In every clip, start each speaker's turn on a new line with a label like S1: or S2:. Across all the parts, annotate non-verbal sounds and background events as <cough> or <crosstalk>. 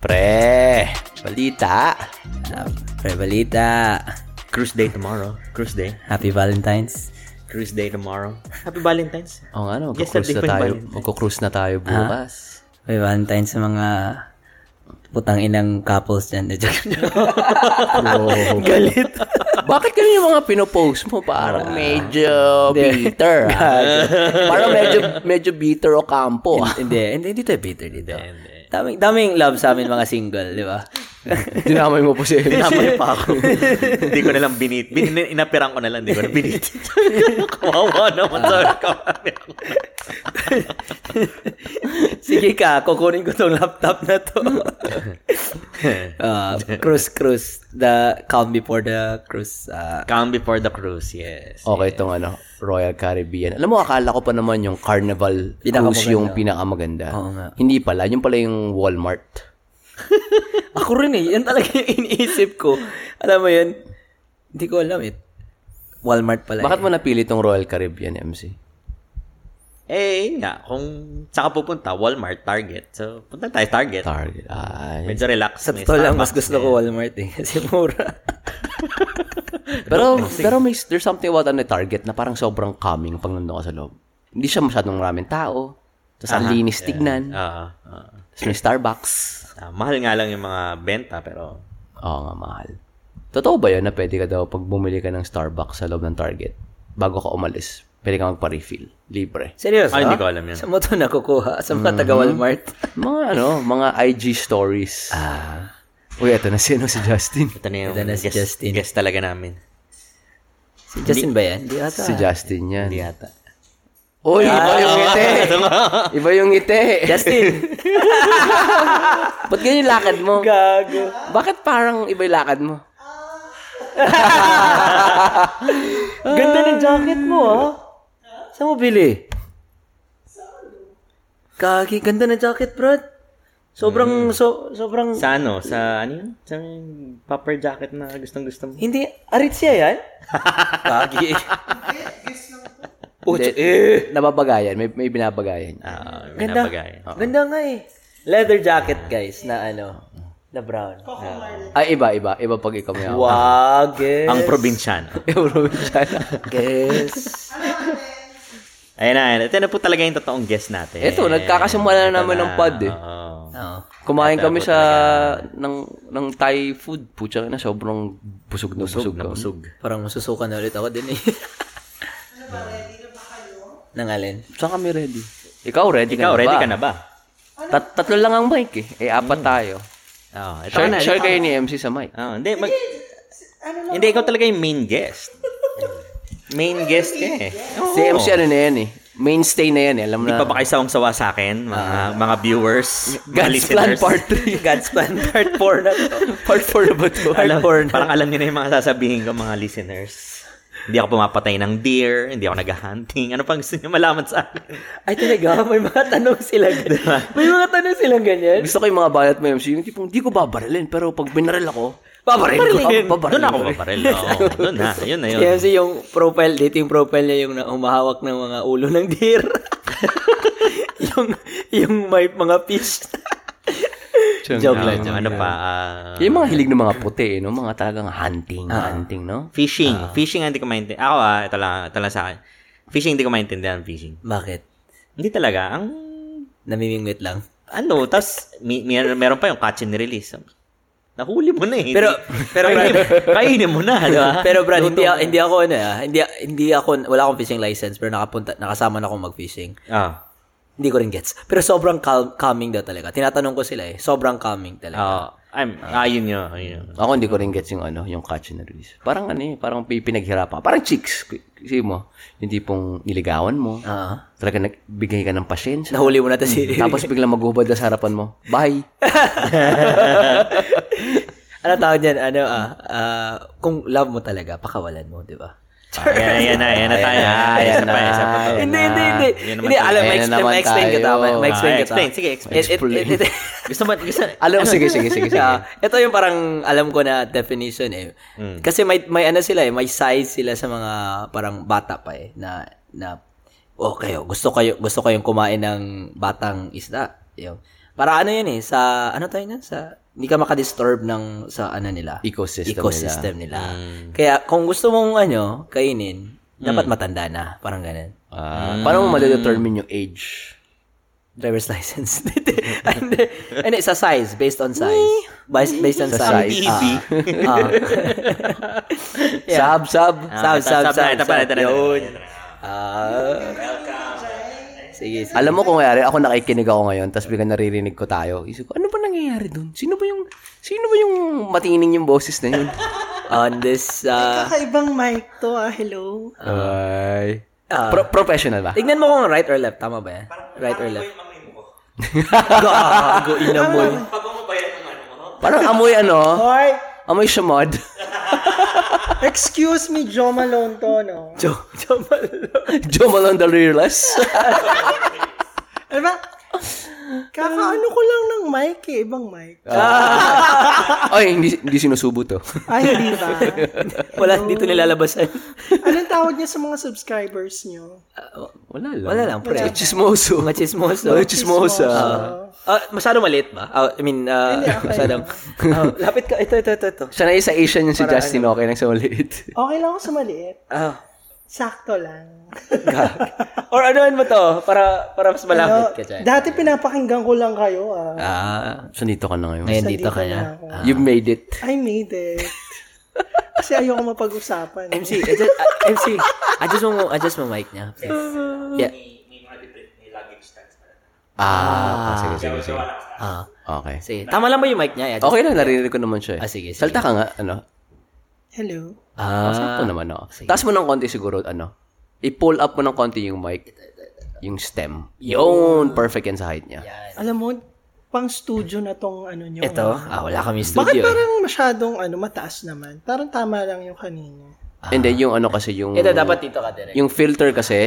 S1: Pre, balita.
S2: Pre, balita.
S1: Cruise day tomorrow. Cruise day.
S2: Happy Valentine's.
S1: Cruise day tomorrow. Happy <laughs> Valentine's.
S2: Oo nga, no,
S1: Yes, sir,
S2: magkukruise na
S1: different
S2: tayo.
S1: Valentine's.
S2: Magkukruise na tayo bukas.
S3: May Valentine sa mga putang inang couples dyan. Galit.
S2: Bakit ganun yung mga pinopost mo? Parang medyo
S3: <laughs>
S2: bitter. ah. Parang medyo medyo bitter o kampo. ah.
S3: hindi, hindi, hindi tayo bitter dito. Daming, daming love sa amin mga single, di ba? <laughs>
S2: Dinamay mo po si
S1: Namay pa <laughs> ako. hindi ko nalang binit. Bin, <laughs> inapirang ko nalang. Hindi ko na binit. <laughs> Kawawa naman sa kamay.
S3: Sige ka, kukunin ko tong laptop na
S2: <laughs>
S3: to. Ah, cruise, cruise. The calm before the cruise. ah.
S1: <laughs> Come before the cruise, yes.
S2: Okay, itong ano, Royal Caribbean. Alam mo, akala ko pa naman yung Carnival cruise
S3: Pinakamaganda.
S2: yung pinakamaganda.
S3: Oo nga.
S2: Hindi pala. Yung pala yung Walmart.
S3: ako rin eh. Yan talaga yung iniisip ko. Alam mo yun? Hindi ko alam eh. Walmart pala.
S2: Bakit
S3: eh.
S2: mo napili itong Royal Caribbean, MC?
S1: Eh, yun nga. Kung saka pupunta, Walmart, Target. So, punta tayo Target.
S2: Target. Ah,
S1: Medyo relax.
S3: Sa
S1: May
S3: totoo lang, mas
S1: Starbucks
S3: gusto ko Walmart eh. <laughs> Kasi mura.
S2: Pero, pero may, there's something about ano, Target na parang sobrang calming pag nandun ka sa loob. Hindi siya masyadong maraming tao. Tapos ang linis tignan.
S1: din. Oo. oo.
S2: Tapos may Starbucks.
S1: Ah, mahal nga lang yung mga benta, pero
S2: Oo nga, mahal. Totoo ba yun na pwede ka daw pag bumili ka ng Starbucks sa loob ng Target, bago ka umalis, pwede ka magpa-refill. Libre.
S3: Seryoso?
S1: Ay, hindi ko alam yun.
S3: Sa mo to nakukuha? Sa mga taga-Walmart?
S2: Mga ano, mga IG stories. Ah. Uy, eto na si, ano, si Justin.
S1: ito na yung
S3: Ito na si
S1: guess,
S3: Justin.
S1: guess talaga namin.
S3: Si Justin ba yan? Hindi ata.
S2: Si Justin yan.
S1: Hindi yata.
S2: Uy, Ah, iba yung ngiti. Iba yung ngiti.
S3: Justin!
S2: Ba't ganyan yung lakad mo?
S3: Gago.
S2: Bakit parang iba yung lakad mo?
S3: Ganda ng jacket mo, ha? Saan mo bili? Gagi, ganda ng jacket, Brad. Sobrang, so, sobrang...
S1: Sa ano? Sa ano yun? Sa popper jacket na gustong gusto mo?
S3: hindi, Aritzia yan? Gagi. Puch, eh.
S2: Nababagayan. May, may binabagayan.
S1: Ah, may
S3: Ganda.
S1: nabagay.
S3: Ganda nga eh. Leather jacket, guys, na ano, na Ah, brown.
S2: Ay, Ah, iba, iba. Iba pag ikaw may hawak. <laughs>
S3: Wagi.
S1: Ang probinsyano.
S3: Guess. <laughs>
S1: Ayun na, ayun. Ito na po talaga yung totoong guess natin.
S2: Ito, nagkakasimula na naman ng pod eh.
S1: Oo.
S3: Oo.
S2: Kumain kami sa ng ng Thai food. Putya na sobrang busog na busog. oh.
S1: na
S2: ka.
S1: busog.
S3: Parang masusukan na ulit ako din eh. ano ba, ready na ba kayo? Nang alin?
S2: Saan kami ready? Ikaw ready
S1: Ikaw,
S2: ka na
S1: ready
S2: ba?
S1: ka na ba? Mm.
S2: Tat- tatlo lang ang mic eh. Eh, apat tayo.
S1: Oo, ito
S2: Share,
S1: na. ito
S2: share
S1: na.
S2: kayo ni MC sa mic.
S1: Oo, hindi, mag... Hindi, ikaw talaga yung main guest. main guest ka eh. Oo.
S2: Si MC ano na yan eh. Mainstay na yan eh. Alam
S1: Hindi
S2: na.
S1: pa ba kayo sawang-sawa sa akin, mga, mga viewers, mga
S2: God's Ah. plan
S1: listeners?
S2: part <laughs> 3.
S3: God's plan, part 4 na to.
S2: part 4 na ba to?
S3: Part
S1: alam,
S3: 4 na.
S1: parang alam niyo na yung mga sasabihin ko, mga listeners. Hindi ako pumapatay ng deer, hindi ako nag-hunting. Ano pang gusto niyo malaman sa akin?
S3: Ay
S1: <laughs>
S3: talaga, may mga tanong sila ganyan. May mga tanong silang ganyan.
S2: Gusto ko yung mga balat mo MC. Yung tipong, di ko babarilin. Pero pag binaril ako, babaril ko. Ah,
S1: Paparilin.
S2: babaril
S1: Doon ako
S2: ko.
S1: paparil. <laughs> Oo, doon na. Yun na yun.
S3: Kaya si yung profile, dito yung profile niya yung na- humahawak ng mga ulo ng deer. <laughs> yung yung may mga fish. <laughs> joke
S1: Ah,
S3: lang. joke
S1: ano
S3: lang.
S1: pa? ah,
S2: Yung mga hilig ng mga puti, eh, no? mga talagang hunting, hunting, no?
S1: fishing.
S3: Ah.
S1: fishing hindi ko maintindihan. Ako ah, ito lang, ito lang sa akin. Fishing hindi ko maintindihan fishing.
S3: Bakit?
S1: Hindi talaga. Ang
S3: Namimingwit lang.
S1: ano, tapos may, may, meron pa yung catch and release. Nahuli mo na eh.
S3: Pero- pero-
S1: kainin, kainin mo na, di
S3: <laughs>
S1: ba?
S3: Pero Brad, hindi, a- hindi ako ano ah, hindi hindi ako wala akong fishing license pero nakapunta nakasama na akong mag-fishing.
S1: Ah.
S3: Hindi ko rin gets. Pero sobrang cal- calming daw talaga. Tinatanong ko sila eh, sobrang calming talaga.
S1: Ah, I'm, ah, yun yun. yun
S3: <laughs>
S1: yun.
S2: Ako hindi ko rin gets yung ano, yung catch and release. Parang ano eh, parang pi- pinaghirapan. Parang chicks. Kasi mo, yung tipong niligawan mo.
S3: Ah.
S2: Talaga nagbigay ka ng pasyensya.
S3: Nahuli mo na to si
S2: Tapos biglang maghubad na sa harapan mo. Bye.
S3: ano tawag diyan? Ano ah, ah, kung love mo talaga, pakawalan mo, 'di ba?
S1: Ayan, ayan na, ayan na tayo. ah,
S2: Ayan
S1: Isa
S2: na,
S1: pa, isa pa.
S2: ayan
S3: Hindi,
S2: na.
S3: hindi, hindi.
S1: Yun naman
S3: Hindi,
S1: talaga.
S3: alam,
S2: Ayan na
S3: ma-explain,
S2: naman
S3: ma-explain ka
S2: tayo.
S3: tama. Ma-explain
S1: Ah,
S3: ka
S1: explain,
S3: tama.
S1: sige, explain.
S3: It- it- it- it-
S1: Gusto mo, gusto,
S3: <laughs>
S2: Alam, sige, sige, sige, sige.
S3: Ah, ito yung parang alam ko na definition eh. Kasi may may ano sila eh, may size sila sa mga parang bata pa eh na na oh kayo, gusto kayo gusto kayong kumain ng batang isda. Yung Para ano yun eh, sa, ano tayo niyan? Sa, hindi ka makadisturb ng, sa ano nila.
S2: Ecosystem nila.
S3: ecosystem nila. Kaya kung gusto mong ano, kainin, dapat matanda na. Parang ganun.
S2: Ah, Paano mo madedetermine yung age?
S3: Driver's <laughs> license. and, and sa size, based on size. Based, based on
S2: Sa
S3: size.
S2: size.
S3: Ah. Ah. <laughs>
S2: Sab, sab.
S3: Sab, sab,
S1: Ah,
S4: Sab, sab,
S3: sab.
S4: ito pala, ito na, ito na,
S3: Yun.
S4: ito na.
S3: Ah. Sige, sige.
S2: Alam mo kung kaya ako nakikinig ako ngayon, tapos biglang naririnig ko tayo. Isip ko, ano ba nangyayari doon? Sino ba yung, sino ba yung matining yung boses na
S3: <laughs>
S2: yun?
S3: On this, ah,
S5: Kakaibang mic to ah, hello.
S2: Ay.
S3: Ah.
S2: Pro- professional ba?
S3: tignan mo kung right or left. Tama ba yan? Right or left? <laughs> Gago, inamoy.
S2: Parang amoy ano,
S5: Hoy,
S2: amoy shamod.
S5: excuse me, Joe Malone to, no?
S3: Joe, Joe Malone.
S2: <laughs> Joe Malone the
S3: <laughs>
S2: realist.
S5: Ano ba? Kakaano ko lang ng mic eh, ibang mic.
S2: Ay, hindi, hindi sinusubo
S3: <laughs>
S2: to.
S5: Ay, hindi ba?
S3: Wala, dito nilalabasan. <laughs>
S5: Anong tawag niya sa mga subscribers niyo?
S2: Wala lang.
S3: Wala lang, pre.
S2: Chismoso.
S3: Mga chismoso.
S2: Mga chismosa.
S3: Ah, masyado maliit ba? Ah, I mean, ah,
S5: Hindi, okay.
S3: masyadong... Ah, lapit ka. Ito, ito, ito, ito.
S2: Sanay sa Asian yung si Justin
S3: ano.
S2: okay nang sa maliit.
S5: Okay lang ako sa maliit.
S3: Ah.
S5: Sakto lang.
S3: Or anuin mo to para para mas malapit
S5: Ano,
S3: ka dyan.
S5: dati pinapakinggan ko lang kayo ah.
S3: Ah,
S2: So, dito ka na ngayon.
S3: ngayon dito
S5: dito
S3: ka
S5: na
S3: na.
S5: ako.
S3: Ah.
S2: You've made it.
S5: I made it. Kasi ayoko mapag-usapan. eh.
S3: MC, adjust, ah, MC, adjust mo, adjust mo mic niya.
S5: <laughs>
S3: please. Yeah.
S2: Ah, sige, sige, sige.
S3: Ah,
S2: Okay.
S3: sige. Tama lang ba yung mic niya?
S2: Okay lang, naririnig ko naman siya eh.
S3: Ah, sige, sige.
S2: Salta ka nga, ano?
S5: Hello.
S2: Ah,
S3: Ah,
S2: sakto naman, no? Taas mo ng konti siguro, ano? I-pull up mo ng konti yung mic, yung stem. Yun, perfect yan sa height niya.
S5: Alam mo, pang studio na tong ano nyo.
S3: ito. Ah, wala kami
S5: Bakit
S3: studio. eh.
S5: parang masyadong ano, mataas naman? Parang tama lang yung kanina.
S2: And then yung ano kasi yung...
S3: Ito, dapat dito ka direct.
S2: Yung filter kasi,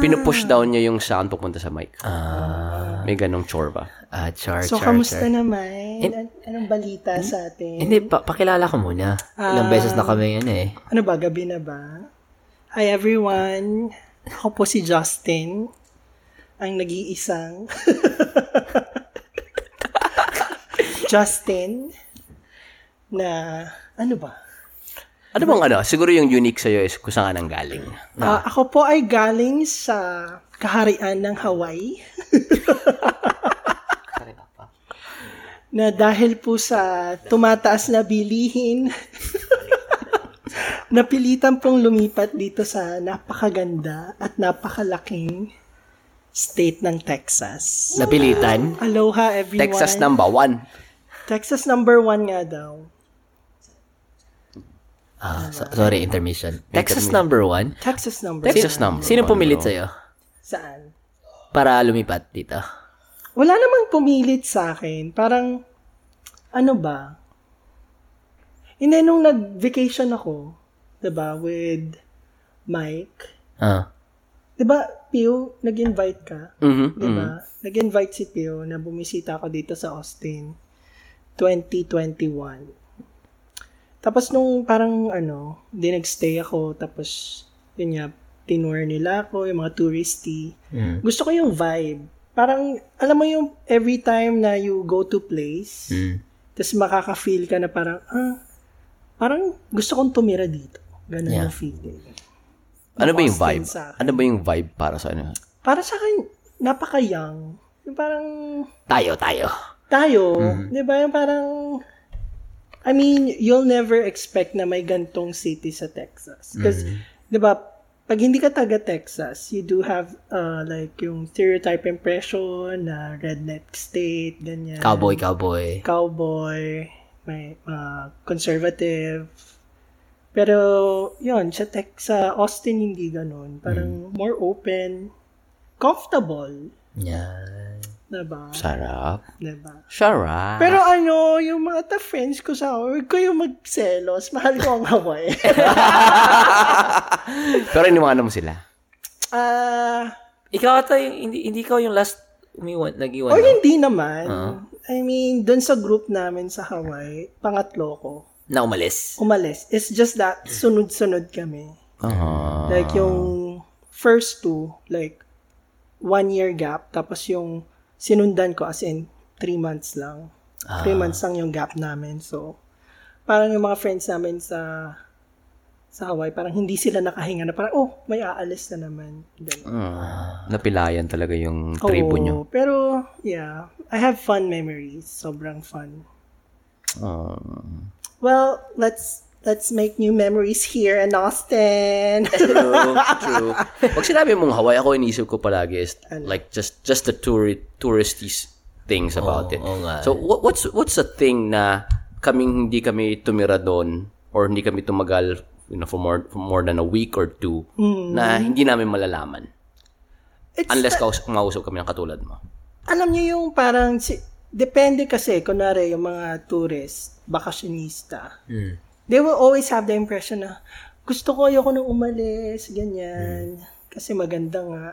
S2: pinupush down niya yung sound papunta sa mic.
S5: Ah.
S2: May ganong chore ba?
S3: Ah, char,
S5: So,
S3: char,
S5: kamusta
S3: char. Hmm?
S5: naman? An- anong balita sa atin?
S3: Hindi, pa- pakilala ko muna.
S5: Ah.
S3: Ilang beses na kami yan eh.
S5: Ano ba, gabi na ba? Hi everyone! Ako po si Justin, ang nag-iisang... <laughs> Justin, na... Ano ba?
S2: Ano bang ano? Siguro yung unique sa'yo is kung saan ka nang galing.
S5: Ah, ako po ay galing sa kaharian ng
S2: <laughs>
S5: Hawaii. na dahil po sa tumataas na
S2: <laughs>
S5: bilihin, napilitan pong lumipat dito sa napakaganda at napakalaking state ng Texas.
S3: Napilitan.
S5: Aloha everyone.
S2: Texas number one.
S5: Texas number one nga daw.
S3: Ah, so- sorry, intermission. Texas number one.
S5: Texas number
S2: Texas number
S3: Sino
S2: one,
S3: pumilit
S2: bro.
S3: sa'yo
S5: Saan?
S3: para lumipat dito?
S5: wala namang pumilit sa akin. Parang, ano ba? Hindi, nung nag-vacation ako, 'di ba with Mike,
S3: Ah.
S5: 'di ba Pio, nag-invite ka,
S2: Mhm.
S5: 'di ba Nag-invite si Pio na bumisita ako dito sa Austin, 2021. Tapos nung parang ano, dinagstay ako, tapos yun nga, tinour nila ako, yung mga touristy.
S3: Mm.
S5: Gusto ko yung vibe. Parang, alam mo yung every time na you go to place,
S2: Hmm.
S3: Mm.
S5: tapos makaka-feel ka na parang, ah, parang gusto kong tumira dito. Ganun
S3: Yeah.
S5: yung feeling.
S2: Ano ba yung
S5: Austin
S2: vibe?
S5: sa akin.
S2: Ano ba yung vibe para sa ano?
S5: Para sa akin, napaka-young. Yung parang,
S3: Tayo, tayo.
S5: tayo, di ba, yung parang, I mean, you'll never expect na may gantong city sa Texas. Because, di ba, pag hindi ka taga Texas, you do have uh, like yung stereotype impression na redneck state, ganyan.
S3: Cowboy, cowboy.
S5: Cowboy, may mga conservative. Pero, yun, sa Tex, sa Austin, hindi ganun. Parang more open, comfortable,
S3: Yan.
S5: diba?
S2: Sarap.
S5: Diba?
S2: Sarap.
S5: Pero ano, yung mga ta-friends ko sa Hawaii, huwag kayo magselos. <laughs> Mahal ko ang Hawaii.
S2: Pero iniwanan mo sila.
S5: Ah,
S3: Ikaw ata yung, hindi, hindi ikaw yung last umiwan, nag-iwan.
S5: or
S3: no?
S5: hindi naman. I mean, dun sa group namin sa Hawaii, pangatlo ko,
S3: Na umalis.
S5: umalis. It's just that, sunod-sunod kami.
S2: Ah.
S5: Like yung first two, like one year gap, tapos yung sinundan ko as in three months lang. Three
S2: Ah.
S5: months lang yung gap namin. So, parang yung mga friends namin sa sa Hawaii, parang hindi sila nakahinga na parang, oh, may aalis na naman. Ganun.
S3: Ah.
S2: Napilayan talaga yung tribo
S5: Oo,
S2: nyo.
S5: Pero, yeah, I have fun memories. Sobrang fun.
S2: Ah.
S5: Well, let's let's make new memories here in Austin. <laughs>
S2: True, true. Pag sinabi mong Hawaii, ako iniisip ko palagi is like just just the touri- touristy s- things about it.
S3: Ano? Oo, oo nga.
S2: So what, what's what's the thing na kaming hindi kami tumira doon or hindi kami tumagal you know, for more for more than a week or two
S3: Hmm.
S2: na hindi namin malalaman
S5: It's
S2: unless kaus- kumausap kami ng katulad mo.
S5: alam niyo yung parang, si- depende kasi, kunwari yung mga tourist, bakasyonista, they will always have the impression na, gusto ko, ayoko nang umalis, ganyan, kasi maganda nga.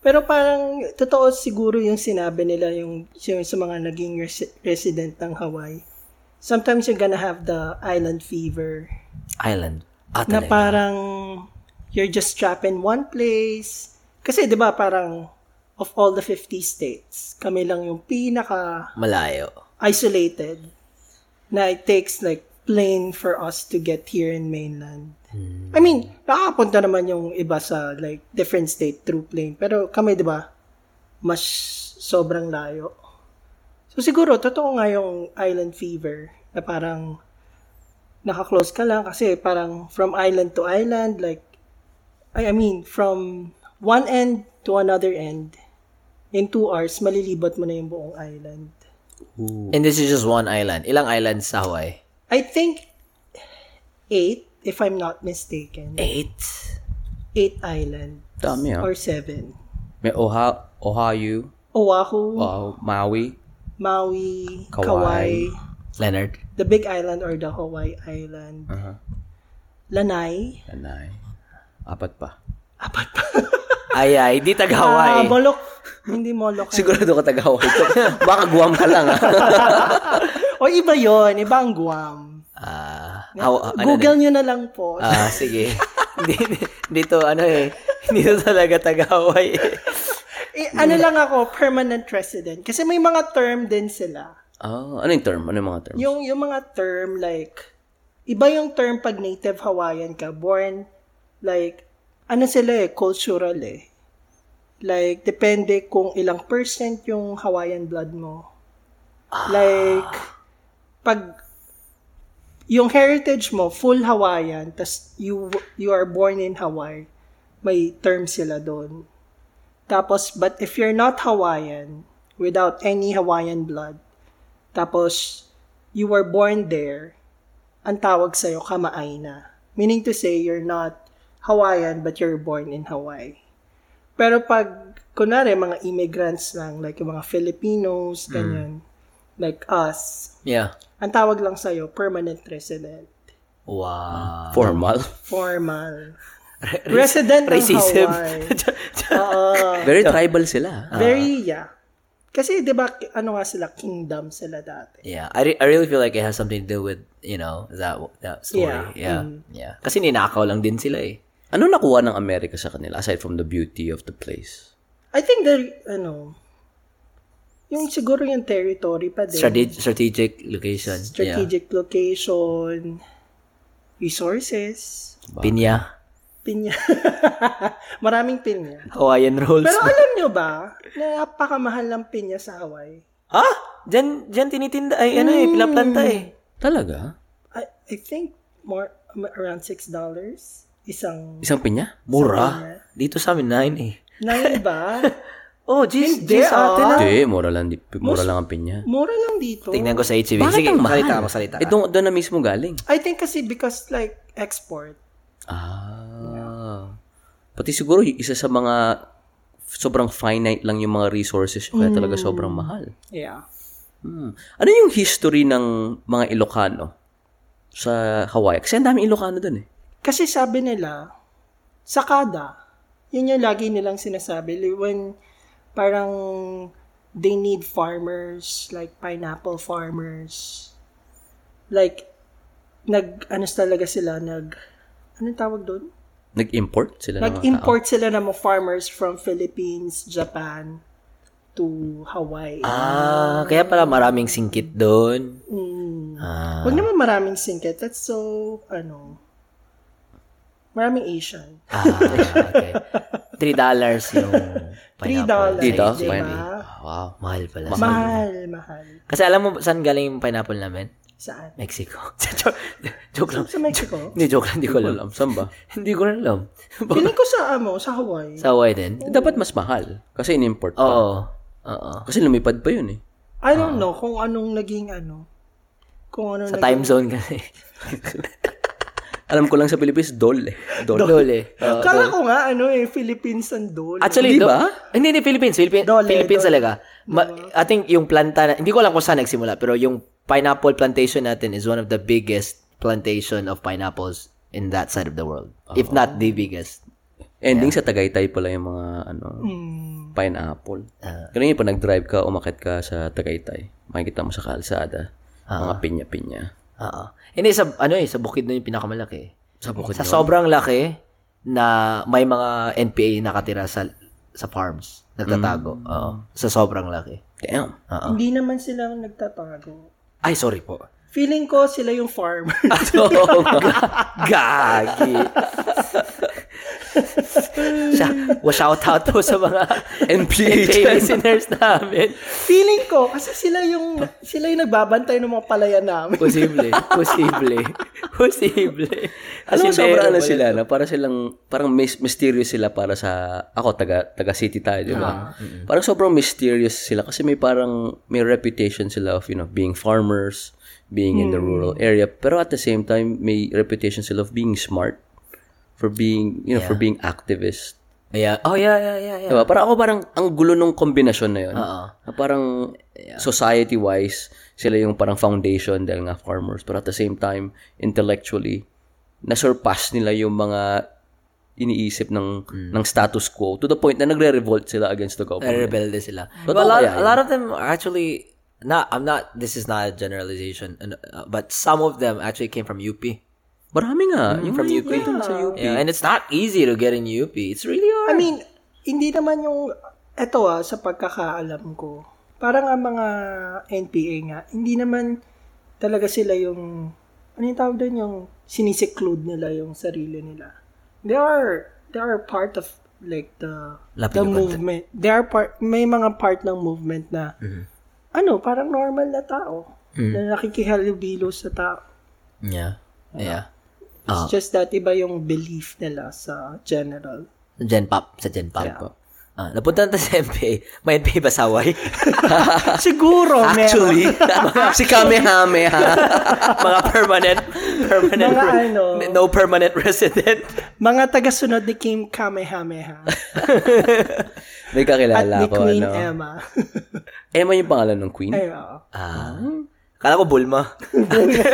S5: Pero parang, totoo siguro yung sinabi nila yung, yung sa mga naging resi- resident ng Hawaii. Sometimes you're gonna have the island fever.
S3: Island. Ah,
S5: na
S3: talaga.
S5: parang you're just trapped in one place. Kasi 'di ba parang of all the 50 states, kami lang yung pinaka
S3: Malayo.
S5: isolated na it takes like plane for us to get here in mainland. I mean, nakakapunta naman yung iba sa like different state through plane. Pero kami, di ba, mas sobrang layo. So siguro, totoo nga yung island fever na parang nakaklose ka lang kasi parang from island to island, like, I I mean, from one end to another end, in two hours, malilibot mo na yung buong island.
S3: And this is just one island. Ilang islands sa Hawaii?
S5: I think eight, if I'm not mistaken.
S3: Eight.
S5: Eight island.
S2: Dami ah.
S5: Or seven.
S2: May Oha, Ohio,
S5: Oahu,
S2: Wow, Maui,
S5: Maui,
S2: Kauai.
S5: Kauai.
S3: Leonard?
S5: the Big Island or the Hawaii Island.
S3: Uh-huh.
S5: Lanai.
S2: Lanai. Apat
S3: <laughs>
S2: pa.
S5: Apat pa.
S3: Ay, ay, di taga
S5: Ah,
S3: Hawaii.
S5: Molok. <laughs> Hindi Molok.
S2: Sigurado ka taga Hawaii.
S3: <laughs>
S2: Baka Guam ka lang ah.
S5: O iba yon Iba ang Guam.
S3: Ah, Hawa- ano
S5: Google nyo na lang po.
S3: na- Ah, sige. <laughs> Hindi, dito, ano eh. Dito talaga taga Hawaii. eh.
S5: Eh, ano lang ako, permanent resident. Kasi may mga term din sila.
S2: Oh, ano yung term? Ano yung mga term?
S5: Yung yung mga term like iba yung term pag native Hawaiian ka born like ano sila eh cultural eh. Like depende kung ilang percent yung Hawaiian blood mo. Like pag yung heritage mo full Hawaiian tas you you are born in Hawaii may term sila doon. Tapos but if you're not Hawaiian without any Hawaiian blood tapos, you were born there, ang tawag sa'yo, kamaay na. Meaning to say, you're not Hawaiian, but you're born in Hawaii. Pero pag, kunwari, mga immigrants lang, like yung mga Filipinos, ganyan, like us,
S3: Yeah.
S5: ang tawag lang sa'yo, permanent resident.
S3: Wow.
S2: Formal. <laughs>
S5: Formal. resident ng
S3: racism.
S5: Hawaii. <laughs> Oo.
S2: Very tribal sila. ah.
S5: Very, yeah. Kasi, di ba, ano nga sila, kingdom sila dati.
S3: Yeah, I, re- I really feel like it has something to do with, you know, that that story. Yeah.
S5: Yeah. Mm.
S3: Yeah. Kasi ninakaw lang din sila eh.
S2: Ano nakuha ng Amerika sa kanila aside from the beauty of the place?
S5: I think the, ano, yung siguro yung territory pa din.
S3: Strate- strategic location.
S5: Strategic location, resources,
S3: Yeah. Pinya.
S5: pinya. <laughs> Maraming pinya.
S3: Hawaiian rolls.
S5: Pero alam nyo ba, na napakamahal ng pinya sa Hawaii.
S3: ha? Diyan, diyan tinitinda. Ay, ano eh, pinaplanta eh.
S5: mm.
S2: Talaga?
S5: I, I think more around $6 isang
S2: Isang pinya?
S3: Mura. Dito sa amin, nine eh.
S5: nang iba.
S3: <laughs> Oh, jeez,
S5: Hindi,
S3: jeez, ate na.
S5: ah.
S2: Hindi, mura lang, di- mura lang ang pinya.
S5: Mura lang dito.
S3: Tingnan ko sa HCV.
S2: Bakit
S3: Sige,
S2: ang mahal?
S3: salita mo, salita.
S2: Eh,
S3: Ito.
S2: doon, doon na mismo galing.
S5: I think kasi because like export.
S2: Ah. Pati siguro, y- isa sa mga sobrang finite lang yung mga resources nyo, kaya talaga
S3: Mm.
S2: sobrang mahal.
S5: Yeah.
S2: Hmm. Ano yung history ng mga Ilocano sa Hawaii? Kasi ang daming Ilocano doon eh.
S5: Kasi sabi nila, sakada, yun yung lagi nilang sinasabi. Li- When parang they need farmers, like pineapple farmers. Like, nag, ano talaga sila, nag, anong tawag doon?
S2: Nag-import sila ng mga tao?
S5: Nag-import sila ng mga farmers from Philippines, Japan, to Hawaii.
S3: Ah, kaya pala maraming singkit doon.
S5: Mm.
S3: Ah.
S5: Huwag naman maraming singkit. That's so, ano, maraming Asian.
S2: <laughs>
S3: Ah, okay. Three dollars yung
S5: Three
S3: pineapple.
S5: dollars,
S2: Dito,
S5: di
S2: fine.
S5: ba?
S2: Wow.
S3: Mahal pala.
S5: Mahal, mahal.
S3: Kasi alam mo saan galing yung pineapple namin? <laughs>
S5: Saan?
S3: Mexico. joke, joke lang.
S5: Sa
S3: <laughs>
S5: Mexico?
S3: Hindi, joke lang. Hindi ko alam.
S2: Alam, saan ba?
S3: <laughs> Hindi ko alam.
S5: Piling ko sa, ano, sa Hawaii.
S3: Sa Hawaii din?
S2: Dapat mas mahal. Kasi in-import pa.
S3: Oo. Oo.
S2: Kasi lumipad pa yun eh.
S5: I don't know kung anong naging, ano, kung ano
S3: Ah. Sa time zone kasi.
S2: <laughs> Alam ko lang sa Pilipinas, dol eh. Dol.
S3: Dole. Oo.
S5: Kala ko nga, ano eh, Philippines and Dole.
S3: Actually,
S2: Di
S3: do-
S2: Ah. ba?
S3: Hindi, hindi, Philippines. Philippines,
S5: Dole,
S3: Philippines
S5: dole.
S3: talaga. Ma- I think yung planta, na, hindi ko alam kung saan nagsimula, pero yung pineapple plantation natin is one of the biggest plantation of pineapples in that side of the world. If
S2: Ah.
S3: not the biggest.
S2: Ending sa Tagaytay pala yung mga ano,
S5: Hmm.
S2: pineapple. Ganun yun, pag nag-drive ka, umakit ka sa Tagaytay, makikita mo sa kalsada, mga pinya-pinya.
S3: Oo. Hindi, sa, ano eh, sa bukid na yung pinakamalaki. Sa bukid Sa sobrang laki na may mga NPA nakatira sa sa farms. Nagtatago.
S2: Mm.
S3: Oo. Sa sobrang laki.
S2: Damn. <laughs>
S3: Oo.
S5: Hindi naman sila nagtatago.
S3: Ay, sorry po.
S5: Feeling ko sila yung
S3: <laughs>
S5: farmer.
S3: Gagi. Siya, well, shout
S2: <laughs>
S3: out po sa mga NPA listeners namin. <laughs>
S5: Feeling ko, kasi sila yung, sila yung nagbabantay ng mga palayan namin.
S3: Posible, posible, posible.
S2: Alam mo,
S3: Kasi
S2: sobrang
S3: meron
S2: ano
S3: pala-
S2: sila, na para silang, parang mis- mysterious sila para sa, ako, taga, taga city tayo, di
S3: Ah,
S2: ba? Parang sobrang mysterious sila kasi may parang, may reputation sila of, you know, being farmers, being in the
S3: Hmm.
S2: rural area, pero at the same time, may reputation sila of being smart, for being, you know, for being activist.
S3: Yeah. Oh, yeah, yeah, yeah. yeah.
S2: Diba? Parang ako parang ang gulo nung kombinasyon na yun.
S3: Oo.
S2: Na parang society-wise, sila yung parang foundation dahil nga farmers. Pero at the same time, intellectually, na-surpass nila yung mga iniisip ng ng status quo to the point na nagre-revolt sila against the government.
S3: Rebelde sila.
S2: Totoo
S3: But a, lot,
S2: kaya yun?
S3: a lot of them are actually, not, I'm not, this is not a generalization, and, uh, but some of them actually came from UP.
S2: Mm. Marami nga. Yung
S3: From
S2: mga
S3: UP.
S2: dun sa
S5: Ah.
S2: UP.
S3: Yeah, and it's not easy to get in UP. It's really hard.
S5: I mean, hindi naman yung, eto ah, sa pagkakaalam ko, parang ang mga NPA nga, hindi naman talaga sila yung, ano yung tawag doon, yung siniseclude nila yung sarili nila. They are, they are part of like the,
S3: Lapit
S5: the
S3: yung konti.
S5: movement. They are part, may mga part ng movement na, ano, parang normal na tao. Na nakikihalubilo sa tao.
S3: Yeah. Yeah.
S5: It's just that iba yung belief nila sa general. <laughs>
S3: Gen Pop. Sa Gen Pop. Ah, napunta natin sa MPA. May MPA ba sa Hawaii?
S5: Siguro, meron. <laughs>
S3: Actually, si Kamehameha. <laughs> mga
S2: <laughs>
S3: permanent, permanent,
S5: Mga
S3: re-
S5: ano.
S3: no permanent resident.
S5: Mga taga-sunod ni Kim Kamehameha
S2: May
S5: at
S2: kakilala
S5: ni
S2: ko.
S5: Queen
S2: Ano.
S5: Emma.
S2: Emma yung pangalan ng queen?
S5: Ay, oo.
S3: Ah. Kala ko Bulma.
S2: <laughs>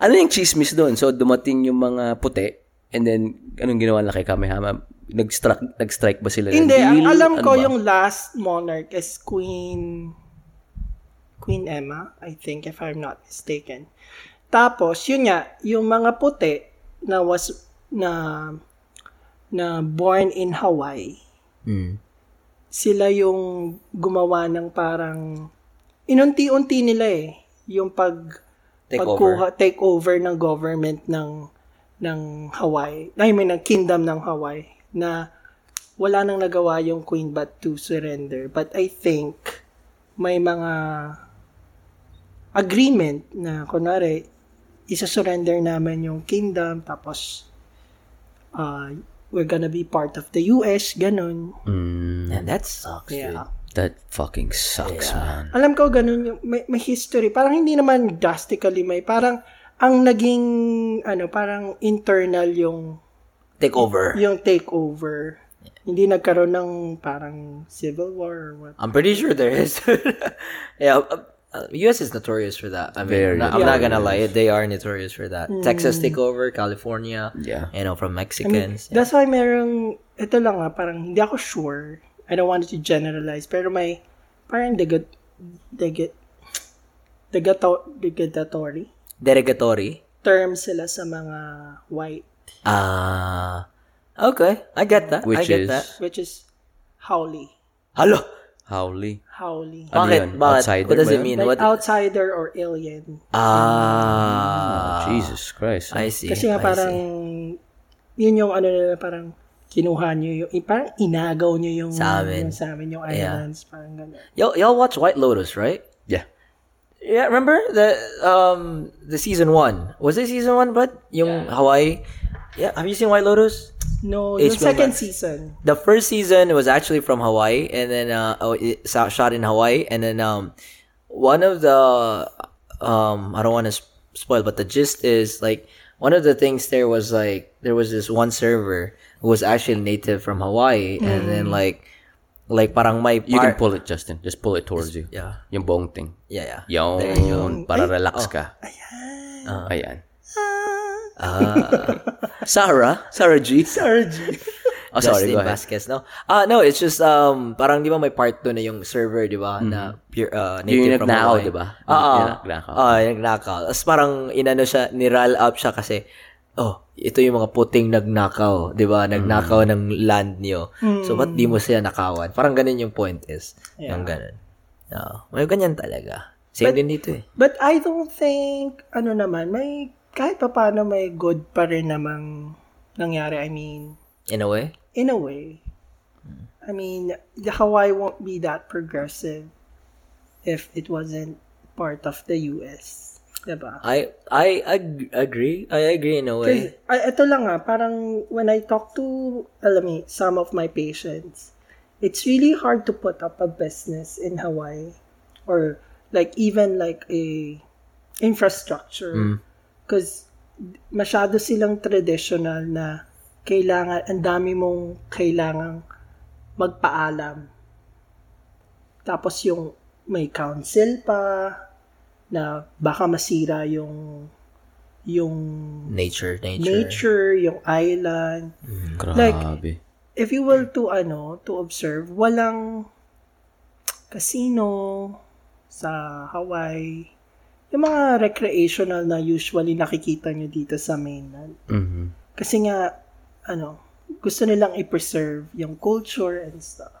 S2: Ano yung chismis doon? So, dumating yung mga puti, and then, anong ginawa na kay Kamehama? Nag-strike, nag-strike ba sila? ng
S5: Hindi, ang
S2: deal?
S5: alam
S2: Ano
S5: ko
S2: ba?
S5: yung last monarch is Queen Queen Emma, I think, if I'm not mistaken. Tapos, yun nga, yung mga puti na was, na, na born in Hawaii,
S3: Hmm.
S5: sila yung gumawa ng parang, inunti-unti nila eh, yung pag,
S3: Take
S5: pagkuha, take over ng government ng, ng Hawaii, I mean, ng kingdom ng Hawaii, na wala nang nagawa yung Queen Bat to surrender. But I think, may mga agreement na, kunwari, isa-surrender naman yung kingdom, tapos, uh, we're gonna be part of the US, ganun.
S3: And that sucks, dude.
S5: Yeah.
S2: Mm, That fucking sucks, man.
S5: Alam ko ganun yung may, may history. Parang hindi naman drastically may parang ang naging ano parang internal yung
S3: Take over.
S5: yung takeover. Hindi nagkaroon ng parang civil war or what.
S3: I'm pretty sure there is. <laughs> yeah, uh, uh, US is notorious for that. I mean,
S2: Very
S3: no- I'm not
S2: notorious.
S3: gonna lie, they are notorious for that. Texas
S5: Mm.
S3: takeover, California,
S2: Yeah.
S3: you know, from Mexicans. yeah.
S5: That's why merong ito lang ah, parang hindi ako sure. I don't want to generalize pero may parang degat degat degato degatatory
S3: derogatory.
S5: term sila sa mga white
S3: Ah, okay, I get that. I
S2: Which
S3: get
S2: is-
S3: that.
S5: which is howley.
S3: Hello.
S2: Howley.
S5: Howling.
S2: Ano
S3: Bakit?
S2: yun?
S3: Bakit?
S2: Outsider
S3: What
S2: ba
S3: does it
S2: yun?
S3: mean?
S5: Like
S3: What?
S5: outsider or alien.
S3: Ah.
S2: Jesus Christ.
S3: I see.
S5: Kasi nga
S3: I
S5: parang,
S3: see.
S5: yun yung ano nila, parang kinuha nyo yung, eh, parang inagaw nyo yung
S3: Sa amin.
S5: Yung, sa amin, yung
S3: Yeah.
S5: islands, parang gano'n.
S3: Y'all, y'all watch White Lotus, right?
S2: yeah.
S3: Yeah, remember the um the season one? Was it season one, but yung Hawaii? Yeah, have you seen White Lotus?
S5: No,
S3: HBO
S5: yung second
S3: Max.
S5: season.
S3: The first season was actually from Hawaii, and then uh, oh, it so- shot in Hawaii, and then um, one of the um, I don't want to spoil, but the gist is like one of the things there was like there was this one server who was actually native from Hawaii, and then like like parang may
S2: Mm. You can
S3: par-
S2: pull it, Justin. Just pull it towards you.
S3: yeah
S2: Yung buong thing.
S3: yeah yeah
S2: Yun. Para relax
S3: oh.
S2: ka. Ayan. Ayan.
S3: Ah. Sarah Sarah G <laughs>
S5: Sarge.
S2: Oh, sorry.
S3: Justin
S2: Go ahead.
S3: Vasquez, no? Ah, no, it's just, um, parang di ba may part 2 na yung server, di ba? Na pure, uh, native
S2: Mm-hmm. Yung
S3: from
S2: nagnakaw,
S3: Hawaii.
S2: di ba?
S3: Oo.
S2: Yung
S3: Ah,
S2: nagnakaw.
S3: ah, yung nagnakaw. Tapos parang inano siya, niral up siya kasi, oh, ito yung mga puting nagnakaw, di ba? Nagnakaw
S2: Mm.
S3: ng land niyo. So, ba't di mo sila nakawan? Parang ganun yung point is. Yung ganun. Oo. may ganyan talaga. Same din dito eh.
S5: But I don't think, ano naman, may, kahit pa paano may good pa rin namang nangyari. I mean,
S3: In a way.
S5: in a way. I mean, the Hawaii won't be that progressive if it wasn't part of the US. Diba?
S3: I I ag- agree. I agree in a way.
S5: Kasi, ay, ito lang ah, parang when I talk to, alam mo, some of my patients, it's really hard to put up a business in Hawaii or like even like a infrastructure because masyado silang traditional na kailangan, ang dami mong kailangang magpaalam. Tapos yung may council pa na baka masira yung yung
S3: Nature, nature.
S5: nature, yung island.
S2: Grabe.
S5: If you will to ano, to observe, walang casino sa Hawaii. Yung mga recreational na usually nakikita nyo dito sa mainland.
S2: Mm-hmm.
S5: Kasi nga, ano, gusto nilang i-preserve yung culture and stuff.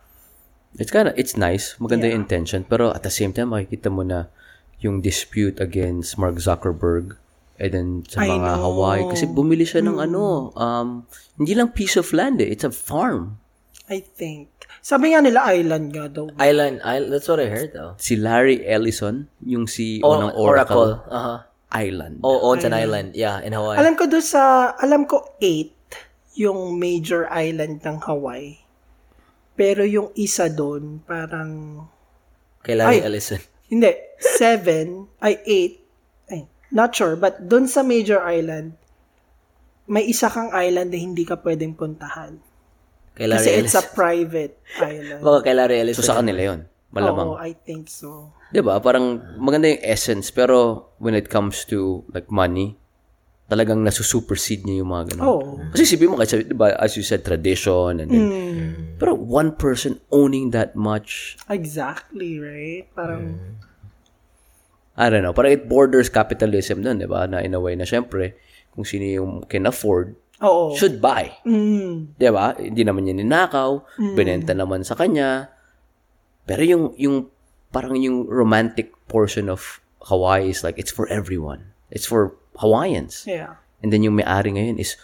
S2: It's kind of it's nice. Maganda yung intention, pero at the same time makikita mo na yung dispute against Mark Zuckerberg and then sa
S5: I
S2: mga
S5: know.
S2: Hawaii kasi bumili siya
S3: Mm.
S2: ng ano, um hindi lang piece of land eh, it's a farm.
S5: I think. Sabi nga nila island nga daw.
S3: Island, island, that's what I heard though.
S2: Si Larry Ellison, yung CEO
S3: Oh,
S2: ng
S3: Oracle.
S2: Oracle,
S3: Uh-huh.
S2: Island.
S3: Oh, owns an island. Yeah, in Hawaii.
S5: Alam ko doon sa, alam ko 8 yung major island ng Hawaii. Pero yung isa doon, parang
S3: Kay Larry
S5: Ay.
S3: Ellison.
S5: Hindi. Seven, ay eight, ay, not sure, but dun sa major island, may isa kang island na hindi ka pwedeng puntahan.
S3: Kay Larry
S5: Kasi it's a
S3: Ellison.
S5: private island.
S3: <laughs> Baka kay Larry Ellison.
S2: So sa kanila 'yon. Malamang.
S3: Oh.
S5: Oo, I think so.
S2: 'Di ba? Parang maganda yung essence pero when it comes to like money, talagang nasusupersede niya yung mga ganun.
S3: Oh.
S5: Oo.
S2: Kasi isipin mo, kasi, di ba, as you said, tradition, and then,
S5: Hmm.
S2: pero one person owning that much,
S5: Exactly, right? Parang,
S2: I don't know, parang it borders capitalism dun, di ba, na in a way na syempre, kung sino yung can afford,
S5: oo.
S2: should buy.
S5: Mm,
S2: Di ba? Hindi naman niya ninakaw, binenta naman sa kanya, pero yung, yung, parang yung romantic portion of Hawaii is like, it's for everyone. It's for Hawaiians.
S5: yeah.
S2: And then yung may-ari ngayon is,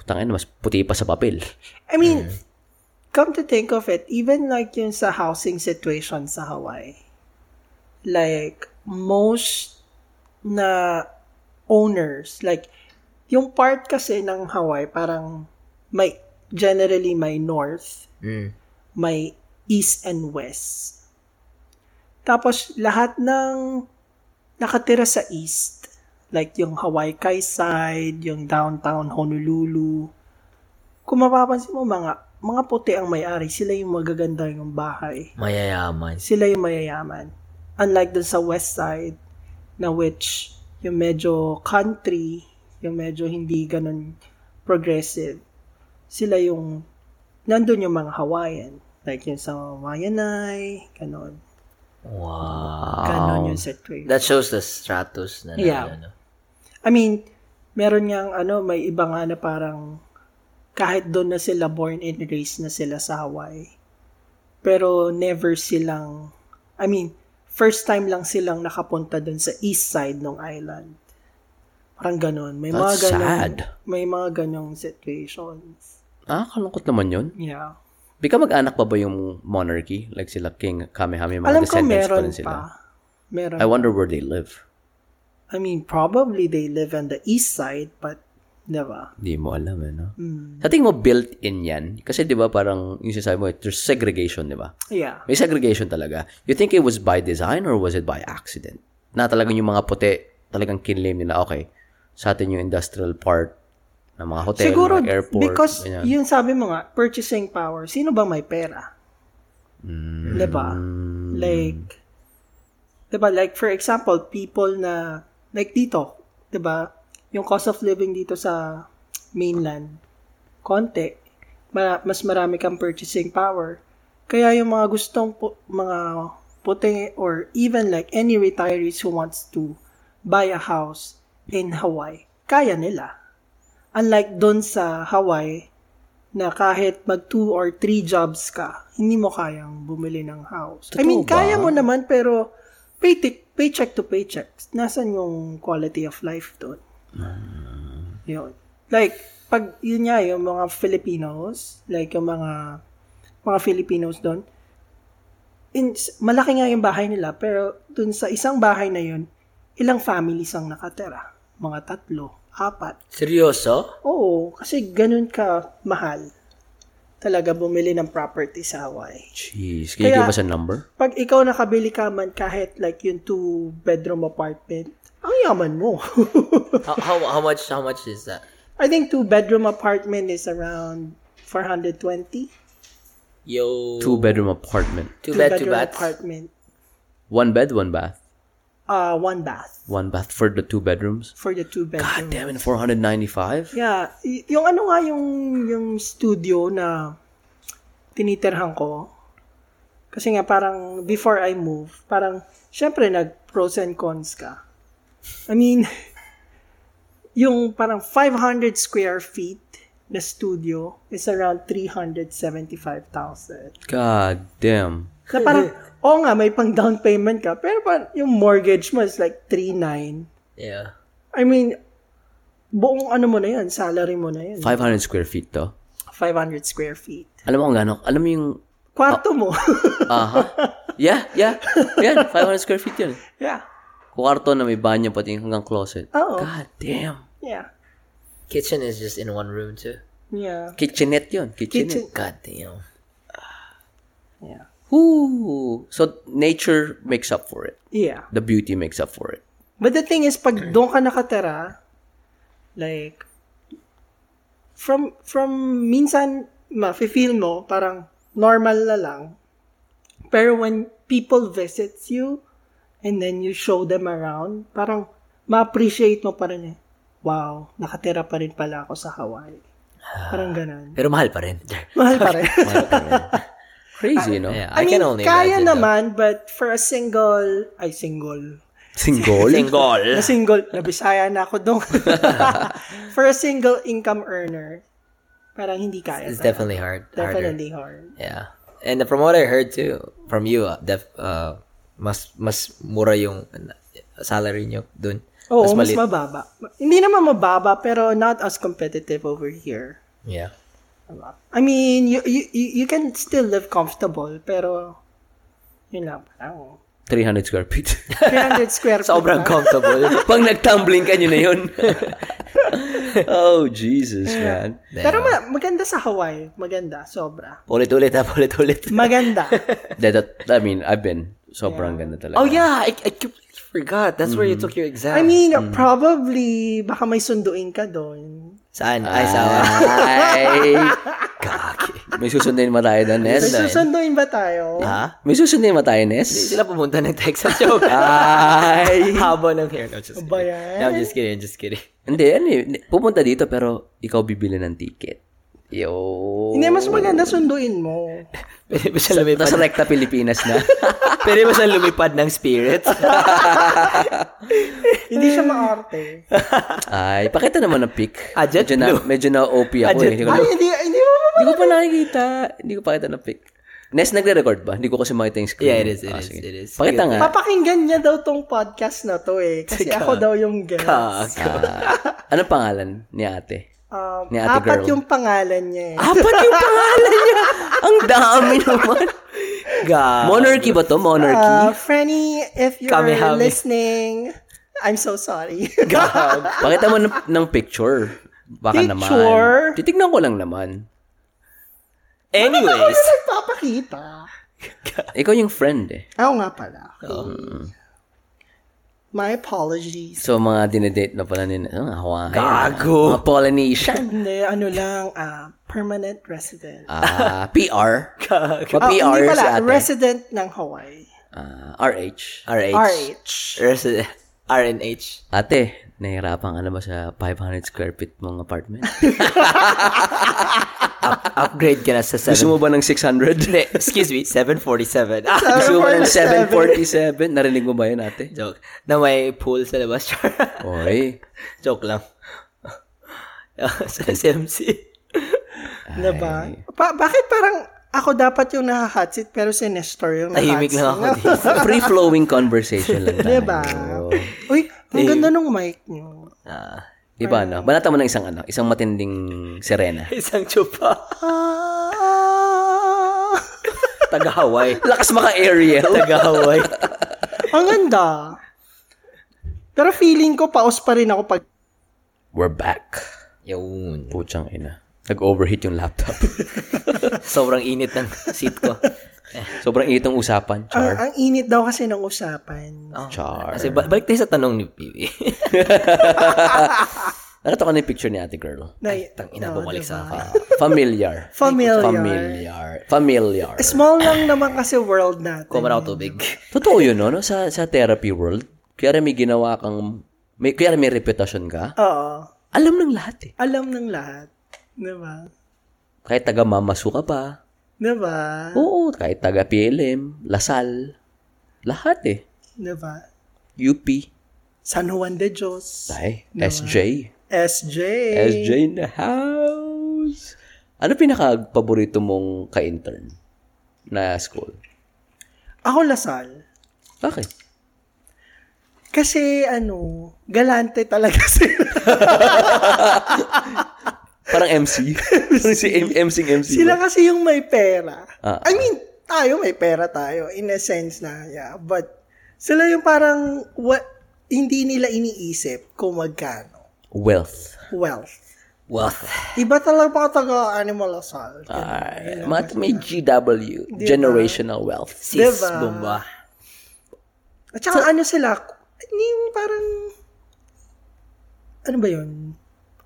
S2: putang ina, mas puti pa sa papel.
S5: I mean, come to think of it, even like yun sa housing situation sa Hawaii, like, most na owners, like, yung part kasi ng Hawaii, parang may, generally may north,
S3: Mm,
S5: may east and west. Tapos, lahat ng nakatira sa east, like yung Hawaii Kai side, yung downtown Honolulu, kung mapapansin mo mga mga puti ang may-ari, sila yung magaganda yung bahay.
S3: Mayayaman.
S5: Sila yung mayayaman. Unlike dun sa west side na which yung medyo country, yung medyo hindi ganun progressive. Sila yung nandun yung mga Hawaiian. Like yung sa Hawaiianai, ganun.
S3: Wow.
S5: Ganun yung situation.
S3: That shows the stratus na
S5: Yeah.
S3: ano.
S5: I mean, meron niyang ano, may iba nga na parang kahit doon na sila born and raised na sila sa Hawaii. Pero never silang, I mean, first time lang silang nakapunta dun sa east side ng island. Parang ganun. May
S2: That's
S5: mga ganong,
S2: sad.
S5: May mga ganong situations.
S2: Nakakalungkot naman yun.
S5: Yeah.
S2: Bika mag-anak pa ba yung monarchy? Like sila King Kamehameha, mga
S5: Alam ko
S2: descendants pa
S5: meron
S2: rin sila.
S5: pa. Meron.
S2: I wonder where they live.
S5: I mean, probably they live on the east side, but, Hmm. diba?
S2: Hindi mo alam, eh, no? Sa tingin mo, built-in yan? Kasi, di ba, parang, yung sinasabi mo, there's segregation, di ba?
S5: Yeah.
S2: May segregation talaga. You think it was by design or was it by accident? Na talagang yung mga puti, talagang kinlame nila, okay, sa atin yung industrial part ng mga hotel,
S5: Siguro,
S2: mga airport.
S5: because
S2: ganyan.
S5: yun sabi mo nga, purchasing power, sino ba may pera? Mm. Diba? Like, diba, like for example, people na, like dito, diba, yung cost of living dito sa mainland, konti, ma- mas marami kang purchasing power. Kaya yung mga gustong pu- mga puti or even like any retirees who wants to buy a house in Hawaii, kaya nila. Unlike doon sa Hawaii, na kahit mag two or three jobs ka, hindi mo kayang bumili ng house. I
S2: Totoo
S5: mean,
S2: ba?
S5: kaya mo naman pero paycheck, paycheck to paycheck. Nasaan yung quality of life doon?
S2: Hmm.
S5: Yun. Like, pag yun nga, yung mga Filipinos, like yung mga mga Filipinos doon, in, malaki nga yung bahay nila, pero doon sa isang bahay na yun, ilang families ang nakatira? Mga tatlo, apat.
S3: Seryoso?
S5: Oo, kasi ganun ka mahal talaga bumili ng property sa Hawaii.
S2: Jeez, can you give us
S5: Kaya-
S2: a number?
S5: Pag ikaw nakabili ka man kahit like yung two-bedroom apartment, ang yaman mo. <laughs>
S3: How, how, how much how much is that?
S5: I think two-bedroom apartment is around 420.
S3: Yo.
S2: Two-bedroom apartment.
S3: Two bed, two bath.
S5: apartment.
S2: One bed, one bath.
S5: Uh, one bath
S2: One bath for the two bedrooms.
S5: for the two-bedroom.
S2: God damn it, 495?
S5: Yeah, y- yung ano nga yung yung studio na tinitirhan ko. Kasi nga parang before I move, parang syempre nag pros and cons ka. I mean, <laughs> yung parang 500 square feet na studio is around 375,000.
S2: God damn.
S5: Na parang, oo nga, may pang down payment ka, pero parang yung mortgage mo is like 3.9.
S3: Yeah.
S5: I mean, buong ano mo na yan, salary mo na yan.
S2: 500 square feet to.
S5: 500 square feet.
S2: Alam mo kung gano'n? Alam mo yung...
S5: Kwarto mo.
S2: Oh. Aha. Yeah, yeah. Yan, 500 square feet yun.
S5: <laughs> yeah.
S2: Kwarto na may banyo pati hanggang closet.
S5: Oo.
S2: God damn.
S5: Yeah.
S3: Kitchen is just in one room too.
S5: Yeah.
S2: Kitchenette yun. Kitchenette.
S5: Kitchen.
S3: God damn.
S5: Yeah.
S2: Woo! So, nature makes up for it.
S5: Yeah.
S2: The beauty makes up for it.
S5: But the thing is, pag doon ka nakatira, like, from, from, minsan, ma-feel mo, parang, normal na lang. Pero when people visits you, and then you show them around, parang, ma-appreciate mo pa rin eh. Wow, nakatira pa rin pala ako sa Hawaii. Parang ganun.
S3: Pero mahal pa
S5: <laughs>
S3: rin.
S5: Mahal pa rin.
S2: Crazy, no?
S3: yeah, I,
S5: I, mean,
S3: can only
S5: kaya
S3: imagine. though.
S5: naman, but for a single, ay single,
S2: Single?
S4: Single.
S5: na single, nabisaya na ako
S3: <laughs>
S5: dong. for a single income earner, parang hindi kaya.
S3: It's
S5: talaga.
S3: definitely hard. Harder.
S5: Definitely hard.
S3: Yeah. And from what I heard too, from you, uh, def, uh, mas mas mura yung salary nyo dun.
S5: Oo, mas,
S3: maliit.
S5: mababa. Hindi naman mababa, pero not as competitive over here.
S3: Yeah.
S5: Diba? I mean, you, you, you you can still live comfortable, pero, yun lang, parang,
S2: 300 square feet.
S5: 300 square
S3: <laughs>
S5: feet.
S3: Sobrang
S5: lang.
S3: comfortable.
S2: <laughs> Pag nag-tumbling ka, yun na yun. <laughs> oh, Jesus, man.
S5: Pero ma- maganda sa Hawaii. Maganda, sobra.
S3: Ulit-ulit ha, ulit-ulit.
S5: Maganda.
S3: <laughs>
S2: That, that, I mean, I've been. Sobrang ganda talaga.
S3: Oh yeah, I, I completely forgot. That's where you took your exam.
S5: I mean,
S2: Mm.
S5: probably, baka may sunduin ka doon.
S3: Saan? Ay, sa
S2: Ay! May susundin ba tayo na, Ness?
S5: May susunduin ba tayo?
S3: Ha?
S2: May susundin ba tayo, Ness?
S3: Sila <laughs> pumunta ng Texas show. <laughs>
S2: Ay!
S3: Haba ng hair. No, just
S5: Ano Ba
S3: kidding.
S5: yan?
S3: No, I'm just kidding. I'm just kidding.
S2: Hindi, ano eh, Pupunta dito pero ikaw bibili ng ticket. Yo!
S5: Hindi, mas
S2: Oh.
S5: maganda sunduin mo.
S3: Pwede ba siya lumipad?
S2: Nasa rekta Pilipinas
S3: <laughs>
S2: na.
S3: Pwede ba siya lumipad ng spirit? <laughs>
S5: Hindi siya maarte.
S2: Ay, pakita naman ang pic.
S3: Ah, jet Ah,
S2: medyo na, medyo na OP ako eh.
S3: jet
S2: Hindi ko,
S5: Ay,
S2: na-
S5: hindi, hindi mo
S2: hindi ko pa nakikita. Hindi ko pakita ng pic. Nes, nagre-record ba? Hindi ko kasi makita yung screen.
S3: Yeah, it is, it
S2: Ah,
S3: is,
S2: sige.
S3: it is.
S2: Pakita nga.
S5: Papakinggan niya daw tong podcast na to eh. Kasi ako daw yung guest.
S3: Ah,
S2: Ah, anong pangalan ni ate?
S5: Um,
S2: Ni Ate
S5: apat
S2: Girl. Ah,
S5: yung pangalan niya eh.
S2: Apat yung pangalan niya! Ang dami naman.
S3: God.
S2: Monarchy ba to? Monarchy?
S3: Ah.
S5: Uh, Franny, if you're
S3: Kamehame.
S5: listening, I'm so sorry. <laughs>
S2: Pakita mo ng, ng picture. Baka
S5: Picture?
S2: naman. Titignan ko lang naman.
S5: Ako
S3: <laughs> Anyways.
S5: na nagpapakita.
S2: Ikaw yung friend eh.
S5: Ako nga pala. Okay.
S2: Um.
S5: My apologies.
S2: So, mga dinedate na pala nila. Ah, Hawaiian.
S3: Gago.
S2: Mga Polynesian.
S5: Hindi, ano lang, ah, permanent resident.
S2: Ah, PR. Pa
S3: Oh,
S5: Ah,
S2: PR si
S5: hindi pala,
S2: ate.
S5: resident ng Hawaii.
S2: Ah, RH.
S3: RH.
S5: RH.
S3: Res- RNH.
S2: Ate, nahihirapan ka na ba sa 500 square feet mong
S3: <laughs>
S2: apartment?
S3: Upgrade ka na sa 7.
S2: Gusto mo ba ng 600?
S3: Hindi, excuse me, 747. Ah,
S2: Gusto mo ba ng 747? Narinig mo ba yun, ate?
S3: <laughs> joke. Na may pool sa labas. <laughs> Char.
S2: Oy.
S3: joke lang. <laughs> sa SMC.
S5: Diba? Pa- bakit parang ako dapat yung nakahotseat pero si Nestor yung Ano?
S3: Tahimik lang ako
S5: nakahotseat?
S3: dito.
S2: <laughs> Free-flowing conversation lang tayo.
S5: Diba? Uy,
S3: Eh.
S5: ang ganda nung mic niyo.
S3: Ah,
S2: Iba, no? Banata mo ng isang ano, isang matinding serena.
S3: <laughs> isang chupa.
S5: Ah,
S3: Taga Hawaii.
S2: Lakas maka
S3: <laughs>
S2: Ariel.
S3: Taga Hawaii.
S5: ang ganda. Pero feeling ko paos pa rin ako pag
S2: We're back.
S3: Yun.
S2: Puchang ina. Nag-overheat yung laptop.
S3: <laughs> Sobrang init ng seat ko. Eh.
S2: Sobrang itong usapan,
S5: ang,
S2: Char.
S5: ang init daw kasi ng usapan.
S3: Oh.
S2: Char.
S3: Kasi ba- balik tayo sa tanong ni
S2: <laughs>
S3: Pibi.
S2: Nakita ko na yung picture ni ate girl.
S5: Na,
S3: Tang ina,
S5: oh,
S3: bumalik sa akin.
S2: Ah, familiar.
S5: Familiar.
S2: Familiar. Familiar.
S5: Small lang naman kasi world natin.
S3: Kuha na ako tubig.
S2: Totoo yun, no? no? Sa, sa therapy world, kaya rin may ginawa kang, may, kaya rin may reputasyon ka,
S5: Oo.
S2: alam ng lahat eh.
S5: Alam ng lahat. Diba?
S2: Kahit taga Mamasu ka pa,
S5: Diba?
S2: oo, kahit taga PLM, Lasal, lahat eh.
S5: Diba?
S2: UP,
S5: San Juan de Dios.
S2: ay, SJ.
S5: SJ.
S2: SJ in the house. Ano pinaka-paborito mong ka-intern na school?
S5: Ako Lasal.
S2: Bakit?
S5: Kasi ano, galante talaga <laughs> sila.
S2: Parang
S5: <laughs>
S2: MC. Parang si M- MC ng MC.
S5: sila
S2: ba?
S5: kasi yung may pera.
S2: Ah.
S5: I mean, tayo may pera tayo in a sense na, yeah. But sila yung parang what hindi nila iniisip kung magkano.
S2: Wealth.
S5: Wealth.
S3: Wealth.
S5: Iba talaga mga taga Animal Assault.
S2: Ay, mat Ah, may GW. Generational wealth.
S3: Sis
S5: Diba?
S3: bomba.
S5: At saka ano sila, yung parang, ano ba yun?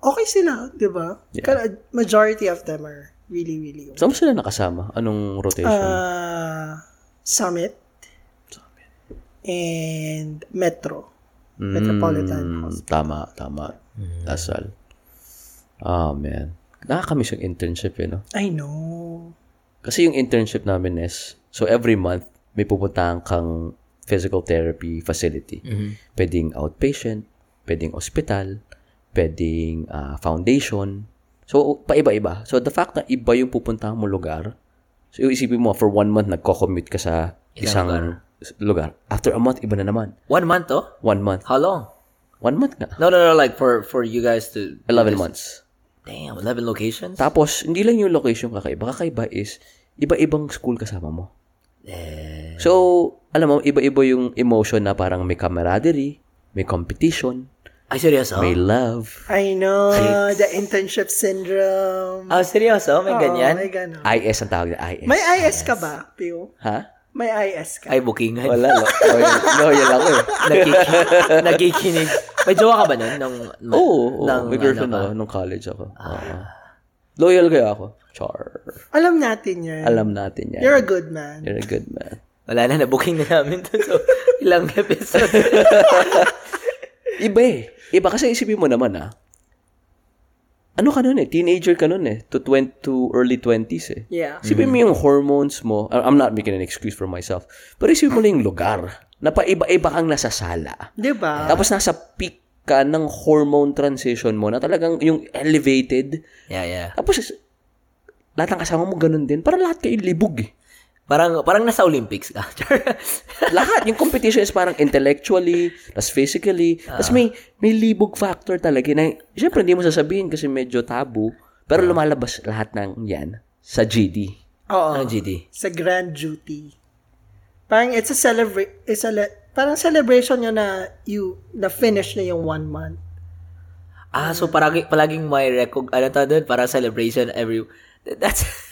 S5: Okay sila, di ba? Kaya Majority of them are really, really
S2: Saan mo sila nakasama? Anong rotation?
S5: uh, Summit and Metro. Metropolitan Hospital.
S2: Mm, tama, tama. Lasal. Ah, man. Nakakamiss yung internship, eh, no?
S5: I know.
S2: Kasi yung internship namin is, so every month, may pupuntahan kang physical therapy
S3: Mm.
S2: facility.
S3: Mm-hmm.
S2: Pwedeng outpatient, pwedeng hospital, pwedeng ah, foundation. So, paiba-iba. So, the fact na iba yung pupuntahan mo lugar, so isipin mo, for one month, nagko-commute ka sa isang lugar. After a month, iba na naman.
S3: One month, oh?
S2: One month.
S3: How long?
S2: One month nga.
S3: No, no, no, like for for you guys to...
S2: 11 months.
S3: Damn, 11 locations?
S2: Tapos, hindi lang yung location kakaiba. Kakaiba is, iba-ibang school kasama mo.
S3: Eh.
S2: So, alam mo, iba-iba yung emotion na parang may camaraderie, may competition,
S3: Ay, seryoso?
S2: may love,
S5: I know. The internship syndrome.
S3: Ah, seryoso? May ganyan?
S5: May ganon.
S2: IS ang tawag na IS.
S5: May IS ka ba, Pio?
S2: ha?
S5: May IS ka.
S3: Ay, bookingan.
S2: Wala, lo- <laughs> loyal, loyal ako <laughs> eh.
S3: Nakikinig. Nakikinig. May jowa ka ba nun? Nung,
S2: Oo, Ah. oo.
S3: ng
S2: may girlfriend
S3: ano
S2: ako nung college ako. Oo. Loyal kayo ako. Char.
S5: Alam natin yan.
S2: Alam natin yan.
S5: You're a good man.
S2: You're a good man.
S3: ka? Wala na, na-booking na namin to. So, <laughs> ilang episode.
S2: <laughs> Iba eh. Iba kasi isipin mo naman ah. Ano ka nun eh? Teenager ka nun eh. To, 20, to early 20s eh.
S5: Yeah.
S2: Isipin mo yung hormones mo. I- I'm not making an excuse for myself. Pero isipin mo lang yung lugar. Napaiba-iba kang nasa sala.
S5: Di ba?
S2: Tapos nasa peak ka ng hormone transition mo na talagang yung elevated.
S3: yeah, yeah.
S2: Tapos lahat ng kasama mo ganun din. Parang lahat kayo libog eh.
S3: Parang, parang nasa Olympics ka. <laughs>
S2: Lahat. Yung competition is parang intellectually, tas physically, tas may, may libog factor talaga na, syempre hindi mo sasabihin kasi medyo tabu, pero lumalabas lahat ng yan sa GD.
S5: Oo.
S3: Ano, GD?
S5: Sa grand duty. Parang it's a celebrate, it's a le- parang celebration nyo na you, na finish na yung one month.
S3: Ah, so paragi, palaging may record, ano to doon, para celebration every, that's, <laughs>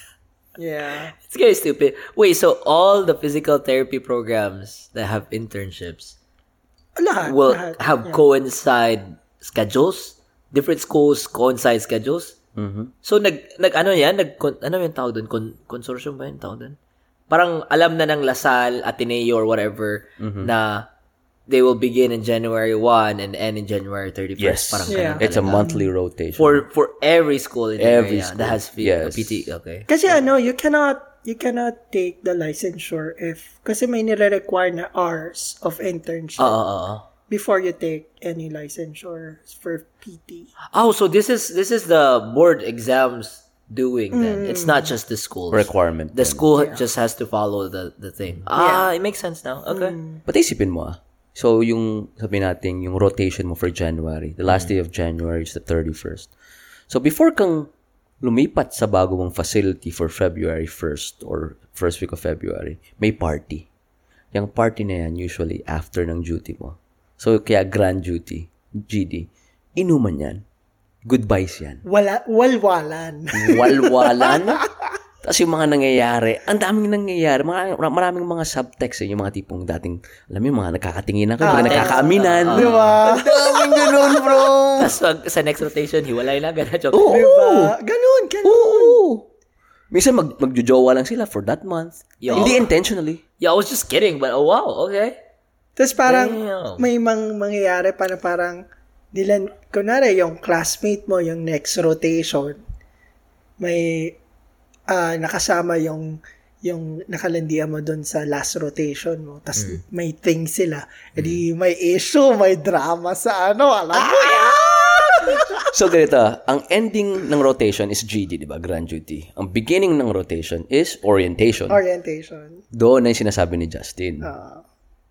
S5: Yeah.
S3: it's kind of stupid. Wait, so all the physical therapy programs that have internships
S5: Lahat.
S3: will
S5: lahat.
S3: have coincide schedules? Different schools coincide schedules?
S2: Mm-hmm.
S3: So, nag, nag, ano yan? Nag, con- ano yung tawag doon? Con- consortium ba yung tawag doon? Parang alam na ng Lasal, Ateneo, or whatever,
S2: Mm-hmm.
S3: na they will begin in January 1 and end in January 31st.
S2: Yes.
S3: Parang
S5: Yeah.
S3: ganun
S2: It's a
S3: talaga.
S2: monthly rotation.
S3: For for every school in the
S2: Every
S3: area
S2: school,
S3: that has P-
S2: yes.
S3: PT, okay.
S5: Kasi ano, you cannot you cannot take the licensure if kasi may nire-require na hours of internship
S3: Oo, oo, oo.
S5: before you take any licensure for PT.
S3: Oh, so this is this is the board exams doing then. It's not just the schools.
S2: requirement.
S3: The school just has to follow the the thing. Ah, it makes sense now. Okay.
S2: But isipin mo ah. So yung sabi natin yung rotation mo for January, the last day of January is the 31st. So before kang lumipat sa bago mong facility for February 1st or first week of February, may party. Yung party na yan usually after ng duty mo. So kaya grand duty, GD, inuman yan. Goodbyes yan.
S5: Wala walwalan. <laughs>
S2: walwalan. Tapos yung mga nangyayari, ang daming nangyayari. Mga, maraming mga subtext eh. Yung mga tipong dating, alam mo, yung mga nagkakatingin na
S5: Ah,
S2: kayo, mga nagkakaaminan.
S5: Di ba?
S4: Daming ganun, bro.
S3: <laughs> Tapos pag sa next rotation, hiwalay na gano'n. Joke.
S2: Oo.
S5: Di ba?
S2: Oh!
S5: Ganun, ganun.
S2: Oo. Minsan mag, magjojowa lang sila for that month.
S3: Yo.
S2: Hindi intentionally.
S3: Yeah, I was just kidding, but oh wow, okay.
S5: Tapos parang
S3: Damn.
S5: may mang mangyayari pa na parang nila, kunwari yung classmate mo, yung next rotation, may ah, nakasama yung yung nakalandian mo doon sa last rotation mo. Tapos may thing sila. E di may issue, may drama sa ano, alam mo yan!
S2: So ganito, ang ending ng rotation is GD, di ba? Grand duty. Ang beginning ng rotation is orientation.
S5: Orientation.
S2: Doon na yung sinasabi ni Justin.
S5: Ah.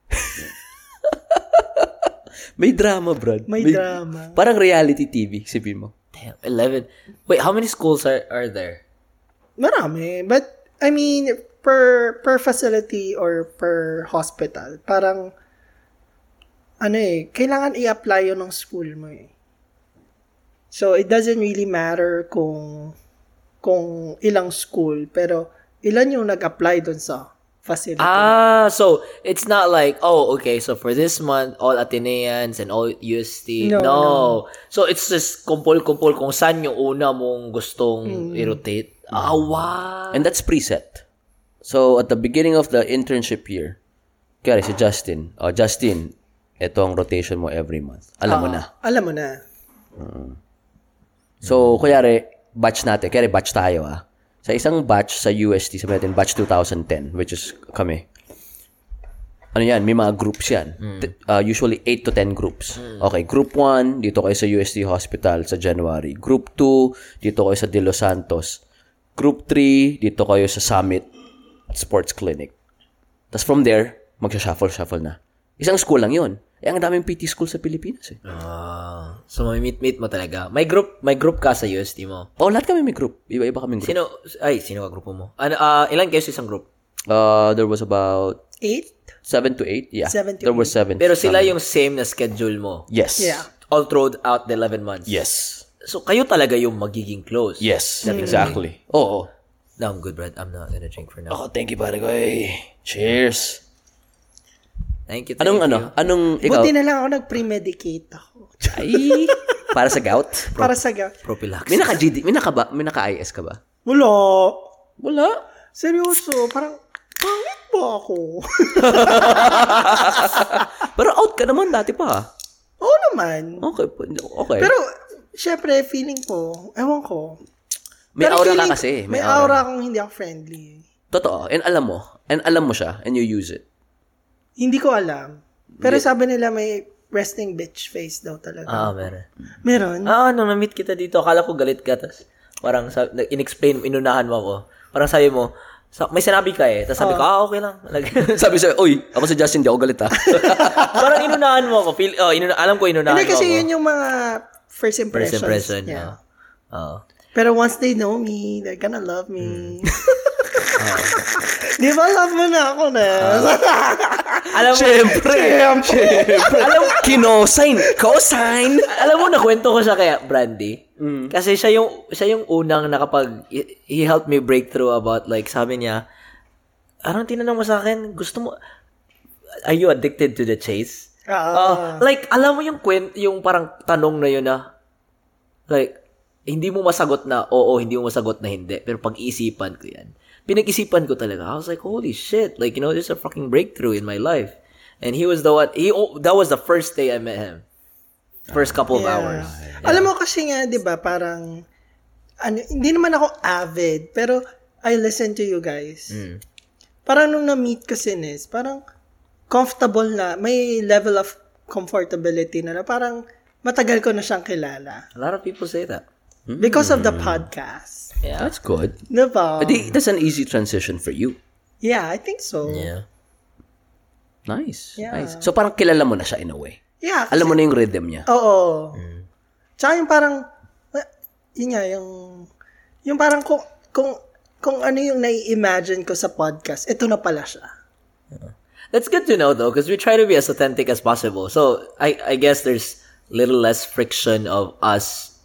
S2: <laughs> May drama, Brad.
S5: May drama.
S2: Parang reality TV, sipin mo.
S3: Damn, 11. Wait, how many schools are, are there?
S5: Marami. But, I mean, per per facility or per hospital, parang, ano eh, kailangan i-apply yun ng school mo eh. So, it doesn't really matter kung kung ilang school, pero ilan yung nag-apply dun sa facility.
S3: Ah, so it's not like, oh, okay, so for this month, all Ateneans and all UST. No.
S5: No,
S3: So it's just kumpol-kumpol kung saan yung una mong gustong i-rotate. Ah, wow.
S2: And that's preset. So, at the beginning of the internship year, kaya si Justin, oh, Justin, ito ang rotation mo every month. Alam mo na.
S5: Alam mo na.
S2: So, kunyari, batch natin. Kunyari, batch tayo, ah. Sa isang batch sa UST, sabi natin, batch 2010, which is kami. Ano yan, may mga groups yan. T- uh, usually, 8 to 10 groups. Okay, group 1, dito kayo sa UST Hospital sa January. Group 2, dito kayo sa De Los Santos. Group 3, dito kayo sa Summit Sports Clinic. Tapos from there, magsha-shuffle-shuffle na. Isang school lang yun. Eh, ang daming PT school sa Pilipinas eh.
S3: Ah, so may meet-meet mo talaga. May group, may group ka sa UST mo.
S2: Oh, lahat kami may group. Iba-iba kaming group.
S3: Sino, ay, sino ka grupo mo? Ano, ah, ilan kayo sa isang group?
S2: Uh, there was about
S5: Eight?
S2: seven to eight. Yeah,
S5: Seven to
S2: there were seven.
S3: Pero sila yung same na schedule mo.
S2: yes,
S5: Yeah.
S3: All throughout out the 11 months.
S2: yes,
S3: So kayo talaga yung magiging close.
S2: yes,
S5: Mm.
S2: exactly. Oh,
S3: No, I'm good, Brad. I'm not gonna drink for now.
S2: oh, thank you, pare ko. eh. Cheers.
S3: Thank you. Thank
S2: Anong
S3: you.
S2: ano? Anong ikaw?
S5: Buti na lang ako nag-premedicate ako. <laughs>
S2: Ay, para sa gout.
S5: Para sa ga...
S3: Prophylaxis.
S2: May naka GD, may naka ba? May naka IS ka ba?
S5: Wala.
S2: Wala.
S5: Seryoso. Parang, pangit ba ako? <laughs>
S2: Pero out ka naman dati pa. ah.
S5: Oo naman.
S2: Okay, p- okay.
S5: Pero, syempre, feeling ko, ewan ko.
S2: may
S5: Pero
S2: aura ka
S5: feeling-
S2: kasi.
S5: May, aura akong hindi ako friendly.
S2: Totoo. And alam mo. And alam mo siya. And you use it.
S5: Hindi ko alam. Pero sabi nila may resting bitch face daw talaga.
S3: Ah, meron.
S5: Meron?
S3: Ah, nung na-meet kita dito, akala ko galit ka. Tapos parang sa, nag- inexplain, inunahan mo ako. Parang sabi mo, So, may sinabi ka eh. Tapos sabi ko, ah, okay lang. <laughs> Like,
S2: Sabi sa'yo, uy, ako si Justin, di ako galit
S5: <laughs>
S2: ha.
S3: parang inunahan mo ako. Feel, oh, inuna, alam ko inunahan mo
S5: Hindi kasi
S3: ako.
S5: yun yung mga first
S3: First
S5: impressions.
S3: impression.
S5: Yeah.
S3: Yeah. Oh.
S5: Pero once they know me, they're gonna love me. <laughs> Di ba love mo na ako na? <laughs>
S3: Alam mo,
S2: <laughs> Alam, kinosign, cosign.
S3: <laughs> alam mo, nakwento ko siya kaya, Brandy. Kasi siya yung, siya yung unang nakapag, he- he helped me break through about, like, sabi niya, parang tinanong mo sa akin, gusto mo, are you addicted to the chase?
S5: Ah.
S3: Ah, like, alam mo yung kwen, yung parang tanong na yun na, like, hindi mo masagot na oo, hindi mo masagot na hindi. Pero pag-iisipan ko yan. Pinag-isipan ko talaga. I was like, holy shit. Like, you know, there's a fucking breakthrough in my life. And he was the one, he, oh, that was the first day I met him. First couple of hours.
S5: Alam mo kasi nga, di ba, parang, ano, hindi naman ako avid, pero I listen to you guys. Parang nung na-meet ko si Nis, parang comfortable na, may level of comfortability na, na parang matagal ko na siyang kilala.
S3: A lot of people say that.
S5: Because of the podcast.
S2: That's good.
S5: Di ba?
S2: Adi, that's an easy transition for you.
S5: Yeah, I think so. Yeah.
S2: Nice.
S5: Yeah.
S2: Nice. So parang kilala mo na siya in a way. Alam mo na yung rhythm niya.
S5: Oo. Tsaka yung parang, eh, yun nga, yung, yung parang kung, kung, kung ano yung nai-imagine ko sa podcast, ito na pala siya.
S3: That's good to know though, because we try to be as authentic as possible. So I, I guess there's little less friction of us,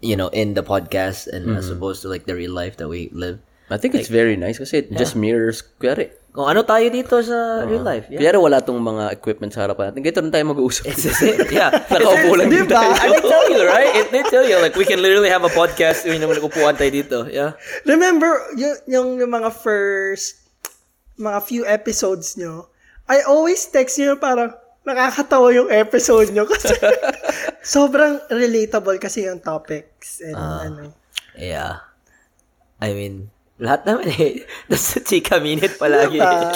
S3: you know, in the podcast and as opposed to like the real life that we live.
S2: I think it's very nice kasi it just mirrors, kuyari,
S3: Kung Oh, ano tayo dito sa real life. Yeah.
S2: kuyari wala tong mga equipment sa harapan natin. Ganito rin tayo mag-uusap.
S3: yeah.
S2: Nakaupo lang din
S5: Diba?
S2: tayo.
S3: And they tell you, right? It, they tell you, like, we can literally have a podcast yun naman upuan tayo dito. Yeah.
S5: Remember, yung, yung, yung mga first, mga few episodes nyo, I always text nyo parang, nakakatawa yung episode nyo kasi <laughs> sobrang relatable kasi yung topics and ano.
S3: Yeah. I mean, lahat naman eh. <laughs> That's the chika minute palagi. <laughs>
S5: Diba?
S3: ano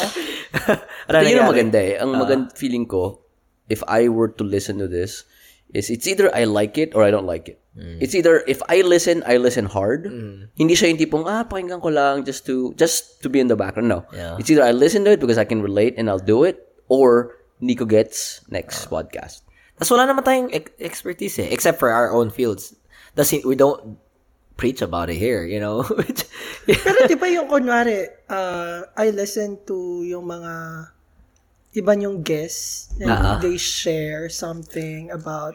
S2: Pero yun ang
S3: nangyari?
S2: maganda eh. Ang magand feeling ko, if I were to listen to this, is it's either I like it or I don't like it. It's either if I listen, I listen hard. Hindi siya yung tipong, ah, pakinggan ko lang just to, just to be in the background. No.
S3: Yeah.
S2: It's either I listen to it because I can relate and I'll do it or Nico gets next podcast.
S3: Tapos wala naman tayong ex- expertise eh, except for our own fields. That's we don't preach about it here, you know? <laughs> Which-
S5: Pero di ba yung kunwari, uh, I listen to yung mga iba yung guests and
S2: Ah.
S5: they share something about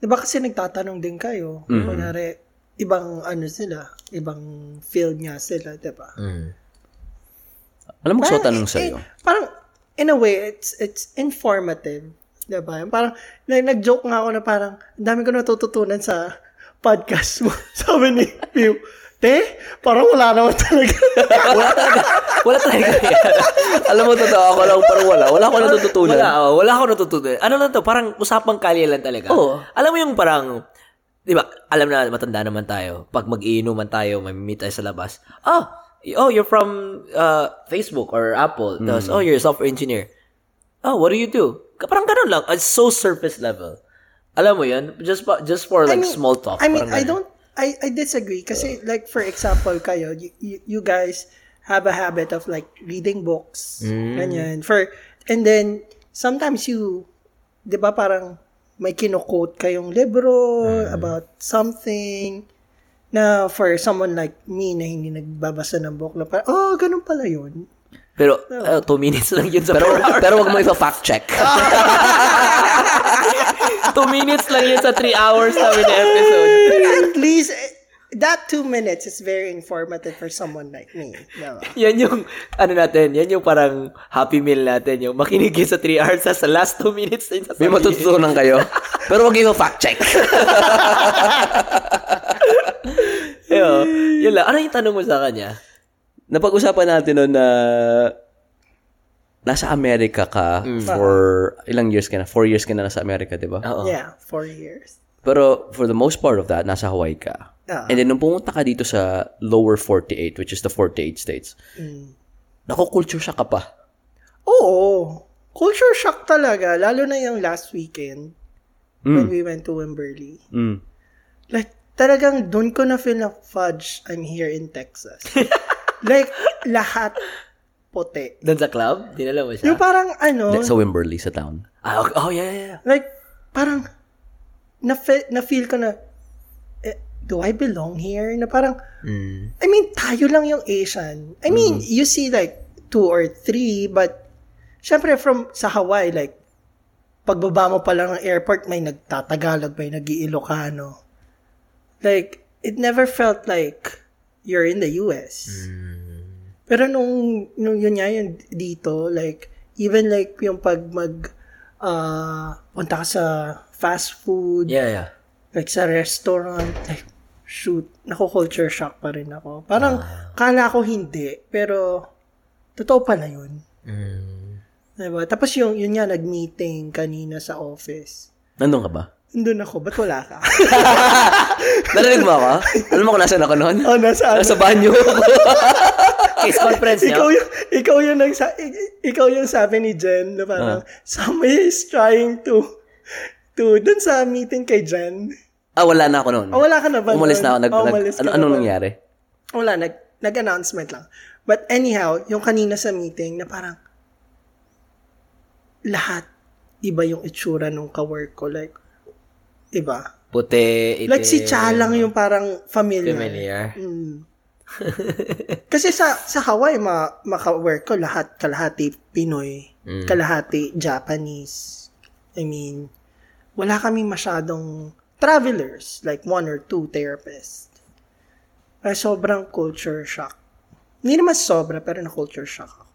S5: Di ba kasi nagtatanong din kayo?
S2: Mm-hmm.
S5: Kunwari, ibang ano sila, ibang field nga sila, di ba?
S2: Alam mo, gusto ko
S5: Parang,
S2: Mm. tanong
S5: eh,
S2: sa'yo.
S5: eh, parang, in a way, it's it's informative. Diba? Parang, na- nag-joke nga ako na parang, ang dami ko natututunan sa podcast mo. <laughs> Sabi ni Pew, te, parang wala naman talaga. <laughs>
S3: wala talaga. Wala talaga.
S2: Alam mo, totoo ako lang, parang wala. Wala ko natututunan.
S3: Wala, oh, wala ako natutunan. Ano lang to, parang usapang kalye lang talaga.
S2: Oo.
S3: Alam mo yung parang, di ba, alam na matanda naman tayo. Pag mag-iinuman tayo, may meet tayo sa labas. Oh, y- oh, you're from uh, Facebook or Apple.
S2: Hmm.
S3: Tapos, oh, you're a software engineer. Oh, what do you do? Ka- Parang ganun lang. It's so surface level. Alam mo yun? Just, pa- just for like small talk.
S5: I mean,
S3: Parang
S5: I
S3: ganun.
S5: don't, I, I disagree. Kasi, like, for example, kayo, you, you, you guys have a habit of, like, reading books.
S3: Mm.
S5: Ganyan. For, and then, sometimes you, di ba parang, may kinokote kayong libro
S3: Mm.
S5: about something na for someone like me na hindi nagbabasa ng book na parang, oh, ganun pala yun.
S3: Pero, uh, two minutes lang yun sa
S2: Pero,
S3: per hour.
S2: pero wag mo ipa-fact check.
S3: two minutes lang yun sa three hours namin na episode. <laughs>
S5: At least, eh, that two minutes is very informative for someone like me. Di ba?
S3: Yan yung, ano natin, yan yung parang happy meal natin. Yung makinig yun sa three hours, sa, sa last two minutes na yun
S2: May
S3: sasabihin.
S2: matututunan kayo. Pero wag ipa-fact check.
S3: Yun, yun lang. Ano yung tanong mo sa kanya?
S2: Napag-usapan natin noon na nasa Amerika ka
S5: Mm.
S2: for ilang years ka na? Four years ka na nasa Amerika, di ba?
S3: Oo.
S5: Yeah, four years.
S2: Pero for the most part of that, nasa Hawaii ka.
S5: Ah.
S2: And then nung pumunta ka dito sa lower 48, which is the 48 states,
S5: Mm.
S2: nakukulture siya ka pa.
S5: Oo. Culture shock talaga. Lalo na yung last weekend when we went to Wimberley.
S2: Mm.
S5: Like, talagang doon ko na feel na, fudge, I'm here in Texas. Like, lahat puti.
S3: Doon sa club? Dinala mo siya?
S5: Yung parang ano,
S2: Sa Wimberley, sa town.
S3: Ah, okay. Oh, yeah, yeah, yeah.
S5: like, parang, na-feel, na-feel ko na, eh, do I belong here? Na parang, I mean, tayo lang yung Asian. I mean, you see like, two or three, but, syempre from, sa Hawaii, like, pagbaba mo pa lang ng airport, may nagtatagalog, may nag-iilocano. Like, it never felt like you're in the US. Pero nung, nung yun nga yun dito, like, even like yung pag mag, ah, punta ka sa fast food,
S3: Yeah, yeah.
S5: like sa restaurant, like, shoot, nako-culture shock pa rin ako. Parang,
S3: Ah.
S5: kala ko hindi, pero, totoo pala yun.
S3: Mm.
S5: Diba? Tapos yung, yun nga, nag-meeting kanina sa office.
S2: Nandun ka ba?
S5: Nandun ako, ba't wala ka? <laughs>
S2: Narinig mo ako? Alam mo kung nasan ako noon?
S5: oh, nasa ano?
S2: Nasa
S5: <laughs>
S2: banyo ako.
S3: Case conference niya.
S5: ikaw yung, ikaw yung, nagsa, ik- ikaw yung sabi ni Jen na
S2: Ah.
S5: parang, somebody is trying to, to, dun sa meeting kay Jen.
S2: Ah, wala na ako noon.
S5: Oh, wala ka na ba?
S2: Umalis na ako.
S5: nun?
S2: Nag,
S5: Oh,
S2: nag,
S5: umalis ka
S2: ano,
S5: na
S2: anong
S5: ba?
S2: nangyari?
S5: wala, nag, nag-announcement lang. But anyhow, yung kanina sa meeting na parang lahat iba yung itsura nung kawork ko. Like, iba.
S3: Puti, itim.
S5: Like si Cha lang yung parang familiar.
S3: Familiar.
S5: Mm. Kasi sa sa Hawaii, ma, maka-work ko lahat, kalahati Pinoy, kalahati Japanese. I mean, wala kami masyadong travelers, like one or two therapists. Kaya sobrang culture shock. Hindi naman sobra, pero na-culture shock ako.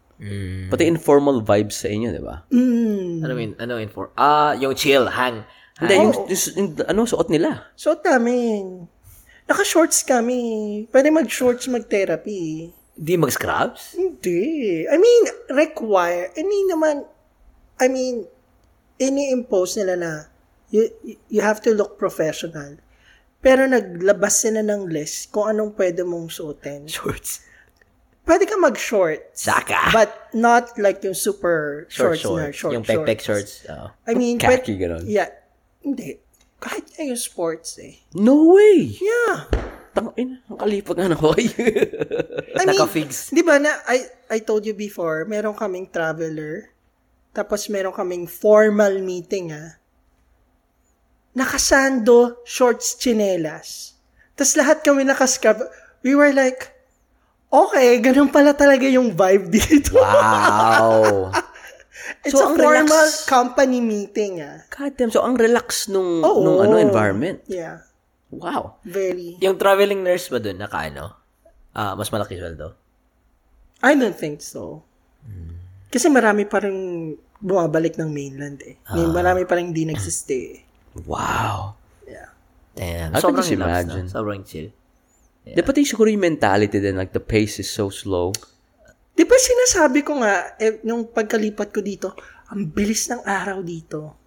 S2: Pati informal vibes sa inyo, di ba?
S5: Mm.
S3: Hmm. Ano yun? Ano yun for? Ah, yung chill, hang.
S2: Hindi, yung,
S5: Ah,
S2: yung- yung ano, suot nila.
S5: So, namin. Naka-shorts kami. Pwede mag-shorts, mag-therapy.
S3: Di mag-scrubs?
S5: Hindi. I mean, require. Hindi naman, I mean, ini-impose nila na you, you have to look professional. Pero naglabas sila ng list kung anong pwede mong suotin.
S3: Shorts.
S5: Pwede ka mag-shorts.
S3: Saka.
S5: But not like yung super
S3: Short,
S5: shorts na
S3: short.
S5: short
S3: yung pek-pek shorts. Oh. Oo.
S5: I mean,
S2: Khaki,
S5: pwed-
S2: ganun.
S5: Yeah. Hindi. Kahit nga yung sports eh.
S2: No way!
S5: Yeah.
S2: Tangin, ang kalipag nga na <laughs> ko.
S5: I mean,
S3: Naka-figs.
S5: Di ba na, I, I told you before, meron kaming traveler, tapos meron kaming formal meeting, ha? Nakasando, shorts, chinelas. Tapos lahat kami nakascrub. We were like, okay, ganun pala talaga yung vibe dito.
S2: wow!
S5: <laughs> It's
S2: So,
S5: a
S2: ang
S5: formal
S2: relax.
S5: company meeting, ha?
S2: God damn, so ang relax nung,
S5: Oo.
S2: nung ano, environment.
S5: Yeah,
S2: Wow.
S5: very.
S3: Yung traveling nurse ba dun, naka ano? Ah, mas malaki sweldo.
S5: I don't think so. Kasi marami pa rin bumabalik ng mainland, eh. Marami pa rin hindi nagsistay, eh.
S2: Wow.
S3: Damn.
S2: I can
S3: sobrang
S2: just
S3: relax
S2: imagine.
S3: Na. Sobrang chill.
S2: Yeah. Dapat yung siguro yung mentality din, like the pace is so slow.
S5: Di ba sinasabi ko nga, eh, nung pagkalipat ko dito, ang bilis ng araw dito.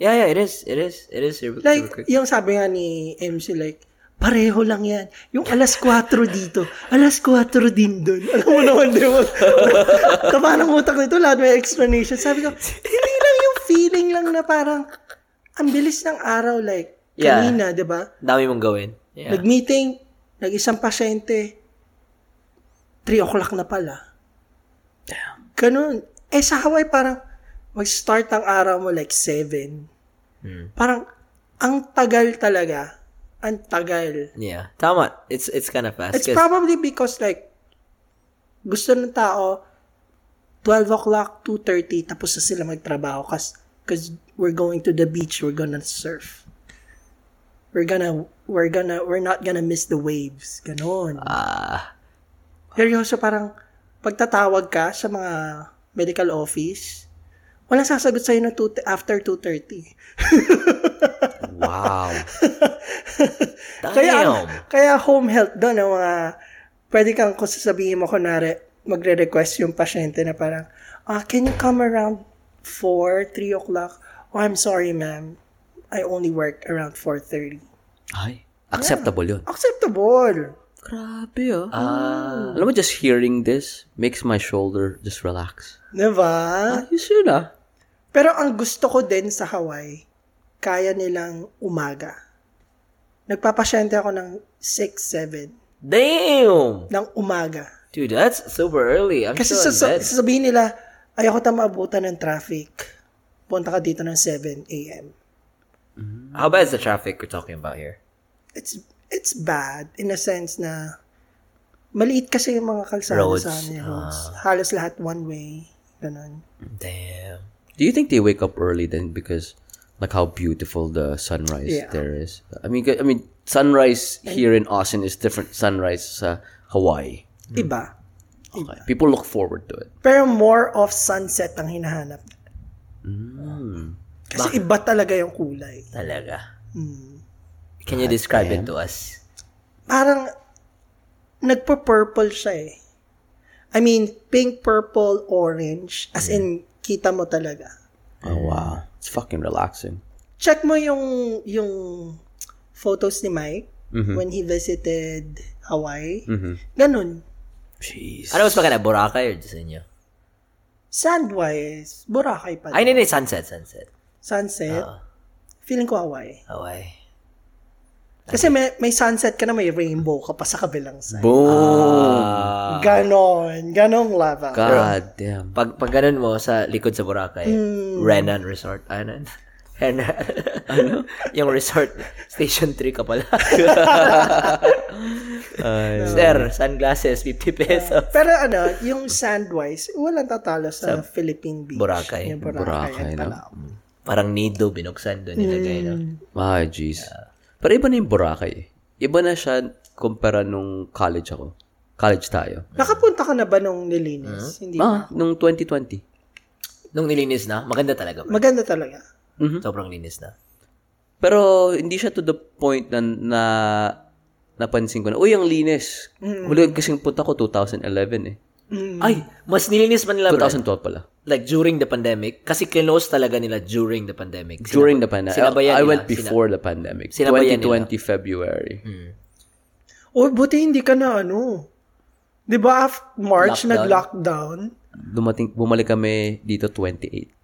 S3: Yeah, yeah, it is. It is. It is super, super
S5: Like,
S3: quick.
S5: yung sabi nga ni MC, like, pareho lang yan. Yung alas 4 dito, alas 4 din dun. Alam mo naman, di ba? Tama ng utak nito, lahat may explanation. Sabi ko, hindi lang yung feeling lang na parang, ang bilis ng araw, like,
S3: Yeah.
S5: kanina, di ba?
S3: Dami mong gawin. Yeah.
S5: Nag-meeting, nag-isang pasyente, 3 o'clock na pala. Ganun. Eh, sa Hawaii, parang mag-start ang araw mo like 7. Parang, ang tagal talaga. Ang tagal.
S3: yeah. Tama. It's it's kind of fast.
S5: It's
S3: 'cause-
S5: probably because like, gusto ng tao, 12 o'clock, 2.30, tapos na sila magtrabaho kasi because we're going to the beach, we're gonna surf. We're gonna, we're gonna, we're not gonna miss the waves. Ganon.
S3: Ah,
S5: Seryoso, parang pagtatawag ka sa mga medical office, walang sasagot sa'yo na two, after 2.30.
S2: Wow.
S5: Kaya,
S3: damn.
S5: kaya home health doon, ang mga, pwede kang kung sasabihin mo, kunwari, magre-request yung pasyente na parang, ah, can you come around 4, 3 o'clock? Oh, I'm sorry, ma'am. I only work around 4.30.
S2: Ay, acceptable yun.
S5: Acceptable.
S2: Grabe, oh. Alam mo, just hearing this makes my shoulder just relax.
S5: Diba?
S2: Ayos yun, ah.
S5: Pero ang gusto ko din sa Hawaii, kaya nilang umaga. Nagpapasyente ako ng 6-7
S3: Damn.
S5: ng umaga.
S3: Dude, that's super early. I'm
S5: Kasi
S3: still in
S5: sasa-
S3: bed.
S5: sasabihin nila, ayoko ta maabutan ng traffic. Punta ka dito ng 7 a.m.
S3: How bad is the traffic we're talking about here?
S5: It's it's bad in a sense na maliit kasi yung mga kalsada
S3: Roads,
S5: sa amin, roads. Halos lahat one way. Ganun.
S3: Damn.
S2: Do you think they wake up early then because like how beautiful the sunrise
S5: Yeah.
S2: there is? I mean, I mean, sunrise here in Austin is different sunrise sa Hawaii.
S5: Iba.
S2: Okay. People look forward to it.
S5: Diba? Pero more of sunset ang hinahanap. Kasi iba talaga yung kulay.
S3: Talaga. Can you describe it to us?
S5: Parang nagpo-purple siya eh. I mean, pink, purple, orange. As in, kita mo talaga.
S2: Oh wow, it's fucking relaxing.
S5: check mo yung yung photos ni Mike when he visited Hawaii. Ganun.
S2: Jeez.
S3: Ano mas maganda, Boracay or just inyo?
S5: Sandwise, Boracay pa.
S3: Ay,
S5: rin.
S3: hindi, hindi, sunset, sunset.
S5: sunset. Feeling ko Hawaii.
S3: Hawaii.
S5: Kasi may, may sunset ka na may rainbow ka pa sa kabilang side.
S2: Boom.
S3: Uh,
S5: Ganon. Ganong lava.
S2: God damn. Hmm.
S3: Pag, pag ganun mo sa likod sa Boracay, Renan <laughs> Resort, anan? Renan. ano? <laughs> Yung resort, Station 3
S2: <laughs>
S3: ka pala. Sir, sunglasses, 50 pesos.
S5: Pero ano, yung sandwise, walang tatalo sa, Philippine Beach.
S3: Boracay.
S5: Yung Boracay.
S2: Boracay,
S5: at
S2: no?
S5: Palawan.
S3: Parang nido, binuksan doon, nilagay na.
S2: Ah, jeez. Pero iba na yung Boracay. eh. Iba na siya kumpara nung college ako. College tayo.
S5: Nakapunta ka na ba nung nilinis? Hindi.
S2: Ah, nung 2020.
S3: Nung nilinis na, maganda talaga. bro.
S5: Maganda talaga.
S2: Hmm.
S3: Sobrang linis na.
S2: Pero hindi siya to the point na, na napansin ko na, uy, ang linis.
S3: Mm.
S2: Huli kasing punta ko 2011 eh.
S3: Ay, mas nilinis man nila, bro.
S2: 2012 pala.
S3: Like, during the pandemic. Kasi close talaga nila during the pandemic. Sina-
S2: During the pandemic.
S3: sinabayan
S2: I,
S3: nila.
S2: went before the pandemic.
S3: Sinabayan Mm.
S2: 2020 February.
S5: O, buti hindi ka na ano. Di ba, af- March, nag-lockdown?
S2: Dumating, bumalik kami dito 28.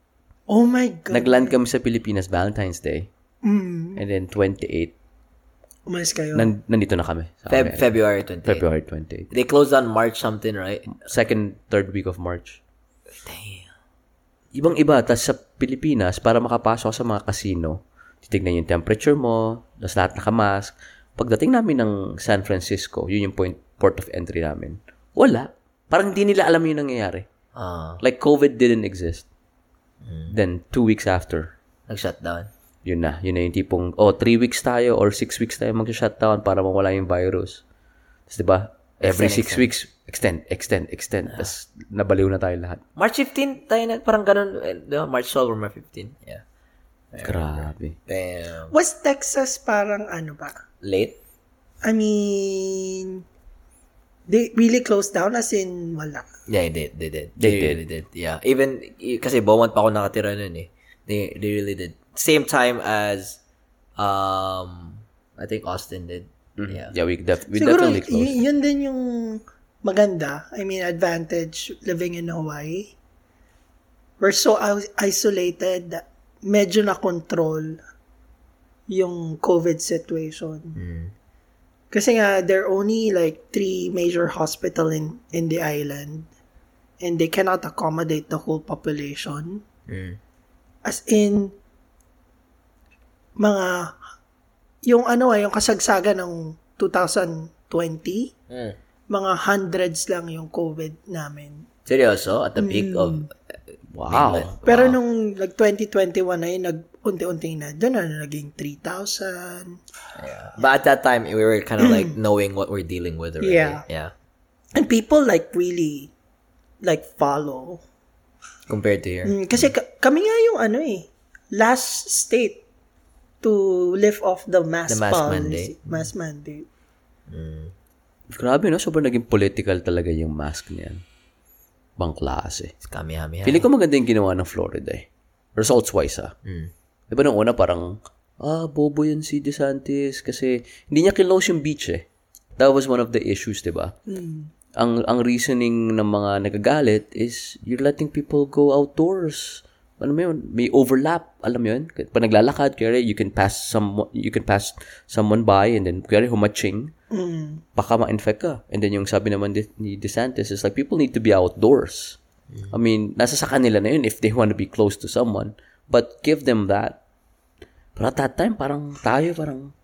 S5: Oh my God.
S2: Nagland kami sa Pilipinas Valentine's Day. And then 28,
S5: Umayos kayo.
S2: nan, nandito na kami. Sa
S3: Feb-
S2: Amerika.
S3: February 28.
S2: February 28.
S3: They closed on March something, right?
S2: Second, third week of March. Damn. Ibang-iba. Tapos sa Pilipinas, para makapasok sa mga casino, titignan yung temperature mo, tapos lahat nakamask. Pagdating namin ng San Francisco, yun yung point, port of entry namin, wala. Parang hindi nila alam yung nangyayari.
S3: Ah,
S2: Like, COVID didn't exist. Then, two weeks after,
S3: nag-shutdown.
S2: yun na. Yun na yung tipong, oh, three weeks tayo or six weeks tayo mag-shutdown para mawala yung virus. Tapos, di ba, every six weeks, extend, extend, extend. Tapos, nabaliw na tayo lahat.
S3: March 15 tayo nag parang ganun, eh, di ba? March 12 or March 15. Yeah.
S2: Grabe.
S3: Damn.
S5: Was Texas parang ano ba?
S3: Late?
S5: I mean, they really closed down as in wala.
S3: Yeah, they did. They did.
S2: They did.
S3: really did. Yeah. Even y- kasi Beaumont pa ako nakatira nun eh. They they really did. Same time as um I think Austin did. Yeah.
S2: Yeah, we, def- we
S5: Siguro,
S2: definitely close.
S5: y- yun din yung maganda. I mean, advantage living in Hawaii. We're so i- isolated that medyo na-control yung COVID situation.
S3: Mm-hmm.
S5: Kasi nga, there are only like three major hospital in, in the island and they cannot accommodate the whole population. As in, mga yung ano ay yung kasagsagan ng 2020
S3: Mm.
S5: mga hundreds lang yung COVID namin.
S3: Seryoso? At the peak of eh,
S2: Wow.
S5: Pero nung nag 2021 na yun, nag unti-unti na doon na naging 3,000.
S3: But at that time, we were kind of like knowing what we're dealing with already.
S5: Yeah.
S3: Yeah.
S5: And people like really like follow.
S3: Compared to here.
S5: Mm, Kasi ka- kami nga yung ano eh, last state to lift off the mask,
S3: The mask
S5: policy-
S3: mandate.
S5: Mask mandate.
S2: Grabe, no? Sobrang naging political talaga yung mask niyan. Bang klase.
S3: It's kami-hami.
S2: Feeling ko maganda yung ginawa ng Florida eh. Results-wise ah.
S3: Mm.
S2: Di ba nung una parang, ah, bobo yan si DeSantis kasi hindi niya kinlose yung beach eh. That was one of the issues, di ba? Ang, ang reasoning ng mga nagagalit is you're letting people go outdoors. ano mo yun, may overlap, alam mo yun? Pag naglalakad, kaya you can pass some you can pass someone by and then kaya humaching, baka ma-infect ka. And then yung sabi naman ni- ni DeSantis is like, people need to be outdoors. I mean, nasa sa kanila na yun if they want to be close to someone. But give them that. Pero at that time, parang tayo, parang,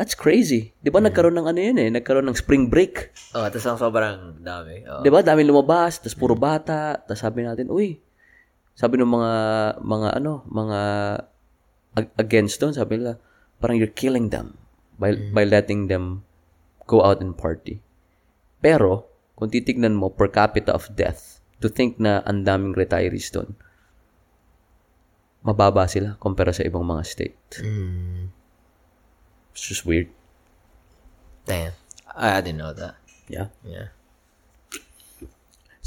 S2: that's crazy. Di ba nagkaroon ng ano yun eh, nagkaroon ng spring break.
S3: Oh, tapos ang sobrang dami. Oh.
S2: Di ba? Daming Diba, lumabas, tapos puro bata, tapos sabi natin, uy, sabi ng mga, mga ano, mga ag- against doon, sabi nila, parang you're killing them by, by letting them go out and party. Pero, kung titignan mo per capita of death, to think na ang daming retirees doon, mababa sila kumpara sa ibang mga state.
S3: Mm.
S2: It's just weird.
S3: Damn. I, I didn't know that.
S2: Yeah.
S3: Yeah.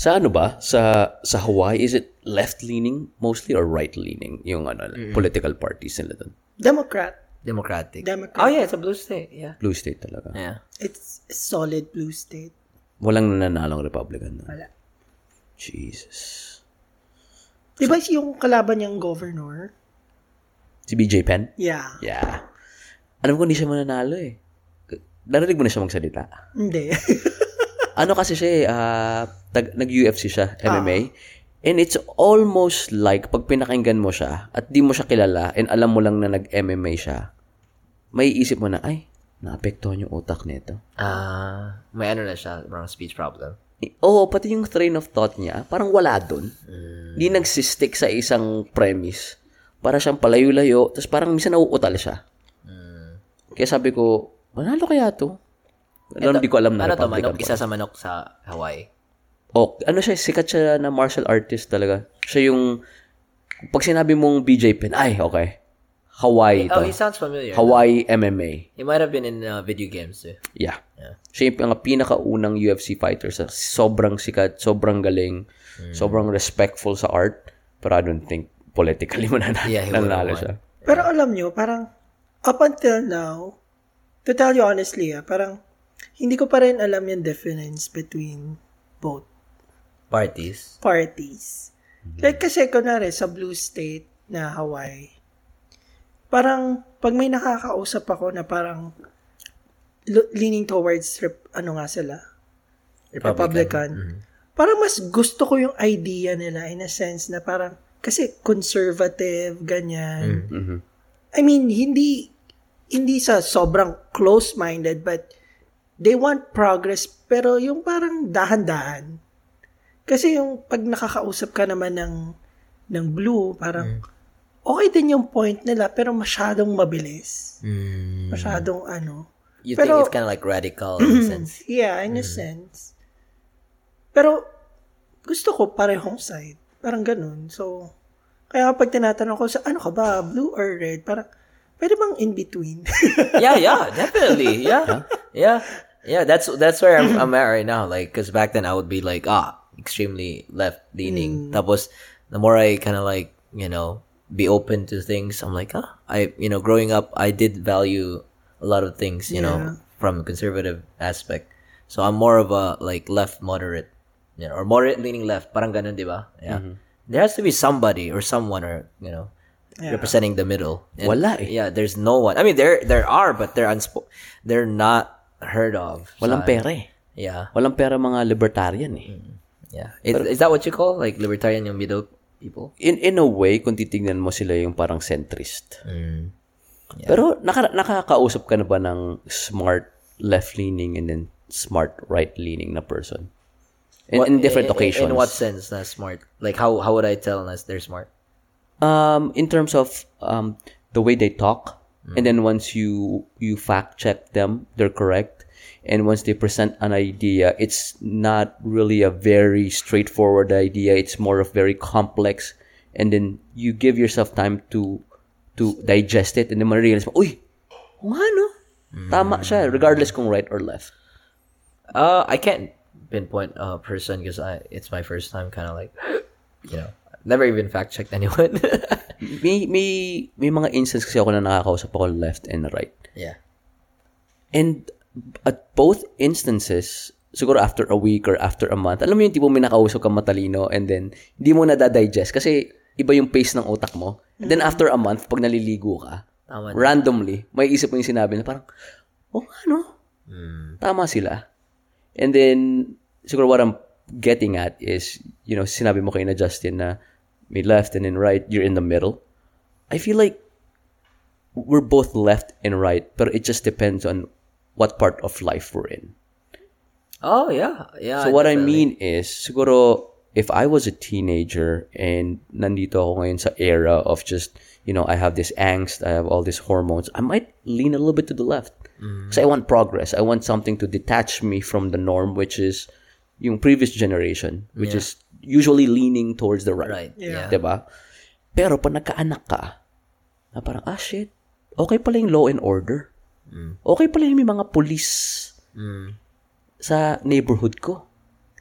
S2: Sa ano ba? Sa sa Hawaii, is it left-leaning mostly or right-leaning yung ano, political parties nila doon?
S5: Democrat.
S3: Democratic.
S5: Democrat.
S3: Oh, yeah, it's a blue state. Yeah.
S2: Blue state talaga.
S3: Yeah.
S5: It's a solid blue state.
S2: Walang nananalong Republican. No?
S5: Wala.
S2: Jesus.
S5: Di ba yung kalaban niyang governor?
S2: Si BJ Penn?
S5: Yeah.
S2: Yeah. Alam ko hindi siya mananalo eh. Narinig mo na siya magsalita.
S5: Hindi. <laughs>
S2: ano kasi siya eh, ah, tag- nag-UFC siya,
S3: Ah.
S2: MMA. And it's almost like pag pinakinggan mo siya at di mo siya kilala and alam mo lang na nag-MMA siya, may isip mo na, ay, naapektuhan yung utak nito.
S3: Ah, may ano na siya, parang speech problem.
S2: I- Oo, pati yung train of thought niya, parang wala dun.
S3: Mm.
S2: Di nagsistick sa isang premise. Para siyang palayo-layo, tapos parang minsan nauutal siya.
S3: Mm.
S2: Kaya sabi ko, manalo kaya to? Ano,
S3: Ito,
S2: hindi ko alam na
S3: Ano to,
S2: Republican
S3: manok?
S2: pa.
S3: Isa sa manok sa Hawaii.
S2: Oh, ano siya, sikat siya na martial artist talaga. Siya yung, pag sinabi mong BJ Penn, ay, okay. Hawaii
S3: Oh, he
S2: ito.
S3: sounds familiar.
S2: Hawaii MMA.
S3: He might have been in uh, video games too.
S2: Yeah. Siya yung pinaka- pinakaunang UFC fighter sa sobrang sikat, sobrang galing,
S3: Hmm.
S2: sobrang respectful sa art, pero I don't think politically <laughs> mananalo
S3: Yeah, he
S2: nanalo
S3: would've won.
S2: siya.
S5: Pero alam nyo, parang up until now, to tell you honestly, ah, parang hindi ko pa rin alam yung difference between both
S3: Parties.
S5: parties. Like kasi kunwari sa blue state na Hawaii, parang pag may nakakausap ako na parang lo- leaning towards rep- ano nga sila, Republican. Parang mas gusto ko yung idea nila in a sense na parang kasi conservative ganyan.
S2: Mhm.
S5: I mean, hindi hindi sa sobrang close-minded but they want progress pero yung parang dahan-dahan. Kasi yung pag nakakausap ka naman ng ng
S3: Mm.
S5: blue, parang okay din yung point nila pero masyadong mabilis.
S3: Mm.
S5: Masyadong ano.
S3: You
S5: Pero-
S3: think it's kind of like radical in a sense.
S5: <clears throat>
S3: Mm.
S5: Yeah, in a sense. Pero, gusto ko parehong side. Parang ganun. So, kaya kapag tinatanong ko, sa ano ka ba, blue or red? Parang, pwede bang in between? <laughs>
S3: yeah, yeah, definitely. Yeah. yeah. Yeah, that's that's where I'm, I'm at right now. Like, cause back then I would be like, ah, extremely left
S2: Mm.
S3: leaning. Tapos, the more I kind of like, you know, be open to things, I'm like, ah, I, you know, growing up, I did value a lot of things, you know, from a conservative aspect. So I'm more of a like left moderate, you know, or moderate leaning left. Parang ganun, di ba? Yeah.
S2: Mm-hmm.
S3: There has to be somebody or someone or you know, representing the middle. And-
S2: Wala eh.
S3: yeah, there's no one. I mean, there there are, but they're unspo- they're not heard of.
S2: Walang
S3: So,
S2: pera eh.
S3: Yeah,
S2: Walang pera mga libertarian eh.
S3: Hmm. yeah. Is, is that what you call like libertarian yung middle people?
S2: in in a way kung titingnan mo sila yung parang centrist. Pero naka, nakakausap ka na ba ng smart left-leaning and then smart right-leaning na person? In, in different
S3: In- in-
S2: occasions.
S3: In, what sense? That's smart. Like how how would I tell unless they're smart?
S2: Um, in terms of um, the way they talk, and then once you you fact check them, they're correct, and once they present an idea, it's not really a very straightforward idea. It's more of very complex, and then you give yourself time to to digest it, and then ma-realize mo, uy, oo nga no? Tama siya, regardless kung right or left.
S3: Uh, I can't pinpoint a person because I it's my first time. Kind of like, you know, never even fact checked anyone. <laughs>
S2: May, may, may mga instance kasi ako na nakakausap ako left and right.
S3: yeah.
S2: And at both instances, siguro after a week or after a month, alam mo yung tipo may nakausap kang matalino and then hindi mo na digest kasi iba yung pace ng utak mo. Then after a month, pag naliligo ka,
S3: Tama.
S2: randomly, may isip mo yung sinabi na parang, oh, ano? Tama sila. And then, siguro what I'm getting at is, you know, sinabi mo kay na Justin na may left and then right, you're in the middle. I feel like we're both left and right, but it just depends on what part of life we're in.
S3: Oh yeah, yeah.
S2: So what I mean is, siguro, if I was a teenager and nandito ako ngayon sa era of just, you know, I have this angst, I have all these hormones, I might lean a little bit to the left.
S3: Mm.
S2: Because I want progress. I want something to detach me from the norm, which is yung previous generation, which is usually leaning towards the right.
S3: Right, yeah.
S2: Diba? Pero pag nagkaanak ka, na parang, ah, shit, okay pala yung law and order.
S3: Mm.
S2: Okay pala yung may mga police sa neighborhood ko.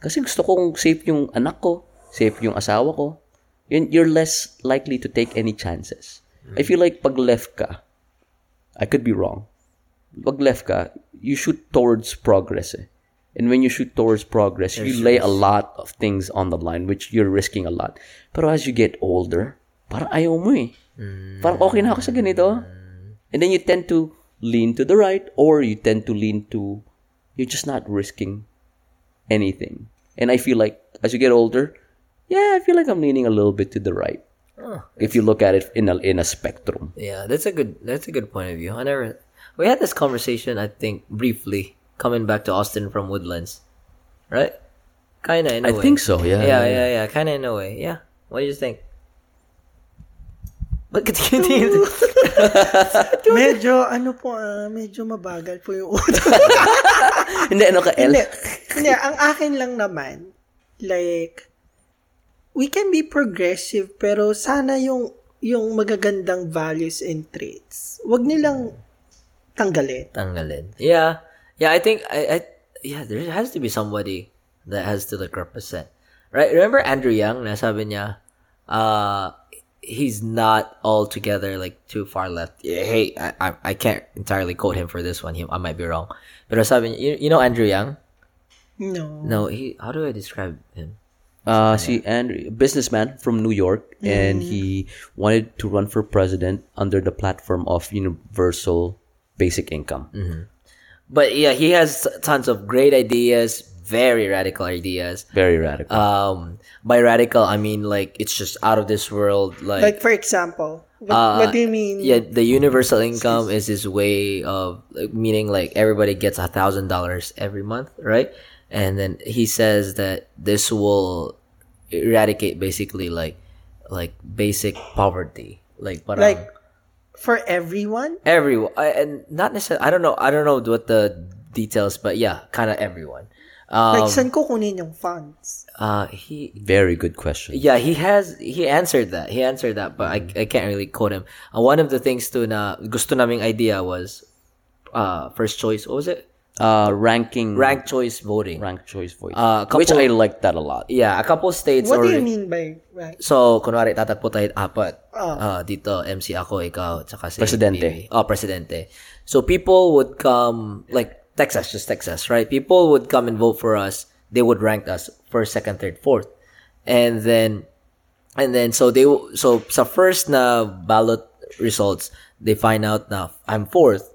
S2: Kasi gusto kong safe yung anak ko, safe yung asawa ko. Yun, you're less likely to take any chances. I feel like pag left ka, I could be wrong. Pag left ka, you shoot towards progress eh. And when you shoot towards progress, you lay a lot of things on the line, which you're risking a lot. Pero as you get older, parang ayaw mo eh. Parang okay na ako sa ganito. And then you tend to lean to the right or you tend to lean to, you're just not risking anything. And I feel like as you get older, yeah, I feel like I'm leaning a little bit to the right.
S3: Oh,
S2: if you look at it in a, in a spectrum.
S3: Yeah, that's a good that's a good point of view. I never we had this conversation I think briefly coming back to Austin from Woodlands, right? Kinda in
S2: I
S3: a way.
S2: think so, yeah.
S3: Oh, Yeah, yeah, yeah. Kinda in a way. Yeah. What do you think? But
S2: <laughs>
S3: <laughs> continue.
S5: Medyo, ano po, ah, medyo mabagal po yung utak.
S3: <laughs>
S2: Hindi, ano ka, El?
S5: Hindi. Hindi, ang akin lang naman, like, we can be progressive, pero sana yung, yung magagandang values and traits, wag nilang tanggalin.
S3: Tanggalin. Yeah. Yeah, I think I, I yeah, there has to be somebody that has to like represent. Right? Remember Andrew Yang na sabi niya, uh he's not altogether like too far left. Yeah, Hey, I, I I can't entirely quote him for this one. He, I might be wrong. Pero sabi niya, you, you know Andrew Yang?
S5: No.
S3: No, he how do I describe him?
S2: Uh, see, Andrew, businessman from New York,
S3: Mm.
S2: and he wanted to run for president under the platform of universal basic income.
S3: Mm. But yeah, he has tons of great ideas, very radical ideas.
S2: Very radical.
S3: Um by radical, I mean like it's just out of this world like
S5: Like, for example, what, what do you mean?
S3: Ah, Yeah, the universal income is his way of like, meaning like everybody gets a thousand dollars every month, right? And then he says that this will eradicate basically like like basic poverty, like but
S5: Like, for everyone?
S3: everyone I- and not necessarily. I don't know. I don't know what the details, but yeah, kind of everyone. Um,
S5: Like, saan ko kunin yung funds?
S3: uh, he
S2: Very good question.
S3: Yeah, he has he answered that. He answered that, but I, I can't really quote him. Uh, one of the things to na gusto naming idea was uh first choice. What was it?
S2: Uh, ranking,
S3: Ranked choice voting.
S2: rank choice voice,
S3: Uh, couple-
S2: which I like that a lot.
S3: Yeah, a couple states
S5: What do
S3: already.
S5: you mean by, right?
S3: So, kunwari, tatakbo tayo apat.
S5: Ah.
S3: Ah, dito, MC ako, ikaw, tsaka si
S2: Presidente.
S3: Bibi. Oh, presidente. So, people would come, like, Texas, just Texas, right? People would come and vote for us. They would rank us first, second, third, fourth. And then, and then, so they, w- so sa first na ballot results, they find out na I'm fourth.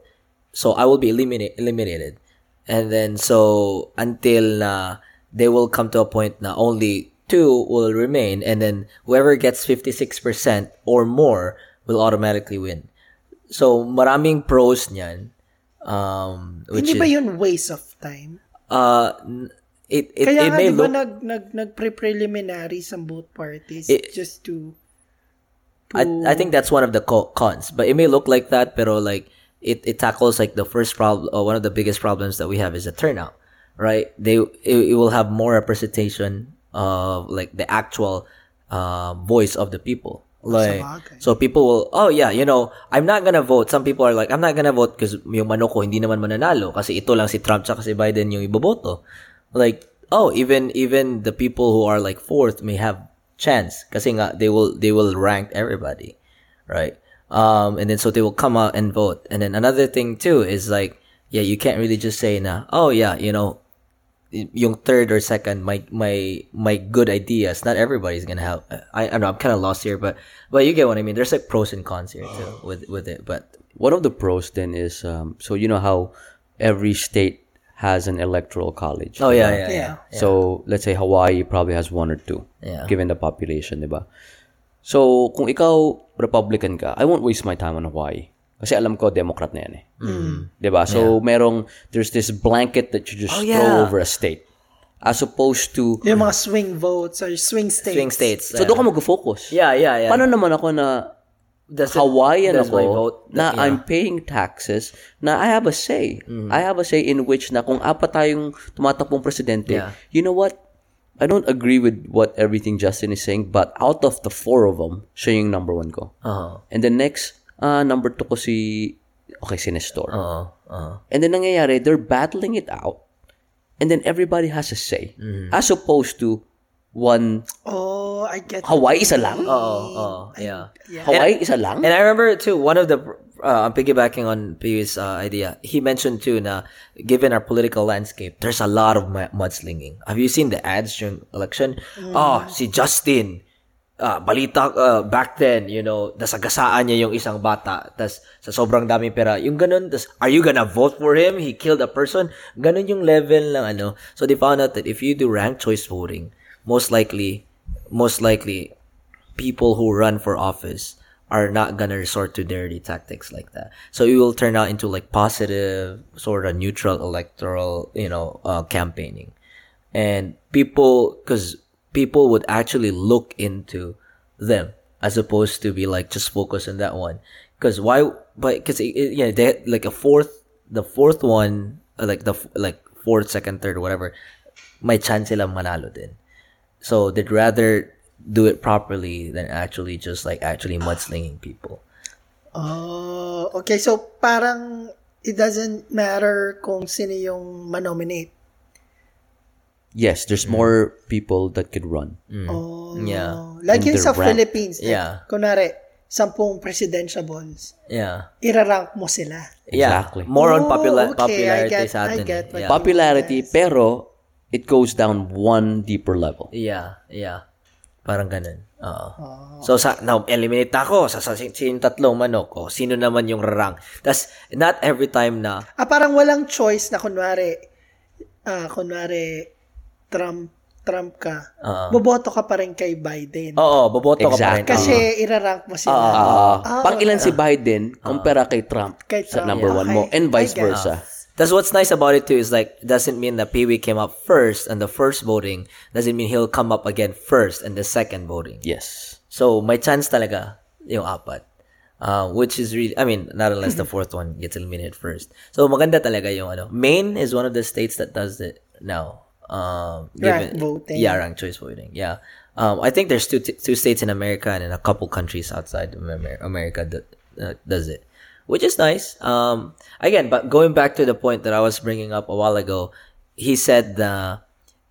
S3: So, I will be eliminate, eliminated. And then, so, until na they will come to a point na only two will remain, and then whoever gets 56% or more will automatically win. So, maraming pros niyan. Um, which
S5: Hindi ba
S3: is,
S5: yun waste of time?
S3: uh, n- it, it, it
S5: Kaya nga,
S3: may
S5: di
S3: look...
S5: ba nag, nag, nagpre-preliminaries ang both parties
S3: It-
S5: just to
S3: I, I think that's one of the co- cons. But it may look like that, pero like it, it tackles like the first problem or one of the biggest problems that we have is the turnout, right? They it, it will have more representation of like the actual uh, voice of the people. Like
S5: Sabagay.
S3: so people will oh yeah, you know, I'm not gonna vote. Some people are like I'm not gonna vote because yung mano ko hindi naman mananalo kasi ito lang si Trump tsaka si Biden yung iboboto. Like oh, even even the people who are like fourth may have chance kasi nga they will they will rank everybody right um and then so they will come out and vote and then another thing too is like yeah you can't really just say na oh yeah you know yung third or second my my my good ideas not everybody's gonna have i, I don't know i'm kind of lost here but but you get what i mean there's like pros and cons here too with with it but
S2: One of the pros then is um, so you know how every state has an electoral college.
S3: oh yeah yeah yeah,
S5: Yeah.
S2: So let's say Hawaii probably has one or two
S3: Yeah.
S2: given the population, 'di ba? So kung ikaw Republican ka, I won't waste my time on Hawaii. Kasi alam ko Democrat na 'yan eh.
S3: Mm.
S2: 'Di ba? So merong there's this blanket that you just throw
S3: yeah.
S2: over a state as opposed to
S5: Yung mga swing votes or swing states.
S3: swing states
S2: So doon ka mag-focus.
S3: yeah yeah yeah
S2: Paano naman ako na
S3: That's it.
S2: Hawaiian
S3: That's
S2: ako
S3: my vote.
S2: na I'm paying taxes na I have a say.
S3: Mm-hmm.
S2: I have a say in which na kung apat tayong tumatakbong presidente,
S3: Yeah.
S2: you know what? I don't agree with what everything Justin is saying but out of the four of them, siya yung number one ko.
S3: uh-huh
S2: And then next, ah number two ko si okay, si Nestor.
S3: uh-huh uh-huh
S2: And then nangyayari, they're battling it out and then everybody has a say.
S3: Mm-hmm.
S2: As opposed to one,
S5: Oh, I get it.
S2: Hawaii isa lang?
S3: oh oh yeah
S2: Hawaii isa lang?
S3: And I remember too, one of the uh, I'm piggybacking on Piyu's uh, idea. He mentioned too, na given our political landscape, there's a lot of mu- mudslinging. Have you seen the ads during election? Oh, si Justin. ah, balita ah, back then, you know, nasagasaan niya yung isang bata. Tas sa sobrang daming pera, yung ganun, tas are you gonna vote for him? He killed a person. Ganun yung level ng ano. So they found out that if you do ranked choice voting, most likely, most likely, people who run for office are not gonna resort to dirty tactics like that. So it will turn out into like positive, sort of neutral electoral, you know, uh, campaigning, and people, because people would actually look into them as opposed to be like just focus on that one. Because why? But because yeah, they like a fourth, the fourth one, uh, like the f- like fourth, second, third, whatever, may chance sila manalo din. So they'd rather do it properly than actually just like actually mudslinging people.
S5: Oh, okay. So, parang it doesn't matter kung sino yung manominate.
S2: Yes, there's
S3: Mm-hmm.
S2: more people that could run.
S5: Oh.
S3: Mm. Yeah.
S5: Like
S2: And
S5: yun
S2: they're
S5: sa
S2: ranked.
S5: Philippines. like,
S3: Yeah.
S5: Kunwari, sampung presidential balls.
S3: Yeah.
S5: Irarank mo sila.
S2: Exactly.
S3: Yeah. More on
S5: Oh,
S3: popula-
S5: okay, I
S3: popularity
S5: get-
S3: sa
S5: I
S3: atin. eh.
S5: get what
S3: yeah.
S5: you-
S2: Popularity, pero it goes down one deeper level.
S3: yeah. Yeah. Parang ganun.
S5: Oh.
S3: Oo. So, sa, now, eliminate na ako sa, sa sin- sino tatlong manok o sino naman yung rang. Tapos, not every time na,
S5: Ah, parang walang choice na kunwari, ah, kunwari, Trump, Trump ka.
S3: Ah.
S5: Boboto ka pa rin kay Biden.
S3: oo, boboto ka pa rin. Oh.
S2: Exactly.
S5: Kasi irarank mo sila.
S3: Uh-huh.
S2: Ah, pang ilan si Biden kumpara kay Trump,
S5: Kay
S2: sa
S5: Trump,
S2: number
S5: yeah.
S2: one mo
S5: Okay,
S2: and vice
S5: I guess.
S2: versa.
S3: That's what's nice about it too is like doesn't mean that Pee Wee came up first and the first voting doesn't mean he'll come up again first and the second voting.
S2: Yes.
S3: So may chance talaga yung apat. Uh, which is really, I mean, not unless the fourth one gets eliminated first. So maganda talaga yung ano. Maine is one of the states that does it now. Um,
S5: Ranked voting.
S3: Yeah, ranked choice voting. Yeah. Um, I think there's two two states in America and in a couple countries outside of Amer- America that uh, does it, which is nice. Um, again, but going back to the point that I was bringing up a while ago, he said uh,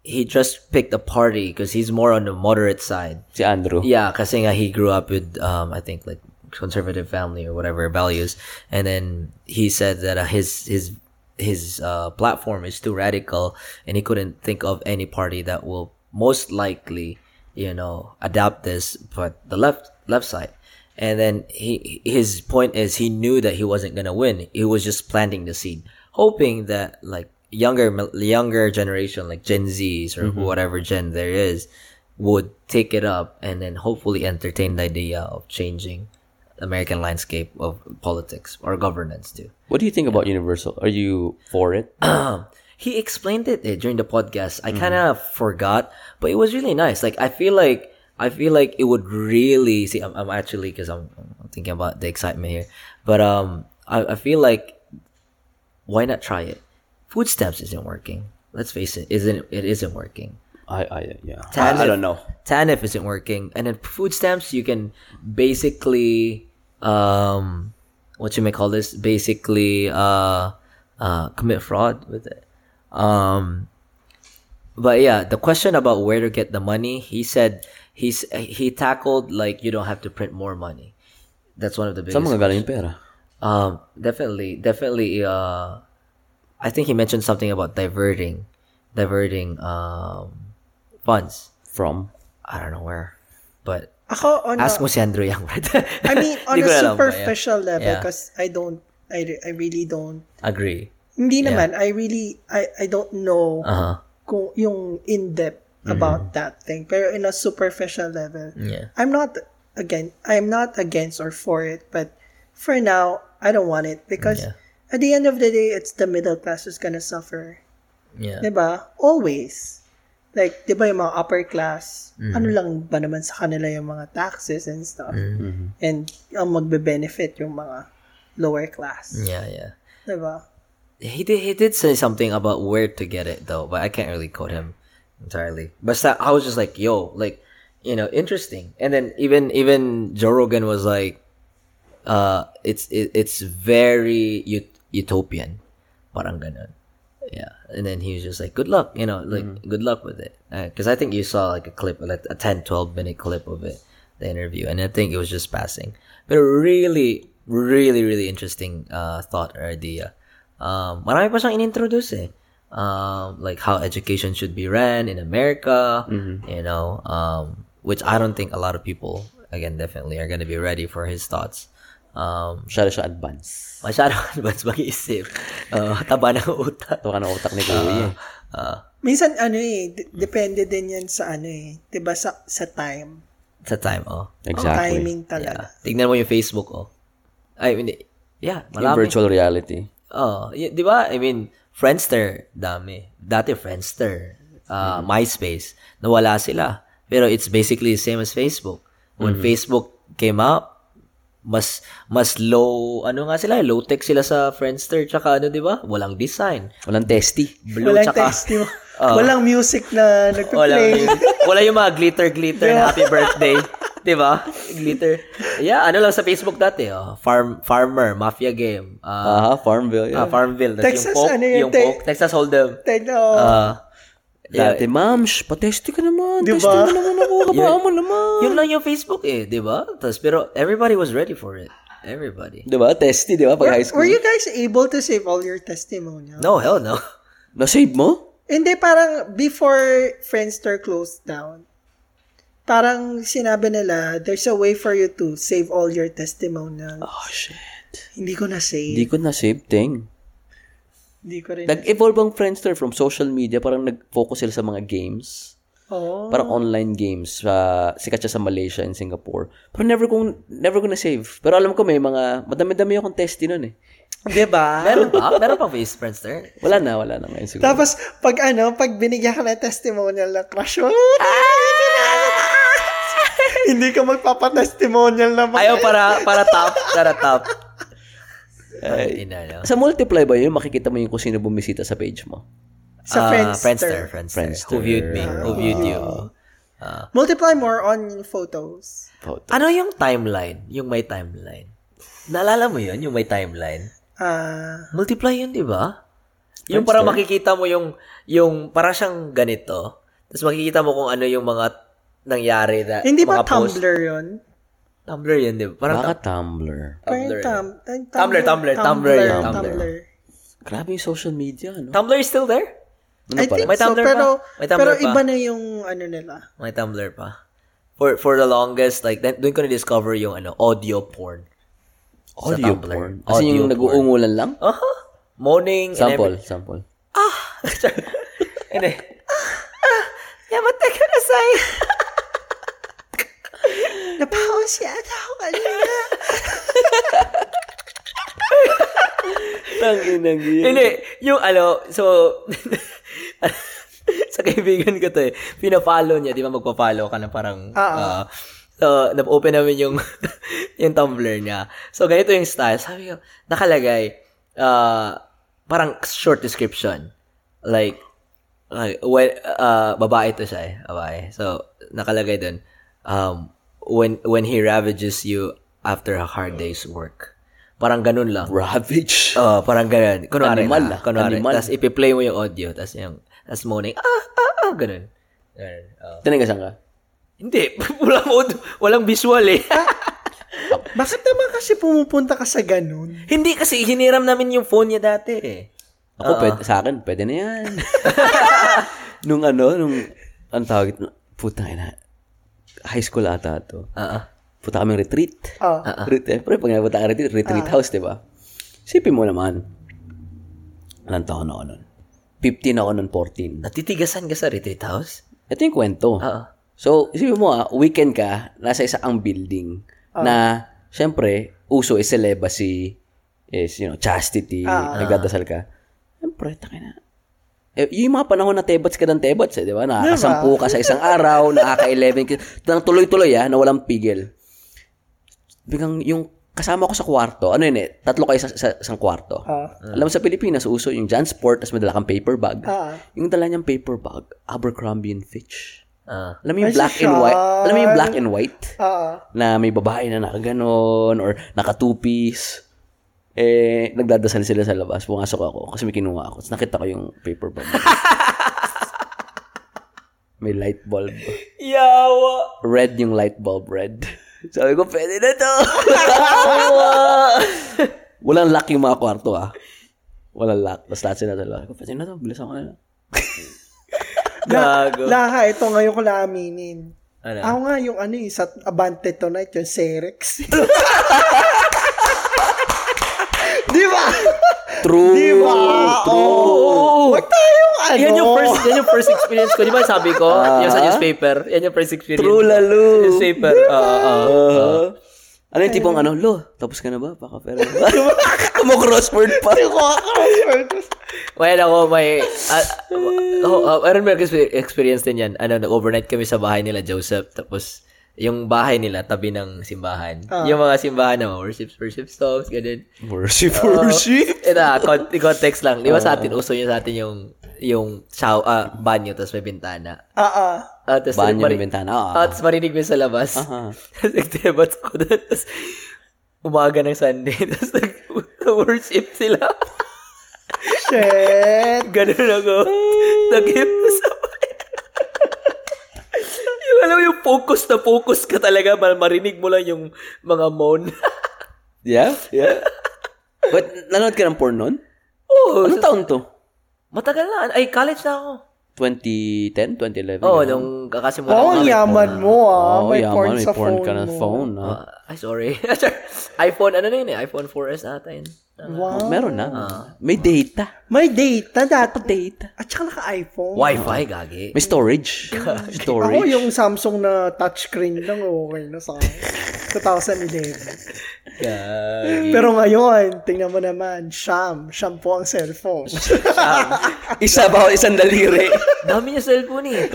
S3: he just picked a party because he's more on the moderate side.
S2: Si Andrew.
S3: Yeah, kasi nga he grew up with um I think like conservative family or whatever values, and then he said that uh, his his his uh, platform is too radical, and he couldn't think of any party that will most likely you know adapt this, but the left left side. And then he his point is he knew that he wasn't gonna win. He was just planting the seed, hoping that like younger younger generation like Gen Zs or whatever gen there is would take it up and then hopefully entertain the idea of changing American landscape of politics or governance too.
S2: What do you think about Universal? Are you for it?
S3: <clears throat> He explained it eh, during the podcast. I kind of forgot, but it was really nice. Like I feel like I feel like it would really see. I'm, I'm actually because I'm, I'm thinking about the excitement here, but um, I, I feel like why not try it? Food stamps isn't working. Let's face it, isn't it isn't working.
S2: I, I, yeah.
S3: Tanif.
S2: I, I don't know.
S3: Tanif isn't working, and then food stamps you can basically um what you may call this basically uh uh commit fraud with it. Um, but yeah, the question about where to get the money, he said he's he tackled like you don't have to print more money. That's one of the biggest.
S2: Saan mga galing yung pera?
S3: Um, definitely, definitely. Uh, I think he mentioned something about diverting diverting um, funds.
S2: From?
S3: I don't know where, but
S5: Ako, on
S3: ask
S5: a,
S3: mo si Andrew Yang. Brad.
S5: I mean,
S3: <laughs>
S5: on
S3: Hindi
S5: a
S3: ko alam,
S5: superficial level,
S3: Yeah.
S5: because I don't, I, re- I really don't,
S3: yeah. Agree.
S5: hindi naman, I really, I, I don't know
S3: Uh huh.
S5: kung yung in-depth
S3: Mm-hmm.
S5: about that thing. Pero in a superficial level,
S3: Yeah.
S5: I'm not again. I'm not against or for it, but for now, I don't want it because
S3: Yeah.
S5: at the end of the day, it's the middle class who's gonna suffer,
S3: Yeah.
S5: diba? Always, like diba yung mga upper class, ano lang ba naman sa kanila yung mga taxes and stuff, and ang magbe-benefit yung mga lower class,
S3: Yeah. Yeah.
S5: diba?
S3: He did, he did say something about where to get it though, but I can't really quote him entirely. But sa- I was just like, yo, like, you know, interesting. And then even even Joe Rogan was like, uh, it's it, it's very ut- utopian, parang ganun. Yeah. And then he was just like, good luck, you know, like good luck with it, because I think you saw like a clip, like a 10, 12 minute clip of it, the interview, and I think it was just passing, but really, really, really interesting uh, thought or idea. Um, marami pa siyang inintroduce eh. Um, like how education should be ran in America, you know, um, which I don't think a lot of people, again, definitely are going to be ready for his thoughts. Um,
S2: Masyado siya advance.
S3: masyado <laughs> advanced mag-isip. Uh, taba ng utak.
S2: Ito ka ng utak ni
S5: Ah.
S2: eh. Kuya.
S5: Oh, Minsan ano eh, d- depende din yan sa ano eh, diba sa sa time,
S3: Sa time, oh.
S2: Exactly.
S5: timing talaga.
S3: Tignan mo yung Facebook, oh. I mean, yeah,
S2: Yung
S3: marami.
S2: virtual reality.
S3: Oh, y- di ba? I mean, Friendster, dami. Dati Friendster, uh, MySpace, nawala sila. Pero it's basically the same as Facebook. When Facebook came out, mas mas low ano nga sila low tech sila sa Friendster tsaka ano di ba walang design
S2: Walang testy.
S3: blue
S5: walang
S3: tsaka
S5: texting,
S3: <laughs>
S5: walang music na
S3: Wala,
S5: nagpe-play. <laughs>
S3: yung- <laughs> wala yung mga glitter-glitter na happy birthday. Di ba? Glitter. Yeah, ano lang sa Facebook dati. Oh. Farm, farmer, mafia game. ah
S2: Aha, Farmville.
S3: ah,
S2: Yeah.
S3: Farmville. Tas
S5: Texas,
S3: yung poke,
S5: ano yun,
S3: yung
S5: te-
S3: poke. Texas Hold'em.
S5: Then, oh,
S3: ah
S2: Dati, ma'am, shh, patesty ka naman.
S5: Diba?
S2: Testy mo naman
S5: <laughs>
S2: ako. Kabaan mo naman.
S3: yun lang yung Facebook eh, di ba? Tas, pero everybody was ready for it. Everybody.
S2: Diba? Testy, diba? Pag high school.
S5: were you guys able to save all your testimonials?
S3: No, hell no.
S2: Nasave mo?
S5: Hindi, parang before Friendster closed down, parang sinabi nila, there's a way for you to save all your
S3: Ah.
S5: testimonials.
S2: Oh, shit.
S5: Hindi ko na-save.
S2: Hindi ko na-save, ting.
S5: Hindi ko rin.
S2: Nag-evolve ang Friendster from social media. Parang nag-focus sila sa mga games.
S5: Oo.
S2: Parang online games. sa sikat siya sa Malaysia and Singapore. Pero never kong, never ko na-save. Pero alam ko may mga, madami-dami akong testy nun eh.
S5: Di ba?
S3: Meron pa? Meron pa face Friendster?
S5: <laughs>
S2: Wala na, wala na ngayon siguro.
S5: Tapos, pag ano, pag binigyan ka ng testimonial ng crush oh, mo, hindi ka magpapatestimonial na
S3: Ayaw para, para top. Para top. Ay, ina, no?
S2: Sa multiply ba yun, makikita mo yung kung sino bumisita sa page mo.
S3: Ah,
S5: sa
S3: Friendster,
S5: Friendster. Ah.
S3: Friendster. Who viewed me? Who viewed you?
S5: Multiply more on photos.
S2: Photo.
S3: Ano yung timeline? Yung may timeline. Naalala mo yun? Yung may timeline?
S5: Ah,
S3: Multiply yun, di ba? Yung para makikita mo yung, yung para siyang ganito. Tapos makikita mo kung ano yung mga nangyari na
S5: hindi ba
S3: mga post.
S5: Tumblr yun?
S3: Tumblr yun, di ba? Parang
S2: Baka Tumblr.
S5: Tumblr, tum- Tumblr,
S3: Tumblr, Tumblr, Tumblr,
S5: Tumblr,
S3: Tumblr.
S5: Tumblr.
S2: Grabe yung social media, no?
S3: Tumblr is still there?
S2: Ano
S5: I
S2: pala?
S5: think
S3: May
S5: so,
S3: Tumblr
S5: pero,
S3: pa. May Tumblr
S5: pero
S3: pa.
S5: iba na yung ano nila.
S3: May Tumblr pa. For for the longest, like, then- doon ko na-discover yung ano, audio porn.
S2: Audio
S3: Tumblr.
S2: porn. As in
S3: Audio
S2: yung
S3: porn.
S2: nag-uungulan lang?
S3: Uh-huh. Moaning. and
S2: Sample, sample.
S3: every- <laughs> Hindi. Ah! Yamate ka na sa'yo.
S5: Napaho siya. Ako kanina.
S2: Tanginang yun.
S3: Hindi, yung ano, so, <laughs> sa kaibigan ko to eh, pina-follow niya, di ba magpa-follow ka na parang, ah, so, nap-open namin yung, <laughs> yung Tumblr niya. So, ganito yung style. Sabi ko, nakalagay, ah, parang short description. Like, like when, ah, babae to siya eh, babae. So, nakalagay dun, um, when, when he ravages you after a hard day's work. Parang ganun lang.
S2: Ravage.
S3: Oh, parang ganun. Kunwari
S2: Animal,
S3: na.
S2: ah.
S3: Kunwari.
S2: Animal.
S3: Tapos ipi-play mo yung audio. Tapos yung, tapos moaning, ah, ah, ah, ganun. Ganun. Oh.
S2: Tinanong saan ka?
S3: Hindi, <laughs> walang, audio, walang visual <laughs> eh.
S5: Bakit naman kasi pumupunta ka sa ganun?
S3: Hindi kasi hiniram namin yung phone niya dati eh.
S2: Ako, pwede, sa akin, pwede na yan. nung ano, nung, ang tawag, ito? putang ina, high school ata to.
S3: Ah, ah.
S2: Puta kaming retreat.
S5: Oo.
S2: Retreat. Pero pag napunta ka retreat, retreat house, di ba? Sipin mo naman. Anong taon ako nun? 15 ako nun, 14.
S3: Natitigasan ka sa retreat house? Ah,
S2: Ito yung kwento.
S3: Oo.
S2: So, isipin mo ah, weekend ka, nasa isa ang building na, syempre, uso is celibacy, is, you know, chastity, nagdadasal ka. Syempre, takay na. Eh, yung mga panahon na tebats ka ng tebats, eh, di ba? Nakakasampu ka sa isang araw, nakaka-11 ka. Nang tuloy-tuloy, ah, na walang pigil. Biglang yung kasama ko sa kwarto, ano yun eh, tatlo kayo sa, sa isang kwarto. Alam mo sa Pilipinas, uso yung Jansport, tapos may dala kang paper bag.
S5: Ah.
S2: Yung dala niyang paper bag, Abercrombie and Fitch.
S3: Ah.
S2: Alam mo yung
S5: Ay,
S2: black
S5: siya.
S2: and white? Alam mo yung black and white?
S5: Oo.
S2: Na may babae na nakaganon or naka two-piece. Eh, nagdadasal sila sa labas. Pumasok ako kasi may kinuha ako. Tapos nakita ko yung paper
S5: <laughs>
S2: bag. may light bulb.
S3: Yawa!
S2: Red yung light bulb, red. Sabi ko, pwede na to. <laughs> Walang lock yung mga kwarto ah. Walang lock. Tapos lahat sila sa labas. Sabi ko, Pwede na to, bilis ako na lang.
S3: Gago.
S5: Laha, ito ngayon ko lang aminin.
S3: Ano?
S5: Ako nga yung ano eh, sa Abante Tonight, yung Serex. <laughs> Di ba?
S2: True.
S5: Di ba? Oo. Huwag tayong ano.
S3: Yan yung first, yan yung first experience ko. Di ba sabi ko? yung sa newspaper. Yan yung first experience.
S2: True,
S3: ko.
S2: lalo.
S3: Sa Newspaper. ah, Oo, oo.
S2: Uh, ano yung tipong ano, lo, tapos ka na ba? <laughs> Baka pero. Kumo-crossword pa.
S3: Well, ako may... Uh, uh, meron may experience din yan. Ano, nag-overnight kami sa bahay nila, Joseph. Tapos, yung bahay nila, tabi ng simbahan.
S2: Ah.
S3: Yung mga simbahan na mga worship, worship songs, ganun.
S2: Worship, worship.
S3: Ito, ah, con- context lang. Di ba sa
S2: Ah.
S3: atin, uso yun sa atin yung yung shower, ah, banyo, tapos may bintana.
S5: Oo.
S3: Ah, tapos
S2: Banyo
S3: mari-
S2: ng bintana, ah.
S3: Ah, tapos marinig mo yung sa labas. <laughs> Tapos nagdebat ako doon. Tapos umaga ng Sunday. <laughs> Tapos nag-worship sila.
S5: Shit.
S3: <laughs> Ganun ako. Nag-hipnose ako. <laughs> yung alam mo, yung focus na focus ka talaga para marinig mo lang yung mga moan. <laughs>
S2: Yeah? Yeah. But nanood ka ng porn nun?
S3: Oo.
S2: Anong taon to?
S3: Matagal na. Ay, college na ako.
S2: 2010, 2011?
S3: Oo, oh, nung kakasimula
S5: Oo,
S3: ko.
S5: ang yaman mo ah.
S2: Oh,
S5: may
S2: yaman,
S5: porn
S2: may
S5: sa
S2: porn
S5: phone
S2: ka na
S5: mo.
S2: phone. ah.
S3: Ah, Ay, sorry. <laughs> iPhone, ano na yun eh? iPhone 4S ata yun. Tama.
S5: Wow.
S2: Meron na. May data.
S5: May data dati.
S2: Data.
S5: At saka naka-iPhone.
S3: Wi-Fi, gagi.
S2: May storage.
S5: Ako
S2: storage.
S5: yung Samsung na touchscreen lang, okay na sa akin. 2011. Pero ngayon, tingnan mo naman, Sham. Sham po ang cellphone.
S2: Isa ba o isang daliri?
S3: Dami niya cellphone eh.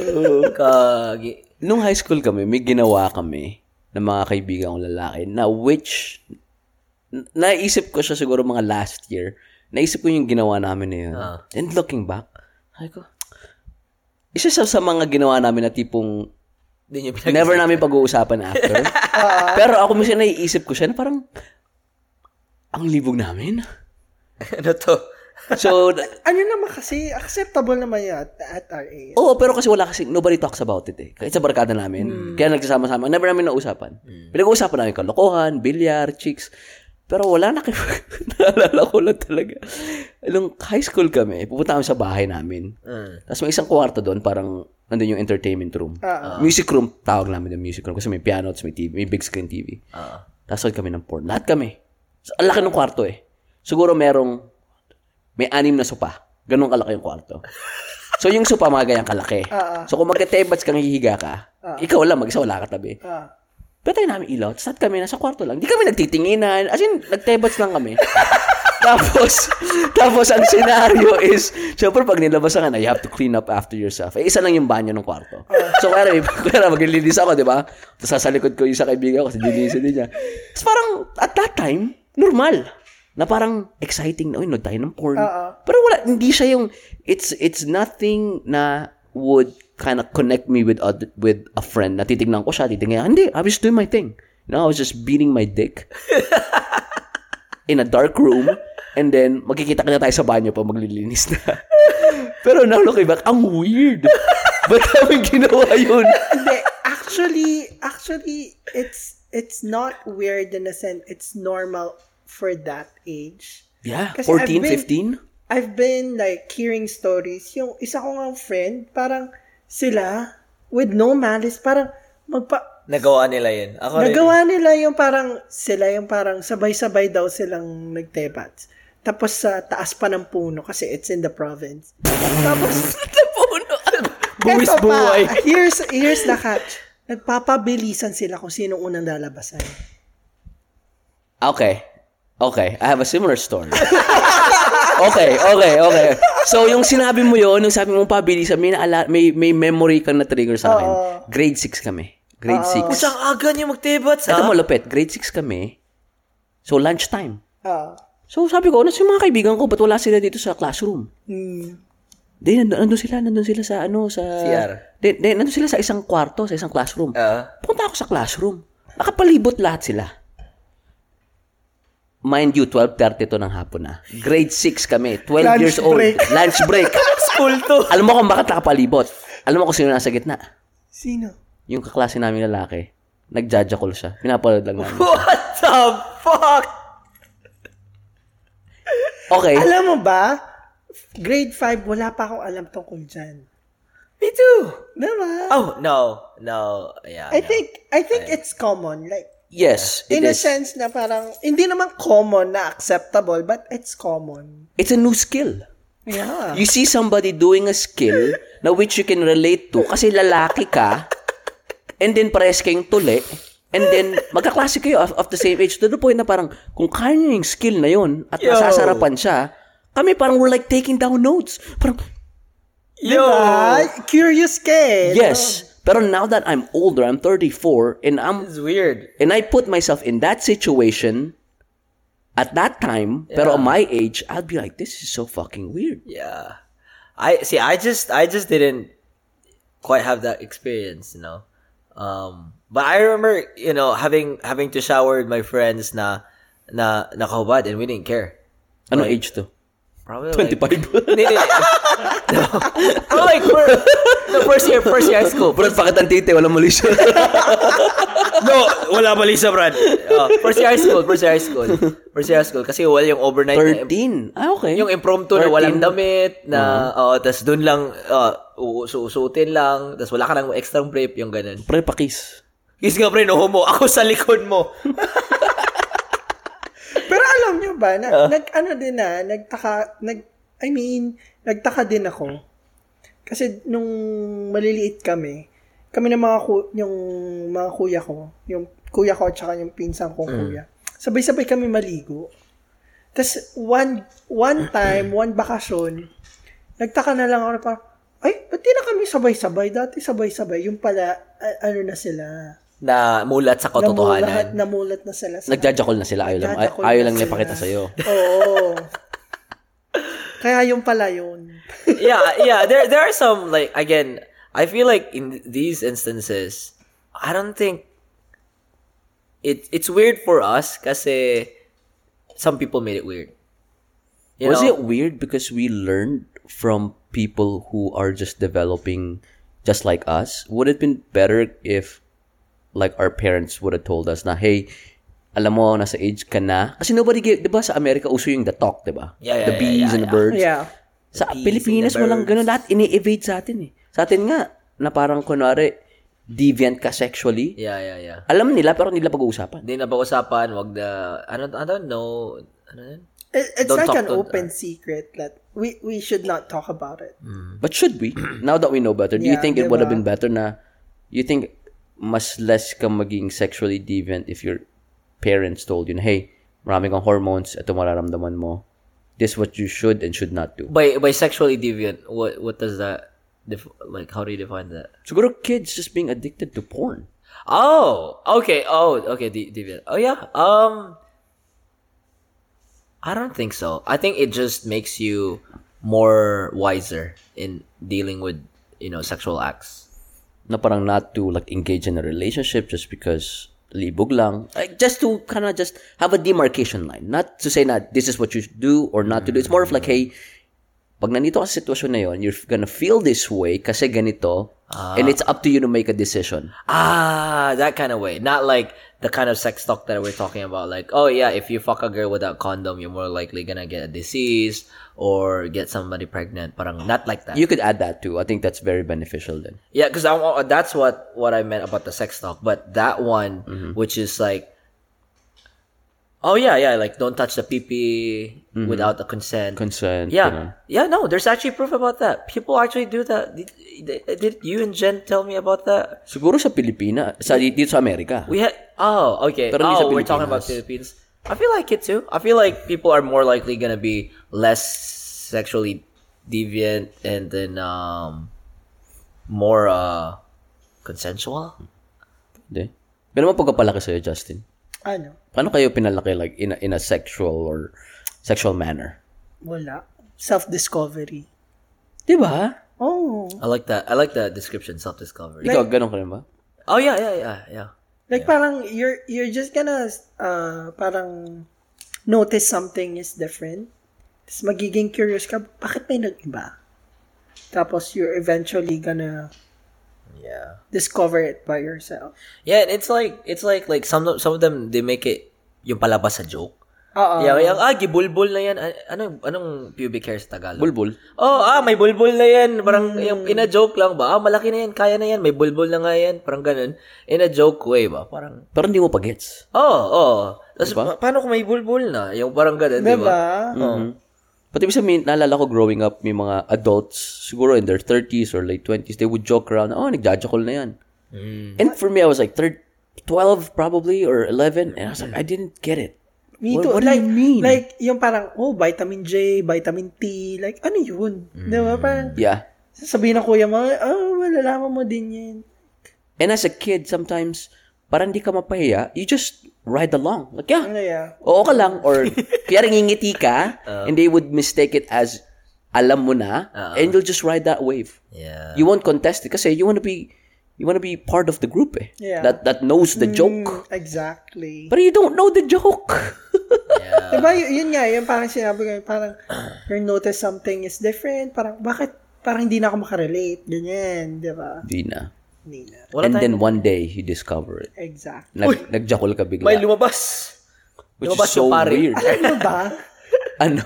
S3: Gagi.
S2: Nung high school kami, may ginawa kami ng mga kaibigan kong lalaki na which, n- naisip ko siya siguro mga last year. Naisip ko yung ginawa namin na yun. And looking back, ay ko, isa siya sa mga ginawa namin na tipong
S3: Hindi niya pinag-
S2: never namin pag-uusapan after. Pero ako minsan naiisip ko siya na parang, ang libog namin.
S3: <laughs> ano to?
S2: So,
S5: ano naman kasi, acceptable naman yun at, at our age.
S2: Oo, pero kasi wala kasi, nobody talks about it eh. Kahit sa barkada namin, kaya nagsasama-sama, never namin nausapan. Pinag-uusapan namin kalokohan, bilyar, chicks, pero wala na kayo. <laughs> Naalala ko lang talaga. Nung high school kami, pupunta kami sa bahay namin. Tapos may isang kwarto doon, parang nandun yung entertainment room. Music room, tawag namin yung music room kasi may piano, tapos may, TV, may big screen TV.
S3: Ah.
S2: Tapos doon kami ng porn. Lahat kami. So, ang laki ng kwarto eh. Siguro merong, may anim na sopa. Ganun kalaki yung kwarto. So, yung sopa, mga ganyang kalaki. So, kung magka-tebats kang hihiga ka, ikaw lang, mag-isa wala ka tabi.
S5: Ah.
S2: Patay namin ilaw. Tapos lahat kami nasa kwarto lang. Di kami nagtitinginan. As in, nagtebats lang kami. <laughs> tapos, tapos ang scenario is, syempre pag nilabasan ka na, you have to clean up after yourself. Eh, isa lang yung banyo ng kwarto. So, kaya, kaya maglilinis ako, di ba? Tapos sa likod ko yung isa kaibigan ko, kasi dilinisin din niya. Tapos parang, at that time, normal. Na parang exciting na, uy, nod tayo ng porn. Pero wala, hindi siya yung, it's, it's nothing na would kind of connect me with other, with a friend. Natitignan ko siya, titignan niya. Hindi, I was doing my thing. You know, I was just beating my dick in a dark room and then magkikita ka na tayo sa banyo pa maglilinis na. <laughs> Pero now looking back, ang weird. Ba't namin ginawa yun?
S5: Hindi, actually, actually, it's it's not weird in a sense. It's normal for that age.
S2: Yeah,
S5: Kasi I've
S2: 14,
S5: been-
S2: 15?
S5: I've been like hearing stories. Yung isa ko nga friend, parang sila, with no malice, parang magpa...
S3: Nagawa nila yun. Ako rin.
S5: Nagawa nila yung parang, sila yung parang sabay-sabay daw silang nagtebats. Tapos sa taas pa ng puno kasi it's in the province. Tapos, <laughs>
S3: Buwis
S5: eto pa,
S3: buhay.
S5: here's, here's the catch. Nagpapabilisan sila kung sino unang lalabasan.
S2: Okay. Okay, I have a similar story. <laughs> okay, okay, okay. So, yung sinabi mo yun, yung sabi mong pabilisan, may, naala- may, may memory kang na-trigger sa akin. Grade 6 kami. Grade 6.
S3: Pusang aga niyo magtibats,
S2: Ito
S3: ha?
S2: mo, lupit. Grade 6 kami. So, lunchtime.
S5: Ah.
S2: So, sabi ko, nasa yung mga kaibigan ko, ba't wala sila dito sa classroom?
S5: hmm.
S2: Di, nandun, nandun sila, nandun sila sa ano, sa...
S3: CR.
S2: Di, di, nandun sila sa isang kwarto, sa isang classroom.
S3: Ah.
S2: Punta ako sa classroom. Nakapalibot lahat sila. Mind you, 12.30 to ng hapon na. Grade 6 kami. 12
S5: Lunch
S2: years old.
S5: break.
S2: <laughs> Lunch break.
S3: School to.
S2: Alam mo kung bakit nakapalibot? Alam mo kung sino nasa gitna?
S5: Sino?
S2: Yung kaklase namin lalaki. Nagjajakol siya. Pinapalad lang namin.
S3: What the fuck?
S2: Okay.
S3: Eh,
S5: Alam mo ba, grade 5, wala pa akong alam tungkol dyan.
S3: Me too.
S5: Diba?
S3: Oh, no. No. Yeah.
S5: I think, I think it's common. Like,
S2: Yes, it
S5: in a
S2: is.
S5: sense na parang, hindi naman common na acceptable, but it's common.
S2: It's a new skill.
S5: Yeah.
S2: You see somebody doing a skill na which you can relate to kasi lalaki ka and then pares kayong tuli and then magkaklase kayo of, of the same age to the point na parang kung kaya niyo yung skill na yun at
S3: Yo.
S2: nasasarapan siya, kami parang we're like taking down notes. Parang,
S3: Yo.
S5: Diba? Curious ka eh.
S2: yes. Pero now that I'm older, I'm 34, and I'm
S3: It's weird.
S2: And I put myself in that situation at that time, pero at my age, I'd be like, this is so fucking weird.
S3: Yeah. I see I just I just didn't quite have that experience, you know. Um but I remember, you know, having having to shower with my friends na na nakahubad and we didn't care.
S2: Ano age to?
S3: Probably <laughs> like,
S2: 25.
S3: Hindi, hindi. no, <laughs> like for, the first year, first year high
S2: <laughs>
S3: school.
S2: Brad, pakit ang titi, walang mali siya.
S3: No, wala bali sa Brad. Oh, first year high school, first year high school. First year high school kasi wala yung overnight na
S2: 13. Ah, okay.
S3: Eh, Yung impromptu na walang
S2: 13.
S3: damit, na, oh, tas dun lang, uh, susutin lang, tas wala ka ng extra prep, yung ganun.
S2: Pre, pakis.
S3: Kiss nga pre, no homo, ako sa likod mo.
S5: Pero alam nyo ba, na, nag, ano din na, nagtaka, nag, I mean, nagtaka din ako. Kasi nung maliliit kami, kami ng mga, ku, yung mga kuya ko, yung kuya ko at saka yung pinsan kong kuya, sabay-sabay kami maligo. Tapos one, one time, one bakasyon, nagtaka na lang ako na parang, ay, ba't di na kami sabay-sabay? Dati sabay-sabay. Yung pala, a- ano na sila.
S3: na mulat sa
S5: Namulat,
S3: katotohanan.
S5: namulat na sila. sa-
S2: Nagjajakol na sila. Ayaw lang, ay-
S5: Nagjajakol
S2: ayaw
S5: na
S2: lang niya
S5: sila.
S2: pakita sa'yo.
S5: <laughs> Oo. Kaya yung pala yun.
S3: yeah, yeah, there, there are some, like, again, I feel like in these instances, I don't think, it, it's weird for us kasi some people made it weird. You
S2: Was
S3: know?
S2: it weird because we learned from people who are just developing just like us? Would it been better if like our parents would have told us na, hey, alam mo, nasa age ka na. Kasi nobody gave, di ba sa Amerika, uso yung the talk, di ba?
S3: Yeah, yeah,
S2: the
S3: yeah,
S2: bees
S3: yeah,
S2: and the birds.
S5: Yeah.
S2: Sa
S3: bees and
S2: Pilipinas,
S3: the
S2: walang ganun. Lahat ini-evade sa atin eh. Sa atin nga, na parang kunwari, deviant ka sexually.
S3: Yeah, yeah, yeah.
S2: Alam nila, pero hindi nila pag-uusapan.
S3: Hindi na ba-usapan, wag na, I don't, I don't know, ano yun?
S5: It- It's
S3: Don't
S5: like
S3: talk
S5: an
S3: to-
S5: open secret that we we should not talk about it.
S2: But should
S5: <clears throat>
S2: we? Now that we know better, do you
S5: Yeah,
S2: think it
S5: diba?
S2: would have been better na you think mas less ka maging sexually deviant if your parents told you na, hey, marami kang hormones, ito mararamdaman mo. This what you should and should not do.
S3: By by sexually deviant, what what does that def- like? How do you define that?
S2: Siguro kids just being addicted to porn.
S3: Oh, okay. Oh, okay. De- deviant. Oh yeah. Um, I don't think so. I think it just makes you more wiser in dealing with you know sexual acts.
S2: Na parang not to like engage in a relationship just because libog lang. Like, just to kind of just have a demarcation line. Not to say na this is what you should do or not to do. It's more of like, hey, pag nandito ka sa sitwasyon na yon, you're gonna feel this way kasi ganito, and it's up to you to make a decision.
S3: Ah, that kind of way. Not like the kind of sex talk that we're talking about. Like, oh yeah, if you fuck a girl without condom, you're more likely gonna get a disease or get somebody pregnant. Parang not like that.
S2: You could add that too. I think that's very beneficial then.
S3: Yeah, because I wa- that's what what I meant about the sex talk. But that one,
S2: Mm-hmm.
S3: which is like, oh yeah, yeah, like don't touch the pee without the consent.
S2: Mm-hmm. Consent.
S3: yeah,
S2: ganun.
S3: yeah. No, there's actually proof about that. People actually do that. Did, did- did you and Jen tell me about that?
S2: Siguro sa Pilipina, sa dito sa Amerika.
S3: We had. Oh, okay.
S2: Pero hindi sa
S3: oh, we're talking about Philippines. I feel like it too. I feel like people are more likely gonna be less sexually deviant and then um more uh consensual.
S2: Hindi. Ganun mo pagkapalaki sa'yo, Justin.
S5: Ano?
S2: Paano kayo pinalaki like in a, in a sexual or sexual manner?
S5: Wala. Self-discovery.
S2: Di ba?
S5: Oh.
S3: I like that. I like the description, self discovery.
S2: Ikaw, ganun ka rin ba?
S3: Oh yeah, yeah, yeah, yeah.
S5: Like parang you're you're just gonna uh, parang notice something is different. Tapos magiging curious ka, bakit may nag-iba? Tapos you're eventually gonna
S3: Yeah.
S5: discover it by yourself.
S3: Yeah, and it's like it's like like some some of them they make it yung palabas sa joke.
S5: Oo.
S3: yeah, yung ah gibulbul na yan. A- Ano anong pubic hair sa Tagalog?
S2: Bulbul.
S3: Oh, ah may bulbul na yan. Parang yung in a joke lang ba? Ah malaki na yan, kaya na yan, may bulbul na nga yan. Parang ganun. In a joke way ba? Parang
S2: Pero hindi mo pag-gets.
S3: Oh, oh. Tapos pa- paano kung may bulbul na? Yung parang ganun, di ba?
S5: Diba?
S2: Mhm. Pati ibig sabihin, naalala ko growing up, may mga adults, siguro in their 30s or late 20s, they would joke around, oh, nagjajakol na yan. And for me, I was like thir- 12 probably or 11, and I was like, I didn't get it.
S5: Me
S2: What-
S5: too.
S2: what do
S5: like,
S2: you mean?
S5: Like, yung parang, oh, vitamin J, vitamin T, like, ano yun?
S2: Hmm.
S5: Diba? Parang,
S2: Yeah.
S5: sasabihin ng kuya mo, oh, malalaman mo din yan.
S2: And as a kid, sometimes, parang di ka mapahiya, you just ride along. Like, yeah,
S5: Ano yeah.
S2: oo ka lang. Or, kaya rin ngingiti ka, and they would mistake it as, alam mo na, and you'll just ride that wave.
S3: Yeah.
S2: You won't contest it kasi you want to be, you want to be part of the group eh.
S5: Yeah.
S2: That, that knows the
S3: Hmm.
S2: joke.
S5: Hmm, Exactly.
S2: But you don't know the joke.
S5: diba, y- yun nga, yung parang sinabi ko, parang, you notice something is different, parang, bakit, parang hindi na ako makarelate, ganyan, diba?
S2: <laughs> Di na.
S5: Hindi na.
S2: And then one day, you discover it.
S5: Exactly.
S2: Nag, nagjakol ka bigla.
S3: May lumabas.
S2: which is
S3: lumabas
S2: so
S3: yung pare.
S2: weird. <laughs>
S5: Ano ba?
S2: ano?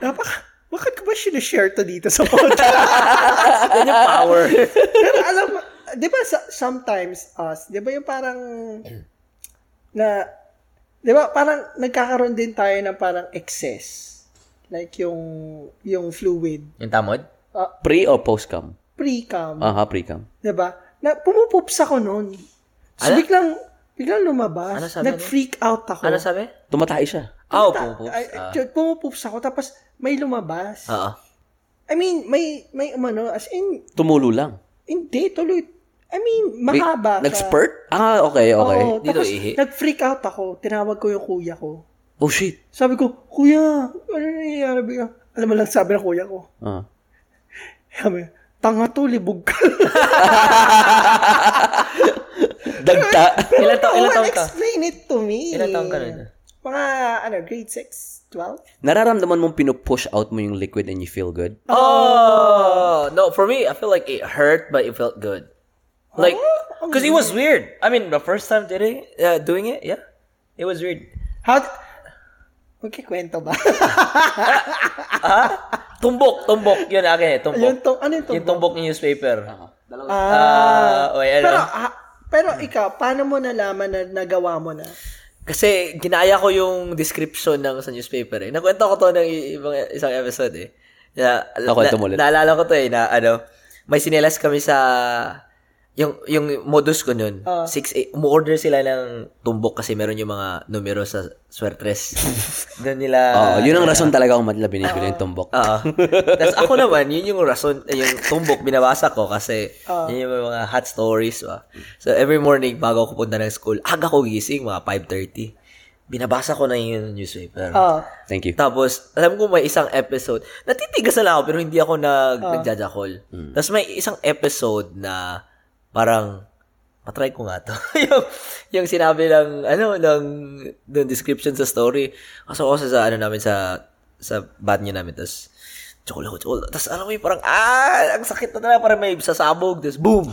S5: Napaka, bakit ko ba sinishare to dito sa podcast?
S3: <laughs> Yan yung power.
S5: Pero alam mo, di ba sa- sometimes us, di ba yung parang na, di ba parang nagkakaroon din tayo ng parang excess. Like yung, yung fluid.
S3: yung tamod?
S2: Pre or post-cum?
S3: Ah.
S5: Pre-cum.
S2: Aha, pre-cum.
S5: Di ba? Na pumupups ako noon. So,
S3: Ano?
S5: biglang, biglang lumabas.
S3: Ano sabi
S5: Nag-freak out ako.
S3: Ano sabi?
S2: Tumatay siya.
S3: Oh,
S5: Ta-
S3: pumupups.
S5: ay,
S3: Ah.
S5: tiyo, pumupups ako, tapos may lumabas.
S3: Oo.
S5: I mean, may, may umano, as in,
S2: Tumulo lang.
S5: hindi, tuloy, I mean,
S2: Wait,
S5: mahaba siya.
S2: Nag-spurt? Ah, okay, okay.
S5: Oo,
S3: Dito
S5: tapos
S3: ihi.
S5: nag-freak out ako. Tinawag ko yung kuya ko.
S2: Oh, shit.
S5: Sabi ko, Kuya, ano nangyayari ba? Alam mo lang, sabi ng kuya ko.
S2: Ah.
S5: Sabi, tanga to, libog ka.
S2: Dagta. <laughs>
S3: Ilan taon,
S5: No
S3: ilan
S5: one
S3: taon ka?
S5: explain it to me.
S3: Ilan taon ka nun?
S5: Mga, ano, grade 6, 12?
S2: Nararamdaman mong pinupush out mo yung liquid and you feel good?
S3: Oh, no. For me, I feel like it hurt, but it felt good. Like,
S5: Oh,
S3: because it was weird. I mean, the first time did it, uh, doing it, yeah, it was weird.
S5: How, magkikwento ba?
S3: Tumbok, tumbok. Yun akin eh,
S5: yung
S3: tumbok.
S5: tong, ano yung tong?
S3: Yung tumbok ng newspaper.
S5: Ah.
S3: Ah, wait, ano?
S5: <laughs> pero, ah, pero ikaw, paano mo nalaman na nagawa mo na?
S3: Kasi ginaya ko yung description ng sa newspaper eh. Nakwento ko to ng i- ibang isang episode eh. Na,
S2: Nakwento mo ulit.
S3: na, Naalala ko to eh na ano, may sinelas kami sa yung yung modus ko nun. Six, eight, umuorder sila ng tumbok kasi meron yung mga numero sa
S2: <laughs>
S3: swertres. Doon nila
S2: Oo, Ah, yun ang rason talaga kung madla binibili yung tumbok.
S3: Oo. Tapos ako naman, yun yung rason, eh, yung tumbok binabasa ko kasi yun yung mga hot stories. Ba? So every morning bago ako punta ng school, aga ko gising, mga 5.30. Binabasa ko na yung newspaper.
S5: Ah,
S2: Thank you.
S3: Tapos, alam ko may isang episode, natitigas na lang ako pero hindi ako nag, nagjajakol. Tapos may isang episode na parang, patry ko nga to. <laughs> yung, yung sinabi ng, ano, ng, ng description sa story. Kaso ako sa, sa ano namin sa, sa bad nyo namin. Tapos, Chocolate, chocolate. Tapos alam mo yung parang, ah, ang sakit na na, parang may sasabog. Tapos <laughs> boom!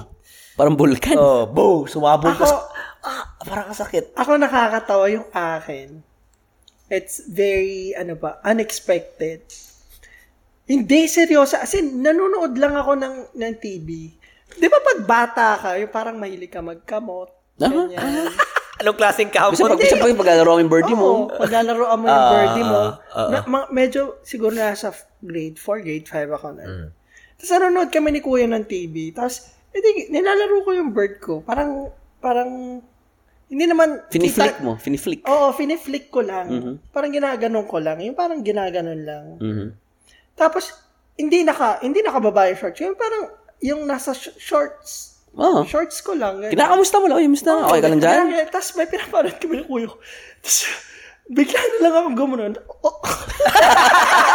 S2: Parang bulkan.
S3: Oh, boom! Sumabog. Tapos,
S5: Ako-
S3: ah, parang ang sakit.
S5: Ako nakakatawa yung akin. It's very, ano ba, unexpected. Hindi, seryoso. As in, nanonood lang ako ng, ng TV. Di ba pag bata ka, yung parang mahilig ka magkamot. Ganyan.
S3: Anong klaseng kamot?
S2: Kasi pag isa pa yung paglalaro ng birdie
S5: Oo,
S2: mo. Ah,
S5: paglalaroan mo yung birdie mo. na, ma- medyo, siguro nasa f- grade 4, grade 5 ako na.
S2: Mm.
S5: Tapos nanonood kami ni kuya ng TV. Tapos, edi, nilalaro ko yung bird ko. Parang, parang, hindi naman,
S2: Finiflick mo. Finiflick.
S5: Oo, finiflick ko lang.
S2: Mm-hmm.
S5: Parang ginaganon ko lang. Yung parang ginaganon lang.
S2: Mhm.
S5: Tapos, hindi naka, hindi nakababa yung shorts. Yung parang, yung nasa sh- shorts,
S2: Oo.
S5: shorts ko lang. ganyan.
S2: Kinakamusta mo lang. Uy, musta na? Okay ka lang
S5: <laughs>
S2: dyan?
S5: Kaya- Tapos may pinapanood kami ng kuya ko. Tapos, bigla na lang ako gumunon. Oh,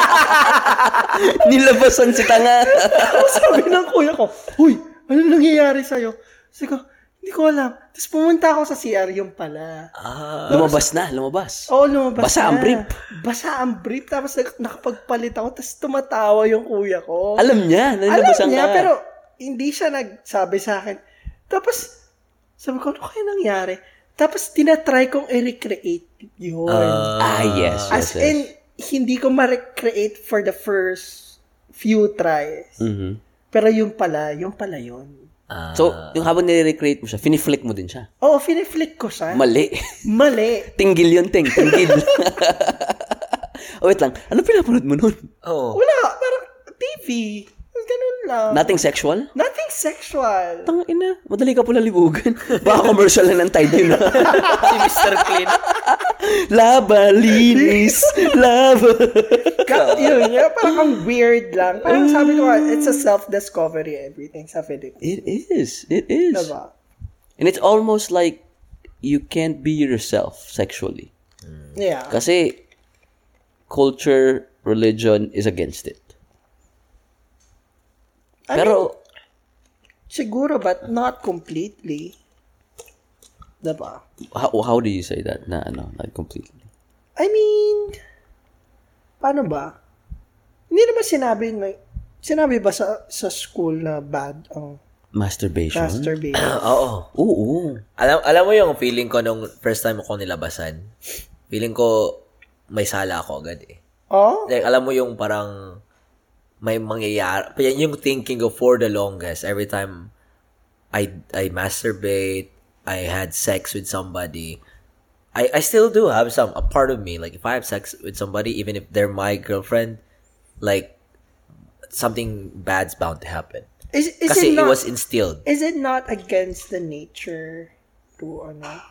S5: <laughs>
S2: Nilabasan si
S5: <laughs>
S2: tanga.
S5: Tapos sabi ng kuya ko, Huy, ano nangyayari sa'yo? Sabi ko, hindi ko alam. Tapos pumunta ako sa CR yung pala.
S2: lumabas na. Lumabas.
S5: Oo, lumabas
S2: Basa
S5: na.
S2: ang brief.
S5: Basa ang brief. Tapos nag- nakapagpalit ako. Tapos tumatawa yung kuya ko.
S2: Alam niya. Nilabasan
S5: Alam niya,
S2: ka.
S5: pero hindi siya nagsabi sa akin. Tapos, sabi ko, ano kaya nangyari? Tapos, tinatry kong i-recreate yun.
S2: ah, yes. yes,
S5: As
S2: yes.
S5: in, hindi ko ma-recreate for the first few tries.
S2: Mhm.
S5: Pero yung pala, yung pala yun.
S2: So, yung habang nire-recreate mo siya, finiflick mo din siya.
S5: Oo, finiflick ko siya.
S2: Mali. <laughs>
S5: Mali.
S2: tinggil yun, ting. Tinggil. <laughs> oh, wait lang. Ano pinapanood mo nun?
S3: Oh.
S5: Wala, parang TV. Ganun lang.
S2: Nothing sexual?
S5: Nothing sexual.
S2: Tang ina, madali ka pala libugan. <laughs> Baka commercial na ng Tide yun. ah.
S3: si Mr. Clean.
S2: <laughs> Laba, linis, lava. <laughs>
S5: Ka- yun, yun, parang ang weird lang. Parang sabi ko, nga, it's a self-discovery everything sa Philippines.
S2: It is, it is.
S5: Diba?
S2: And it's almost like you can't be yourself sexually.
S5: Yeah.
S2: Kasi culture, religion is against it.
S5: I mean,
S2: Pero,
S5: siguro, but not completely. Diba?
S2: how, how do you say that? Na ano, not completely.
S5: I mean, paano ba? Hindi naman sinabi na, sinabi ba sa, sa school na bad ang
S2: Masturbation?
S5: masturbation?
S3: <coughs> Oo.
S2: Oo.
S3: Alam, alam mo yung feeling ko nung first time ako nilabasan? Feeling ko may sala ako agad eh.
S5: oh?
S3: Like, alam mo yung parang may mangyayari. Kaya yung thinking ko for the longest, every time I I masturbate, I had sex with somebody, I, I still do have some, a part of me, like, if I have sex with somebody, even if they're my girlfriend, like, something bad's bound to happen.
S5: Is, is
S3: Kasi
S5: it
S3: it,
S5: not,
S3: was instilled.
S5: is it not against the nature to ano?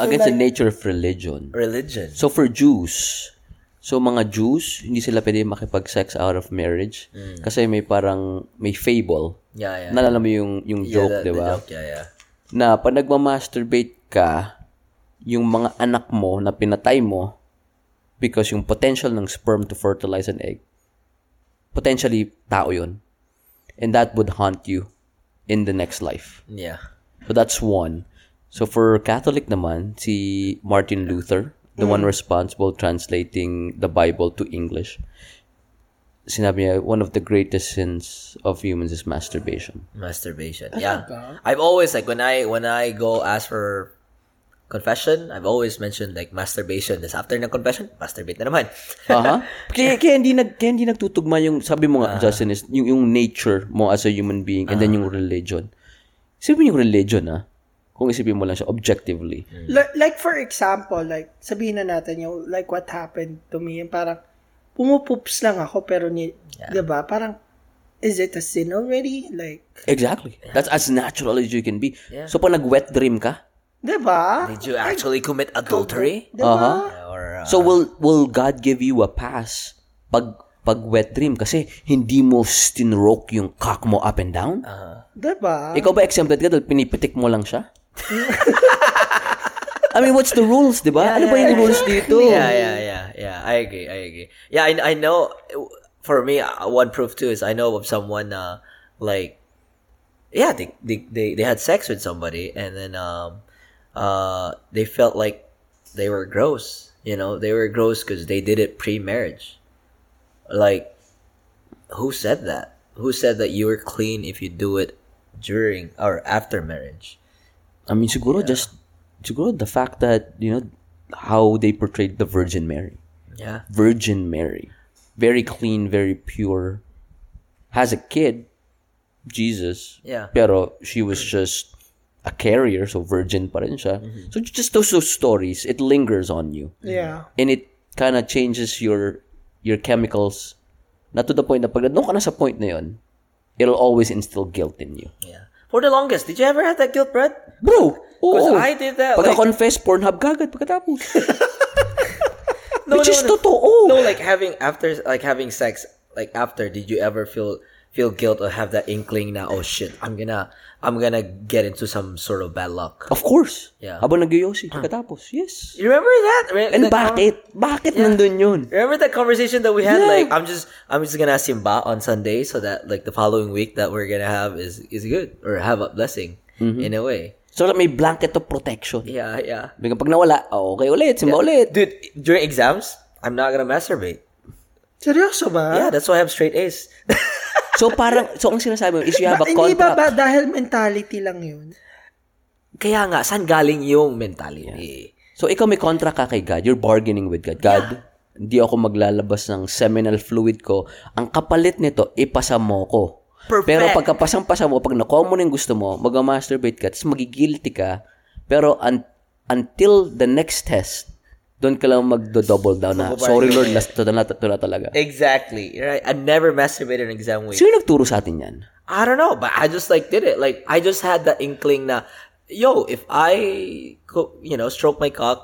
S2: Against the nature of religion.
S3: Religion.
S2: So for Jews, so mga Jews, hindi sila pwede makipag-sex out of marriage kasi may parang may fable.
S3: Yeah, Mm. yeah.
S2: Nalala mo yung yung
S3: Yeah,
S2: joke,
S3: the-
S2: 'di
S3: the
S2: ba?
S3: joke, Yeah, yeah.
S2: Na pag nagma-masturbate ka, yung mga anak mo na pinatay mo because yung potential ng sperm to fertilize an egg potentially tao 'yun. And that would haunt you in the next life.
S3: Yeah.
S2: So that's one. So for Catholic naman, si Martin Luther, the one responsible translating the Bible to English, sinabi niya, one of the greatest sins of humans is masturbation.
S3: Masturbation. Yeah. I've always like when I when I go ask for confession, I've always mentioned like masturbation. This after ng confession, masturbate na naman.
S2: Aha. <laughs> Kaya, kaya, hindi nag, kaya hindi nagtutugma yung, sabi mo nga, Justin, is yung, yung nature mo as a human being and then yung religion. Isipin mo yung religion, ah. Kung isipin mo lang siya objectively.
S5: Li- like for example, like sabihin na natin yung like what happened to me, yung parang pumupoops lang ako pero ni, 'di ba? Parang is it a sin already? Like,
S2: Exactly. That's as natural as you can be. So pag nag-wet dream ka,
S5: 'di ba?
S3: Did you actually commit adultery?
S5: 'Di ba?
S3: Or uh,
S2: So will will God give you a pass pag pag wet dream kasi hindi mo stinroke yung cock mo up and down?
S5: 'Di ba?
S2: Ikaw ba exempted ka dahil pinipitik mo lang siya? I mean, what's the rules, di ba? ano ba yung rules dito?
S3: yeah, yeah, yeah, yeah. I agree. I agree. Yeah, I, I know. For me, uh, one proof too is I know of someone uh, like, yeah, they, they they they had sex with somebody and then um, uh, they felt like they were gross. You know, they were gross because they did it pre-marriage. Like, who said that? Who said that you are clean if you do it during or after marriage?
S2: I mean, siguro just, siguro the fact that, you know, how they portrayed the Virgin Mary.
S3: Yeah.
S2: Virgin Mary. Very clean, very pure. Has a kid, Jesus.
S3: Yeah.
S2: Pero she was just a carrier, so virgin pa rin siya. So just those, those stories, it lingers on you.
S5: Yeah.
S2: And it kind of changes your your chemicals not to the point na pag nandun ka na sa point na yun, it'll always instill guilt in you.
S3: Yeah. For the longest, did you ever have that guilt, Brad?
S2: Bro!
S3: Because
S2: Oo.
S3: I did that, like-
S2: Pagka-confess, Pornhub kagad pagkatapos.
S3: <laughs> No,
S2: Which
S3: no,
S2: is
S3: no.
S2: totoo.
S3: No, like having after, like having sex, like after. Did you ever feel feel guilt or have that inkling na oh shit, I'm gonna I'm gonna get into some sort of bad luck?
S2: Of course.
S3: Yeah. Ah.
S2: Habang nagyoyosi, pagkatapos. Yes.
S3: You remember that? Re-
S2: And
S3: that con-
S2: bakit? Bakit nandun yun?
S3: Remember that conversation that we had?
S2: Yeah.
S3: Like I'm just I'm just gonna ask him ba on Sunday so that like the following week that we're gonna have is is good or have a blessing in a way.
S2: So that may blanket of protection.
S3: Yeah, yeah.
S2: Bigyan pag nawala, ah, okay ulit, simba ulit.
S3: Dude, during exams, I'm not gonna masturbate.
S5: Seryoso ba?
S3: Yeah, that's why I have straight A's. <laughs>
S2: So parang, so ang sinasabi mo is you have
S5: Ba-
S2: a
S5: hindi ba, ba
S2: contract. Diba?
S5: dahil mentality lang yun?
S3: Kaya nga, saan galing yung mentality?
S2: So ikaw may contract ka kay God. You're bargaining with God. God, hindi ako maglalabas ng seminal fluid ko. Ang kapalit nito, ipasa mo ko.
S3: Perfect.
S2: Pero pagkapasang-pasa mo, pag nakuha mo na yung gusto mo, mag-masturbate ka, tapos magigilty ka. Pero un- until the next test, doon ka lang magdo-double down na, sorry Lord, last to na, to na talaga.
S3: Eh. Exactly. Right. I never masturbated in exam week.
S2: Sino nagturo sa atin yan?
S3: I don't know, but I just like did it. Like I just had that inkling na, yo, if I co- you know stroke my cock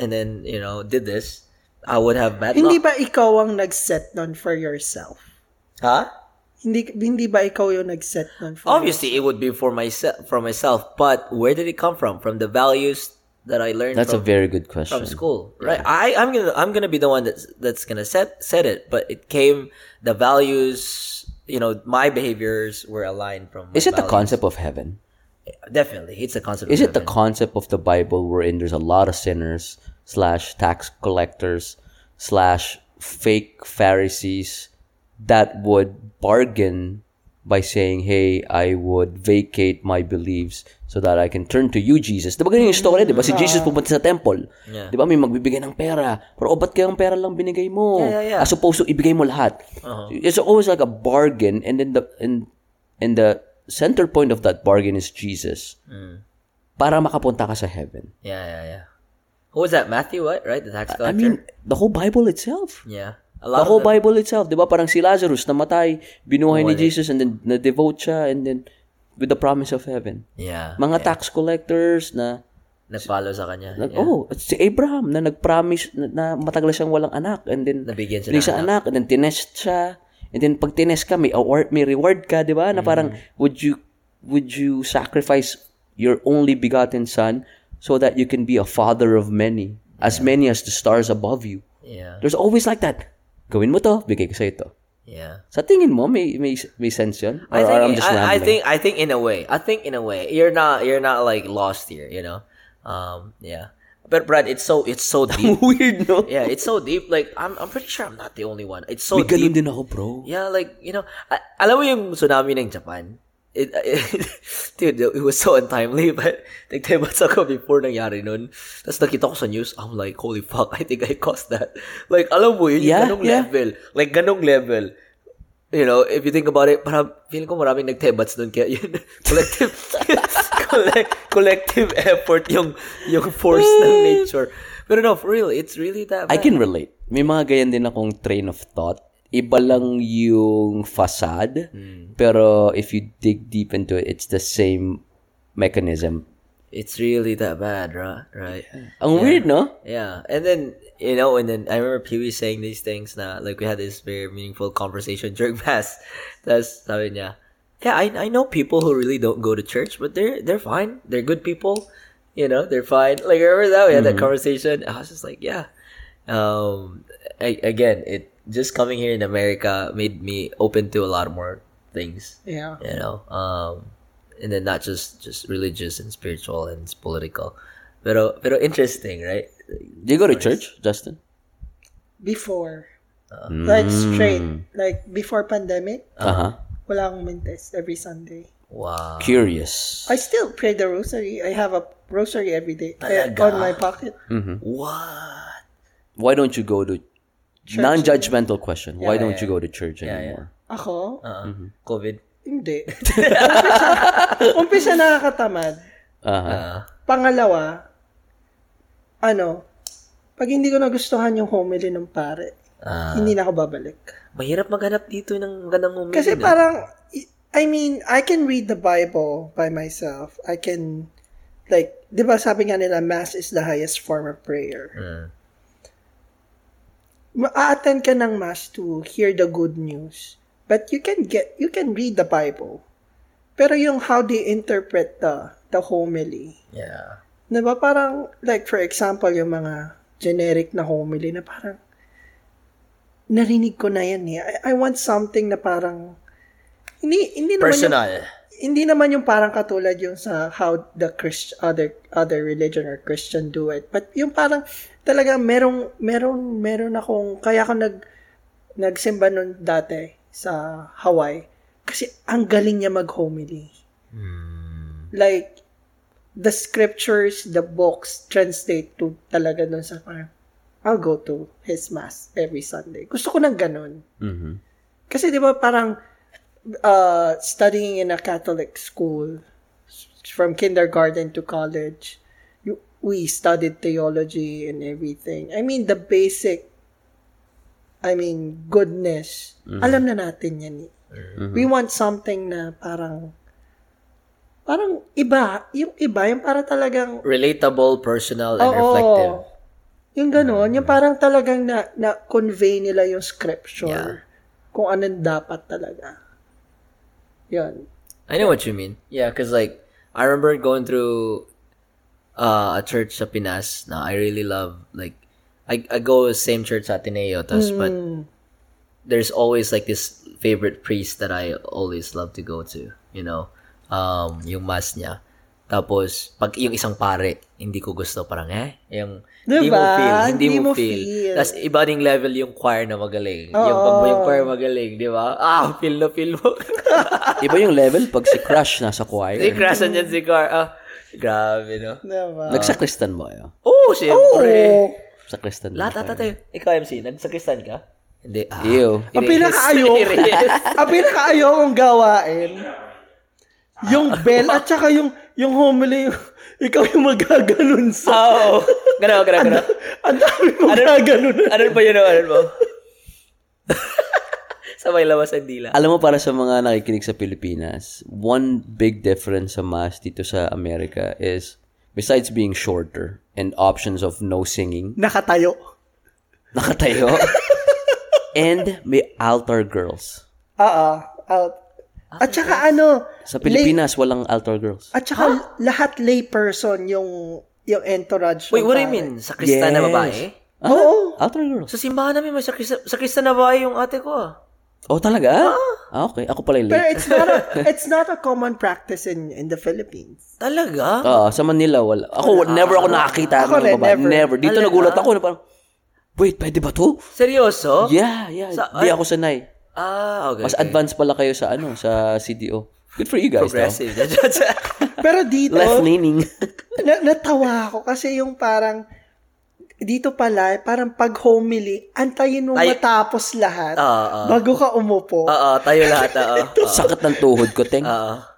S3: and then you know did this, I would have bad
S5: Hindi
S3: luck.
S5: ba ikaw ang nag-set nun for yourself?
S3: Huh?
S5: Hindi hindi ba ikaw yung nag-set
S2: Oh.
S5: nun for
S3: Obviously, it would be for myself. For myself, but where did it come from? From the values that I learned.
S2: That's a
S3: from,
S2: very good question.
S3: from school, right? I I'm gonna I'm gonna be the one that's that's gonna set set it, but it came the values. You know, my behaviors were aligned from. my
S2: Is it the
S3: values.
S2: concept of heaven?
S3: Definitely, it's a concept.
S2: Is it
S3: of
S2: the concept of the Bible wherein there's a lot of sinners slash tax collectors slash fake Pharisees that would bargain by saying, "Hey, I would vacate my beliefs so that I can turn to you, Jesus." Diba ganyan yung story, diba? Si Jesus pumunta sa temple.
S3: Yeah.
S2: Diba may magbibigay ng pera. Pero o ba't kayang pera lang binigay mo?
S3: Yeah, Uh-huh. yeah, yeah.
S2: As opposed to ibigay mo lahat. It's always like a bargain and then the and, and the center point of that bargain is Jesus
S3: Mm.
S2: para makapunta ka sa heaven.
S3: Yeah, yeah, yeah. Who was that? Matthew, what? Right? The tax
S2: I
S3: collector?
S2: mean, the whole Bible itself.
S3: yeah. A
S2: The
S3: lot
S2: whole
S3: of the,
S2: Bible itself. Di ba? Parang si Lazarus, namatay, binuhay ni Jesus, and then na-devote siya, and then with the promise of heaven.
S3: Yeah.
S2: Mga tax collectors na,
S3: Nagpalo sa kanya.
S2: nag,
S3: yeah.
S2: oh, si Abraham na nag-promise na, na matagal siyang walang anak, and then
S3: Nabigyan siya
S2: hindi
S3: ng
S2: siya anak, and then tinest siya, and then pag tinest ka, may, award, may reward ka, di ba?
S3: Mm.
S2: Na parang, would you, would you sacrifice your only begotten son so that you can be a father of many, as many as the stars above you?
S3: Yeah.
S2: There's always like that. Gawin mo to, bigay ko sa ito.
S3: Yeah.
S2: Sa tingin mo, may, may, may sense yun? Or,
S3: I think,
S2: or I'm just
S3: I, I
S2: rambling?
S3: think I think in a way. I think in a way. You're not you're not like lost here, you know? Um, yeah. But Brad, it's so it's so
S2: <laughs>
S3: deep.
S2: Weird, no?
S3: yeah, it's so deep. Like I'm I'm pretty sure I'm not the only one. It's so
S2: May ganun
S3: deep.
S2: din ako, bro.
S3: Yeah, like, you know, I, alam mo yung tsunami ng Japan? It, <laughs> it- dude, it was so untimely, <laughs> but nagtibas ako before nangyari nun. Tapos nakita ko sa news, I'm like, holy fuck, <laughs> I think I caused that. Like, alam mo, yun
S2: Yeah,
S3: yung ganong
S2: yeah.
S3: level. Like, ganong level. You know, if you think about it, parang, feeling ko maraming nagtebats nun. Kaya yun, <laughs> collective, collect, collective effort yung, yung force
S2: <laughs>
S3: ng nature. Pero no, for real, it's really that
S2: I
S3: bad.
S2: can relate. May mga ganyan din akong train of thought. Iba lang yung facade,
S3: Hmm.
S2: pero if you dig deep into it, it's the same mechanism.
S3: It's really that bad, right? Right.
S2: Ang weird, no?
S3: Yeah, and then you know, and then I remember Pee Wee saying these things. Now, like we had this very meaningful conversation <laughs> during mass. That's sabi niya. Yeah, I I know people who really don't go to church, but they're they're fine. They're good people. You know, they're fine. Like remember that we had that conversation. I was just like, yeah. Um, I, again, it just coming here in America made me open to a lot more things
S5: Yeah.
S3: you know um and then not just just religious and spiritual and political pero pero interesting right
S2: Do you go to church, Justin?
S5: Before. Like straight. Like before pandemic,
S3: Uh-huh.
S2: Aha.
S5: wala akong mintes every Sunday.
S3: Wow.
S2: Curious.
S5: I still pray the rosary. I have a rosary every day eh,
S3: Talaga?
S5: on my pocket.
S2: Mm.
S3: What?
S2: Why don't you go to non-judgmental question? Why don't you go to church anymore?
S5: Ako?
S2: Ah.
S3: Uh, COVID.
S5: Hindi. <laughs> umpisa, umpisa nakakatamad.
S2: Aha.
S3: Ah.
S5: Pangalawa, ano, pag hindi ko nagustuhan yung homily ng pare, hindi na ako babalik.
S3: Mahirap maghanap dito ng eh. ganang uminom.
S5: Kasi parang, i- I mean, I can read the Bible by myself. I can, like, di ba sabi nga nila, Mass is the highest form of prayer. Ma-attend ka ng Mass to hear the good news. But you can get, you can read the Bible. Pero yung how they interpret the, the homily,
S3: Yeah.
S5: na ba parang, like for example, yung mga generic na homily na parang, narinig ko na yan eh. I, I want something na parang, hindi, hindi naman yung,
S3: Personal.
S5: hindi naman yung parang katulad yung sa how the Christ, other, other religion or Christian do it. But yung parang, talaga merong, merong, meron akong, kaya ako nag, nagsimba nun dati sa Hawaii. Kasi ang galing niya mag-homily. Like, the scriptures, the books translate to talaga dun sa parang, I'll go to his mass every Sunday. Gusto ko ng ganun. Kasi di ba parang uh, studying in a Catholic school s- from kindergarten to college, you, we studied theology and everything. I mean, the basic, I mean, goodness, alam na natin yan. eh. We want something na parang parang iba, yung iba, yung para talagang
S3: Relatable, personal, and
S5: Oo.
S3: reflective.
S5: Yung gano'n, yung parang talagang na, na-convey nila yung
S3: Yeah.
S5: scripture. Kung anong dapat talaga. Yun.
S3: I know what you mean. Yeah, because like I remember going through uh, a church sa Pinas. Now I really love like I I go to the same church sa Ateneo, tas, but
S5: Mm.
S3: there's always like this favorite priest that I always love to go to. You know, um, yung mass niya. Tapos, pag yung isang pare, hindi ko gusto parang eh. Yung, hindi mo
S5: Diba?
S3: feel. Hindi,
S5: Hindi
S3: mo
S5: mo
S3: feel.
S5: feel.
S3: Tas iba ding level yung choir na magaling. Yung pag yung choir magaling, di ba? Ah, feel na feel mo. <laughs>
S2: Iba yung level pag si Crush nasa choir.
S3: Si <laughs> Crash andyan si Car. Ah, grabe, no?
S5: Diba?
S2: Nagsakristan ba kayo?
S3: Oo, oh, syempre.
S2: Sakristan ba?
S3: Lahat ata tayo. eh. Ikaw, MC, nagsakristan ka? Hindi. Ah.
S2: Ew.
S5: Ang
S3: <laughs>
S5: pinakaayaw, <laughs> ang pinakaayaw kong gawain, yung bell at saka yung, yung homily, <laughs> ikaw yung magaganon sa,
S3: Oo. Ganun, ganun, ganun.
S5: ang dami mong gaganon.
S3: Ano ba yun, ano <laughs> mo? Sa may lawas ang dila.
S2: Alam mo, para sa mga nakikinig sa Pilipinas, one big difference sa mass dito sa Amerika is, besides being shorter and options of no singing, <laughs>
S5: Nakatayo.
S2: nakatayo, and may altar girls.
S5: Oo. Out.
S3: Ah,
S5: At saka ano,
S2: Sa
S5: lay-
S2: Pilipinas, walang altar girls.
S5: At saka lahat lay person yung yung entourage.
S3: Wait,
S5: ng
S3: what do you
S5: pare.
S3: mean? Sa kristan na
S2: Yes.
S3: babae?
S5: Oo.
S2: Ah, Altar girls.
S3: Sa simbahan namin, may sa kristan, sa kristan na babae yung ate ko, ah.
S2: Oh, talaga? Ah, okay. Ako pala yung
S5: Pero
S2: late.
S5: it's not
S3: <laughs>
S5: a, it's not a common practice in in the Philippines.
S3: Talaga?
S2: Oo, Ah, sa Manila, wala. Ako, never ako nakakita ng
S5: Ako rin,
S2: babae. Never.
S5: never.
S2: Dito
S3: Talaga?
S2: nagulat ako na parang, wait, pwede ba to?
S3: Seryoso?
S5: Oh.
S2: Yeah, yeah.
S3: Sa-
S2: Di ako sanay.
S3: Ah, okay.
S2: Mas
S3: okay.
S2: advanced pala kayo sa ano, sa CDO. Good for you guys, though.
S3: Progressive.
S5: Pero dito,
S2: Left leaning.
S5: na, natawa ako kasi yung parang dito pala, parang pag homily, antayin mo
S3: Ay-
S5: matapos lahat
S3: Ah, ah.
S5: bago ka umupo.
S3: <laughs> Oo, tayo lahat, ah, <laughs>
S2: <laughs>
S3: oo.
S2: Sakit ng tuhod ko, Teng.
S3: Oo. ah.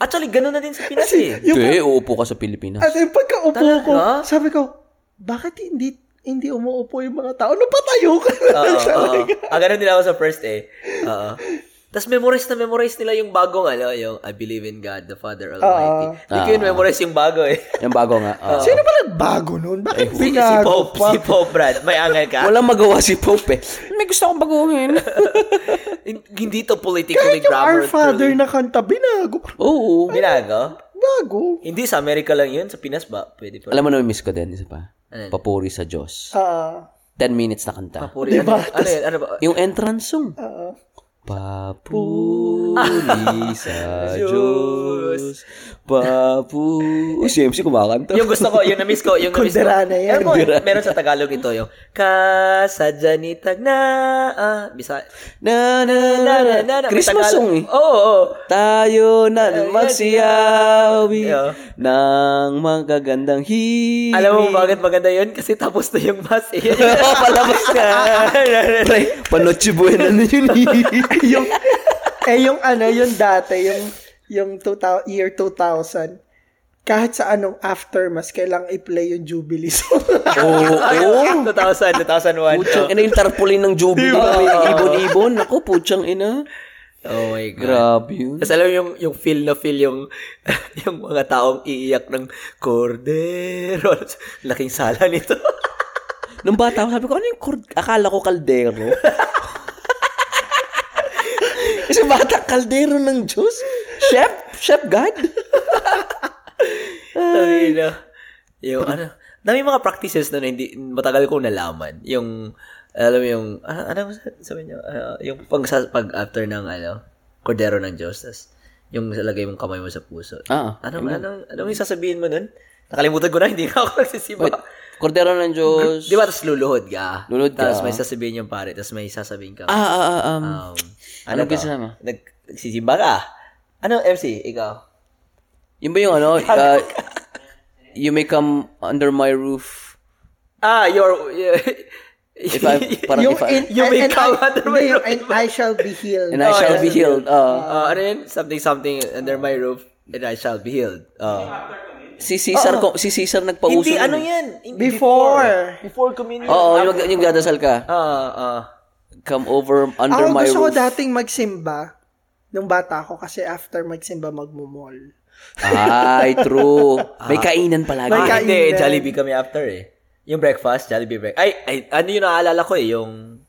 S3: Actually, ganun na din sa Pinas, eh.
S5: Yung-
S2: Hindi, uupo ka sa Pilipinas.
S5: At yung pagkaupo ko,
S3: Talaga?
S5: sabi ko, bakit hindi hindi umuupo yung mga tao? Ano patayo ka na?
S3: Oo,
S5: <laughs> Sabi
S3: oo.
S5: ko,
S3: Ah, ganun din ako sa first eh. Oo. Tapos memorize na memorize nila yung bagong ano, yung I believe in God, the Father Almighty. Hindi ko yun
S2: Ah.
S3: memorize yung bago eh.
S2: Yung bago nga. ah.
S5: Sino ba nagbago nun? Bakit
S3: Si, si
S5: binago
S3: Pope,
S5: pa?
S3: si Pope Brad, may angal ka?
S2: Walang magawa si Pope eh. May gusto akong baguhin.
S3: Hin- Hindi to politically
S5: Kahit yung
S3: grammar.
S5: Our Father na kanta, binago. pa.
S2: <laughs> Oo.
S3: Binago?
S5: Bago.
S3: Hindi, sa Amerika lang yun. Sa Pinas ba? Pwede pa.
S2: Alam mo na may miss ko din, isa pa.
S3: Ano?
S2: Papuri sa Diyos.
S5: Ah,
S2: 10 minutes na kanta.
S3: Papuri. Ano, ano, yun? ano ba?
S2: Yung entrance song.
S5: ah,
S2: Papuri Ah. <laughs> sa Diyos. Papu... Oh, si MC kumakanta.
S3: Yung gusto ko, yung na-miss ko, yung na-miss ko.
S5: Kundirana yan.
S3: Ewan ko, meron sa Tagalog ito yung Kasadya ni Tagna. ah, Bisa.
S2: Na, na, na, na, na, na. Christmas song eh.
S3: Oo, oo.
S2: Tayo na magsiyawi
S3: Yeah.
S2: ng magagandang hiling.
S3: Alam mo bakit maganda yun? Kasi tapos na yung mass <laughs> eh.
S2: Palabas na. Pre, panoche buena na yun. <laughs>
S5: yung, eh yung ano, yung dati, yung, yung 2000, year 2000, kahit sa anong aftermath, kailangan i-play yung Jubilee song.
S2: Oo. oo.
S3: 2000, 2001.
S2: Putsang ina yung tarpaulin ng Jubilee. Yung Ibon-ibon. Ako, putsang ina.
S3: Oh my God.
S2: Grabe yun.
S3: Tapos alam mo yung, yung feel na feel yung, <laughs> yung mga taong iiyak ng Cordero. Laking sala nito. <laughs>
S2: Nung bata ako, sabi ko, ano yung cord- Akala ko kaldero. <laughs> Kasi bata, kaldero ng Diyos. Chef? Chef God?
S3: Sabi na, yung ano, dami mga practices na, na hindi, matagal kong nalaman. Yung, alam mo yung, ano, ano sabi niyo, Ah, yung pag, sa- pag after ng, ano, kordero ng Diyos, tas, yung lagay mong kamay mo sa puso.
S2: Ah,
S3: ano, ano, ano yung sasabihin mo nun? Nakalimutan ko na, <laughs> hindi na ako nagsisiba.
S2: Wait, kordero ng Diyos.
S3: Di ba, tas lululuhod ka.
S2: Luluhod ka.
S3: Tapos may sasabihin yung pare, tas may sasabihin ka.
S2: Ah, ah, ah, um,
S3: Um,
S2: Anong
S3: ka?
S2: kasama?
S3: Nag, nagsisimba ka. Ano, MC, ikaw?
S2: Yun ba yung ano?
S5: <laughs>
S2: uh, you may come under my roof.
S3: Ah, your... <laughs>
S2: If I,
S5: <laughs>
S2: parang
S5: yung
S2: if I,
S5: in, Oh,
S3: You may
S5: and,
S3: come
S5: I-
S3: under
S5: hindi,
S3: my
S5: yung
S3: roof.
S5: and I shall be healed.
S2: and I shall be healed. Uh,
S3: Uh, Oh, ano yun? Something, something under my roof and I shall be healed. Uh,
S2: si Caesar, ko, si Caesar nagpauso.
S3: hindi,
S2: nun
S3: ano
S2: eh.
S3: yan? In-
S5: Before.
S3: Before communion.
S2: Oo, yung, mag- yung dadasal ka.
S3: Ah, ah.
S2: Come over under
S5: Ako
S2: my
S5: Ah, gusto ko
S2: roof.
S5: dating magsimba nung bata ako kasi after magsimba magmumol.
S2: Ay,
S5: <laughs>
S2: true. May kainan palagi.
S5: May
S3: Ah,
S5: kain
S3: hindi,
S5: din.
S3: Jollibee kami after eh. Yung breakfast, Jollibee breakfast. Ay, ay, ano yung naaalala ko eh, yung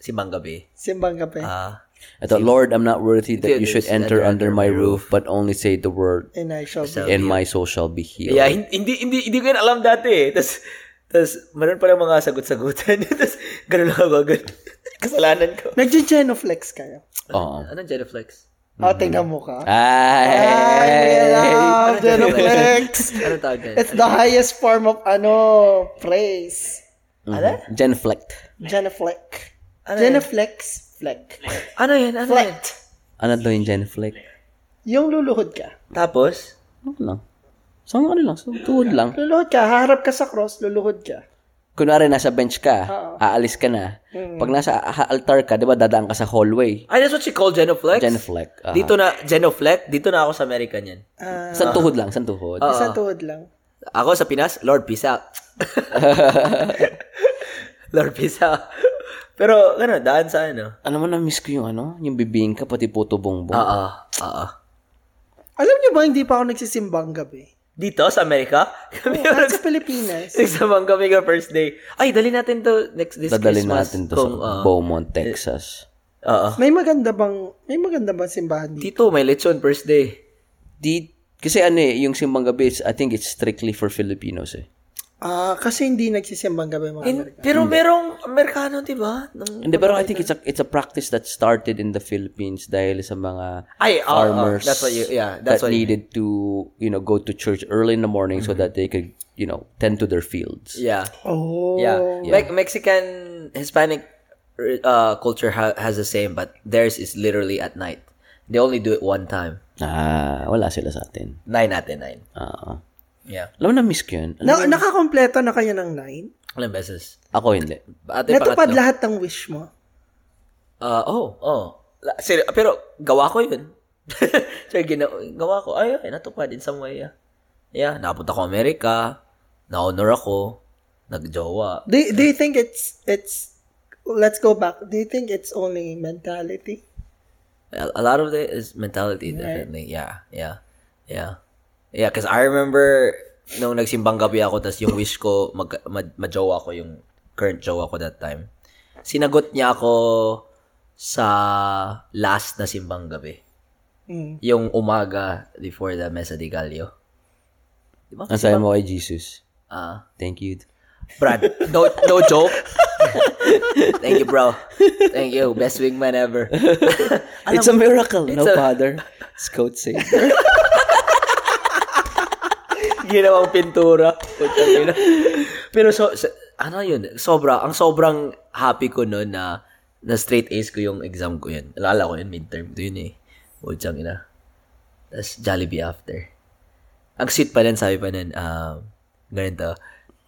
S3: simbang gabi.
S5: Simbang gabi.
S3: Ah,
S2: Ito, Lord, I'm not worthy that
S3: Dude,
S2: you should
S3: it's
S2: enter under
S3: under- under
S2: my
S3: my
S2: roof, but only say the word,
S5: and I shall be.
S2: and my soul shall be healed.
S3: yeah, hin- hindi, hindi, hindi ko yun alam dati eh. Tapos, tapos, meron palang mga sagot-sagutan. <laughs> tapos, ganun <laughs> lang ako agad. Kasalanan ko.
S5: Nag-genoflex kayo.
S2: Oo.
S3: Anong genoflex?
S5: O, tingnan mo ka. Ay,
S2: Mm-hmm. Ay! Ano
S5: yeah,
S2: <laughs>
S5: genoflex.
S3: Anong tawag yan?
S5: It's the highest form of ano, praise.
S2: Mhm. Genflect.
S5: Genoflex. Genoflex. Fleck.
S3: Ano yan? Ano yan?
S5: Fleck.
S2: Ano daw yung genflect?
S5: Yung luluhod ka.
S3: Tapos,
S2: Ano lang? Sa mga ano lang, sa tuhod lang.
S5: Luluhod ka, haharap ka sa cross, luluhod ka.
S2: Kunwari, nasa bench ka, aalis ka na. Pag nasa a- altar ka, di ba, dadaan ka sa hallway.
S3: Ay, that's what she called genoflex?
S2: Genflect. ah.
S3: Dito na, genoflex, dito na ako sa American yan. Ah.
S2: Sa tuhod lang, sa tuhod.
S5: Sa tuhod lang.
S3: Ako sa Pinas, Lord, peace
S2: <laughs>
S3: out. Lord, peace out. Pero, ano, daan sa ano?
S2: Alam mo, na-miss ko yung ano, yung bibingka, pati puto bongbong.
S3: Oo, oo.
S5: Alam niyo ba, hindi pa ako nagsisimbang
S3: <laughs>
S5: gabi.
S3: Dito, sa Amerika, <laughs> kami yung
S5: Kahit sa Pilipinas.
S3: nagsamang kami ka first day. Ay, dali natin to next this
S2: Dadalhin
S3: Christmas.
S2: natin to
S3: kung,
S2: sa
S3: ah,
S2: Beaumont, Texas.
S3: Oo.
S5: May maganda bang may maganda bang simbahan dito?
S3: Dito, may lechon first day.
S2: Di, kasi ano eh, yung simbang gabi, it's- I think it's strictly for Filipinos eh.
S5: Ah, kasi hindi nagsisimbang gabi mga
S3: In-
S5: Amerika.
S3: pero merong Amerikano, di ba? Nung-
S2: Hindi, pero I think it's a, it's a practice that started in the Philippines dahil sa mga
S3: Ay, oo, oo.
S2: farmers
S3: That's what you, yeah, that's
S2: that
S3: what you- Mm-hmm.
S2: needed to, you know, go to church early in the morning so that they could, you know, tend to their fields.
S3: Yeah.
S5: Oh.
S3: Yeah. Me- Mexican Hispanic uh, culture ha- has the same, but theirs is literally at night. They only do it one time.
S2: Ah, wala sila sa atin.
S3: Nine at nine.
S2: Ah.
S3: Yeah.
S2: alam mo na miss ko yun. Alam-
S5: Na, nakakompleto na kayo ng nine?
S3: Ilang beses?
S2: Ako hindi.
S3: Ate,
S5: Natupad
S3: pangatlo.
S5: lahat ng wish mo.
S3: Ah, oh, oh. La- seri- pero gawa ko yun. <laughs> Sir, gina- gawa ko. Ay, ay, natupad in some way. Yeah. yeah. Napunta ko Amerika. Na-honor ako. Nag-jowa.
S5: Do, do you think it's it's let's go back. Do you think it's only mentality?
S3: a a lot of it is mentality definitely yeah yeah yeah yeah because I remember nung nagsimbang gabi ako tas yung wish ko mag, mag majowa ko yung current jowa ko that time sinagot niya ako sa last na simbang gabi
S5: Mm.
S3: yung umaga before the Mesa de Gallo di ba
S2: Ang sabi mo kay Jesus,
S3: ah
S2: thank you.
S3: Brad no no joke <laughs> Thank you, bro. Thank you. Best wingman ever.
S2: it's a miracle. no,
S3: a-
S2: father. It's code safe.
S3: <laughs> Ginawang pintura. Putang ina. Pero so, so- ano yun, sobra, ang sobrang happy ko noon na na straight A's ko yung exam ko yun. Alala ko yun, midterm ko yun eh. Putang ina. Tapos Jollibee after. Ang sweet pa nun, sabi pa nun, um, ganito,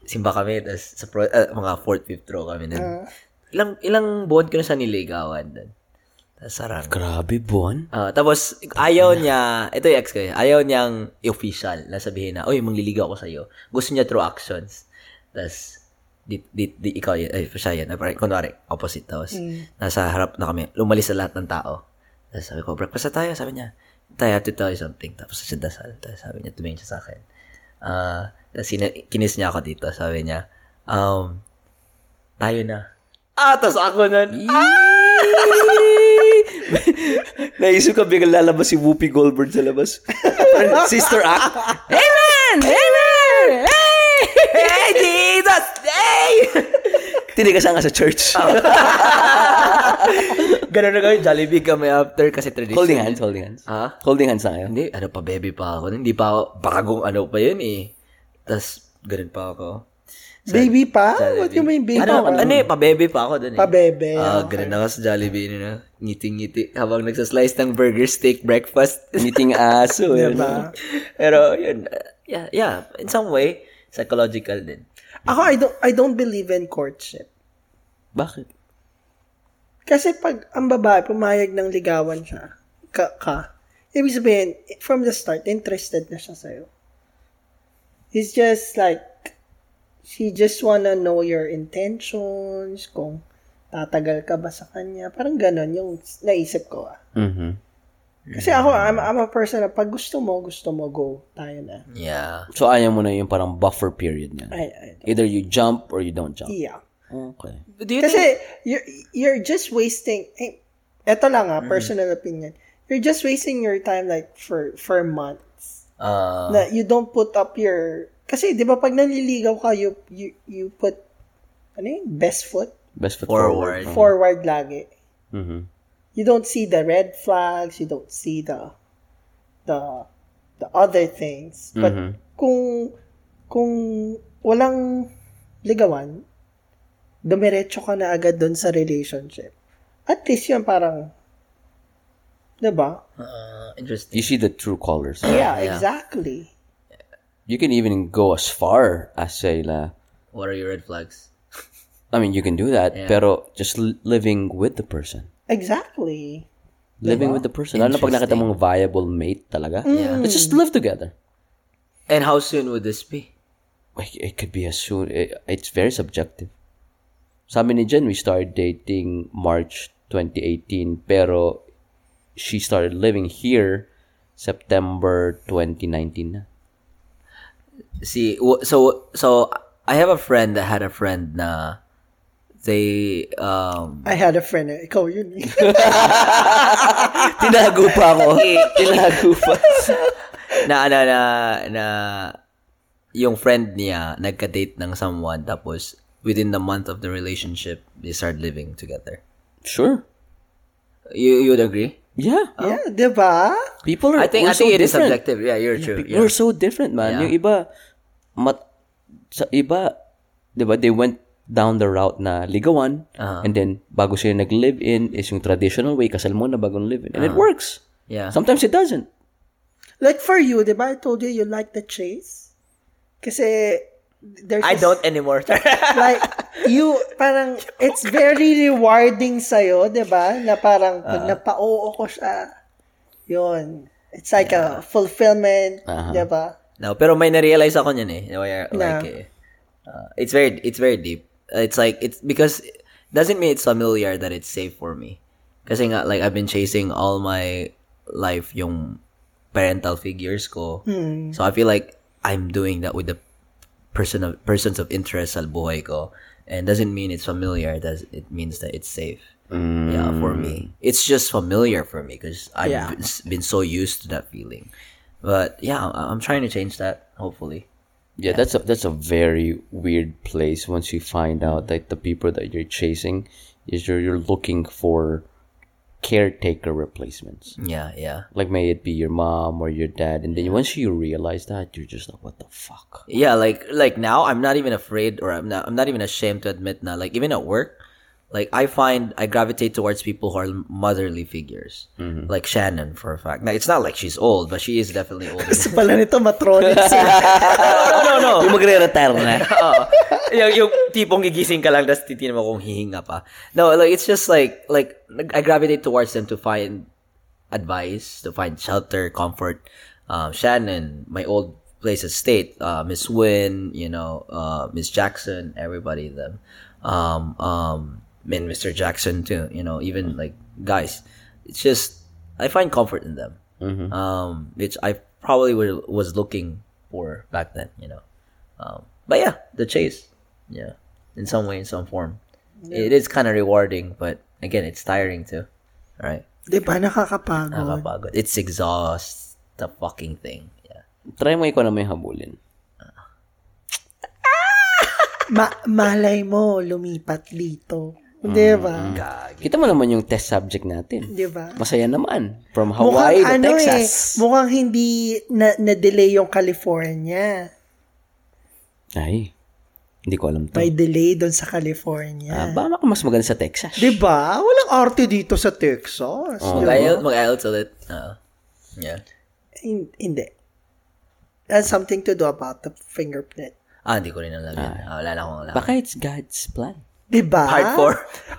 S3: simba kami, tapos sa pro- ah, mga fourth, fifth row kami nun. ilang, ilang buwan ko na siya niligawan dun. Tapos sarang.
S2: Grabe, Bon.
S3: Ah, tapos, ayaw niya, ito yung ex ko, eh, ayaw niyang official na sabihin na, oy, mangliligaw ako sa'yo. Gusto niya through actions. Tapos, di, di, di, ikaw yun, ay, siya yun, Ah, parang, kunwari, opposite. Tapos, nasa harap na kami, lumalis na lahat ng tao. Tapos sabi ko, breakfast na tayo, sabi niya, tayo, I have to tell you something. Tapos siya dasal, tapos sabi niya, tumingin siya sa akin. Ah, tapos sina- kinis niya ako dito, sabi niya, um, tayo na. Ah, tapos ako nun,
S2: Ah!
S3: <laughs>
S2: Naisip ka biglang lalabas si Whoopi Goldberg sa labas. Parang Sister Act. Amen! Amen! Hey! Hey, Jesus! Hey! Tinigasan ka sa church.
S3: Ganun na kami, Jollibee kami after kasi tradition.
S2: holding hands, holding hands.
S3: Ha?
S2: Holding hands na kayo.
S3: Hindi, ano pa, baby pa ako. Hindi pa ako, bagong ano pa yun eh. Tapos, ganun pa ako.
S5: Baby pa? What you mean, baby
S3: Ano,
S5: pa?
S3: ano eh, pa-baby pa ako dun eh.
S5: Pabebe.
S3: Ah, ganun ako sa Jollibee na. Ngiti-ngiti habang nagsaslice ng burger, steak, <laughs> breakfast.
S2: Meeting aso. eh.
S5: Diba?
S3: Pero yun, ah, yeah, yeah, in some way, psychological din.
S5: Ako, I don't, I don't believe in courtship.
S2: Bakit?
S5: Kasi pag ang babae pumayag ng ligawan siya, ka, ka, ibig sabihin, from the start, interested na siya sa'yo. It's just like, she just wanna know your intentions, kung tatagal ka ba sa kanya. Parang ganon yung naisip ko ah.
S2: Mm-hmm.
S5: Kasi ako, I'm, I'm a person na pag gusto mo, gusto mo, go. Tayo na.
S3: Yeah.
S2: So, ayaw mo na yung parang buffer period niya.
S5: Ay, ay,
S2: Either you jump or you don't jump.
S5: yeah.
S2: Okay.
S3: Do you think,
S5: Kasi, you're, you're just wasting, eh, eto lang ah, personal opinion. You're just wasting your time like for for months.
S3: ah,
S5: na you don't put up your kasi 'di ba pag nanliligaw ka you you, you put ano yun? best foot
S2: Best foot
S3: Forward.
S2: forward.
S5: forward lagi.
S2: Mhm.
S5: You don't see the red flags, you don't see the the the other things. But
S3: Mm-hmm.
S2: Mhm.
S5: kung kung walang ligawan, dumiretso ka na agad doon sa relationship. At least yun parang 'di ba?
S3: ah, interesting.
S2: You see the true colors.
S5: Yeah, exactly.
S2: You can even go as far as say la.
S3: What are your red flags?
S2: I mean, you can do that, pero just li- living with the person.
S5: Exactly.
S2: Living with the person. Lalo na pag nakita mong viable mate talaga.
S3: Mm.
S2: Let's just live together.
S3: And how soon would this be?
S2: Like, It could be as soon. it- It's very subjective. Sa amin ni Jen, we started dating March 2018, pero she started living here September 2019 na.
S3: See, w- so so I have a friend that had a friend na they um
S5: I had a friend, eh, ikaw
S3: <laughs>
S5: yun. eh.
S2: Tinago pa ako.
S3: <laughs>
S2: Tinago pa.
S3: na na na na yung friend niya nagka-date ng someone tapos within the month of the relationship they start living together.
S2: Sure.
S3: You you would agree?
S2: Yeah.
S5: yeah, 'di ba?
S2: People are
S3: I think I
S2: we're so
S3: think it is
S2: different.
S3: subjective. Yeah, you're true. Yeah.
S2: We're so different, man. Yung iba, mat, sa iba, di ba, they went down the route na ligawan,
S3: Uh-huh.
S2: and then, bago sila nag-live-in, is yung traditional way, kasal muna bago live-in. And it works.
S3: Uh-huh. Yeah.
S2: Sometimes it doesn't.
S5: Like for you, di ba? I told you you like the chase. Kasi there's
S3: I
S5: this-
S3: don't anymore. <laughs>
S5: like you parang it's very rewarding sa'yo, di ba? Na parang pag napa-oo ko siya. Yun. It's like a fulfillment, di ba?
S3: No, pero may na-realize ako niyan eh. Where,
S5: Yeah.
S3: like, eh, uh, it's very, it's very deep. Uh, It's like, it's because, doesn't mean it's familiar that it's safe for me. Kasi nga, like, I've been chasing all my life yung parental figures ko.
S5: Hmm.
S3: So, I feel like I'm doing that with the person of, persons of interest sa buhay ko. And doesn't mean it's familiar. Does It means that it's safe. Yeah, for me. It's just familiar for me because I've
S5: Hmm. Yeah.
S3: been, been so used to that feeling. But yeah, I- I'm trying to change that, hopefully.
S2: Yeah, that's a that's a very weird place once you find out that the people that you're chasing is you're you're looking for caretaker replacements.
S3: Yeah, yeah.
S2: Like may it be your mom or your dad, and then once you realize that, you're just like, what the fuck?
S3: Yeah, like like now I'm not even afraid or I'm not I'm not even ashamed to admit now. Like even at work, like I find I gravitate towards people who are motherly figures. Like Shannon for a fact. Now it's not like she's old, but she is definitely older.
S5: Gusto pala nito matronics. eh.
S3: <laughs> no,
S5: <laughs>
S3: no, no.
S2: Yung magre-retire na.
S3: <laughs> Oo. yung, yung tipong gigising ka lang tapos titignan mo kung hihinga pa. No, like, it's just like, like, nag- I gravitate towards them to find advice, to find shelter, comfort. Um, Shannon, my old place at state, uh, Miss Wynn, you know, uh, Miss Jackson, everybody, them. Um, um, and Mr. Jackson too, you know, even like guys. It's just, I find comfort in them. Um, which I probably were, was looking for back then, you know. Um, but yeah, the chase, yeah, in some way, in some form, it is kind of rewarding, but again, it's tiring too. All right,
S5: Di ba? Nakakapagod.
S3: Nakakapagod. It's exhaust the fucking thing. Yeah,
S2: Try mo ikaw na may habulin.
S5: Ma- malay mo, lumipat dito. Di ba?
S2: Kita mo naman yung test subject natin.
S5: Di ba?
S2: Masaya naman. From Hawaii
S5: Mukhang
S2: to
S5: ano eh,
S2: Texas.
S5: mukhang hindi na, na-delay yung California. eh.
S2: Ay, hindi ko alam to.
S5: May delay doon sa
S2: Ah,
S5: California.
S2: baka maka mas maganda sa Texas.
S5: Di ba? Walang arte dito sa Texas. Di ba?
S3: mag-IELTS, mag-IELTS ulit. Uh, yeah.
S5: Hin- Hindi. That's something to do about the fingerprint.
S3: Ah, hindi ko rin alam yun. Ah, wala na akong alam.
S2: Baka it's God's plan.
S5: Di ba?
S3: Part four.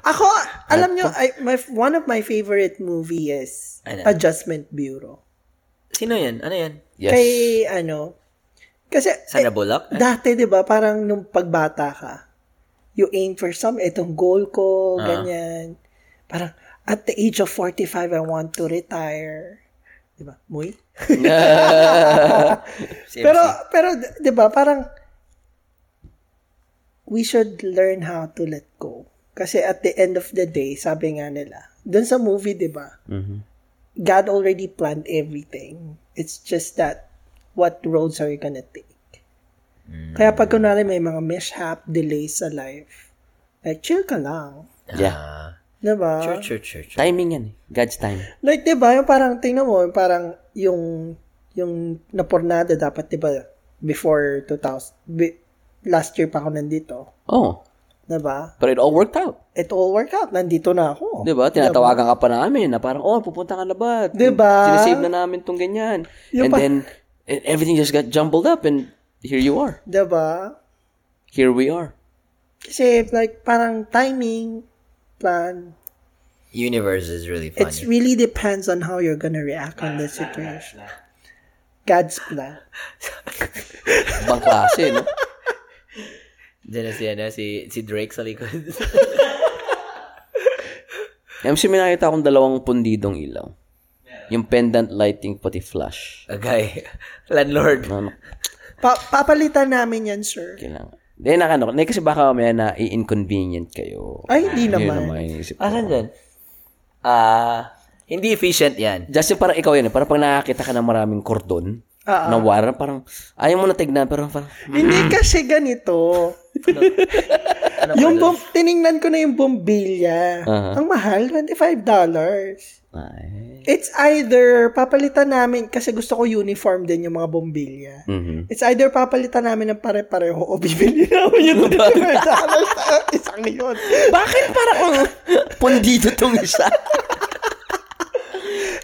S5: Ako, alam nyo, I, my, one of my favorite movie is
S3: Ano?
S5: Adjustment Bureau.
S3: Sino yan? Ano yan?
S2: Yes.
S5: Kay, ano, kasi,
S3: Sana Bulak?
S5: eh, dati, di ba, parang nung pagbata ka, you aim for some, itong goal ko, ganyan. Parang, at the age of 45, I want to retire. Di ba? Muy?
S3: Si
S5: Pero,
S3: MC.
S5: pero, d- di ba, parang, we should learn how to let go. Kasi at the end of the day, sabi nga nila, dun sa movie, di ba, God already planned everything. It's just that, what roads are you gonna take? Kaya pag kunwari may mga mishap, delays sa life, like, chill ka lang.
S2: yeah.
S3: Ah,
S5: Di ba?
S3: sure, sure, sure, sure.
S2: Timing yan eh. God's time.
S5: Like, di ba, yung parang, tingnan mo, yung parang, yung, yung napornada dapat, di ba, before 2000, bi- last year pa ako nandito.
S2: Oh.
S5: Di ba?
S2: But it all worked out.
S5: It all worked out. Nandito na ako.
S2: Di ba? Tinatawagan ka pa namin na parang, oh, pupunta ka na ba?
S5: Di ba?
S2: Sinasave na namin tong ganyan. and
S5: Yung pa-
S2: then, and everything just got jumbled up and here you are.
S5: Di ba?
S2: Here we are.
S5: Diba? Kasi, like, parang timing, plan,
S3: Universe is really funny.
S5: it's really depends on how you're gonna react on the situation. God's plan.
S2: Ibang klase, no?
S3: Diyan na si, ano, si, si Drake sa likod. <laughs>
S2: MC, may nakita akong dalawang pundidong ilaw. Yung pendant lighting pati flash.
S3: Okay. Landlord.
S2: Ano,
S5: Pa- papalitan namin yan, sir.
S2: kailangan. Hindi, nakano. Hindi, kasi baka mamaya na i-inconvenient kayo.
S5: Ay, hindi
S2: Yun
S5: naman.
S2: ang maiisip ko.
S3: Asan dyan? Ah, hindi efficient yan.
S2: Just yung parang ikaw yun, eh, parang pag nakakita ka ng maraming cordon, na wire, parang ayaw mo na tignan, pero parang,
S5: Hindi kasi ganito.
S3: Ano
S5: yung
S3: ba?
S5: bom, tiningnan ko na yung bombilya.
S2: Aha.
S5: Ang mahal, $25.
S2: ay.
S5: It's either papalitan namin, kasi gusto ko uniform din yung mga bombilya.
S2: Mhm.
S5: It's either papalitan namin ng pare-pareho o bibili namin
S2: <laughs>
S5: yung $25 sa isang yun.
S2: Bakit parang pondito tong isa?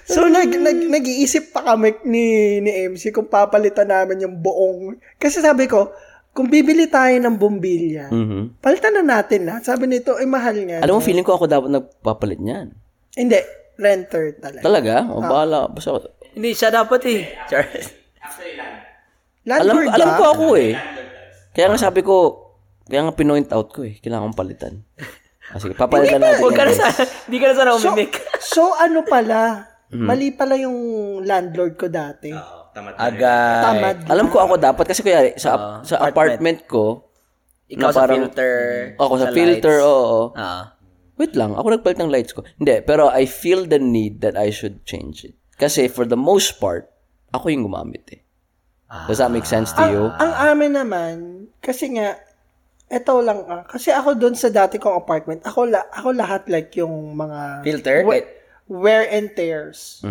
S5: So, nag, nag, nag-iisip pa kami ni, ni MC kung papalitan namin yung buong... Kasi sabi ko, kung bibili tayo ng bombilya,
S2: Mhm.
S5: palitan na natin lahat. Sabi nito, ay mahal nga.
S2: Alam mo, feeling ko ako dapat nagpapalit niyan.
S5: Hindi, renter talaga.
S2: Talaga? O, bahala. Basta,
S3: Hindi, siya dapat eh. Charles.
S2: alam,
S5: Landlord
S2: alam
S5: ba?
S2: ko ako eh. Kaya nga sabi ko, kaya nga pinoint out ko eh. Kailangan kong palitan. Ah, sige, papalitan natin.
S3: Huwag ka
S2: yan,
S3: na
S2: guys.
S3: sana, hindi ka na sana
S5: So,
S3: umimik.
S5: so, ano
S2: <laughs>
S5: pala?
S2: Mm-hmm.
S5: Mali pala yung landlord ko dati.
S1: Oh,
S3: Ah, Agay.
S5: Tamad.
S2: Alam ko ako dapat kasi kuya sa sa Ah, apartment ko
S3: Ikaw
S2: na
S3: sa
S2: parang-
S3: filter.
S2: ako sa, filter oo, oo.
S3: Oo.
S2: Wait lang, ako nagpalit ng lights ko. Hindi, pero I feel the need that I should change it. Kasi for the most part, ako yung gumamit eh. Does that make sense to
S3: Ah.
S2: you?
S5: Ang amin naman, kasi nga, eto lang ah. Kasi ako doon sa dati kong apartment, ako, la- ako lahat like yung mga...
S3: Filter?
S5: We- wear and tears.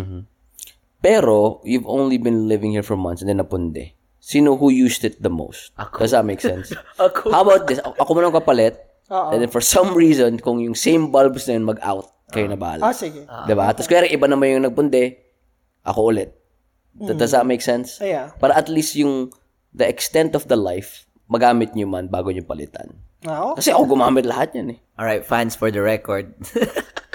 S2: Pero, you've only been living here for months and then napunde. Sino who used it the most? Does that make sense?
S3: <laughs> Ako.
S2: How about this? A- Ako muna ang kapalit.
S5: Oo.
S2: And then for some reason, kung yung same bulbs na yun mag-out, kayo na bahala.
S5: Ah, sige.
S2: diba? Tapos kaya iba naman yung nagpunde, ako ulit. Th- Does that make sense?
S5: Yeah.
S2: Para at least yung the extent of the life, magamit nyo man bago nyo palitan.
S5: Ah, okay.
S2: Kasi ako gumamit lahat yan eh.
S3: All right, fans for the record. <laughs>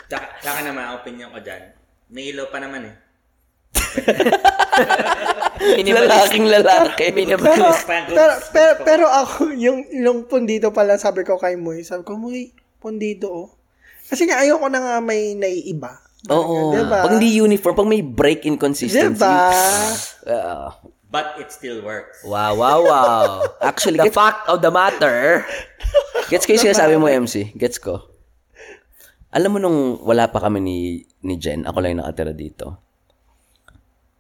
S1: Tsaka, tsaka naman, ang opinion ko dyan, may ilaw pa naman eh.
S3: Minimalist.
S2: Lalaking lalaki.
S5: Pero,
S3: Minimalist.
S5: pero, pero, pero ako, <laughs> yung, yung pundito pala, sabi ko kay Moy, sabi ko, Moy, pundito oh. Kasi nga, ayoko na nga may naiiba.
S2: Oo.
S5: Diba?
S2: Pag hindi uniform, pag may break in consistency.
S5: Diba?
S2: ah,
S1: But it still works.
S3: Wow, wow, wow.
S2: actually,
S3: The
S2: gets,
S3: fact of the matter.
S2: gets ko yung sinasabi mo, MC. Gets ko. Alam mo nung wala pa kami ni, ni Jen, ako lang yung nakatira dito.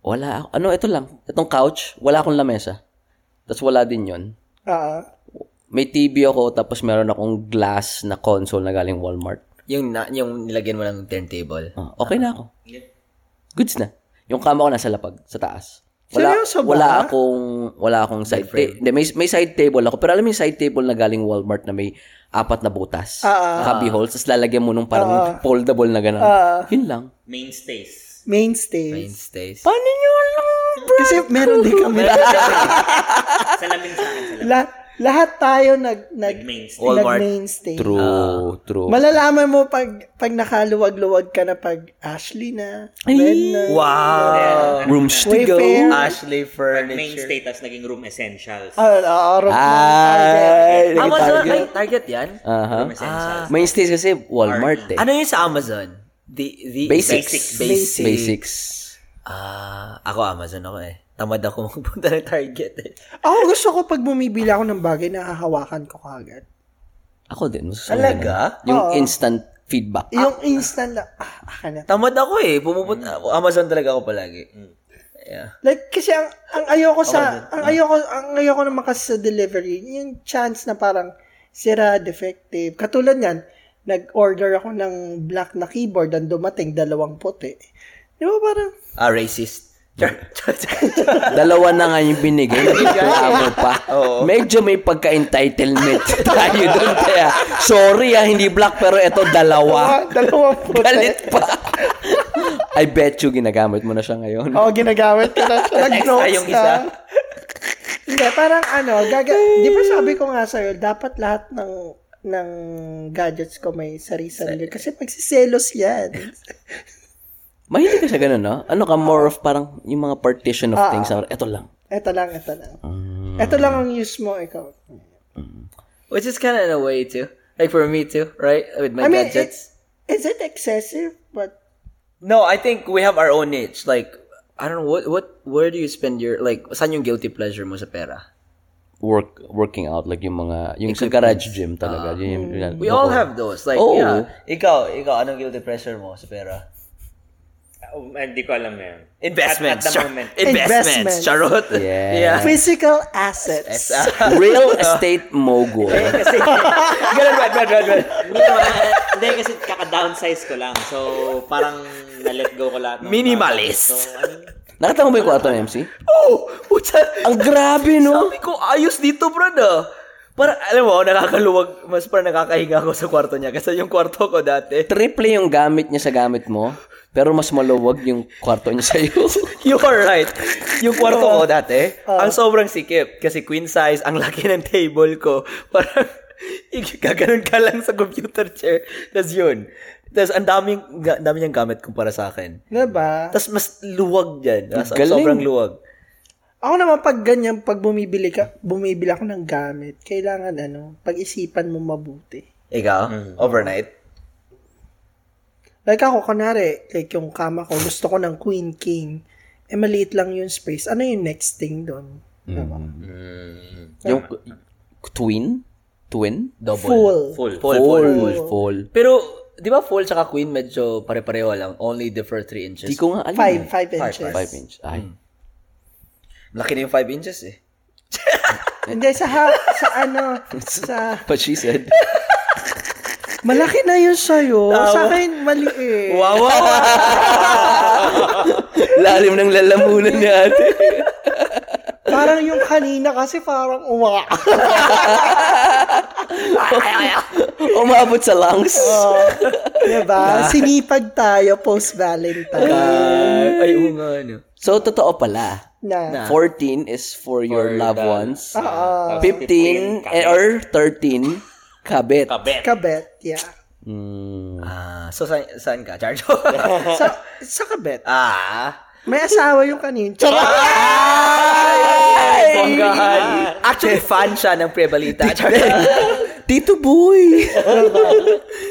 S2: Wala ako. Ano, ito lang. Itong couch, wala akong lamesa. Tapos wala din yon.
S5: Ah,
S2: May TV ako, tapos meron akong glass na console na galing Walmart.
S3: Yung, na, yung nilagyan mo ng turntable.
S2: Ah, okay na ako. Goods na. Yung kama ko nasa lapag, sa taas. Wala,
S5: Seryoso ba?
S2: Wala akong, wala akong side table. may, may side table ako. Pero alam mo yung side table na galing Walmart na may apat na butas.
S5: Ah,
S2: cubby holes. Tapos lalagyan mo nung parang foldable na gano'n. Yun lang.
S3: <laughs>
S1: Mainstays.
S5: mainstays.
S3: Mainstays.
S2: Paano nyo alam?
S5: Kasi meron din kami.
S1: Salamin sa akin, salamin.
S5: La- lahat tayo nag nag
S1: Mainstay.
S3: Walmart.
S5: mainstay.
S2: True, true.
S5: Malalaman mo pag pag nakaluwag-luwag ka na pag Ashley na, Ren na,
S3: Wow.
S2: Rooms to go.
S5: Wayfair.
S3: Ashley Furniture.
S1: Mainstay, tapos naging room essentials.
S5: Ah, ah, ah, rock na.
S2: Ay,
S3: Amazon,
S2: target.
S3: target. target yan?
S2: Aha.
S1: Room essentials.
S2: Main stage kasi Walmart eh.
S3: Ano yun sa Amazon? The, the
S2: Basics.
S3: Basics.
S2: Basics.
S3: Ah, ako Amazon ako eh. Tamad ako <laughs> magpunta ng Target eh.
S5: Ako gusto ko pag bumibili ako ng bagay na hahawakan ko kagad.
S2: Ako din. Gusto ko
S3: Talaga?
S2: ganun. Yung instant feedback.
S5: Yung instant la, ah, akin na.
S3: Tamad ako eh. Pumupunta ako. Amazon talaga ako palagi. Yeah.
S5: Like kasi ang, ang ayoko sa ang ayoko ang ayoko naman kasi sa delivery, yung chance na parang sira, defective. Katulad niyan, nag-order ako ng black na keyboard ang dumating dalawang puti. Di ba parang
S3: Ah,
S1: <laughs>
S3: racist. Char, <laughs> char, char.
S2: Dalawa na nga yung binigay. Nagpapaabot pa. Medyo may pagka-entitlement <laughs> tayo doon. Kaya, sorry ah, hindi black pero eto dalawa.
S5: ah, dalawang puti.
S2: Galit pa. I bet you ginagamit mo na siya ngayon.
S5: Oo, Oh, ginagamit ko na siya. Nag-notes
S3: yung
S5: na.
S3: isa.
S5: Hindi, parang ano, gaga, di ba sabi ko nga sa'yo, dapat lahat ng ng gadgets ko may sarili-sarili. Kasi magsiselos yan.
S2: Mahilig ka sa ganun, no? Ano ka, more of parang yung mga partition of
S3: Ah.
S2: things. na, Eto lang.
S5: Ito lang, ito lang. Ito lang ang use mo, ikaw.
S3: Which is kind of in a way too. Like for me too, right? With my
S5: I mean,
S3: gadgets.
S5: it's, is it excessive? But,
S3: No, I think we have our own niche. Like, I don't know, what, what, where do you spend your, like, saan yung guilty pleasure mo sa pera?
S2: Work, working out. Like yung mga, yung sa garage gym talaga. yun yung- yun-
S3: We all have those. Like,
S2: Oo.
S3: yeah. Ikaw, ikaw, anong guilty pleasure mo sa pera?
S1: Oh, Hindi ko alam yun.
S3: Investments.
S1: At, at the
S3: char-
S1: moment.
S3: <laughs> Investments.
S5: Investments.
S3: <laughs> Charot.
S2: Yeah.
S5: physical assets.
S2: <laughs> Real estate mogul.
S3: Ganun, right, right, right, right.
S1: Hindi naman. Hindi kasi kaka-downsize ko lang. So, parang na-let go ko lahat. ng-
S3: Minimalist.
S1: So, ano,
S2: Nakita mo ba yung kwarto ng MC?
S3: Oh, puta.
S2: Ang grabe, no?
S3: Sabi ko, ayos dito, brada. Para, alam mo, nakakaluwag, mas parang nakakahinga ako sa kwarto niya. Kasi yung kwarto ko dati, <laughs>
S2: Triple yung gamit niya sa gamit mo, pero mas maluwag yung kwarto niya sa'yo. <laughs>
S3: you are right. Yung kwarto ko dati, ang sobrang sikip. Kasi queen size, ang <laughs> laki ng table ko. Parang, <laughs> gaganon ka lang sa computer chair. Tapos yun. Tapos ang daming, ga- dami niyang gamit kumpara sa akin.
S5: Diba?
S3: Tapos mas luwag yan. Tas
S2: Galing.
S3: Sobrang luwag.
S5: Ako naman pag ganyan, pag bumibili ka, bumibili ako ng gamit, kailangan ano, pag-isipan mo mabuti.
S3: Ikaw? Overnight?
S5: Like ako, kunwari, like yung kama ko, gusto ko ng queen king. Eh, maliit lang yung space. Ano yung next thing doon?
S2: yung
S3: Ano?
S2: twin? Twin?
S5: Full.
S1: Full.
S3: Full.
S2: Full. Full.
S3: Pero, di ba full tsaka queen medyo pare-pareho lang? Only differ 3 inches.
S2: Di ko nga alam.
S5: Ano? Five,
S2: eh.
S3: Hmm.
S5: five inches.
S2: Five inch. Ay.
S3: Laki na yung 5 inches eh.
S5: Hindi, sa, ha- sa <laughs> ano, sa,
S2: But she said, <laughs>
S5: malaki na yun sa'yo. Sa akin, maliit.
S3: Wow, wow.
S2: lalim ng lalamunan ni ate. <laughs>
S5: Parang yung kanina kasi parang uwa.
S2: Umabot sa lungs.
S5: diba? Sinipag tayo post-Valentine.
S3: <laughs> Ay, oo nga, ano.
S2: So, totoo pala.
S5: Na.
S2: 14 is for your loved ones.
S5: Oo.
S2: 15 eh, or 13 kabit.
S1: Kabet.
S5: Kabet, yeah.
S2: Mm.
S3: Ah, so saan, saan ka, Charjo?
S5: <laughs> Sa, sa kabet.
S3: ah.
S5: May asawa yung kanina. Charot!
S3: Bonggahan. Actually, fan siya ng Prebalita. <laughs>
S2: Tito Boy!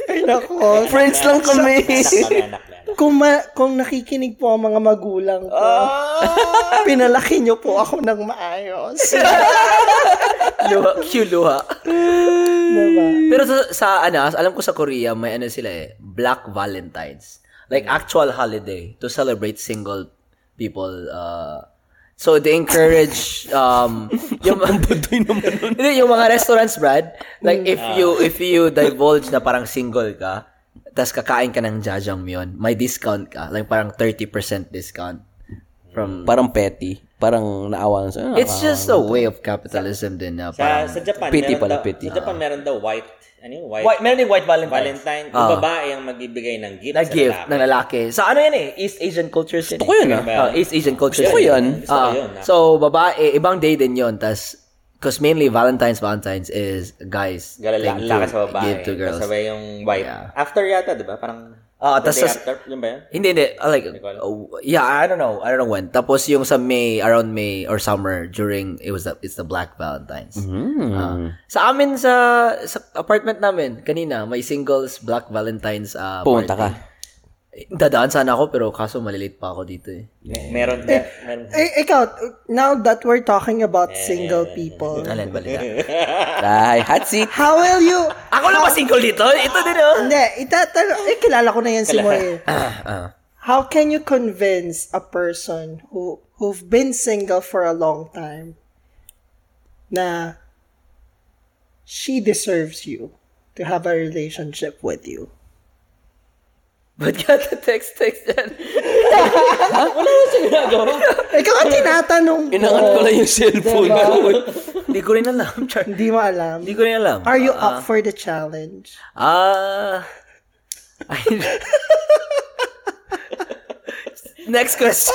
S5: Ay, nako.
S2: Friends lang kami!
S1: Anak na.
S5: Kung, ma- kung nakikinig po ang mga magulang ko, <laughs> pinalaki niyo po ako ng maayos.
S3: luha, <laughs> cute luha.
S5: diba?
S3: Pero sa, sa ano, alam ko sa Korea, may ano sila eh, Black Valentines. Like actual holiday to celebrate single people. Uh, so they encourage um yung <laughs> Hindi, yung mga restaurants, Brad, like if you if you divulge na parang single ka, tas kakain ka ng jajangmyeon, may discount ka, like parang 30% discount from
S2: Parang petty. Parang naawan sa...
S3: It's just a way of capitalism din na
S1: Sa,
S3: parang
S1: sa Japan,
S2: Pity
S1: meron
S2: pala,
S1: daw,
S2: pity.
S1: Sa Japan, meron daw white. Ano yung white?
S6: White, meron din white Valentine.
S1: Valentine. Yung babae ang magbibigay ng gift.
S3: na
S1: sa
S3: gift
S1: lalaki.
S3: ng lalaki. Sa
S6: Sa ano yan eh, East Asian cultures yan.
S2: Gusto ko yun ah.
S3: Ah, East Asian culture.
S2: Gusto ko yun.
S1: Gusto ko
S3: Ah,
S1: yun, ah.
S3: so, babae, ibang day din yun. Tas, because mainly Valentine's, Valentine's is guys.
S1: Galala,
S3: thing to
S1: lalaki sa babae.
S3: Give to girls.
S1: Kasabay yung white.
S3: Yeah.
S1: After yata, di ba? Parang,
S3: Ah,
S1: the
S3: tas-
S1: day
S3: tas-
S1: after, yun ba yun?
S3: Hindi, hindi. Ah, Like,
S1: ko alam.
S3: oh, yeah, I don't know. I don't know when. Tapos yung sa May, around May or summer, during, it was the, it's the Black Valentine's.
S2: Mm-hmm. Hmm.
S3: Ah. sa amin, sa, sa apartment namin, kanina, may singles Black Valentine's ah,
S2: Pumunta ka.
S3: party. Eh, Dadaan sana ako, pero kaso malilit pa ako dito eh.
S1: Meron, meron. meron.
S5: Eh, ikaw, now that we're talking about single people,
S3: Alin, balita. Ah.
S2: Ay, hot
S3: <laughs>
S2: seat!
S5: how will you...
S3: Ako lang ba single dito? Ito din oh.
S5: Hindi, itatanong... Eh, kilala ko na yan si Moy.
S3: Ah,
S5: How can you convince a person who who've been single for a long time na she deserves you to have a relationship with you?
S3: Ba't ka text text yan?
S5: Ikaw ang tinatanong ko.
S2: Inangat ko lang yung cellphone ko.
S3: Hindi ko rin alam, <laughs> Char.
S5: Hindi mo alam.
S3: Hindi ko rin alam.
S5: Are you up for the challenge?
S3: Ah... Ay. <laughs> Next question.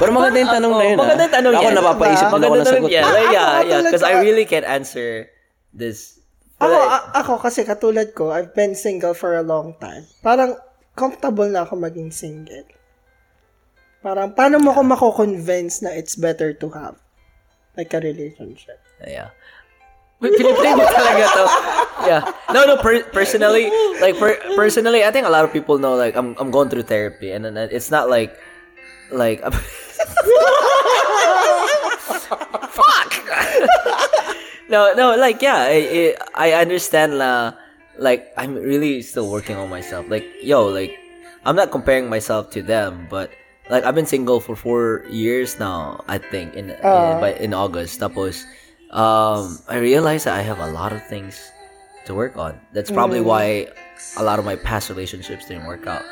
S2: Pero maganda yung tanong na yun. ah.
S3: Maganda yung tanong
S2: Ako
S3: yan.
S2: napapaisip na ako ng
S3: Maganda
S2: sagot.
S3: tanong yan.
S5: Ah,
S3: Like, yeah,
S5: ako
S3: yeah.
S5: talaga.
S3: Because I really can't answer this. eh.
S5: Ako,
S3: ah.
S5: a- ako kasi katulad ko, I've been single for a long time. Parang comfortable na ako maging single. Parang paano mo ako mako-convince na it's better to have like a relationship?
S3: Ah, Yeah. Piniplay mo talaga to. Yeah. No, no, per- personally, like, per- personally, I think a lot of people know, like, I'm, I'm going through therapy, and then it's not like, like, <laughs> fuck! no, no, like, yeah, I, I, I understand la, like, I'm really still working on myself. Like, yo, like, I'm not comparing myself to them, but, like, I've been single for four years now, I think, in, in, by, in August. Tapos, um, I realized that I have a lot of things to work on. That's probably why a lot of my past relationships didn't work out.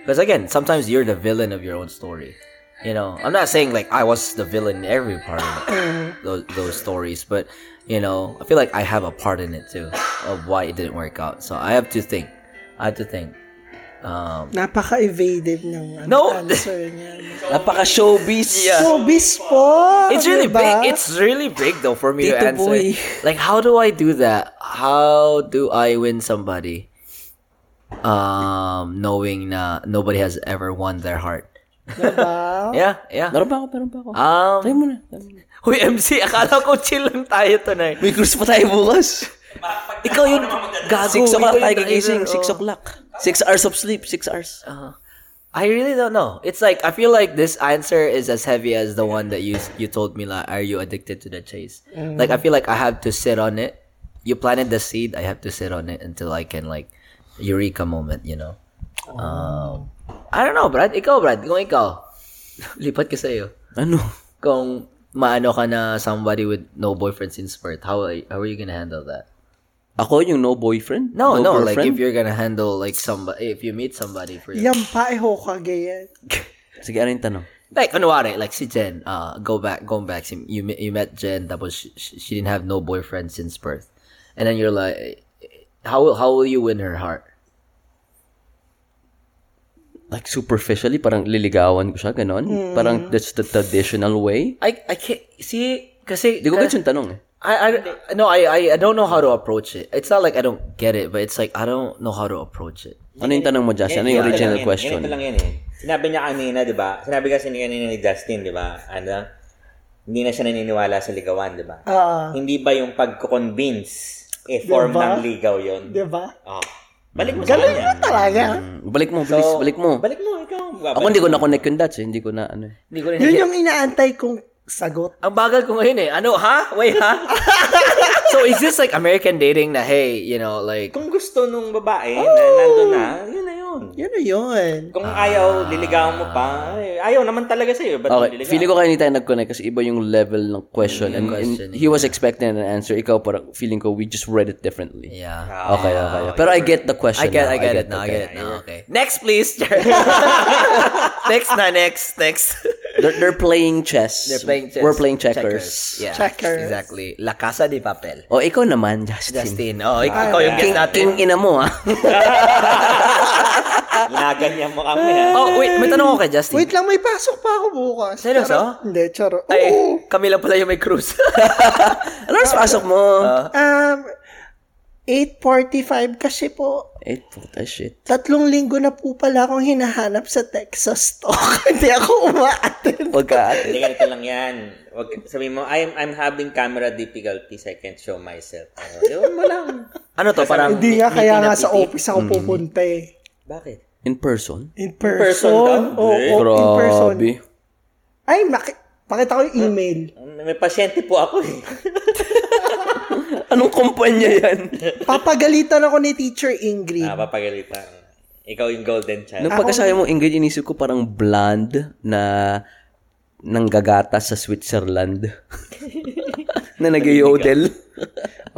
S3: Because again, sometimes you're the villain of your own story. You know, I'm not saying like I was the villain in every part of those, those stories, but you know, I feel like I have a part in it too of why it didn't work out. So I have to think. I have to think. Um,
S5: Napaka-evasive ng ano,
S3: No.
S5: answer niya.
S3: <laughs>
S2: Napaka-showbiz.
S5: So, bispo!
S3: it's really
S5: diba?
S3: big. It's really big though for me to
S2: Tito
S3: answer.
S2: boy.
S3: Like, how do I do that? How do I win somebody? Um, knowing na nobody has ever won their heart.
S5: Diba?
S3: yeah, yeah.
S2: Meron pa ako, meron pa ako.
S3: Um,
S2: Tayo muna.
S3: <laughs> Uy, MC, akala ko chill lang tayo tonight.
S2: May cruise pa tayo bukas.
S3: Ikaw yun, gago.
S2: 6 o'clock
S3: Ikaw
S2: tayo
S3: yung
S2: gigising. 6
S3: driver, oh.
S2: o'clock. 6 hours of sleep. 6 hours.
S3: I really don't know. It's like, I feel like this answer is as heavy as the one that you you told me, like, are you addicted to the chase? Like, I feel like I have to sit on it. You planted the seed, I have to sit on it until I can, like, eureka moment, you know? Um, I don't know, Brad. Ikaw, Brad. Kung ikaw, <laughs> lipat ka sa'yo.
S2: Ano?
S3: kung maano ka na somebody with no boyfriend since birth, how are you, how are you gonna handle that?
S2: Ako yung no boyfriend?
S3: No, no, like
S2: girlfriend?
S3: if you're gonna handle like somebody, if you meet somebody for
S5: Yan pa, eh, hokage yan.
S2: Sige, ano yung tanong?
S3: like kunwari, like si Jen, uh, go back, going back, si- you met- you met Jen, that was she, she didn't have no boyfriend since birth, and then you're like, how will how will you win her heart?
S2: Like superficially, parang liligawan ko siya, ganon? Parang that's the traditional way?
S3: I I can't see kasi
S2: Hindi ko gets yung tanong eh.
S3: I, I no I, I I don't know how to approach it. It's not like I don't get it, but it's like I don't know how to approach it.
S2: Ano yung tanong mo, Josh? Ano yung
S1: Ganito
S2: original
S1: lang yan,
S2: question?
S1: Ganito lang yan eh. Sinabi niya kanina, di ba? Sinabi kasi niya kanina ni Justin, di ba? Ano? Hindi na siya naniniwala sa ligawan, di ba?
S5: Ah.
S1: Hindi ba yung pagko-convince eh, form
S5: Diba?
S1: ng ligaw yun?
S5: Di ba?
S1: Oh. Balik mo sa
S5: Galing mo Diba? talaga.
S2: Mm, Balik mo, please. balik mo.
S1: Balik mo, ikaw.
S2: Ako hindi ko na-connect yung dots eh. Hindi ko na ano eh.
S3: Hindi ko rin.
S5: Yun yung inaantay kong sagot.
S3: <laughs> Ang bagal ko ngayon eh. Ano, ha? Wait, <laughs> ha? so is this like American dating na hey, you know, like
S1: Kung gusto nung babae na nandun na, yun na yun.
S5: Yun na yun.
S1: Kung ayaw, liligawan mo pa. ay, Ayaw naman talaga sa'yo. Ba't mo
S2: Okay,
S1: liligawan?
S2: feeling ko kayo hindi tayo nag-connect kasi iba yung level ng question. And, and
S3: question,
S2: he was expecting an answer. Ikaw parang feeling ko we just read it differently.
S3: yeah.
S2: Okay, okay. Pero I get the question
S3: I get,
S2: now.
S3: I get it now. I
S2: okay.
S3: get it now. Okay. Next, please. <laughs> next na next. Next.
S2: They're, they're playing chess.
S3: <laughs> They're playing chess.
S2: We're playing checkers.
S3: Yeah.
S5: Checkers.
S3: Exactly. La Casa de Papel.
S2: O, ikaw naman, Justin.
S3: Justin. Oh, ik- ikaw yung guest
S2: King,
S3: natin.
S2: king ina mo, ah.
S1: Ginaganyan Ah, mo kami. ha?
S3: <laughs> Oh, wait. May tanong ako kay Justin.
S5: Wait lang, may pasok pa ako bukas.
S3: Seryoso?
S5: Charot. Hindi, charo.
S3: Ay,
S5: Oo.
S3: kami lang pala yung may cruise. <laughs>
S2: ano oras pasok mo?
S3: Uh-huh.
S5: Um, 8.45 kasi po.
S2: Eh, puta shit.
S5: Tatlong linggo na po pala akong hinahanap sa Texas Talk. <laughs> Hindi ako umaatin.
S2: Huwag ka ate.
S1: Hindi, ganito lang yan. Wag, sabihin mo, I'm, I'm having camera difficulties. I can't show myself. Ano, Ewan mo lang.
S3: ano to? Parang
S5: Hindi nga, kaya nga sa
S3: open.
S5: office ako pupunta eh.
S1: Bakit?
S2: In person?
S5: In person. Oo, oo,
S3: Oh,
S5: in person.
S2: Grabe.
S5: Ay, maki- pakita ko yung email.
S1: May, may pasyente po ako eh.
S2: Anong kumpanya yan?
S5: Papagalitan ako ni Teacher Ingrid.
S1: Ah, papagalitan. Ikaw yung golden
S2: <laughs>
S1: child.
S2: Nung pagkasabi mo, Ingrid, inisip ko parang blonde na nanggagata sa
S3: <laughs>
S2: Switzerland. na nag-yodel.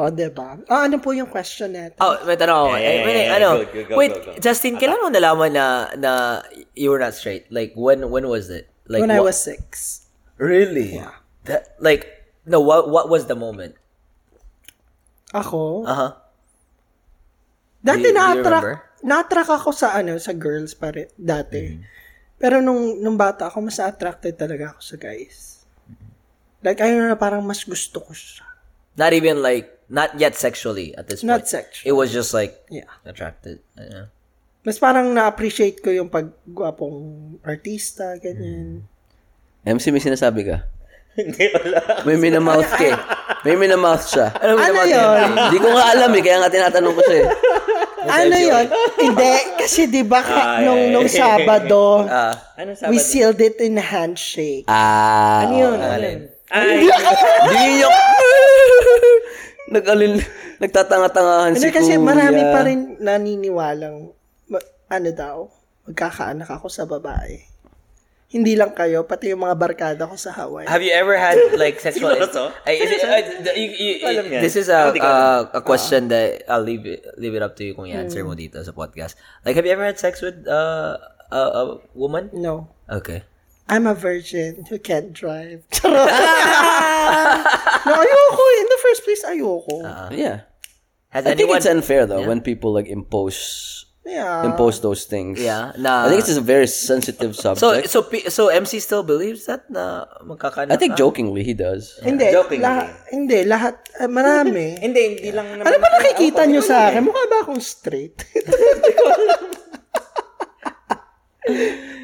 S5: O, diba? Ah, ano po yung question natin?
S3: Oh, may tanong ako.
S1: Yeah, yeah,
S3: Eh, wait,
S1: yeah, yeah.
S3: ano?
S1: Go, go, go,
S3: wait,
S1: go, go.
S3: Justin, kailan mo nalaman na na you were not straight? Like when when was it? Like
S5: When I
S3: what-
S5: was six.
S3: really that like no what what was the moment?
S5: Ako?
S3: Uh huh.
S5: Dati
S3: Do you- do you remember?
S5: na-attract, na-attract ako sa ano, sa girls pare dati. Pero nung nung bata ako mas attracted talaga ako sa guys. Like ayun na parang mas gusto ko siya.
S3: Not even like not yet sexually at this
S5: Not
S3: point.
S5: sexual.
S3: It was just like
S5: Yeah.
S3: attracted. Yeah.
S5: Mas parang na-appreciate ko yung paggwapong artista, ganyan.
S2: MC, may sinasabi ka? Hindi, wala. May minamouth ka eh. May minamouth siya.
S3: Alam mo
S5: Ano
S3: naman,
S5: yun?
S2: Hindi ko nga alam eh, kaya nga tinatanong ko siya eh.
S5: <laughs> ano yun? Hindi, kasi di ba ka- nung, nung Sabado,
S1: Anong sabi?
S5: we sealed it in handshake.
S2: Ah,
S5: ano yun? Ano yun?
S1: Ay,
S2: eh. di yung... <laughs> Nag-alil... Nagtatanga-tangahan
S5: Ano
S2: si
S5: kasi
S2: Kuya.
S5: marami pa rin naniniwalang ma- ano daw, magkakaanak ako sa babae. Hindi lang kayo, pati yung mga barkada ko sa Hawaii.
S1: Ah.
S3: Have you ever had like
S1: <laughs>
S3: sexual?
S1: Siguro to?
S3: Ay, is it- uh, you- you-
S1: ko alam yan.
S3: this is a
S1: Hindi ko alam.
S3: a- a question
S2: Uh-huh.
S3: that I'll leave it, leave it up to you kung i-answer
S2: Hmm.
S3: mo dito sa podcast. Like, have you ever had sex with uh, a, a woman?
S5: No.
S3: Okay.
S5: I'm a virgin who can't drive. <laughs>
S1: <laughs>
S5: Charot. no, ayoko. eh. In the first place, ayoko.
S1: Ah.
S2: Yeah.
S3: Has
S2: I think
S3: anyone?
S2: it's unfair though when people like impose
S5: yeah.
S2: impose those things.
S3: yeah. Na.
S2: I think it's a very sensitive subject.
S3: so so P- so MC still believes that na magkakanak.
S2: I think
S3: ka?
S2: jokingly he does.
S5: Hindi,
S1: Jokingly.
S5: lah- hindi, lahat, ah,
S1: eh.
S5: marami.
S1: <laughs> hindi, hindi lang naman.
S5: ano ba nakikita nyo
S1: eh.
S5: sa akin? Mukha ba akong
S1: <laughs>
S5: straight?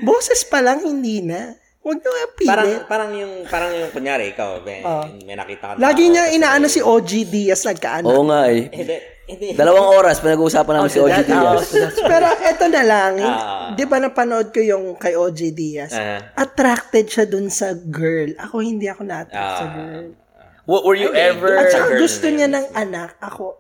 S5: Boses pa lang, hindi na. Huwag nyo nga pilit.
S1: Parang, parang yung, parang yung, kunyari, ikaw, may, may nakita ka. na
S5: Ah. Lagi
S1: tao.
S5: niya inaano si OG Diaz nagkaanak.
S2: Oo nga eh.
S1: Hindi, hindi.
S2: Dalawang oras pinag-uusapan namin si OG
S3: That-
S2: Diaz.
S3: oh, that's-
S5: Pero eto na lang,
S1: Ah.
S5: di ba napanood ko yung kay OG Diaz?
S1: Ah.
S5: Attracted siya dun sa girl. Ako hindi ako na-attract sa
S1: Ah.
S5: girl.
S3: What were you ever?
S5: At saka
S1: girl
S5: gusto
S1: na
S5: niya ng anak. Ako,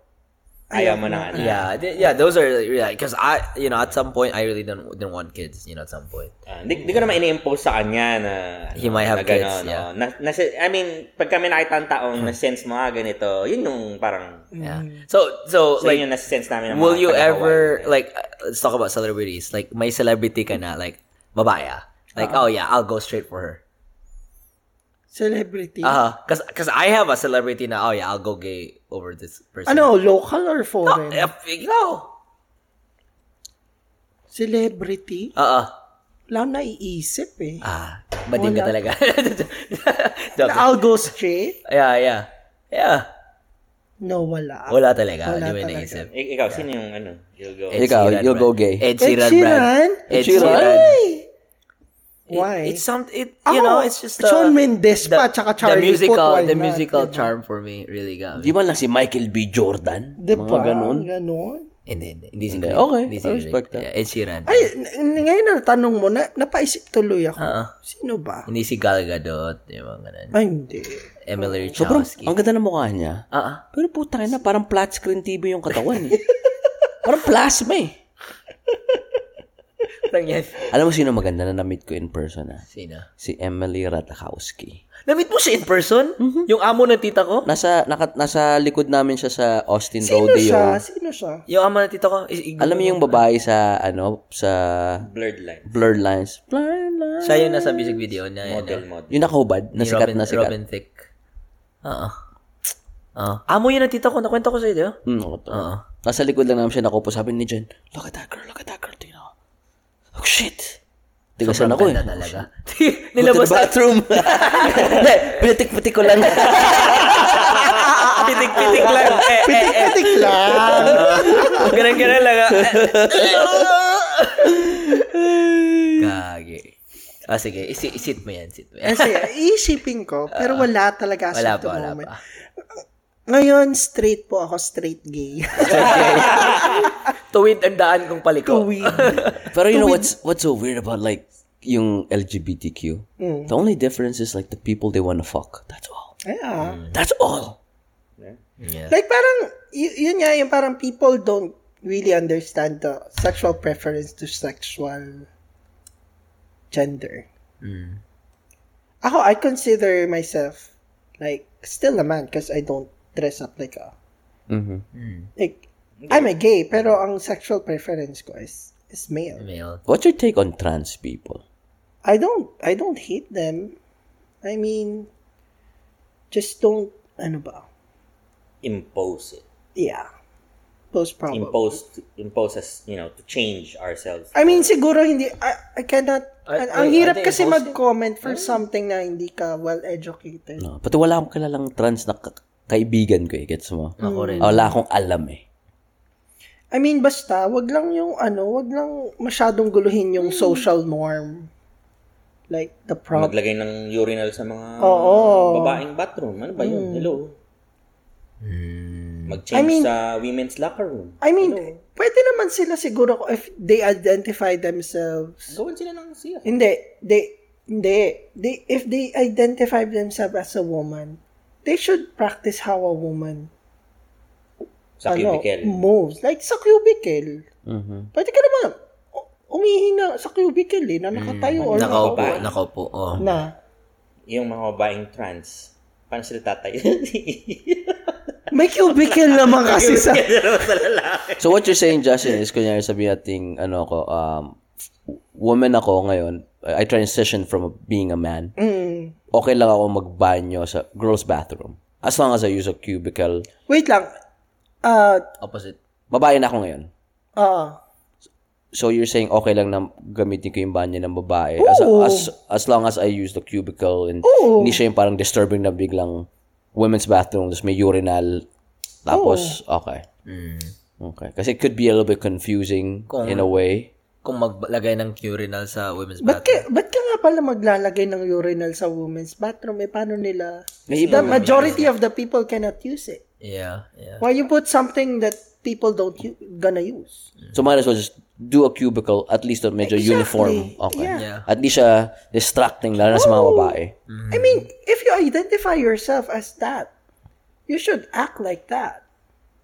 S1: Ayaw mo na. ano.
S3: Yeah, th- yeah, those are yeah. Because I, you know, at some point, I really don't didn't want kids. You know, at some point.
S1: Ah, Hindi di ko naman ini-impose sa kanya na
S3: He might have
S1: na gano'n,
S3: kids, yeah. Hmm.
S1: no? Na, nasi- I mean, pag kami nakita ang taong na-sense mo ah, ganito, yun yung parang
S3: Yeah. So, so
S1: Hmm. so
S3: like,
S1: yun yung na-sense namin ng
S3: will
S1: mga
S3: you
S1: taga-Hawaii.
S3: ever like? uh, Let's talk about celebrities. Like, my celebrity ka na, like, babae. ah. Like, oh
S5: Uh-huh.
S3: yeah, I'll go straight for her.
S5: Celebrity.
S3: Uh, cause, cause I have a celebrity now. Oh yeah, I'll go gay over this person.
S5: Ano, local
S3: No,
S5: or foreign?
S3: if- no.
S5: Celebrity?
S3: Uh-uh.
S5: Wala akong naiisip eh.
S3: Ah, bading ka
S5: Wala. ah.
S3: talaga. <laughs> Joke.
S5: I'll go straight?
S3: yeah, yeah. Yeah.
S5: No, wala.
S3: Wala talaga. Hindi
S5: Wala
S3: mo
S5: talaga.
S3: naisip.
S1: Ik- ikaw, sino yung ano? You'll go.
S3: Ed
S2: Ikaw,
S3: Sheeran,
S2: you'll
S3: Brad.
S2: go gay.
S3: Ed
S5: Ed
S3: Sheeran,
S5: Sheeran?
S3: Brad. Ed
S2: Ed
S3: Sheeran.
S2: Sheeran?
S5: Why?
S3: It-
S5: Why?
S3: it's some. It
S5: Ako,
S3: you know, it's just the,
S5: Shawn Mendes pa, tsaka
S3: the
S5: Charlie
S3: musical,
S5: Puth, why
S3: the
S5: not,
S3: musical
S5: diba?
S3: charm for me really got me.
S2: Di man lang si Michael B. Jordan?
S5: Diba?
S2: Mga ganun.
S5: Ganon.
S3: And then hindi si
S2: Hindi.
S3: Green-
S2: Okay,
S3: hindi si
S2: I
S3: Green.
S2: respect that.
S3: Yeah, Ed Sheeran.
S5: Ay, n- n- ngayon na tanong mo, na, napaisip tuloy ako.
S3: Uh-uh.
S5: Sino ba?
S3: Hindi si Gal Gadot, yung mga ganun.
S5: Ay, hindi.
S3: Emily
S2: Sobrang,
S3: Ratajkowski.
S2: ang ganda ng mukha niya.
S3: Ah, ah.
S2: Pero putang na, parang flat screen TV yung katawan eh. <laughs> parang plasma eh.
S3: Parang yan.
S2: Alam mo sino maganda na na-meet ko in person ah?
S3: Sino?
S2: Si Emily Ratajkowski.
S3: Na-meet mo siya in person?
S2: Mm-hmm.
S3: Yung amo ng tita ko?
S2: Nasa, naka, nasa likod namin siya sa Austin
S5: Sino
S2: Rodeo.
S5: siya? Sino siya?
S3: Yung amo ng tita ko? Is, is-
S2: Alam mo yung babae sa, ano, sa
S1: Blurred line.
S2: Blurred Lines. Blurred Lines.
S3: Siya yung nasa music video niya. yun,
S1: Model,
S3: ah.
S1: model.
S2: Yung nakahubad, na
S3: Ni
S2: sikat
S3: Robin,
S2: na sikat.
S3: Robin Thicke. Oo. Oo. Amo yun ang tita ko. Nakwento ko sa'yo, di ba?
S2: Mm, ako to.
S3: Oo.
S2: Nasa likod lang namin siya nakupo. Sabi ni Jen, look at that girl, look at that girl. Tingnan ako. Oh, shit. <laughs> Tigasan ako eh.
S3: Ganda talaga. <laughs>
S2: Go to
S3: Nilabas
S2: the
S3: <laughs>
S2: bathroom. Hindi, pinitik-pitik ko lang. <laughs>
S3: Pitik-pitik lang.
S2: <laughs>
S3: Eh, eh, eh.
S5: Pitik
S3: <laughs>
S5: lang.
S3: Ganun-ganun lang. ah. Gagi. Ah, sige. Isi- Isit mo yan. Isit mo yan.
S5: Kasi iisipin ko, pero wala talaga
S3: Ah. Wala
S5: sa
S3: pa, wala
S5: moment.
S3: pa.
S5: Ngayon, straight po ako, straight gay. <laughs>
S3: Tuwid ang daan kong paliko.
S5: Tuwid.
S3: <laughs>
S2: Pero you know what's what's so weird about like yung LGBTQ? The only difference is like the people they wanna fuck. That's all.
S5: Yeah.
S3: Mm. Mm-hmm.
S2: That's all.
S5: Like parang, y- yun nga yung parang people don't really understand the sexual preference to sexual gender.
S3: Mm.
S5: Ako, I consider myself like still a man because I don't dress up like a...
S3: Mm-hmm.
S2: Mhm.
S5: Like, I'm a gay, pero ang sexual preference ko is, is male.
S3: Male.
S2: What's your take on trans people?
S5: I don't I don't hate them. I mean just don't ano ba?
S1: Impose it.
S5: Yeah. Most probably.
S1: Impose, to- impose us, you know, to change ourselves.
S5: I mean siguro hindi I, Hmm? I cannot
S3: Ay,
S5: ang
S3: ay,
S5: hirap
S3: ay,
S5: kasi
S3: imposed.
S5: mag-comment for something na hindi ka well educated.
S2: No. Pati wala akong kilalang trans na ka- kaibigan ko eh. Gets mo?
S3: Ako rin.
S2: Wala akong alam eh.
S5: I mean basta wag lang yung ano, wag lang masyadong guluhin yung social norm. Like the problem.
S1: Maglagay ng urinal sa mga
S5: Oo. Hmm.
S1: babaeng bathroom. Ano ba yun? Hello. Mag-change
S5: I mean-
S1: sa women's locker room.
S5: I mean, pwede naman sila siguro if they identify themselves
S1: Gawin sila ng siya.
S5: Hindi, they, hindi. They, if they identify themselves as a woman, they should practice how a woman
S1: Sa
S5: ano,
S1: cubicle. Mm-hmm.
S5: moves. Like sa cubicle.
S2: Mhm.
S5: Pwede ka naman u- umihina sa cubicle eh,
S1: Mm-hmm.
S5: na nakatayo or
S3: Nakaupo.
S5: nakaupo.
S3: Nakaupo. Oh.
S5: Na.
S1: Yung mga babaeng trans. Paano sila <laughs> tatayo?
S5: May cubicle naman
S1: <laughs>
S5: kasi sa...
S2: <laughs> So what you're saying, Justin, is kunyari sabi nating, ano ako, um, w- woman ako ngayon, I I transition from being a man.
S5: Mm.
S2: Okay lang ako magbanyo sa girls' bathroom. As long as I use a cubicle.
S5: Wait lang. Ah,
S3: Opposite.
S2: Babae na ako ngayon.
S5: ah.
S2: So you're saying okay lang na gamitin ko yung banyo ng babae as,
S5: Oo.
S2: as as long as I use the cubicle and
S5: Oo.
S2: hindi siya yung parang disturbing na biglang women's bathroom tapos may urinal tapos okay. Okay. Kasi it could be a little bit confusing
S3: Kung-
S2: in a way.
S3: Kung maglagay ng urinal sa women's
S5: Ba't
S3: bathroom.
S5: ka, ba't ka nga pala maglalagay ng urinal sa women's bathroom? Eh, paano nila?
S2: May
S5: The majority of the people cannot use it.
S3: Yeah. Yeah.
S5: Why you put something that people don't u- gonna use?
S2: So might as well just do a cubicle at least a medyo uniform. Okay.
S3: Yeah.
S2: At least siya distracting lalo na sa mga babae.
S5: I mean, if you identify yourself as that, you should act like that.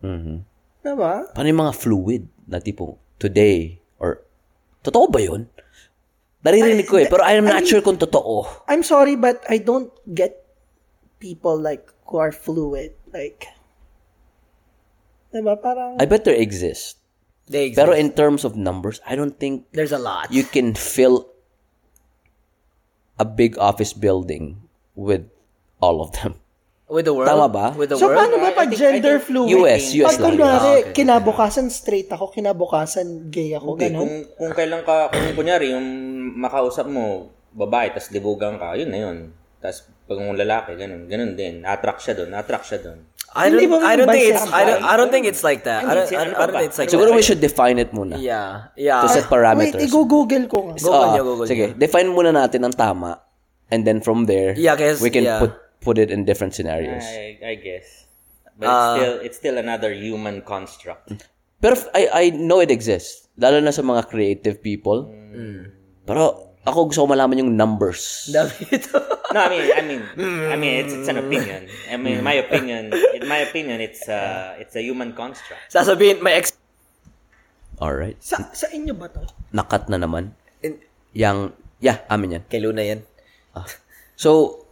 S2: Mhm.
S5: Diba?
S2: Paano yung mga fluid na tipo today or totoo ba yun? Naririnig ko eh, pero I am not sure kung totoo.
S5: I'm sorry, but I don't get people like who are fluid. Like, diba? Parang,
S2: I bet there exist.
S3: They exist.
S2: Pero in terms of numbers, I don't think
S3: There's a lot.
S2: you can fill a big office building with all of them.
S3: with the world.
S2: Tama ba?
S3: With the
S5: so
S3: world.
S5: paano ba pag gender fluid?
S2: US, US lang.
S5: Pag kunwari,
S3: Ah, okay.
S5: kinabukasan straight ako, kinabukasan gay ako,
S1: Okay,
S5: ganun.
S1: kung, kung kailan ka, kung kunyari, yung makausap mo, babae, tas dibugan ka, yun na yun. Tas pag yung lalaki, ganun, ganun din. Attract siya doon, attract siya doon.
S3: I don't.
S5: Hindi ba
S3: I don't think it's.
S5: bisexual?
S3: I don't. I don't think it's like that. I don't. I don't, I don't think it's like.
S2: Siguro we
S3: that.
S2: should define it muna.
S3: Yeah. Yeah.
S2: To set
S5: Wait,
S2: parameters.
S5: i-google ko nga.
S3: Google
S2: Ah,
S3: niyo, Google
S2: sige, define muna natin ang tama. And then from there,
S3: Yeah, guess-
S2: we can
S3: yeah.
S2: put put it in different scenarios.
S1: I, I guess. But it's still, it's still another human construct.
S2: Pero f- I, I know it exists. Lalo na sa mga creative people.
S3: Mm.
S2: Pero ako gusto ko malaman yung numbers.
S1: No, I mean, I mean, I mean, it's, it's an opinion. I mean, in my opinion, in my opinion, it's uh, it's a human construct.
S3: <laughs> Sasabihin, may ex.
S2: Alright.
S5: Sa, sa inyo ba to?
S2: Nakat na naman.
S3: In-
S2: Yang, yeah, amin yan.
S3: Kay Luna yan.
S2: So,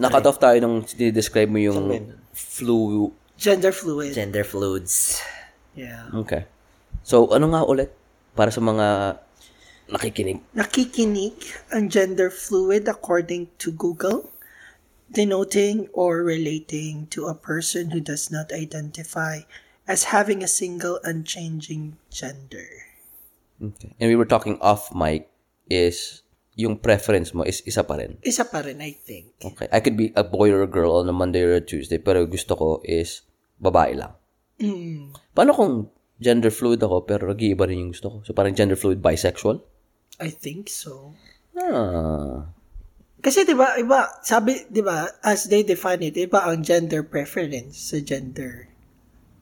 S2: nakat off tayo nung describe mo yung flu.
S5: Gender fluid.
S3: Gender fluids.
S5: Yeah.
S2: Okay. So, ano nga ulit? Para sa mga nakikinig.
S5: Nakikinig ang gender fluid according to Google, denoting or relating to a person who does not identify as having a single unchanging gender.
S2: Okay. And we were talking off mic is yung preference mo is isa pa rin.
S5: Isa pa rin, I think.
S2: Okay. I could be a boy or a girl on a Monday or a Tuesday pero gusto ko is babae lang. Paano kung gender fluid ako pero nag-iiba rin yung gusto ko? So parang gender fluid bisexual?
S5: I think so.
S2: Ah.
S5: Kasi 'di ba, iba sabi 'di ba, as they define it, iba ang gender preference sa gender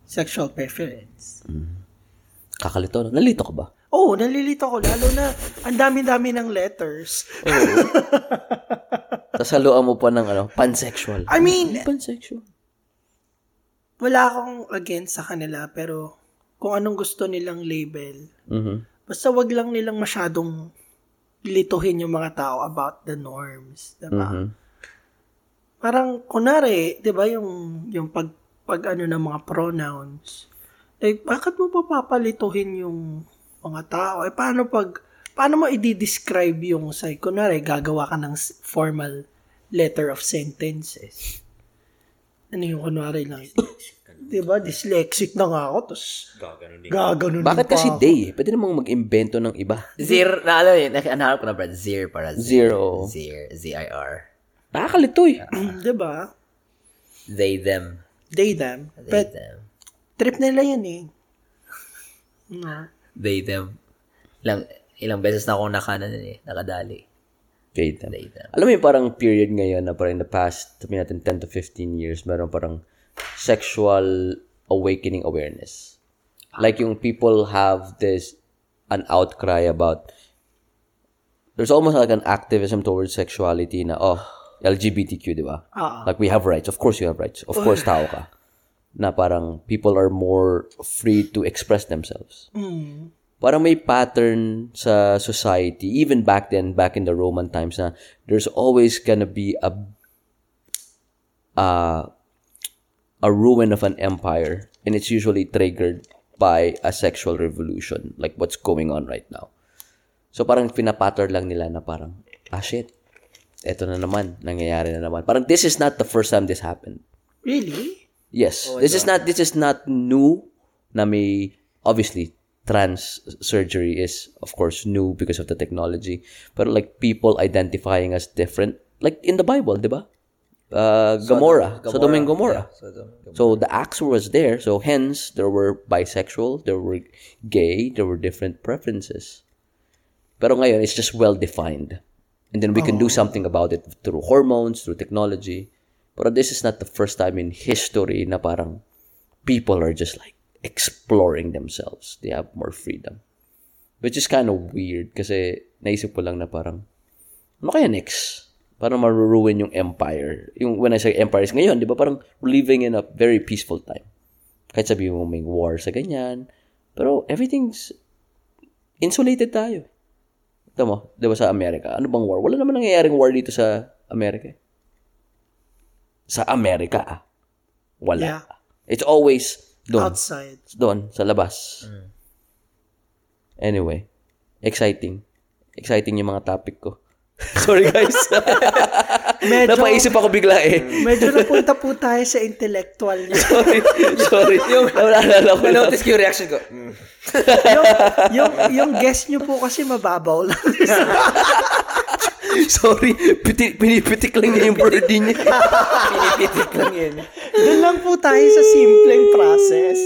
S5: sexual preference.
S2: Kakalito. no? Nalito ka ba?
S5: Oh, nalilito ko lalo na ang dami-dami ng letters.
S2: Tapos haluan mo pa ng ano, pansexual.
S5: I mean,
S2: pansexual.
S5: wala akong against sa kanila pero kung anong gusto nilang label,
S2: Mhm.
S5: basta wag lang nilang masyadong lituhin yung mga tao about the norms, 'di ba?
S2: Mhm.
S5: parang kunari, 'di ba, yung yung pag pag ano ng mga pronouns. Like, bakit mo pa papalituhin yung mga tao? Eh paano pag paano mo i-describe yung say kunari gagawa ka ng s- formal letter of sentences. Ano yung kunwari lang? 'Di ba, dyslexic na nga ako, tos
S1: Gaganon din.
S5: gaganon
S2: Bakag
S5: pa
S2: kasi
S5: ako.
S2: day. eh. Pwede namang mag-invento ng iba.
S3: Zero. Na alam yun. Nahanap ko na, Brad. Zero para
S2: Zero.
S3: Zero. Z-I-R.
S2: Nakakalito eh.
S5: Mm, <clears throat> 'di ba?
S3: They, them.
S5: They them.
S3: They,
S5: But
S3: them.
S5: trip nila 'yan eh. No.
S3: They, them. Ilang, ilang beses na akong nakana nun eh. Nakadali.
S2: They, them.
S3: They, them.
S2: Alam mo yung parang period ngayon na parang in the past, sabi natin 10 to 15 years, meron parang sexual awakening awareness. Like yung people have this, an outcry about, there's almost like an activism towards sexuality na, oh, LGBTQ, di ba?
S5: Ah.
S2: Like we have rights. Of course you have rights. Of
S5: <laughs>
S2: course tao ka. Na parang people are more free to express themselves parang may pattern sa society, even back then, back in the Roman times, na there's always gonna be a uh, a ruin of an empire, and it's usually triggered by a sexual revolution, like what's going on right now. So parang pinapattern lang nila na parang, ah shit, eto na naman, nangyayari na naman. Parang this is not the first time this happened.
S5: Really?
S2: Yes. this is not this is not new na may obviously trans surgery is of course new because of the technology but like people identifying as different like in the Bible, 'di ba? Uh, Gomorrah, Sodom and Gomorrah. So the axe was there, so hence there were bisexual, there were gay, there were different preferences. Pero ngayon it's just well defined. And then we can do something about it through hormones, through technology. Pero this is not the first time in history na parang people are just like exploring themselves. They have more freedom. Which is kind of weird kasi naisip ko lang na parang ano kaya next? Parang maruruin yung empire. Yung when I say empire is ngayon, di ba parang we're living in a very peaceful time. Kahit sabi mo may war sa ganyan. Pero everything's insulated tayo. Ito mo, di ba sa Amerika? Ano bang war? Wala naman nangyayaring war dito sa Amerika. eh. Sa Amerika, ah. Wala.
S5: Yeah.
S2: It's always doon.
S5: outside.
S2: Doon, sa labas.
S3: Mm.
S2: Anyway, exciting. Exciting yung mga topic ko. <laughs> Sorry
S3: <laughs>
S2: guys.
S5: Medyo-
S2: Napaisip ako bigla eh.
S5: Medyo napunta po tayo sa intellectual niya.
S2: Sorry. Sorry.
S3: <laughs>
S2: Yung naalala ko lang.
S3: Notice ko yung reaction ko. Mm.
S5: yung, yung, yung guess niyo po kasi mababaw lang.
S2: <laughs> Sorry. Piti, pinipitik lang niya
S3: <laughs>
S2: yung birdie niya.
S3: Pinipitik lang yun.
S5: Doon lang po tayo sa simpleng process.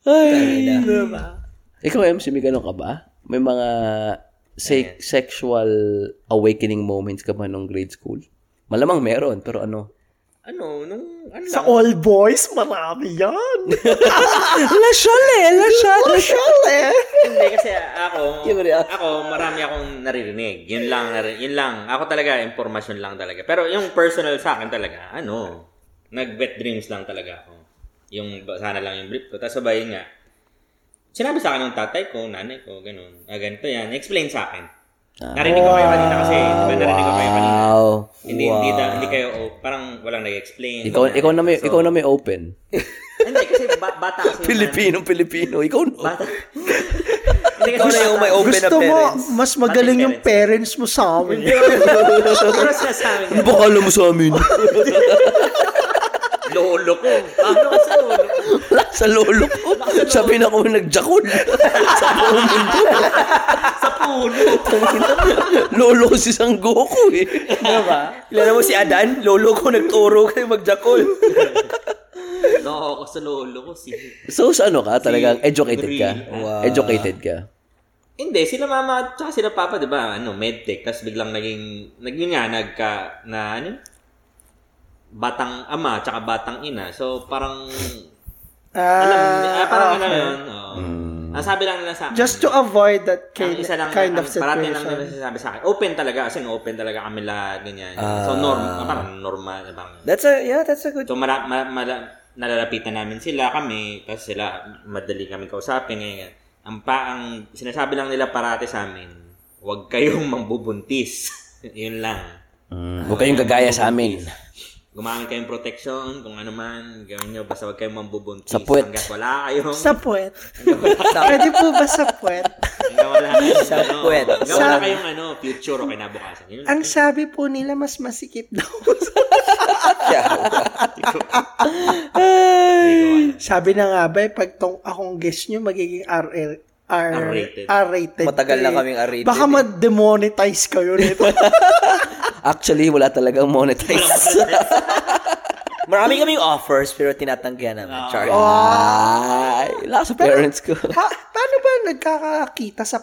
S5: Ay, diba?
S2: Ikaw, MC, may ganun ka ba? May mga se- sexual awakening moments ka ba nung grade school? Malamang meron, pero ano?
S1: Ano, nung, ano
S5: Sa
S1: lang,
S5: all boys, marami
S2: <laughs>
S5: yan.
S2: La chale! La chale!
S1: hindi kasi ako,
S2: Yung reaction.
S1: ako, marami akong naririnig. Yun lang, nari- yun lang. Ako talaga, information lang talaga. Pero yung personal sa akin talaga, ano, nag-wet dreams lang talaga ako. Yung, ba- sana lang yung brief ko. Tapos sabay yun nga, sinabi sa akin ng tatay ko, nanay ko, ganun. Ah, ganito yan. Explain sa akin.
S2: Ah,
S1: Narinig ko kayo kanina kasi. di ba? Narinig ko kayo kanina.
S2: Wow.
S1: Hindi, hindi, da- hindi kayo, oh, parang walang nag-explain.
S2: Ikaw, ikaw, na may, ikaw na may open.
S1: Hindi, kasi ba- bata kasi.
S2: Pilipinong <laughs> Pilipino. Ikaw no. <laughs>
S1: Bata. Hindi, kasi
S3: Ikaw na yung may open
S5: Gusto
S3: na
S5: mo,
S3: parents.
S5: mas magaling yung parents mo sa amin.
S1: Pero sinasabi
S2: Ano ba kala mo sa amin?
S1: lolo ko. Ano ka sa lolo ko?
S2: Wala sa lolo ko. Sabi na ko nagjakol. sa buong mundo.
S1: Sa puno.
S2: lolo ko si Sang Goku eh.
S3: Kilala mo si Adan? Lolo ko nagturo kayo magjakol.
S1: Loko ko sa lolo ko. Si...
S2: So, sa ano ka? Talagang educated ka?
S1: Green.
S2: Educated ka?
S1: Hindi, sila mama at saka sila papa, di ba? Ano, medtech. Tapos biglang naging, naging nga, nagka, na ano? Batang ama, tsaka batang ina. So, parang, alam, ah, parang ano yun. Oh. Ang sabi lang nila sa akin.
S5: Just to avoid that
S1: Ang
S5: kind,
S1: isa lang
S5: kind
S1: ang
S5: of
S1: parati lang nila
S5: situation.
S1: sinasabi sa akin. Open talaga. As in, open talaga kami lahat. Ganyan. so, norm, ah, parang normal. eh, Parang,
S3: Ah. That's a, yeah, that's a good...
S1: so, mara, ma, mara- nalalapitan namin sila kami. Tapos sila, madali kami kausapin. Ganyan. Ang, pa, ang sinasabi lang nila parati sa amin, huwag kayong <laughs> mambubuntis. <laughs> Yun lang.
S2: Mm, Huwag kayong gagaya sa amin.
S1: Gumamit kayong protection, kung ano man, gawin nyo, basta huwag kayong mambubuntis.
S2: Sa puwet.
S1: Hanggat wala kayong...
S3: <laughs>
S5: Sa puwet. Pwede po ba sa puwet?
S1: hanggat wala kayong... Sa ano,
S3: puwet.
S1: Hanggat wala
S5: Sa-
S1: kayong ano, future o kinabukasan. Yun lang.
S5: Ang sabi po nila, mas masikip daw.
S1: Hindi ko alam.
S5: sabi na nga ba, eh, pag tong akong guess nyo, magiging RR, R,
S1: R-rated.
S5: R-rated.
S3: Matagal na
S5: eh.
S3: kaming R-rated
S5: Baka
S3: eh.
S5: ma-demonetize kayo nito.
S2: Actually, wala talagang monetize.
S3: Marami kaming offers pero tinatanggihan namin. Char.
S2: Ay, wala sa parents ko.
S5: ha, paano ba nagkakakita sa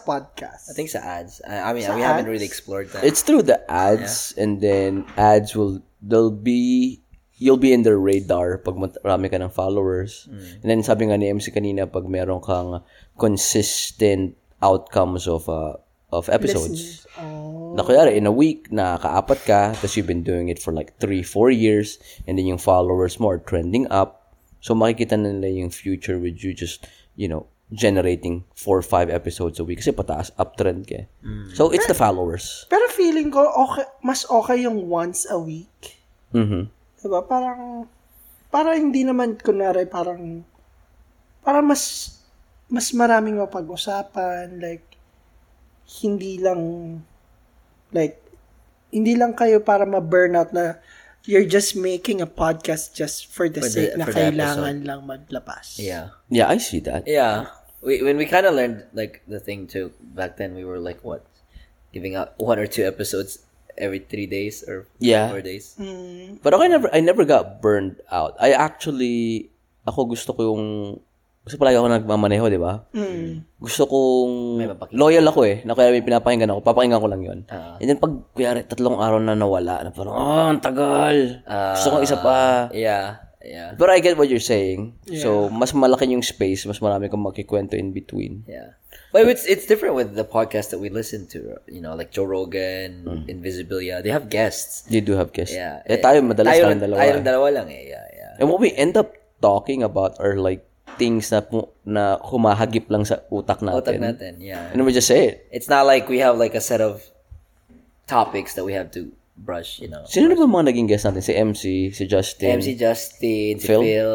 S3: I
S5: podcast?
S3: think sa ads. I, I mean,
S5: Sa
S3: we haven't
S5: ads?
S3: really explored that.
S2: It's through the ads and then ads will they'll be you'll be in their radar pag marami ka ng followers. And then sabi nga ni MC kanina pag meron kang consistent outcomes of uh, of episodes.
S5: Oh.
S2: Na kunyari, in a week, nakakaapat ka, tapos you've been doing it for like 3, 4 years, and then yung followers mo are trending up. So makikita na nila yung future with you just, you know, generating 4 5 episodes a week kasi pataas uptrend ka. eh. So it's the followers.
S5: Pero feeling ko, okay, mas okay yung once a week.
S2: Mhm.
S5: Diba? Parang, para hindi naman, kunwari, parang, para mas, mas maraming mapag-usapan, like, hindi lang, like, hindi lang kayo para ma-burnout na you're just making a podcast just for the
S3: For the-
S5: sake na
S3: for the
S5: kailangan lang maglabas.
S3: yeah.
S2: Yeah, I see that.
S3: Yeah. We when we kind of learned like the thing too back then we were like what giving out one or two episodes every 3 days or
S2: Yeah.
S3: 4 days.
S2: But ako, I never I never got burned out. I actually ako gusto ko yung kasi palagi ako nagmamaneho, di ba?
S3: Mm.
S2: Gusto kong loyal ako eh. Na kaya may pinapakinggan ako, papakinggan ko lang 'yon.
S3: Ah.
S2: And then pag kuyari tatlong araw na nawala, na parang oh, ang tagal.
S3: Ah.
S2: gusto kong isa pa.
S3: Yeah. Yeah.
S2: But I get what you're saying. So, mas malaki yung space, mas marami kang makikwento in between.
S3: Yeah. But it's it's different with the podcast that we listen to, you know, like Joe Rogan, Invisibilia. They have guests.
S2: They do have guests.
S3: Yeah.
S2: Mm. Eh, tayo, madalas
S3: tayo,
S2: tayong dalawa.
S3: Tayo lang dalawa lang eh. Yeah, yeah.
S2: And what we end up talking about are like things na pu- na humahagip lang sa utak natin.
S3: Utak natin, yeah.
S2: And we just say it.
S3: It's not like we have like a set of topics that we have to brush, you know.
S2: Sino na ba mga naging guest natin? Si MC, si Justin,
S3: MC Justin, si
S2: Phil?
S3: Phil,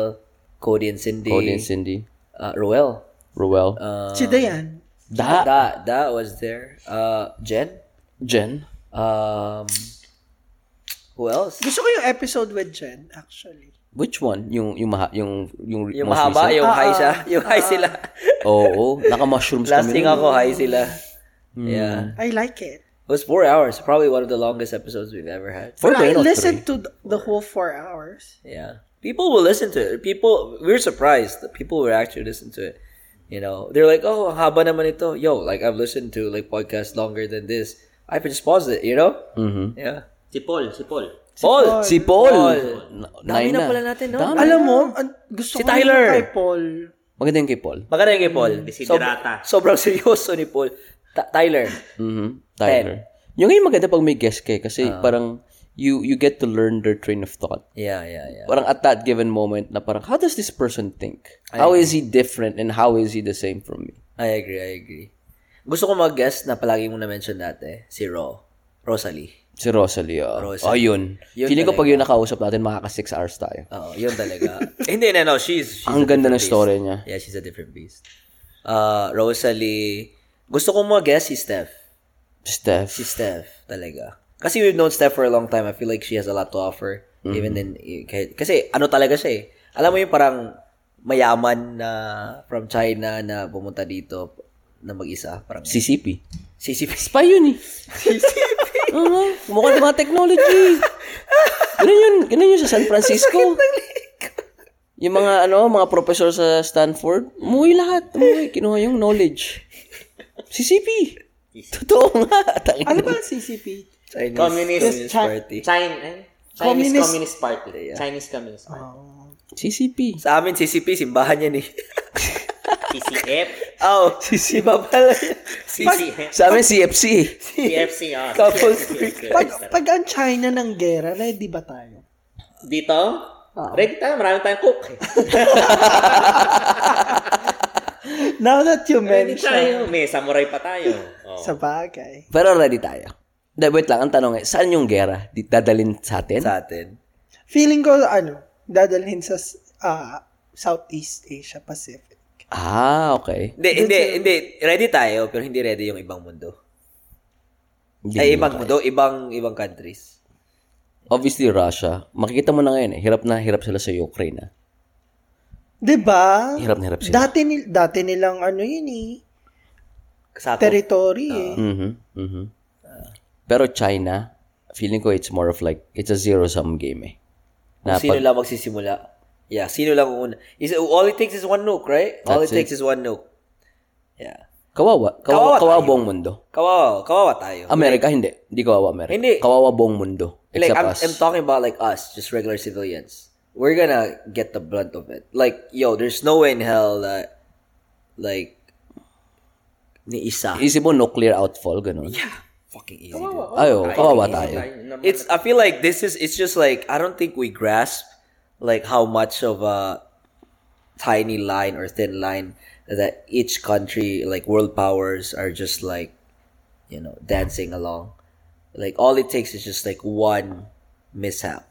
S3: Cody and Cindy,
S2: Cody and Cindy,
S3: uh, Roel.
S2: Ruel,
S3: Uh,
S5: si Dayan.
S2: Da,
S3: That that was there. Uh, Jen.
S2: Jen.
S3: Um, who else?
S5: Gusto ko yung episode with Jen, actually.
S2: Which one? Yung yung maha, yung yung,
S3: Yung
S2: most
S3: mahaba,
S2: recent? Ah,
S3: yung high siya. <laughs> Yung high sila.
S2: Oo, naka-mushrooms
S3: Last
S2: kami.
S3: thing
S2: nun.
S3: ako, high sila. Yeah.
S5: I like it.
S3: It was four hours. Probably one of the longest episodes we've ever had.
S2: Four
S5: But I
S2: ba yun o
S5: listened
S2: three?
S5: to th- the whole four hours.
S3: Yeah. People will listen to it. People, we were surprised that people were actually listening to it. You know, they're like, oh, ang haba naman ito. Yo, like, I've listened to, like, podcasts longer than this. I can just pause it, you know? Mm-hmm. Yeah.
S1: Si Paul, si Paul.
S3: Paul!
S2: Si Paul. Na-
S3: Dami
S2: nine
S3: na pala natin, no?
S2: Dami.
S5: Alam mo, an- gusto
S3: Si
S5: ko yung
S3: Tyler.
S5: kay Paul.
S2: Maganda yung kay Paul.
S3: Maganda yung kay Paul.
S1: Desiderata.
S3: sobrang seryoso ni Paul. Ta- Tyler.
S2: Mhm. Tyler. Yung ngayon maganda pag may guest kay kasi
S3: Ah.
S2: parang you you get to learn their train of thought.
S3: Yeah, yeah, yeah.
S2: Parang at that given moment na parang how does this person think? How is he different and how is he the same from me?
S3: I agree, I agree. Gusto ko mag-guest na palagi mong na-mention dati, si Ro. Rosalie.
S2: Si Rosalie. Oh,
S3: Rosalie.
S2: oh yun.
S3: Yun
S2: Feeling ko
S3: talaga.
S2: pag yun nakausap natin, makaka 6 hours tayo.
S3: Oo, Oh, yun talaga. <laughs> Eh, Hindi, no, no, she's, she's
S2: Ang
S3: a
S2: ganda ng
S3: different
S2: story
S3: beast.
S2: niya.
S3: Yeah, she's a different beast. Uh, Rosalie. Gusto ko mag-guest si Steph.
S2: Steph.
S3: Si Steph, talaga. Kasi we've known Steph for a long time. I feel like she has a lot to offer.
S2: Mhm.
S3: Even then, eh, kahit, kasi ano talaga siya eh. Alam mo yung parang mayaman na from China na pumunta dito na mag-isa. Parang
S2: CCP.
S3: CCP.
S2: Spy yun eh. <laughs> CCP. uh, mukhang mga technology. Ganun yun. Ganun yun sa San Francisco. Yung mga ano, mga professor sa Stanford, umuwi lahat. Umuwi. Kinuha yung knowledge. CCP. Totoo nga. Tangin.
S5: Ano ba ang CCP?
S3: Chinese
S1: Communist.
S3: Communist Party.
S1: China, eh? Chinese
S5: Communist- Oh.
S1: Communist, Party. Chinese Communist Party.
S2: CCP.
S3: Sa amin, CCP, simbahan yan eh. <laughs>
S5: <laughs>
S1: PCF.
S3: Oh, CCP ba pala?
S1: PCF.
S2: Sa amin, CFC.
S1: PFC, ah.
S3: Couples
S1: PFC,
S5: Pag,
S1: PFC.
S5: pag ang China ng gera, na di ba tayo?
S1: Dito,
S5: Oh.
S1: ready tayo. Marami tayong
S5: <laughs>
S1: cook. eh.
S5: Now that you
S1: Ready
S5: mention,
S1: tayo. May samurai pa tayo. Oh.
S5: sa bagay.
S2: Pero ready tayo. Hindi, wait lang. Ang tanong eh, saan yung gera? Di- Dadalin sa atin?
S3: Sa atin.
S5: Feeling ko, ano, dadalhin sa ah, Southeast Asia Pacific.
S2: Ah, okay.
S3: Hindi, hindi, hindi. Ready tayo, pero hindi ready yung ibang mundo.
S2: Hindi.
S3: Ay, ibang mundo, ibang ibang countries.
S2: Obviously, Russia. Makikita mo na ngayon eh. Hirap na hirap sila sa Ukraine. Ah.
S5: 'Di ba?
S2: Hirap na hirap sila.
S5: Dati, nil- dati nilang ano yun eh,
S3: Sa
S5: territory eh.
S2: Mm-hmm. Mm-hmm. Pero China, feeling ko it's more of like, it's a zero-sum game eh.
S3: Kung sino lang magsisimula. Yeah, sino lang una. Is, all it takes is one nuke, right? all it,
S2: That's it.
S3: takes is one nuke. Yeah.
S2: Kawawa.
S3: Kawawa
S2: Kawawa, kawawa
S3: tayo.
S2: buong mundo.
S3: Kawawa, kawawa tayo.
S2: Amerika, hindi. Hindi kawawa Amerika.
S3: Hindi.
S2: Kawawa buong mundo.
S3: like,
S2: Ah, Except
S3: I'm,
S2: us.
S3: I'm talking about like us, just regular civilians. We're gonna get the brunt of it. Like, yo, there's no way in hell that, like, ni isa.
S2: Isip mo nuclear outfall, ganun.
S3: fucking easy. dude.
S2: Ayo, kawawa tayo.
S3: It's, I feel like this is, it's just like, I don't think we grasp, like, how much of a tiny line or thin line that each country, like, world powers are just like, you know, dancing along. Like, all it takes is just like one mishap.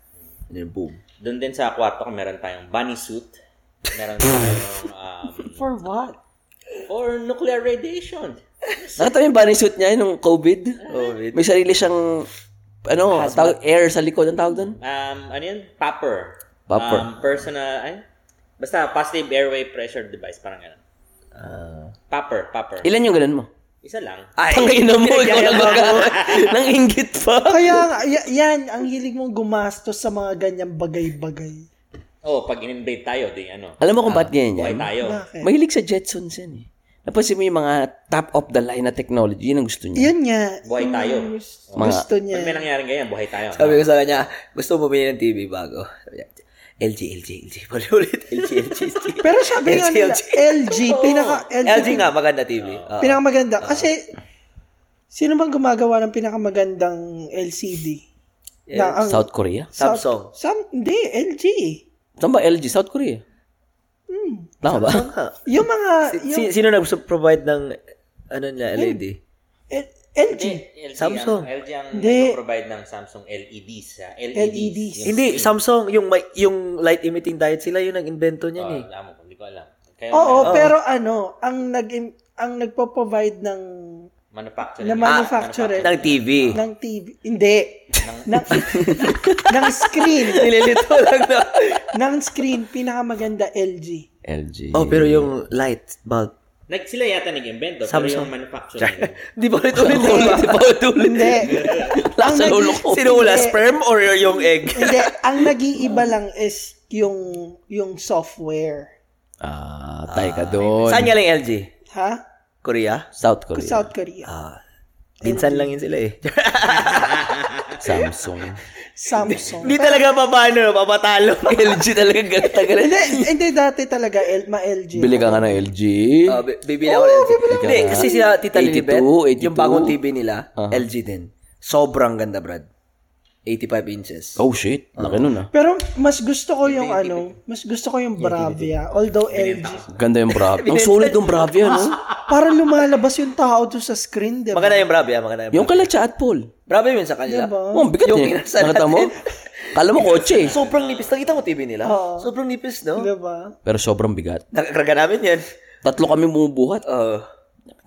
S3: And then boom.
S1: Doon din sa kwarto ko, meron tayong bunny suit. Meron tayong um,
S5: For what?
S1: or nuclear radiation.
S2: Nakita mo yung bunny suit niya, nung COVID?
S3: COVID.
S2: May sarili siyang, ano, tawag, air sa likod. Ang tawag doon?
S1: Um, ano yun? Popper.
S2: Popper.
S1: Um, personal, ay, basta positive airway pressure device, parang ganun.
S3: Ah.
S1: Popper, popper.
S2: Ilan yung ganun mo?
S1: Isa lang.
S3: Ay,
S2: Tangina mo, ikaw nagagamit. <laughs> Nang inggit pa.
S5: Kaya, y- yan, ang hilig mong gumastos sa mga ganyang bagay-bagay.
S1: Oh, pag in-invade tayo, di ano.
S2: Alam mo kung ba't ganyan
S1: Buhay
S2: yan?
S1: tayo.
S5: Bakit?
S2: Mahilig sa Jetsons yan eh. Napansin mo yung mga top of the line na technology, yun ang gusto niya.
S5: Yun nga.
S1: Buhay tayo.
S5: Gusto
S1: Pag may
S5: niya.
S1: nangyaring ganyan, buhay tayo.
S3: sabi ko sa kanya, gusto mo bumili ng TV bago. Sabi niya, LG, LG, <laughs> LG. Pali ulit, LG, LG, LG.
S5: Pero sabi nga nila, LG, pinaka, LG,
S3: LG nga, maganda Ah. TV.
S2: Oh.
S3: Oo.
S5: pinakamaganda. Kasi, sino bang gumagawa ng pinakamagandang LCD? Na ang-
S2: South Korea?
S5: South-
S3: Samsung.
S5: Sam, hindi, LG.
S2: Saan ba LG? South Korea? Tama ba?
S5: Yung mga, yung
S3: Si, sino nag-provide ng ano nila, LED?
S5: L- LG,
S1: LG
S3: Samsung.
S1: Ang, LG ang
S5: Hindi. E
S1: provide ng Samsung LEDs. ah. LEDs.
S5: LEDs.
S1: Yung
S3: Hindi,
S1: screen.
S3: Samsung, yung, may- yung light emitting diode, sila yung nag-invento niyan
S1: Oh,
S3: eh.
S1: alam ko, hindi ko alam. Kaya
S5: Oo, pero ano, ang nag ang nagpo-provide ng
S1: manufacturer.
S5: na
S3: Ah.
S5: manufacturer
S2: Ng
S3: <laughs>
S2: TV.
S5: ng TV. Hindi. ng, <laughs> ng screen.
S3: Nililito lang na.
S5: ng screen, pinakamaganda LG.
S2: LG.
S3: Oh, pero yung light bulb.
S1: Nag, sila yata nag-invento, pero yung manufacturer.
S3: Di ba ulit ulit ulit pa ulit ulit?
S5: Hindi. Ang nag-
S3: Sino wala,
S5: Hindi.
S3: sperm or yung egg?
S5: Hindi, ang nag-iiba lang is yung yung software.
S2: Ah, tay ka doon.
S3: Saan galing LG?
S5: Ha?
S3: Korea? Ah.
S2: South Korea.
S5: South Korea.
S3: Minsan lang yun sila eh. <laughs>
S2: Samsung. <laughs>
S5: Samsung.
S3: Hindi talaga papano, papatalo.
S2: LG talaga ganun tagal.
S5: Hindi, hindi dati talaga L, ma-LG.
S2: Bili ka nga ng LG.
S3: Uh, bibili ako ng LG. Hindi,
S2: ka.
S3: kasi sila
S2: 82,
S3: Tita Lilibet,
S2: 82.
S3: yung bagong TV nila, LG din. Sobrang ganda, Brad. 85 inches.
S2: Oh shit, laki nun ah.
S5: Pero mas gusto ko yung ano, mas gusto ko yung Bravia. Although LG,
S2: Ganda yung Bravia. Ang solid yung Bravia, no?
S5: <laughs> para lumalabas yung tao doon sa screen, di ba?
S3: Maganda yung Brabe, ah, maganda yung
S2: Yung kala Chaat Paul.
S3: Brabe yun sa kanila.
S5: Diba?
S2: Oh, ang bigat
S3: Yung
S2: niya.
S3: pinasa
S2: Nakita mo? Kala mo kotse eh.
S3: Sobrang nipis. Nakita mo TV nila?
S5: Oo.
S3: Sobrang nipis, no?
S5: Di ba?
S2: Pero sobrang bigat.
S3: Nakakraga namin yan.
S2: Tatlo kami bumubuhat.
S3: Oo.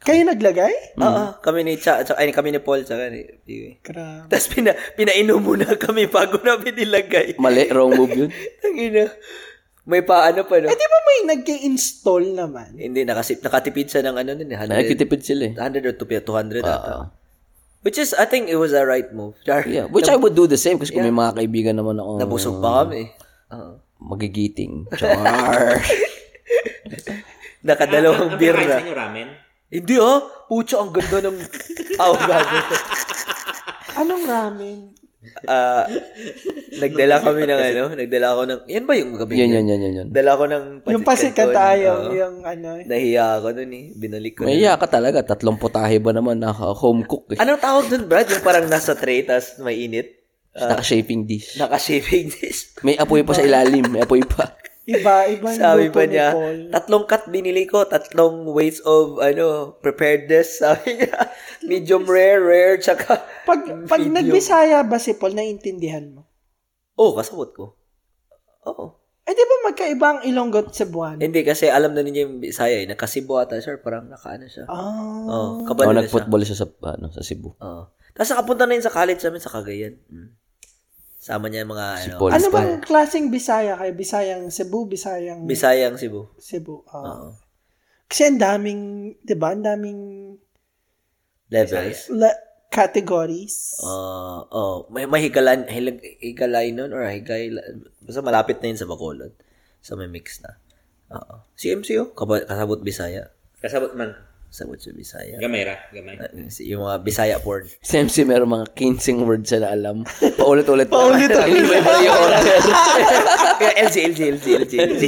S5: Kayo naglagay?
S3: Oo, kami ni Cha, tsaka- ay, kami ni Paul, tsaka ni Piwi.
S5: Grabe.
S3: Tapos pina, pinainom muna <laughs> kami bago namin nilagay.
S2: Mali, wrong move
S3: <laughs>
S2: yun.
S3: Tangina. May paano pa, no?
S5: Eh, di ba may nagka-install naman?
S3: Hindi, nakasip, nakatipid siya ng ano nun, eh, 100,
S2: Nakikitipid sila eh.
S3: 100 or 200 ata. Which is, I think it was the right move. Char.
S2: Yeah, which I would do the same kasi kung may mga kaibigan naman ako
S3: Nabusog pa kami. Oo. <laughs>
S2: magigiting. Char.
S3: <laughs> Nakadalawang beer
S1: Kaya
S3: na.
S1: sa inyo ramen?
S3: Hindi oh, pucho ang ganda ng aw
S2: <laughs>
S3: gago.
S5: Anong ramen?
S3: Ah, nagdala kami ng ano, nagdala ako ng Yan ba yung gabi?
S2: yan, yan, yan, yan, yan.
S3: Dala ko ng
S5: Yung pasikat
S3: canton.
S5: tayo,
S3: Oo.
S5: yung ano.
S3: nahiya ako dun eh, binalik ko.
S2: May
S3: na.
S2: iya ka talaga. Tatlong putahe ba naman naka home cook eh.
S3: Anong tawag dun, Brad? Yung parang nasa tray tas may init.
S2: naka shaping dish.
S3: Naka-shaving <laughs> dish.
S2: May apoy pa sa ilalim. May apoy
S3: <laughs>
S2: pa.
S5: Iba, iba yung
S3: Sabi
S5: luto
S3: pa
S5: ni
S3: niya,
S5: Paul.
S3: tatlong cut binili ko, tatlong ways of ano, preparedness, <laughs> sabi niya. Medium rare, rare, tsaka
S5: Pag, pag nagbisaya ba si Paul, naiintindihan mo?
S3: Oh, kasabot ko. Oh. Oo.
S5: Eh, di ba magkaiba ang Ilonggo at Cebuano?
S3: Hindi, kasi alam na ninyo yung Bisaya eh. Nakasibo ata siya. Parang nakaano siya.
S5: Ah,
S2: Oh,
S3: Oo, oh, kabalo na siya.
S2: nag-football siya sa, ano, sa Cebu.
S3: Oo. Tapos nakapunta na yun sa college namin sa Cagayan. Mm. Sama niya yung mga
S2: Si
S3: ano,
S2: Paul.
S5: ano
S2: Star.
S5: bang klaseng Bisaya kayo? Bisayang Cebu, Bisayang
S3: Bisayang Cebu.
S5: Cebu. Ah.
S3: Oo.
S5: Kasi ang daming, di ba, ang daming
S3: Levels.
S5: la- categories.
S3: Oo. oh, may, may higalan, hilag, higalay nun or higay, basta malapit na yun sa Bacolod. So may mix na. Oo. Si MCO, oh. kaba- kasabot Bisaya.
S1: Kasabot man.
S3: Kasabot sa Bisaya.
S1: Gamay ra, gamay.
S3: Uh, si- Yung mga Bisaya
S2: <laughs>
S3: porn.
S2: Si MC meron mga 15 words siya na alam. Paulit-ulit. <laughs> Paulit-ulit. Iba-iba yung
S3: <laughs>
S2: order.
S3: Kaya LG, LG, LG, LG, LG.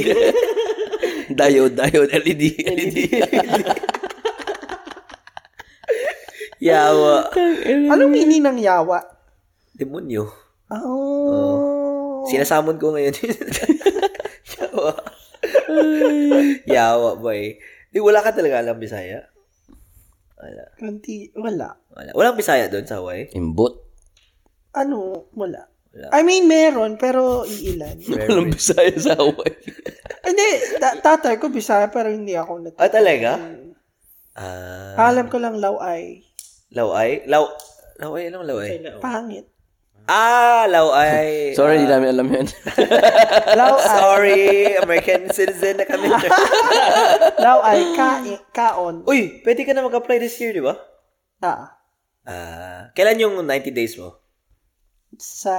S2: Diode, diode, E LED, LED.
S3: E Yawa.
S5: Anong meaning ng yawa? Ah,
S3: Demonyo.
S5: Oh.
S3: Sinasamon ko <laughs> ngayon. Yawa. Yawa, boy. Di, wala ka talaga alam Bisaya? Wala.
S5: Kunti, wala.
S3: Wala. Walang Bisaya doon sa Hawaii?
S2: Imbot.
S5: Ano, wala.
S3: Wala.
S5: I mean, meron, pero iilan.
S2: Walang bisaya sa <laughs> Hawaii.
S5: Hindi, ta- tatay ko Bisaya pero hindi ako nat. Hmm.
S3: Ah, talaga? Ah,
S5: Alam ko lang law ay
S3: Laway? Law... Laway, anong Laway?
S5: pangit.
S3: Ah, Laway.
S2: Sorry, hindi namin alam yun.
S5: Law ay,
S3: Sorry, American citizen na <laughs> kami.
S5: law ay kain, kaon.
S3: Uy, pwede ka na mag-apply this year, di ba?
S5: Ah,
S3: Ah, kailan yung 90 days mo?
S5: sa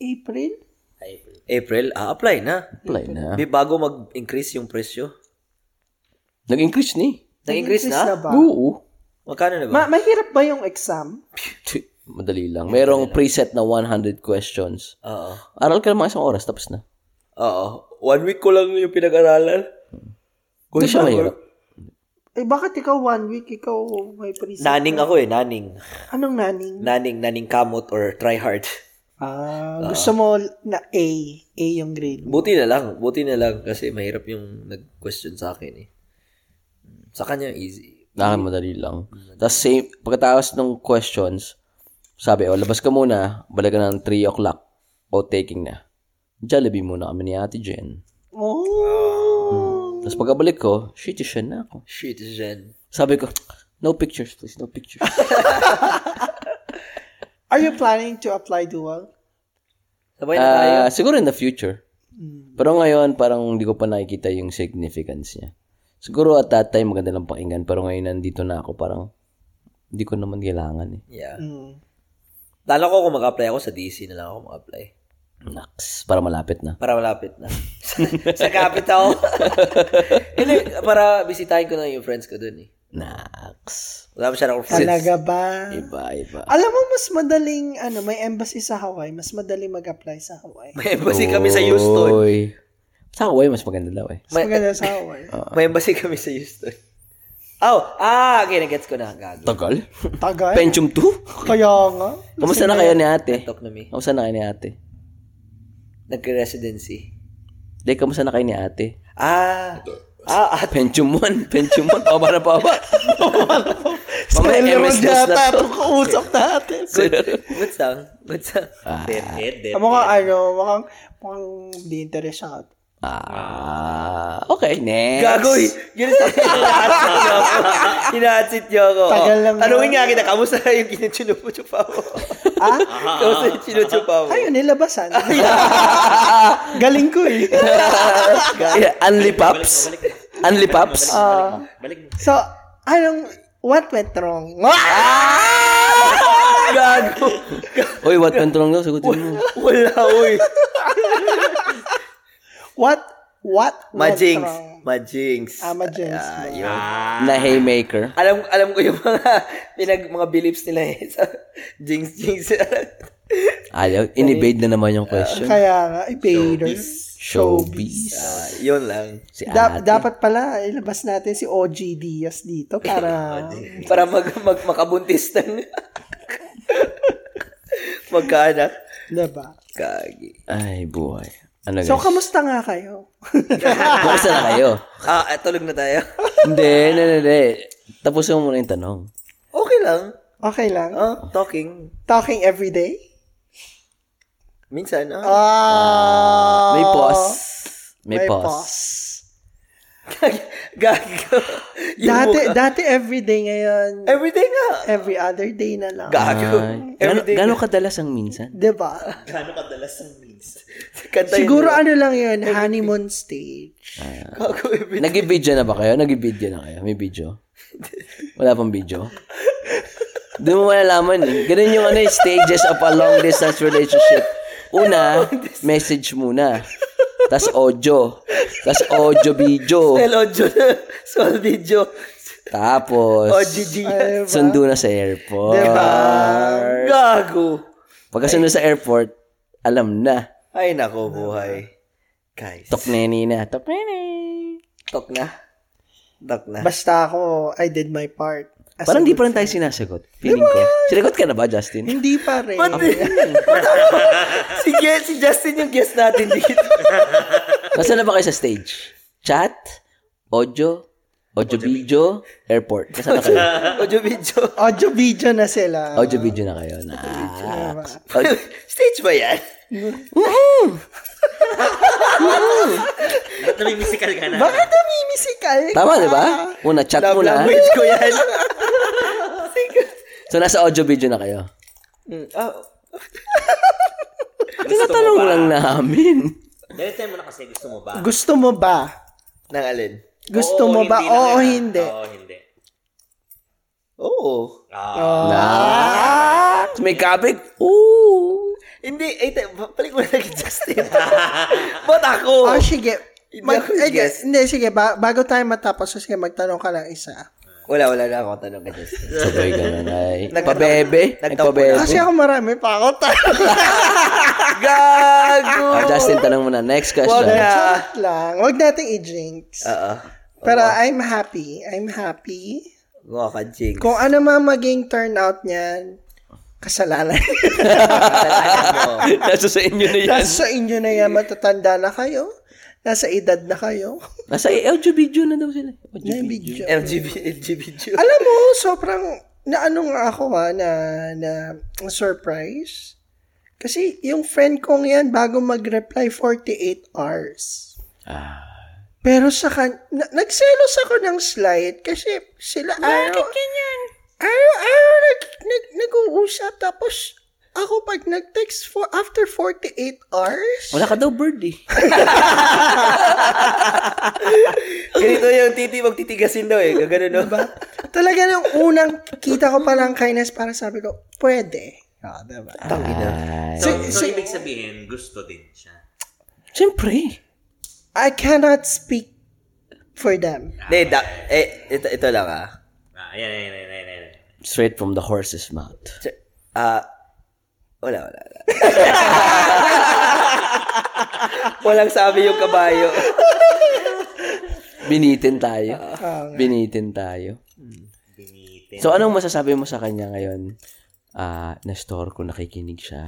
S5: April?
S3: April? Ah, apply na.
S2: <laughs> Apply na.
S3: Di bago mag-increase yung presyo.
S2: Nag-increase ni.
S3: Nag-increase
S5: Increase
S3: na?
S5: ba?
S2: Oo.
S3: Magkano na ba?
S5: Ma- mahirap ba yung exam?
S2: Tch, Madali lang. Merong preset na 100 questions.
S3: Oo.
S2: Aral ka ng mga isang oras, tapos na.
S3: Oo. One week ko lang yung pinag-aralan.
S2: Hindi siya mahirap.
S5: Eh, bakit ikaw one week, ikaw may pre
S3: Naning ako eh, naning.
S5: Anong naning?
S3: Naning, naning kamot or try hard. <laughs>
S5: Ah, gusto mo na A. A yung grade.
S3: Buti na lang. Buti na lang kasi mahirap yung nag-question sa akin eh. Sa kanya easy.
S2: Naka Ah, madali lang. Tapos same, pagkatapos ng questions, sabi, oh, labas ka muna, balik ka ng 3 o'clock, o taking na. Jollibee muna kami ni Ate Jen.
S5: Oh.
S2: Tapos pagkabalik ko, shitty siya na ako.
S3: Shit, Jen.
S2: Sabi ko, no pictures please, no pictures.
S5: Are you planning to apply dual?
S3: Sabay na tayo.
S2: Ah, siguro in the future.
S5: Mm.
S2: Pero ngayon, parang hindi ko pa nakikita yung significance niya. Siguro at that time, maganda lang pakinggan. Pero ngayon, nandito na ako. Parang, hindi ko naman kailangan eh.
S3: Yeah.
S5: Mm.
S3: Lalo ko kung mag-apply ako sa DC na lang ako mag-apply.
S2: Naks. Para malapit na.
S3: Para malapit na. <laughs> sa, sa
S2: <laughs>
S3: capital. Hindi, para bisitahin ko na yung friends ko dun eh.
S2: Naks.
S3: Wala masyadong friends.
S5: Talaga ba?
S2: Iba, iba.
S5: Alam mo, mas madaling, ano, may embassy sa Hawaii, mas madaling mag-apply sa
S3: <laughs>
S5: Hawaii.
S3: May embassy kami sa Houston.
S2: Oy. Sa Hawaii, mas maganda daw eh.
S5: Mas maganda sa Hawaii.
S3: May embassy kami sa Houston. Oh, ah, okay, nag-gets ko na. Gago.
S2: Tagal?
S5: Tagal.
S2: Pentium
S3: <laughs>
S2: 2?
S5: Kaya nga.
S2: Kamusta na kayo ni ate?
S3: Talk na me.
S2: Kamusta na kayo ni ate?
S3: Nagka-residency.
S2: Hindi, kamusta na kayo ni ate?
S3: Ah, ah, ah,
S2: Pentium <laughs> 1, Pentium 1. Pababa na
S3: <laughs>
S2: pababa. Mamaya MS
S5: Mamaya
S2: News na
S5: data
S2: to.
S5: itong kausap natin.
S3: good song. Good song.
S1: Deadhead,
S5: Ah,
S1: deadhead.
S5: mukhang ano, mukhang, mukhang di interesado.
S2: Ah, okay, next.
S3: Gago eh. Yun sa hinahatsit niyo ako. <laughs> Hinahatsit niyo ako. Oh,
S5: Tagal lang
S3: Tanungin
S5: na.
S3: nga kita, kamusta <laughs> yung kinuchupa mo?
S5: Ah?
S3: <laughs> kamusta yung chinuchupa mo?
S5: Ayun, nilabasan. <laughs> Galing ko eh.
S2: Yeah, Unli Paps. Unli Paps.
S5: Ah,
S1: Balik mo.
S5: so, anong, what went wrong?
S3: <laughs>
S5: <laughs>
S3: Gago.
S2: Uy, what went wrong daw? Sagutin mo.
S3: Wala, uy.
S5: What, what went
S3: Majinx.
S5: wrong?
S3: Majinx.
S5: Ah, majinx.
S3: Ah,
S5: ba?
S3: yun.
S2: Na haymaker.
S3: Alam, alam ko yung mga, <laughs> pinag, mga beliefs nila eh. <laughs> Sa jinx, jinx. <laughs>
S2: Ayaw, inibade na naman yung question.
S5: Kaya nga, eh, invaders.
S2: Showbiz.
S3: Ah, yun lang.
S2: Si
S5: Da-
S2: ate.
S5: dapat pala, ilabas natin si OG Diaz dito para...
S3: Para mag, mag makabuntis ng <laughs> magkaanak.
S5: diba?
S3: Gagi.
S2: Ay, buhay. Ano
S5: So,
S2: guys?
S5: kamusta nga kayo? <laughs>
S2: Kamusta na kayo?
S3: Ah, eh, tulog na tayo. <laughs>
S2: Hindi, hindi, hindi, hindi. Tapusin mo muna yung tanong.
S3: okay lang.
S5: Okay lang?
S3: Oh, talking.
S5: Talking every day?
S3: Minsan, ah.
S5: Ah!
S2: May pause. May, pause.
S3: Gago. Yung
S5: Dati,
S3: mukha.
S5: dati every day ngayon,
S3: Everything nga.
S5: every other day na lang.
S3: Gago.
S2: Ay, gano,
S3: Everything.
S2: gano'ng kadalas ang minsan?
S5: Diba?
S3: Kanta yun. diba?
S5: Siguro ano lang yun, honeymoon stage.
S3: Gago, everything.
S2: Nag-video na ba kayo? Nag-video na kayo? May video? Wala pang video? Doon mo malalaman eh. Ganun yung ano, eh, stages of a long distance relationship. Una, message muna. Tapos audio. Tapos audio video.
S3: Hello, John. <laughs> Sol video.
S2: Tapos,
S3: Oh, GG.
S2: sundo na sa airport.
S3: Diba? Ah, Gago.
S2: Pagkasundo sa airport, alam na.
S3: Ay, nako, buhay. Guys.
S2: Tok neni na. Tok neni.
S3: Tok na. Tok na.
S5: Basta ako, I did my part. As
S2: Parang
S5: a
S2: di
S5: good-
S2: pa rin tayo sinasagot. Feeling ko. Sinagot ka na ba, Justin?
S5: Hindi pa rin.
S3: <laughs> si, Ge- si Justin yung guest natin dito.
S2: Nasaan na ba kayo sa stage? Chat? Audio? Audio video? Airport? Nasaan na kayo?
S3: Ojo video.
S5: Audio video na sila.
S2: Audio video na kayo. Na.
S3: <laughs> Stage ba yan?
S1: Ba't namimisikal ka na?
S5: Bakit namimisikal?
S2: Tama, diba? di ba? Una, chat
S3: Love
S2: muna.
S3: language ko yan.
S2: So, nasa audio video na kayo.
S3: <laughs> Mm, ah,
S2: Tinatanong lang namin.
S1: Dahil tayo muna kasi gusto mo ba?
S5: Gusto mo ba?
S3: nang alin?
S5: Gusto
S1: Oo,
S5: mo ba?
S1: lang
S5: Oo,
S1: yan.
S5: hindi.
S1: Oo, hindi.
S3: Oo. Oh.
S1: Ah,
S2: May kabig. Ooh.
S3: Hindi, ay, te, balik mo na kay Justin. <laughs> Ba't ako?
S5: Ah, sige.
S3: Hindi
S5: Mag,
S3: ako
S5: eh,
S3: guess.
S5: hindi, sige. Ba- bago tayo matapos, sige, magtanong ka lang isa.
S3: Wala, wala na ako tanong kay Justin.
S2: Sabay ganun ay. Pabebe.
S3: Nagtampo na.
S2: Nagpabebe.
S5: Kasi ako marami pa ako.
S3: <laughs>
S5: <laughs>
S3: Gago!
S2: Ah, Justin, tanong mo na. Next
S3: Wag
S2: question.
S3: na.
S5: Charot lang. Huwag nating i-jinx.
S3: Oo.
S5: Pero I'm happy. I'm happy.
S3: Mukha ka, Jinx.
S5: Kung ano man maging turnout niyan, kasalanan. <laughs>
S2: Nasa sa inyo na yan.
S5: Nasa inyo na yan, matatanda na kayo. Nasa edad na kayo.
S2: Nasa LGBTQ na daw sila.
S5: Na video.
S2: LGBTQ.
S5: Alam mo, sobrang naano nga ako ha, na, na surprise. Kasi yung friend kong yan, bago mag-reply, 48 hours. Pero sa kan... Na, nagselos ako ng slide kasi sila araw... Bakit ganyan? Araw-araw nag, nag, nag-uusap tapos ako pag nag-text for after 48 hours,
S2: Wala ka daw bird eh.
S3: Ganito yung titi, magtitigasin daw eh. Gagano no?
S5: diba? Talaga nung unang kita ko pa lang kindness para sabi ko, pwede. Ah, diba?
S3: Ah.
S1: So,
S5: Si-
S1: so,
S5: si-
S1: ibig sabihin, gusto din siya.
S2: Siyempre.
S5: I cannot speak for them.
S3: Hindi, da, eh, ito, ito lang ah.
S1: Ah, ayan, ayan, ayan, ayan, ayan.
S2: Straight from the horse's mouth.
S3: Ch- Ah, wala, wala, wala. <laughs> Walang sabi yung <laughs> kabayo.
S2: Binitin tayo. Binitin tayo.
S1: Binitin.
S2: So, anong masasabi mo sa kanya ngayon? Ah, na-store ko, nakikinig siya.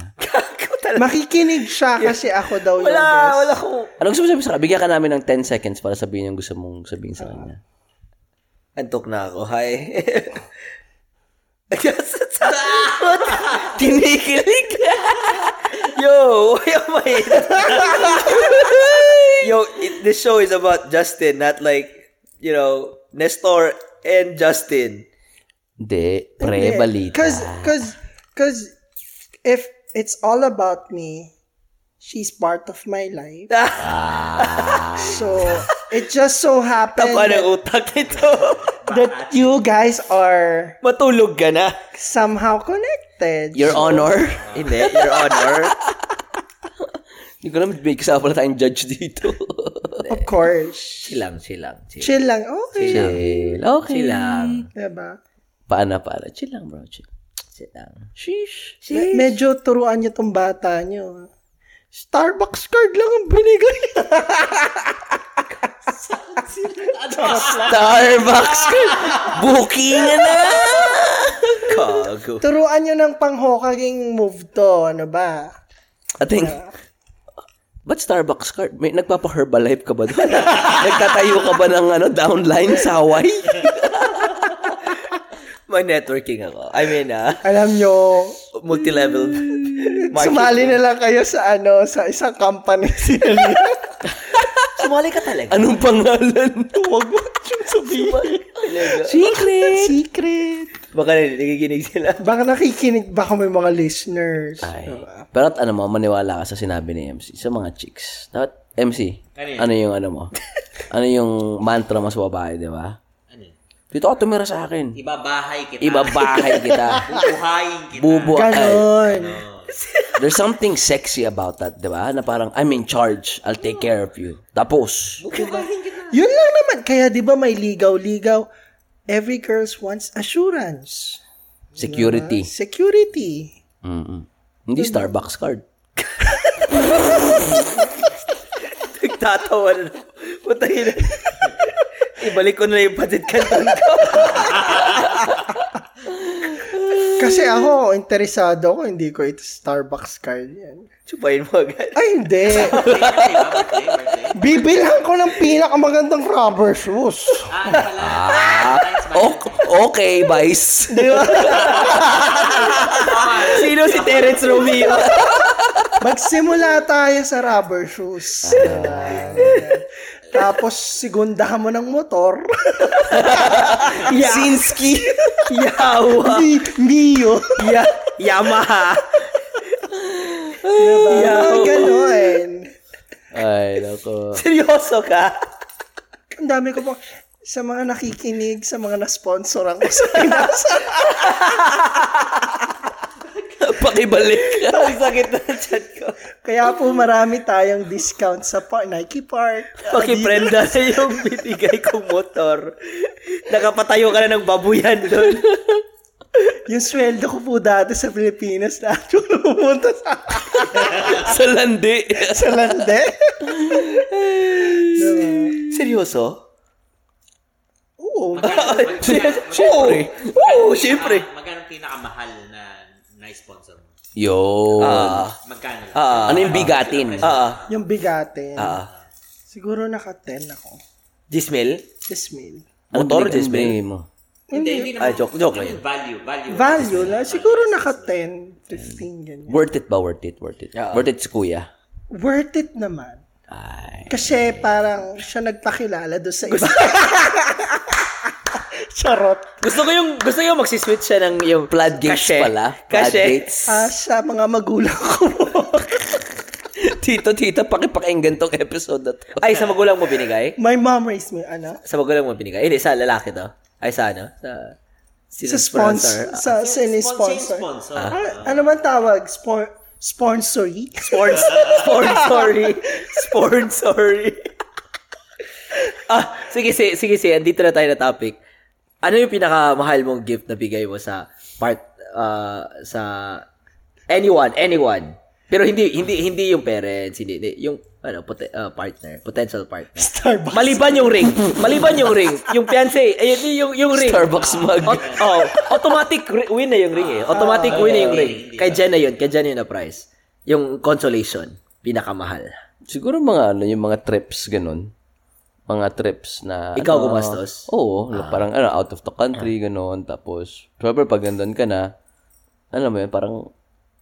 S5: Makikinig siya kasi ako daw yung
S3: Wala,
S5: best.
S3: wala ko.
S2: Ano gusto mo sabihin sa kanya? Bigyan ka namin ng 10 seconds para sabihin yung gusto mong sabihin sa kanya.
S3: Antok na ako, hi. <laughs> <laughs> Kinikilig. Yo, yo, wait. yo, it, this show is about Justin, not like, you know, Nestor and Justin.
S2: Hindi. Pre, balita.
S5: Cause, cause, cause, if it's all about me, she's part of my life. <laughs> so, it just so happened
S3: Tapuan
S2: ano?
S3: ang
S5: that,
S3: utak nito.
S5: that you guys are
S3: Matulog ka na.
S5: somehow connected.
S2: Your Honor.
S3: Hindi, Your Honor.
S2: Hindi ko naman may kasama pala tayong judge dito.
S5: Of course.
S3: Silang, silang, silang.
S5: Chill lang. Okay.
S2: Chill. Okay.
S3: Silang.
S5: Diba?
S2: Paana para. Chill lang, bro. Chill. Chill lang. Sheesh.
S5: Me- medyo turuan niyo tong bata niyo. Starbucks card lang ang
S2: <laughs>
S5: binigay.
S2: Starbucks ka. Booking na.
S3: Kago.
S5: turuan niyo ng panghokaging move to. Ano ba?
S2: I think, ba't Starbucks card? May nagpapa-herbalife ka ba doon? <laughs> Nagtatayo ka ba ng ano, downline sa Hawaii? <laughs>
S3: May networking ako. I mean, ah,
S5: Alam niyo,
S3: multi-level.
S5: sumali na lang kayo sa ano, sa isang
S2: <laughs>
S5: company sila niya.
S3: Sumali ka talaga.
S2: Anong pangalan? Huwag mo siyang sabihin. Secret.
S5: Secret.
S3: Baka nagiginig sila.
S5: Baka nakikinig, baka may mga listeners.
S2: Ay. Pero at ano mo, maniwala ka sa sinabi ni MC, sa mga chicks. Dapat, MC, ano yung ano mo? <laughs> ano yung mantra mo sa babae, di ba?
S1: Ano? yun?
S2: Dito ka tumira sa akin.
S1: Ibabahay kita.
S2: Ibabahay kita.
S1: Bubuhayin kita.
S2: Bubo ka.
S5: Ganon.
S2: There's something sexy about that, di ba? Na parang, I'm in charge. I'll take care of you. Tapos.
S5: Yun lang naman. Kaya di ba may ligaw-ligaw? Every girls wants assurance. Ah,
S2: Security.
S5: Security.
S2: Mm-mm. Hindi Starbucks card.
S3: Nagtatawa na. Putangin na. Ibalik ko na lang yung patit kanton ko.
S5: Kasi ako, interesado ako, hindi ko ito Starbucks card yan.
S3: Chupain mo agad.
S5: Ay,
S2: <laughs>
S5: hindi. <laughs> Bibilhan ko ng pinakamagandang rubber shoes.
S2: Ok- okay, Vice.
S3: Sino si Terence Romeo?
S5: Magsimula tayo sa rubber shoes. Ah, Tapos, sigundahan mo ng motor.
S3: Sinski. Yawa.
S5: Mi- Mio.
S3: Ya Yamaha.
S5: Diba? Mga ganon.
S2: Ay, nako.
S3: Seryoso ka?
S5: Ang dami ko pong sa mga nakikinig, sa mga na-sponsoran ko sa Pinas.
S2: Pakibalik.
S3: Ang sakit na chat ko.
S5: Kaya po marami tayong discount sa par- Nike Park.
S3: Pakiprenda na yung binigay kong motor. Nakapatayo ka na ng babuyan doon.
S5: Yung sweldo ko po dati sa Pilipinas na actually pumunta sa,
S2: <laughs> sa landi.
S5: sa lande. Diba?
S3: Seryoso?
S5: Oo.
S1: Magkano- magkano-
S2: Siyempre.
S1: magkano
S2: Oo, siyempre.
S3: Oh,
S1: pinaka- Magkano pinakamahal na na na-sponsor mo?
S2: Yo.
S3: Ah.
S1: Magkano lang?
S2: ano yung bigatin?
S5: Yung bigate. Siguro naka-10 ako.
S3: Dismil?
S5: This meal.
S2: Motor display Ano mo.
S1: hindi, hindi naman.
S3: Ay, joke, joke
S1: Ano
S3: lang.
S1: yung value, value.
S5: Value na. Siguro naka-10, 15, ganyan.
S2: Worth it ba? Worth it, worth it. Worth it si kuya.
S5: Worth it naman.
S2: Ay.
S5: Kasi parang siya nagpakilala doon sa iba. <laughs> Charot.
S3: Gusto ko yung, gusto ko yung magsiswitch siya ng yung
S2: Floodgates
S3: Kasi-
S2: pala.
S3: kasi-
S2: Floodgates.
S5: Ah, sa mga magulang ko.
S2: <laughs> tito, tita, pakipakinggan tong episode na to.
S3: Ay, sa magulang mo binigay?
S5: My mom raised me, ano?
S3: Sa magulang mo binigay? Hindi, sa lalaki to. Ay, sa ano? Sa,
S5: Sa sponsor. Sa sini-sponsor.
S1: Sponsor.
S5: Ah, ano man tawag? Spor sponsory?
S3: Sporn, sporn, sorry. Sporn, sorry. <laughs> ah, sige, sige, sige, sige. Andito na tayo na topic. Ano yung pinakamahal mong gift na bigay mo sa part, ah, sa anyone, anyone. Pero hindi, hindi, hindi yung parents, hindi, hindi yung, ano, pote- ah, partner, potential partner.
S5: Starbucks.
S3: Maliban yung ring. Maliban yung ring. Yung fiancé, ayun yung, yung, yung ring.
S2: Starbucks mug. Ah,
S3: Ot- oh, automatic ri- win na yung ring eh. Automatic win na yung ring. Kay Jen na yun. Kay Jen yun na prize. Yung consolation. Pinakamahal.
S2: Siguro mga ano, yung mga trips, ganun. Mga trips na...
S3: Ikaw
S2: ano,
S3: gumastos? Ah.
S2: Oo. Parang ano, out of the country, ganun. Tapos, syempre, pag nandun ka na, alam mo yun, parang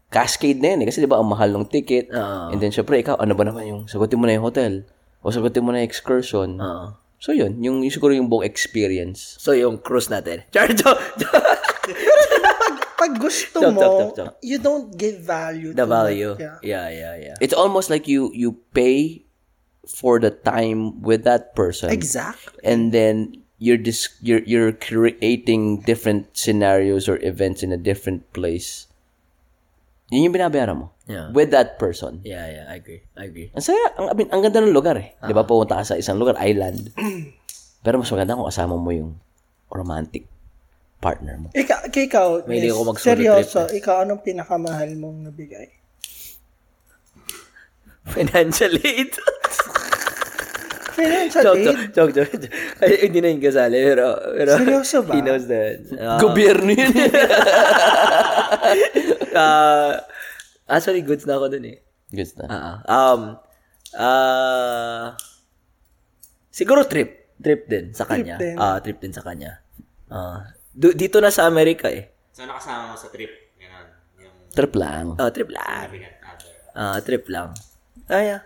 S2: cascade na yun eh. Kasi di ba, ang mahal ng ticket.
S3: Ah.
S2: And then, syempre, ikaw, ano ba naman yung, sagutin mo na yung hotel. O sagutin mo na yung excursion.
S3: Ah.
S2: So, yun. Yung, yung siguro yung buong experience.
S3: So, yung cruise natin. <laughs> Char, jo, jo.
S5: Pag, pag gusto
S3: Chop,
S5: mo,
S3: chop, chop, chop.
S5: you don't give value
S3: The
S5: to
S3: value.
S5: it. Yeah.
S3: Yeah, yeah, yeah.
S2: It's almost like you you pay for the time with that person.
S5: Exact.
S2: and then you're dis- you're you're creating different scenarios or events in a different place. Yun yung binabayaran mo.
S3: Yeah.
S2: With that person.
S3: Yeah, yeah. I agree. I agree.
S2: Ang saya. Ang, I mean, ang ganda ng lugar eh. Di ba? Pumunta ka sa isang lugar, island. <clears throat> Pero mas maganda kung kasama mo yung romantic partner mo.
S5: Ikaw, kay ikaw,
S3: May hindi
S5: Nis,
S3: ako mag-solo
S5: seryoso, ikaw, anong pinakamahal mong nabigay?
S3: Financial <laughs> aid.
S5: Financial
S3: joke,
S5: aid?
S3: joke, joke, joke, joke. Ay, hindi na yung kasali. Pero, pero
S5: Seryoso ba?
S3: He knows that. Ah,
S2: Gobyerno <laughs> yun.
S3: ah, actually, goods na ako dun eh.
S2: Good na.
S3: Ah, um, ah, siguro trip. Trip din sa kanya.
S5: din.
S3: Ah, trip din sa kanya. Ah, du- dito na sa Amerika eh.
S1: So, nakasama mo sa trip. Ganun. Yung
S2: Trip lang.
S3: Ah, trip lang.
S1: bigat other.
S3: Ah, trip lang. Ah, yeah.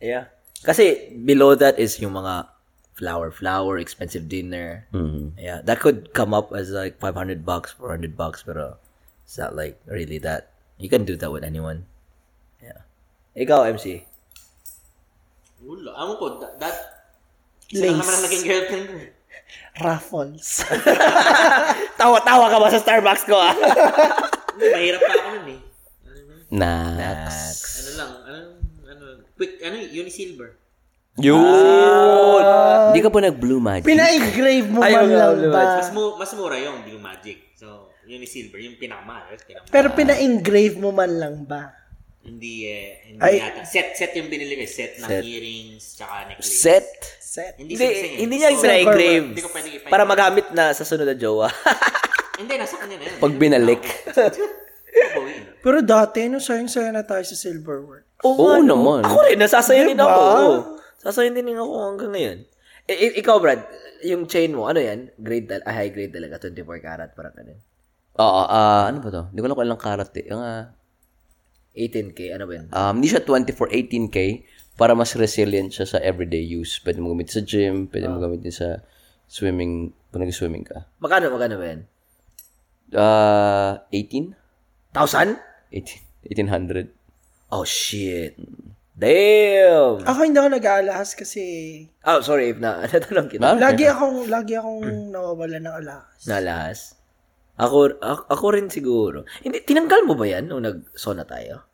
S3: Yeah. Kasi below that is yung mga flower, flower, expensive dinner.
S2: Hmm.
S3: Yeah, that could come up as like 500 bucks, 400 bucks, pero it's not like really that. You can do that with anyone. Yeah. Ikaw, MC.
S1: Ulo. Ano ko, that... that Sila
S5: Lace.
S1: naman ang naging girlfriend ko. eh.
S5: Raffles. <laughs>
S3: Tawa-tawa ka ba sa Starbucks ko, ah?
S1: Hindi, mahirap pa ako nun eh.
S2: Nax.
S1: Ano lang, ano, ano, quick, ano, Unisilver.
S3: Ah,
S2: Yun! Hindi ka pa nag-blue magic.
S5: Pina-engrave mo
S3: Ayaw
S5: man
S3: nga,
S5: lang
S3: blue
S5: ba?
S1: Mas, mu- mas mura yung Blue Magic. So, Unisilver, yung pinakamahal. pinakamahal.
S5: Pero pina-engrave mo man lang ba?
S1: Hindi eh, hindi
S5: Ay.
S1: yata. Set, set yung binili ko. eh. Set ng earrings, tsaka necklace.
S2: Set.
S5: Set.
S1: Hindi,
S3: Hindi,
S1: sing-sing eh.
S3: hindi niya
S1: So,
S3: yung pina-engrave.
S1: Hindi ko pwede ipa-
S3: Para magamit na sa sunod na jowa.
S1: Hindi, nasa kanya na yun.
S2: Pag binalik.
S1: Babawiin.
S5: Pero dati, no, sayang-sayang na tayo sa silverware.
S2: Oo naman.
S3: Ako rin, nasasayanin
S5: Diba?
S3: ako. Sasayanin din ako hanggang ngayon. I- i- ikaw, Brad, yung chain mo, ano yan? Grade, tal- ah, high grade talaga, 24 karat, parang ganun.
S2: Oo, ah, ano ba to? Hindi ko alam kung ilang karat eh. Yung, ah,
S3: 18K, ano ba yun?
S2: um, hindi siya 24, 18K para mas resilient siya sa everyday use. Pwede mo gamit sa gym, pwede
S3: Ah.
S2: mo gamit din sa swimming, kung nag-swimming ka.
S3: Magkano, magkano ba yan?
S2: Ah, 18?
S3: 1,000?
S2: 18 1800.
S3: Oh, shit. Damn!
S5: Ako hindi ako nag-aalahas kasi
S3: Oh, sorry if na, <laughs> natanong kita.
S2: Ah, okay.
S5: lagi akong, lagi
S3: Mm.
S5: akong nawawala ng alahas.
S3: Nalahas. Ako, ako, ako rin siguro. Hindi, tinanggal mo ba yan nung nag-sona tayo?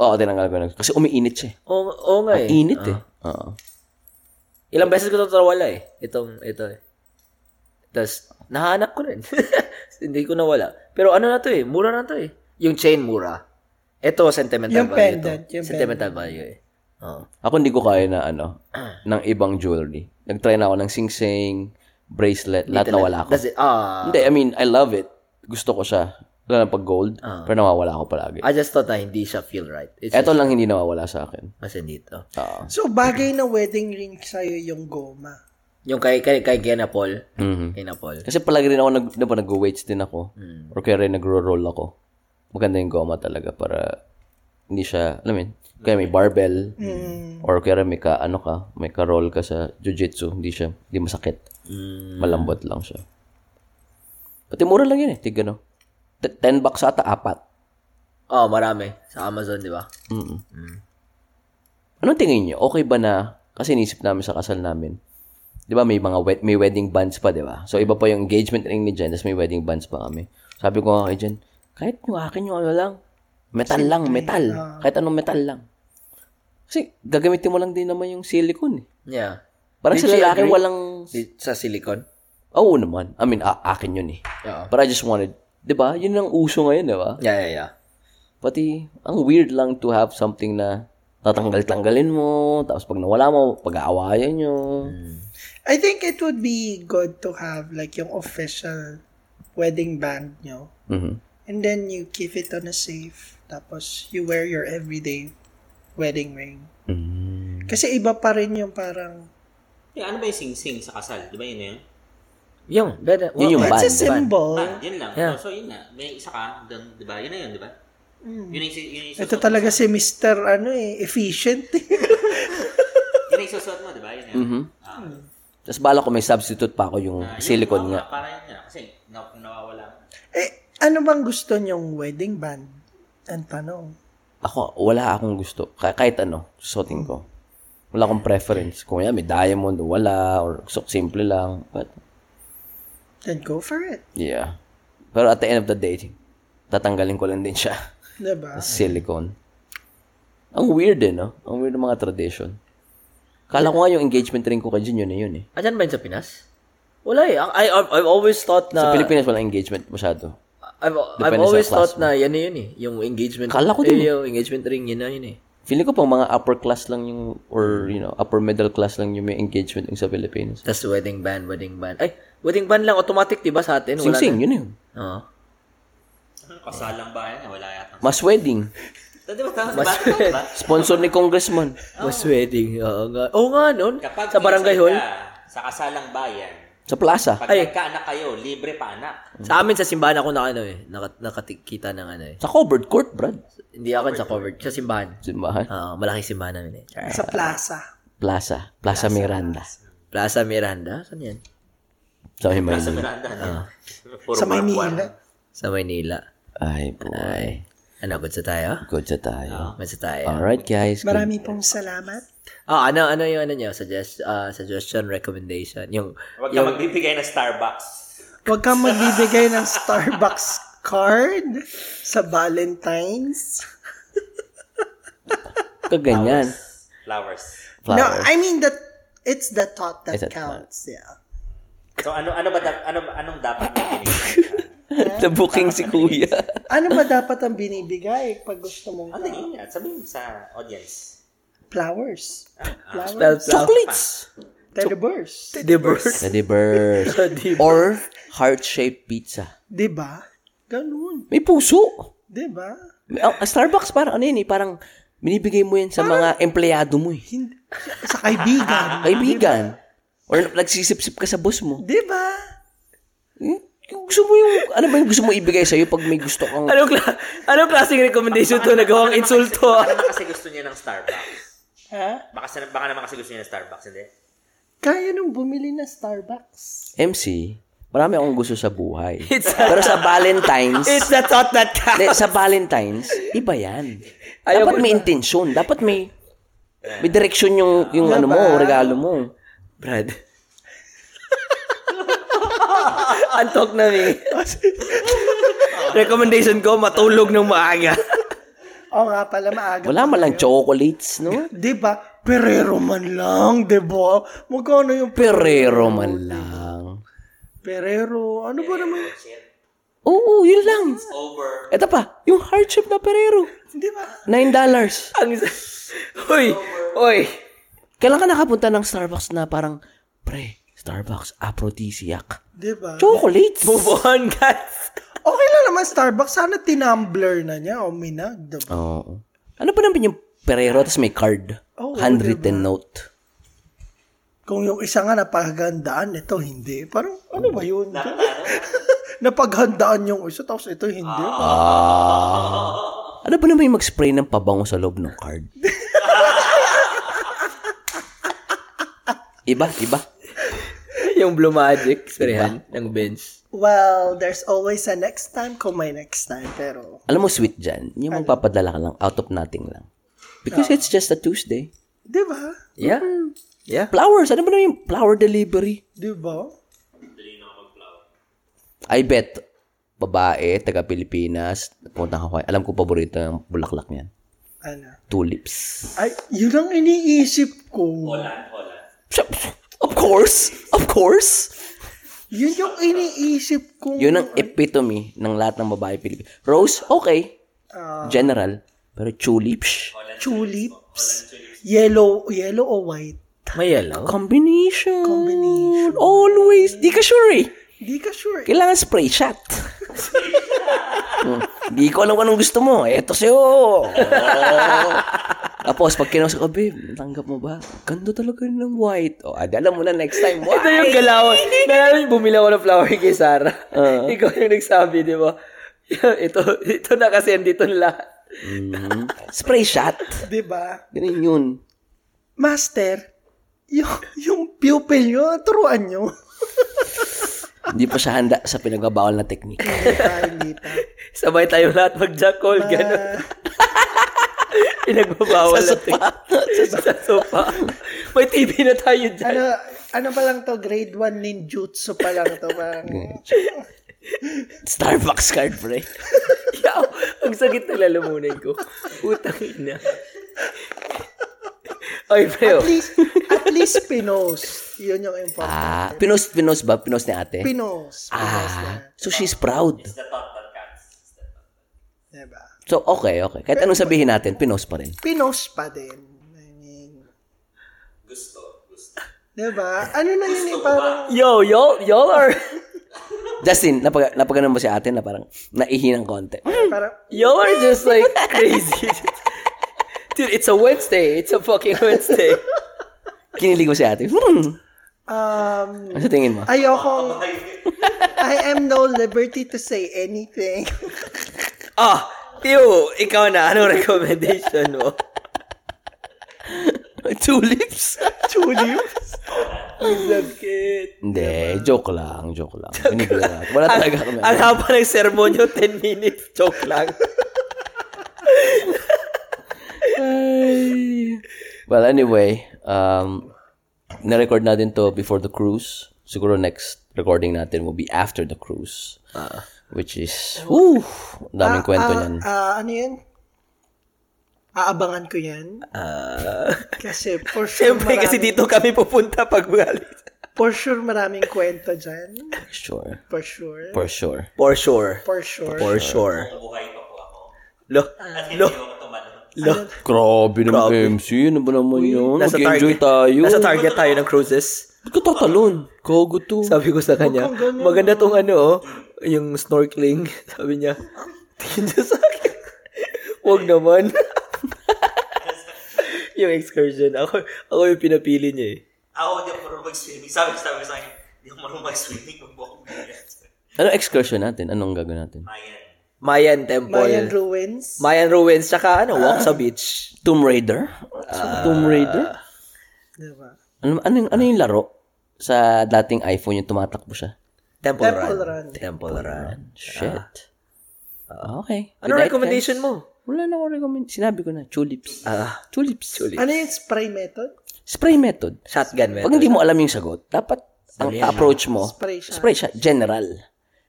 S2: Oo, tinanggal ko na. Kasi umiinit siya. eh.
S3: Oo, oo nga eh.
S2: Init
S3: Ah.
S2: eh. Oo.
S3: Ilang beses ko ito nawala eh. Itong, ito eh. Tapos, nahanap ko rin. <laughs> Hindi ko nawala. Pero ano na to eh, mura na to eh. Yung chain mura. Ito, sentimental
S5: Yung
S3: value
S5: pendant,
S3: to.
S5: yung
S3: sentimental value eh. <clears throat> Oo.
S2: Ako hindi ko kaya na ano, ng ibang jewelry. Nag-try na ako ng sing-sing, bracelet, lahat nawala ko.
S3: That's it. Ah.
S2: Hindi, I mean, I love it. Gusto ko siya. Lalo na pag gold. Pero nawawala ako palagi.
S3: Ah. I just thought na hindi siya feel right. It's
S2: Ito lang hindi nawawala sa akin.
S3: mas hindi to.
S5: So, bagay na wedding ring sa'yo yung goma.
S3: Yung kay, kay, kay Gena Paul.
S2: Mhm.
S3: Kay Napol.
S2: Kasi palagi rin ako, nag, diba, nag-weights din ako. Or kaya rin nagro-roll ako. Maganda yung goma talaga para hindi siya, alam mo yun, kaya may barbell. Or kaya rin may ka, ano ka, may ka-roll ka sa jujitsu. Hindi siya, hindi masakit.
S3: Mm.
S2: Malambot lang siya. Pati mura lang yun eh, tig ano. T- 10 bucks ata, apat.
S3: Oh, marami. Sa Amazon, di ba?
S2: Mm. Anong tingin niyo? Okay ba na kasi inisip namin sa kasal namin. 'Di ba may mga wed- may wedding bands pa, 'di ba? So iba pa yung engagement ring ni Jen, tas may wedding bands pa kami. Sabi ko nga kay Jen, kahit yung akin yung ano lang, metal lang, metal. Kahit anong metal lang. Kasi gagamitin mo lang din naman yung silicone. Eh.
S3: Yeah.
S2: Parang
S3: Did
S2: sila
S3: she
S2: laki
S3: agree?
S2: walang
S3: Di- Sa silicon.
S2: Oo naman. I mean, a- akin yun eh.
S3: Oo.
S2: But I just wanted, 'di ba? Yun ang uso ngayon, 'di ba?
S3: Yeah, yeah, yeah.
S2: Pati, ang weird lang to have something na tatanggal-tanggalin mo, tapos pag nawala mo, pag-aawayan nyo.
S5: I think it would be good to have like yung official wedding band nyo.
S2: Mhm.
S5: And then you keep it on a safe. Tapos you wear your everyday wedding ring.
S2: Mm-hmm.
S5: Kasi iba pa rin yung parang
S1: Eh, ano ba yung sing-sing sa kasal? Di ba yun na yun?
S3: Yung, beda.
S2: Yun yung band.
S5: it's a symbol.
S1: Ah, yun lang.
S3: Yeah.
S1: No, so, yun na. May isa ka, dun, di ba? Yun na yun, di ba? Yun yung, si- yun yung
S5: Ito
S1: susuot-
S5: talaga si Mr. ano eh, efficient. <laughs>
S1: Yun yung susuot mo, di ba? Yun na yun. Ah.
S2: Tapos bala ko may substitute pa ako yung
S1: Ah, yun,
S2: silicone
S1: ah,
S2: nga.
S1: Para yun nga. Kasi na- nawawala.
S5: eh, ano bang gusto nyong wedding band? Ang tanong.
S2: Ako, wala akong gusto. Kah- kahit ano, susuotin ko. Wala akong preference. Kung yan, may diamond, o wala, or so, simple lang. But,
S5: Then go for it.
S2: yeah. Pero at the end of the day, tatanggalin ko lang din siya. <laughs>
S5: Diba?
S2: silicone. Ang weird eh, no? Ang weird ng mga tradition. Kala ko nga yung engagement ring ko kay Jin, yun na yun eh.
S3: Ayan ba yun sa Pinas? Wala eh. Ang- I, I've, I've always thought
S2: Sa
S3: na...
S2: Pilipinas, walang engagement masyado.
S3: I've, I've
S2: Depende sa
S3: always
S2: class
S3: thought na yan na yun eh. Yung engagement.
S2: Kala ko
S3: eh,
S2: din.
S3: Yung engagement ring, yun na yun eh.
S2: Feeling ko pang mga upper class lang yung, or, you know, upper middle class lang yung may engagement ring sa Pilipinas.
S3: Tapos wedding band, wedding band. Ay, wedding band lang automatic, di ba sa atin? Wala
S2: Sing-sing,
S3: na-
S2: yun na yun.
S3: Oo.
S1: Ano, Kasalang ba yan? Wala yata. Diba?
S2: Mas wedding.
S1: Di ba? Tama ba? Tama ba?
S2: Sponsor ni Congressman.
S3: Mas wedding. Oo nga. Oo nga nun.
S1: Kapag
S3: sa barangay
S1: minsan
S3: hall.
S1: ka Sa kasalang bayan.
S2: Sa plaza.
S1: Pag
S3: Ay. Ah.
S1: nagkaanak kayo, libre pa anak.
S3: Sa amin, sa simbahan ako na ano eh. Nakat- nakatikita ng ano eh.
S2: Sa covered court, Brad.
S3: Hindi ako sa covered. Sa simbahan.
S2: Simbahan.
S3: Oo, malaking simbahan namin eh. Char.
S5: Sa plaza.
S2: Plaza. Plaza Miranda.
S3: Plaza Miranda. Saan yan?
S2: Sa Himaynila.
S3: Ah.
S1: Puro
S5: Sa
S1: barb
S5: Maynila.
S3: Sa Maynila.
S2: Ay, boy.
S3: Ano, good sa tayo?
S2: Good sa tayo.
S3: Good sa tayo.
S2: Alright, guys. Good
S5: Marami pong salamat.
S3: Ah, ano ano yung ano niyo? Suggest ah, suggestion recommendation. Yung
S1: Huwag ka magbibigay ng Starbucks.
S5: Huwag kang magbibigay ng Starbucks card sa Valentine's.
S2: Kaganyan.
S3: <laughs>
S1: Flowers.
S5: No,
S2: Flower.
S5: I mean that it's the thought that
S2: It's a thought.
S5: counts. Yeah.
S1: So, ano ano ba da- ano anong dapat magbibigay?
S3: <laughs>
S2: Nabuking si Kuya.
S5: Ano ba dapat ang binibigay pag gusto mong
S1: Ano yun yan? Sabihin mo sa
S3: <laughs>
S1: audience.
S5: flowers?
S3: spell flower.
S5: Flowers.
S2: Chocolates!
S5: Teddy bears.
S3: The birds.
S2: Teddy bears. Or heart-shaped pizza.
S5: Diba? Ganun.
S2: May puso.
S5: Diba?
S2: May- ang- ang Starbucks parang ano yun eh, parang binibigay mo yan sa mga empleyado mo eh.
S5: Hindi, sa
S2: <laughs>
S5: kaibigan.
S2: Kaibigan. Or nagsisip-sip ka sa boss mo.
S5: Diba?
S2: Yung- Eh, yung Gusto mo yung, ano ba yung gusto mo ibigay sa'yo pag may gusto kang,
S3: Anong, kla- anong klaseng recommendation to? Nagawang insulto.
S1: Baka naman kasi gusto niya ng Starbucks.
S5: Ha?
S1: Baka, sa- baka naman kasi gusto niya ng Starbucks, hindi?
S5: Kaya nung bumili na Starbucks.
S2: MC, marami akong gusto sa
S3: <laughs>
S2: buhay. Pero sa Valentine's,
S3: It's the thought that counts.
S2: de, sa Valentine's, iba yan. dapat may intensyon. Dapat may, may direksyon yung, yung ano mo, regalo mo.
S3: Brad. <laughs> Antok na mi. Recommendation ko, matulog ng maaga.
S5: O nga pala, maaga.
S2: Wala man lang chocolates, no?
S5: Diba? Perero man lang, diba? Magkano yung
S2: Perero man lang.
S5: Perero. Ano ba naman?
S2: Oo, yun lang. Ito pa, yung hardship na perero.
S5: Diba?
S2: Nine dollars.
S3: Ang... Hoy! Hoy!
S2: Kailan ka nakapunta ng Starbucks na parang, pre, Starbucks, aphrodisiac.
S5: Diba?
S2: Chocolates.
S3: Move on, guys!
S5: Okay lang naman Starbucks, sana tinumbler na niya o minag. Diba?
S2: <laughs> Oo. Ano pa naman yung Ferrero tapos may card?
S5: Oo,
S2: handwritten note.
S5: Kung yung isa nga napaghandaan, ito hindi. Parang ano ba yun? <laughs> napaghandaan yung isa, tapos ito hindi.
S2: Ano ba naman yung mag-spray ng pabango sa loob ng card? iba, iba.
S3: yung Blue Magic,
S2: Diba?
S3: sprehan ng bench.
S5: Well, there's always a next time kung may next time. Pero,
S2: Alam mo, sweet dyan. Yung magpapadala ka lang, out of nothing lang. Because it's just a Tuesday.
S5: di ba?
S3: Yeah.
S2: Mm.
S3: Yeah.
S2: Flowers, ano ba naman yung flower delivery?
S5: Di ba?
S2: I bet, babae, taga-Pilipinas, punta Hawaii. Alam ko paborito ng bulaklak niyan.
S5: Ano?
S2: Tulips.
S5: Ay, yun ang iniisip ko.
S2: Of course! Of course!
S5: Yun yung iniisip ko.
S2: Yun ang epitome ng lahat ng babae Pilipino. Rose, okay. General. Pero tulips.
S5: tulips. Yellow, yellow or white.
S3: May yellow.
S2: Oh. Combination.
S5: Combination.
S2: Always. Di ka sure eh.
S5: Di ka sure.
S2: Kailangan spray shot. Hmm. Di ko alam kung anong gusto mo. Eto sa'yo. Tapos, pag kinausap ko, babe, tanggap mo ba? Ganda talaga yun ng white. Oh, O, adi, alam mo na next time,
S3: <laughs> Ito
S2: white.
S3: yung
S2: <laughs>
S3: galawan. Nalala niyo, bumila ko ng flower kay Sarah.
S2: Uh-huh.
S3: <laughs> Ikaw yung nagsabi, di ba? <laughs> ito, ito na kasi andito na lahat.
S2: Hmm. Spray shot.
S5: Di ba?
S2: Ganun yun.
S5: Master, yung, yung pupil nyo, turuan nyo.
S2: Hindi pa siya handa sa pinagbabawal na teknik.
S5: Ah, Hindi pa.
S3: <laughs> Sabay tayo lahat mag-jackal,
S2: <laughs>
S3: gano'n. Pinagbabawal
S2: <laughs> Sa
S3: natin. Sa sopa. May TV na tayo
S2: <laughs>
S3: dyan.
S5: Ano, ano pa lang to? Grade 1 ninjutsu pa lang to. Parang,
S2: Mm. Starbucks card, pre.
S3: Yaw, ang sakit na lalamunan ko. Utang ina. Ay,
S5: at
S3: pero,
S5: least, at least pinos. Yun yung important.
S2: Ah, pinost, pinost ba? Pinost ni ate?
S5: Pinos. Pinos na.
S2: ah, so she's proud.
S5: Diba?
S2: So, okay, okay. Kahit <laughs> anong sabihin natin, pinost pa rin.
S5: Pinos pa din. I mean, gusto. Gusto. Diba? Ano na yun eh, parang,
S3: yo, y'all, y'all are,
S2: Justin, napag napagano mo si ate na parang naihi ng konti.
S5: parang,
S3: y'all are just like crazy. Dude, it's a Wednesday. It's a fucking Wednesday.
S2: Kinilig mo si ate. Hmm.
S5: um,
S2: Ano sa tingin mo?
S5: <laughs> ayokong, I am no liberty to say anything.
S3: Ah, ew, ikaw na. Anong recommendation mo?
S2: Tulips?
S5: Tulips.
S3: Sakit.
S2: Hindi, joke lang, Diba? joke lang. Kinilig lang. Wala talaga kami. ano?
S3: Ang haba ng sermonyo, 10 minutes. Joke lang.
S2: Well, anyway, um, na-record natin to before the cruise. Siguro next recording natin will be after the cruise.
S3: Ah.
S2: which is, woo, ang daming kwento niyan.
S5: Ah, ano yun? Aabangan ko yan.
S2: Ah.
S5: kasi for sure,
S3: Siyempre, kasi
S5: maraming-
S3: dito kami pupunta pag galit.
S5: for sure maraming kwento dyan.
S2: Sure.
S5: For sure.
S2: For sure.
S3: For sure.
S5: For sure.
S3: For sure. Lo, lo,
S2: Grabe naman MC. Ano ba naman yun? Mag-enjoy tayo.
S3: Nasa target tayo ng cruises.
S2: Ba't ka tatalon? Kago to.
S3: Sabi ko sa kanya, maganda tong ano, oh, yung snorkeling. <laughs> Sabi niya, tingin niya sa akin. Huwag naman. <laughs> yung excursion. Ako, ako yung pinapili niya eh.
S1: Ako, Ah, oh, di ako marunong mag-swimming. Sabi ko sabi sa akin, di ako marunong mag-swimming. Magbuo ko ganyan.
S2: Ano excursion natin? Anong gagawin natin?
S1: Ayan.
S3: Mayan Temple. Mayan,
S5: Mayan Ruins.
S3: Ruins, tsaka ano, walk sa beach. Ah,
S2: Tomb Raider? Tomb Raider?
S5: diba?
S2: Ano, ano, yung, ano yung laro? Sa dating iPhone yung tumatakbo siya.
S3: Temple,
S5: Temple
S3: Run.
S5: Run.
S3: Temple Run.
S2: Shit. Ah. okay. Good
S3: Ano
S2: night,
S3: Ah. recommendation
S2: guys.
S3: mo?
S2: Wala na ako recommend. Sinabi ko na, tulips.
S3: Ah,
S2: tulips.
S3: tulips.
S5: Ano yung spray method?
S2: Spray method. Pag
S3: Shotgun method.
S2: hindi mo alam yung sagot, dapat ang approach mo,
S5: Spray shot.
S2: spray shot, general.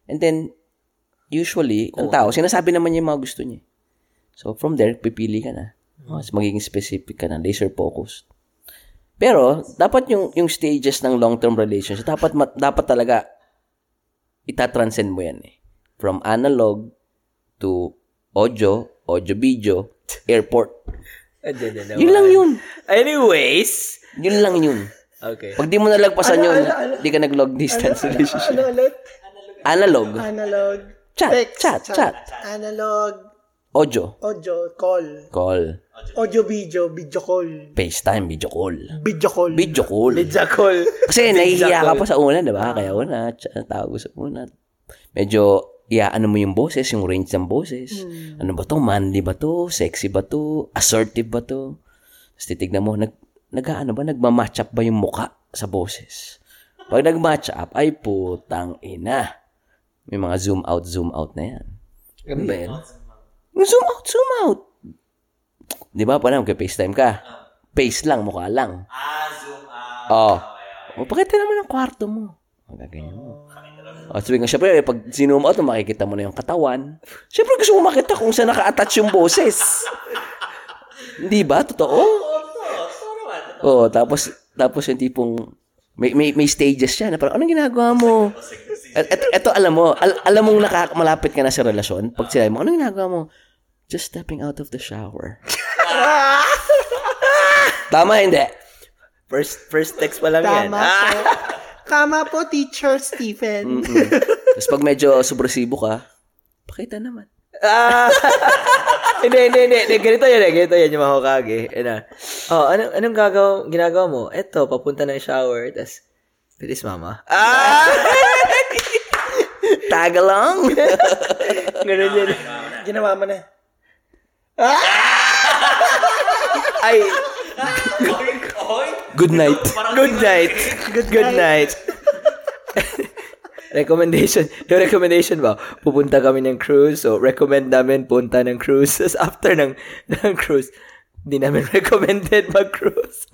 S2: And then, usually, ang tao, sinasabi naman niya yung mga gusto niya. So, from there, pipili ka na. Mas magiging specific ka na, laser focused. Pero, dapat yung yung stages ng long-term relationship, dapat ma- dapat talaga itatranscend mo yan eh. From analog to audio, audio video, airport.
S3: Andyan na naman.
S2: Yun lang yun.
S3: Anyways.
S2: Yun lang yun.
S3: Okay.
S2: Pag di mo nalagpasan yun, di ka nag-long distance relationship.
S5: Ano ulit?
S2: Analog.
S5: Analog.
S2: Chat, chat, chat.
S5: Analog,
S2: Audio.
S5: audio, call.
S2: Call.
S5: Audio, video, video call.
S2: FaceTime, video call.
S5: Video call.
S2: Video call.
S5: Video call.
S2: Kasi nahihiya ka pa sa una, di ba? Kaya una, ch- tawag sa una. Medyo, iya, ano mo yung boses, yung range ng boses.
S5: Hmm.
S2: Ano ba to? Manly ba to? Sexy ba to? Assertive ba to? Tapos titignan mo, nag, nag, ano ba? Nagmamatch up ba yung muka sa boses? Pag nagmatch up, ay putang ina. May mga zoom out, zoom out na yan. Ano ba yan? Zoom out, zoom out. Di ba? Parang kay FaceTime ka. Face lang, mukha lang. Oo. O, pakita naman ang kwarto mo. O, gaganyan mo. O, sabi ko, syempre, eh, pag zoom out, makikita mo na yung katawan. Syempre, gusto mo makita kung saan naka-attach yung <laughs> boses. Hindi ba? Totoo? Oo, tapos, tapos yung tipong, may, may, may stages siya na parang, anong ginagawa mo? Ito, ito alam mo, al- alam mong naka, malapit ka na sa relasyon, pag sinabi mo, anong ginagawa mo? Just stepping out of the shower. Tama, hindi.
S3: First first text pa lang yan. Ah,
S5: Tama po. Tama po, Teacher Stephen.
S2: Tapos pag medyo subversibo ka, pakita naman.
S3: hindi, hindi, hindi, hindi. Ganito yan eh. Ganito yan yung mahukage. Yan ah. Oh, anong, anong gagaw, ginagawa mo? Eto, papunta ng shower. Tapos, bilis mama. Ah, <laughs>
S2: Tag along.
S5: Ganun yun. Ginawa mo na.
S3: ay,
S2: Good night.
S3: good night. Good, good night. recommendation. Yung recommendation ba? Pupunta kami ng cruise. So, recommend namin punta ng cruise. <laughs> Tapos, after ng, ng cruise, hindi namin <laughs> recommended mag-cruise.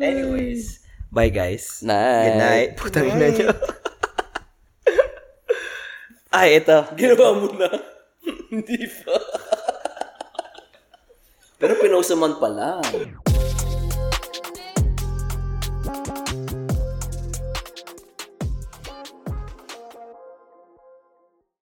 S3: Anyways, bye guys.
S2: Night.
S3: Good night. Putang ina nyo. <laughs> Ay, ito. <laughs>
S2: Pero pinost naman pala.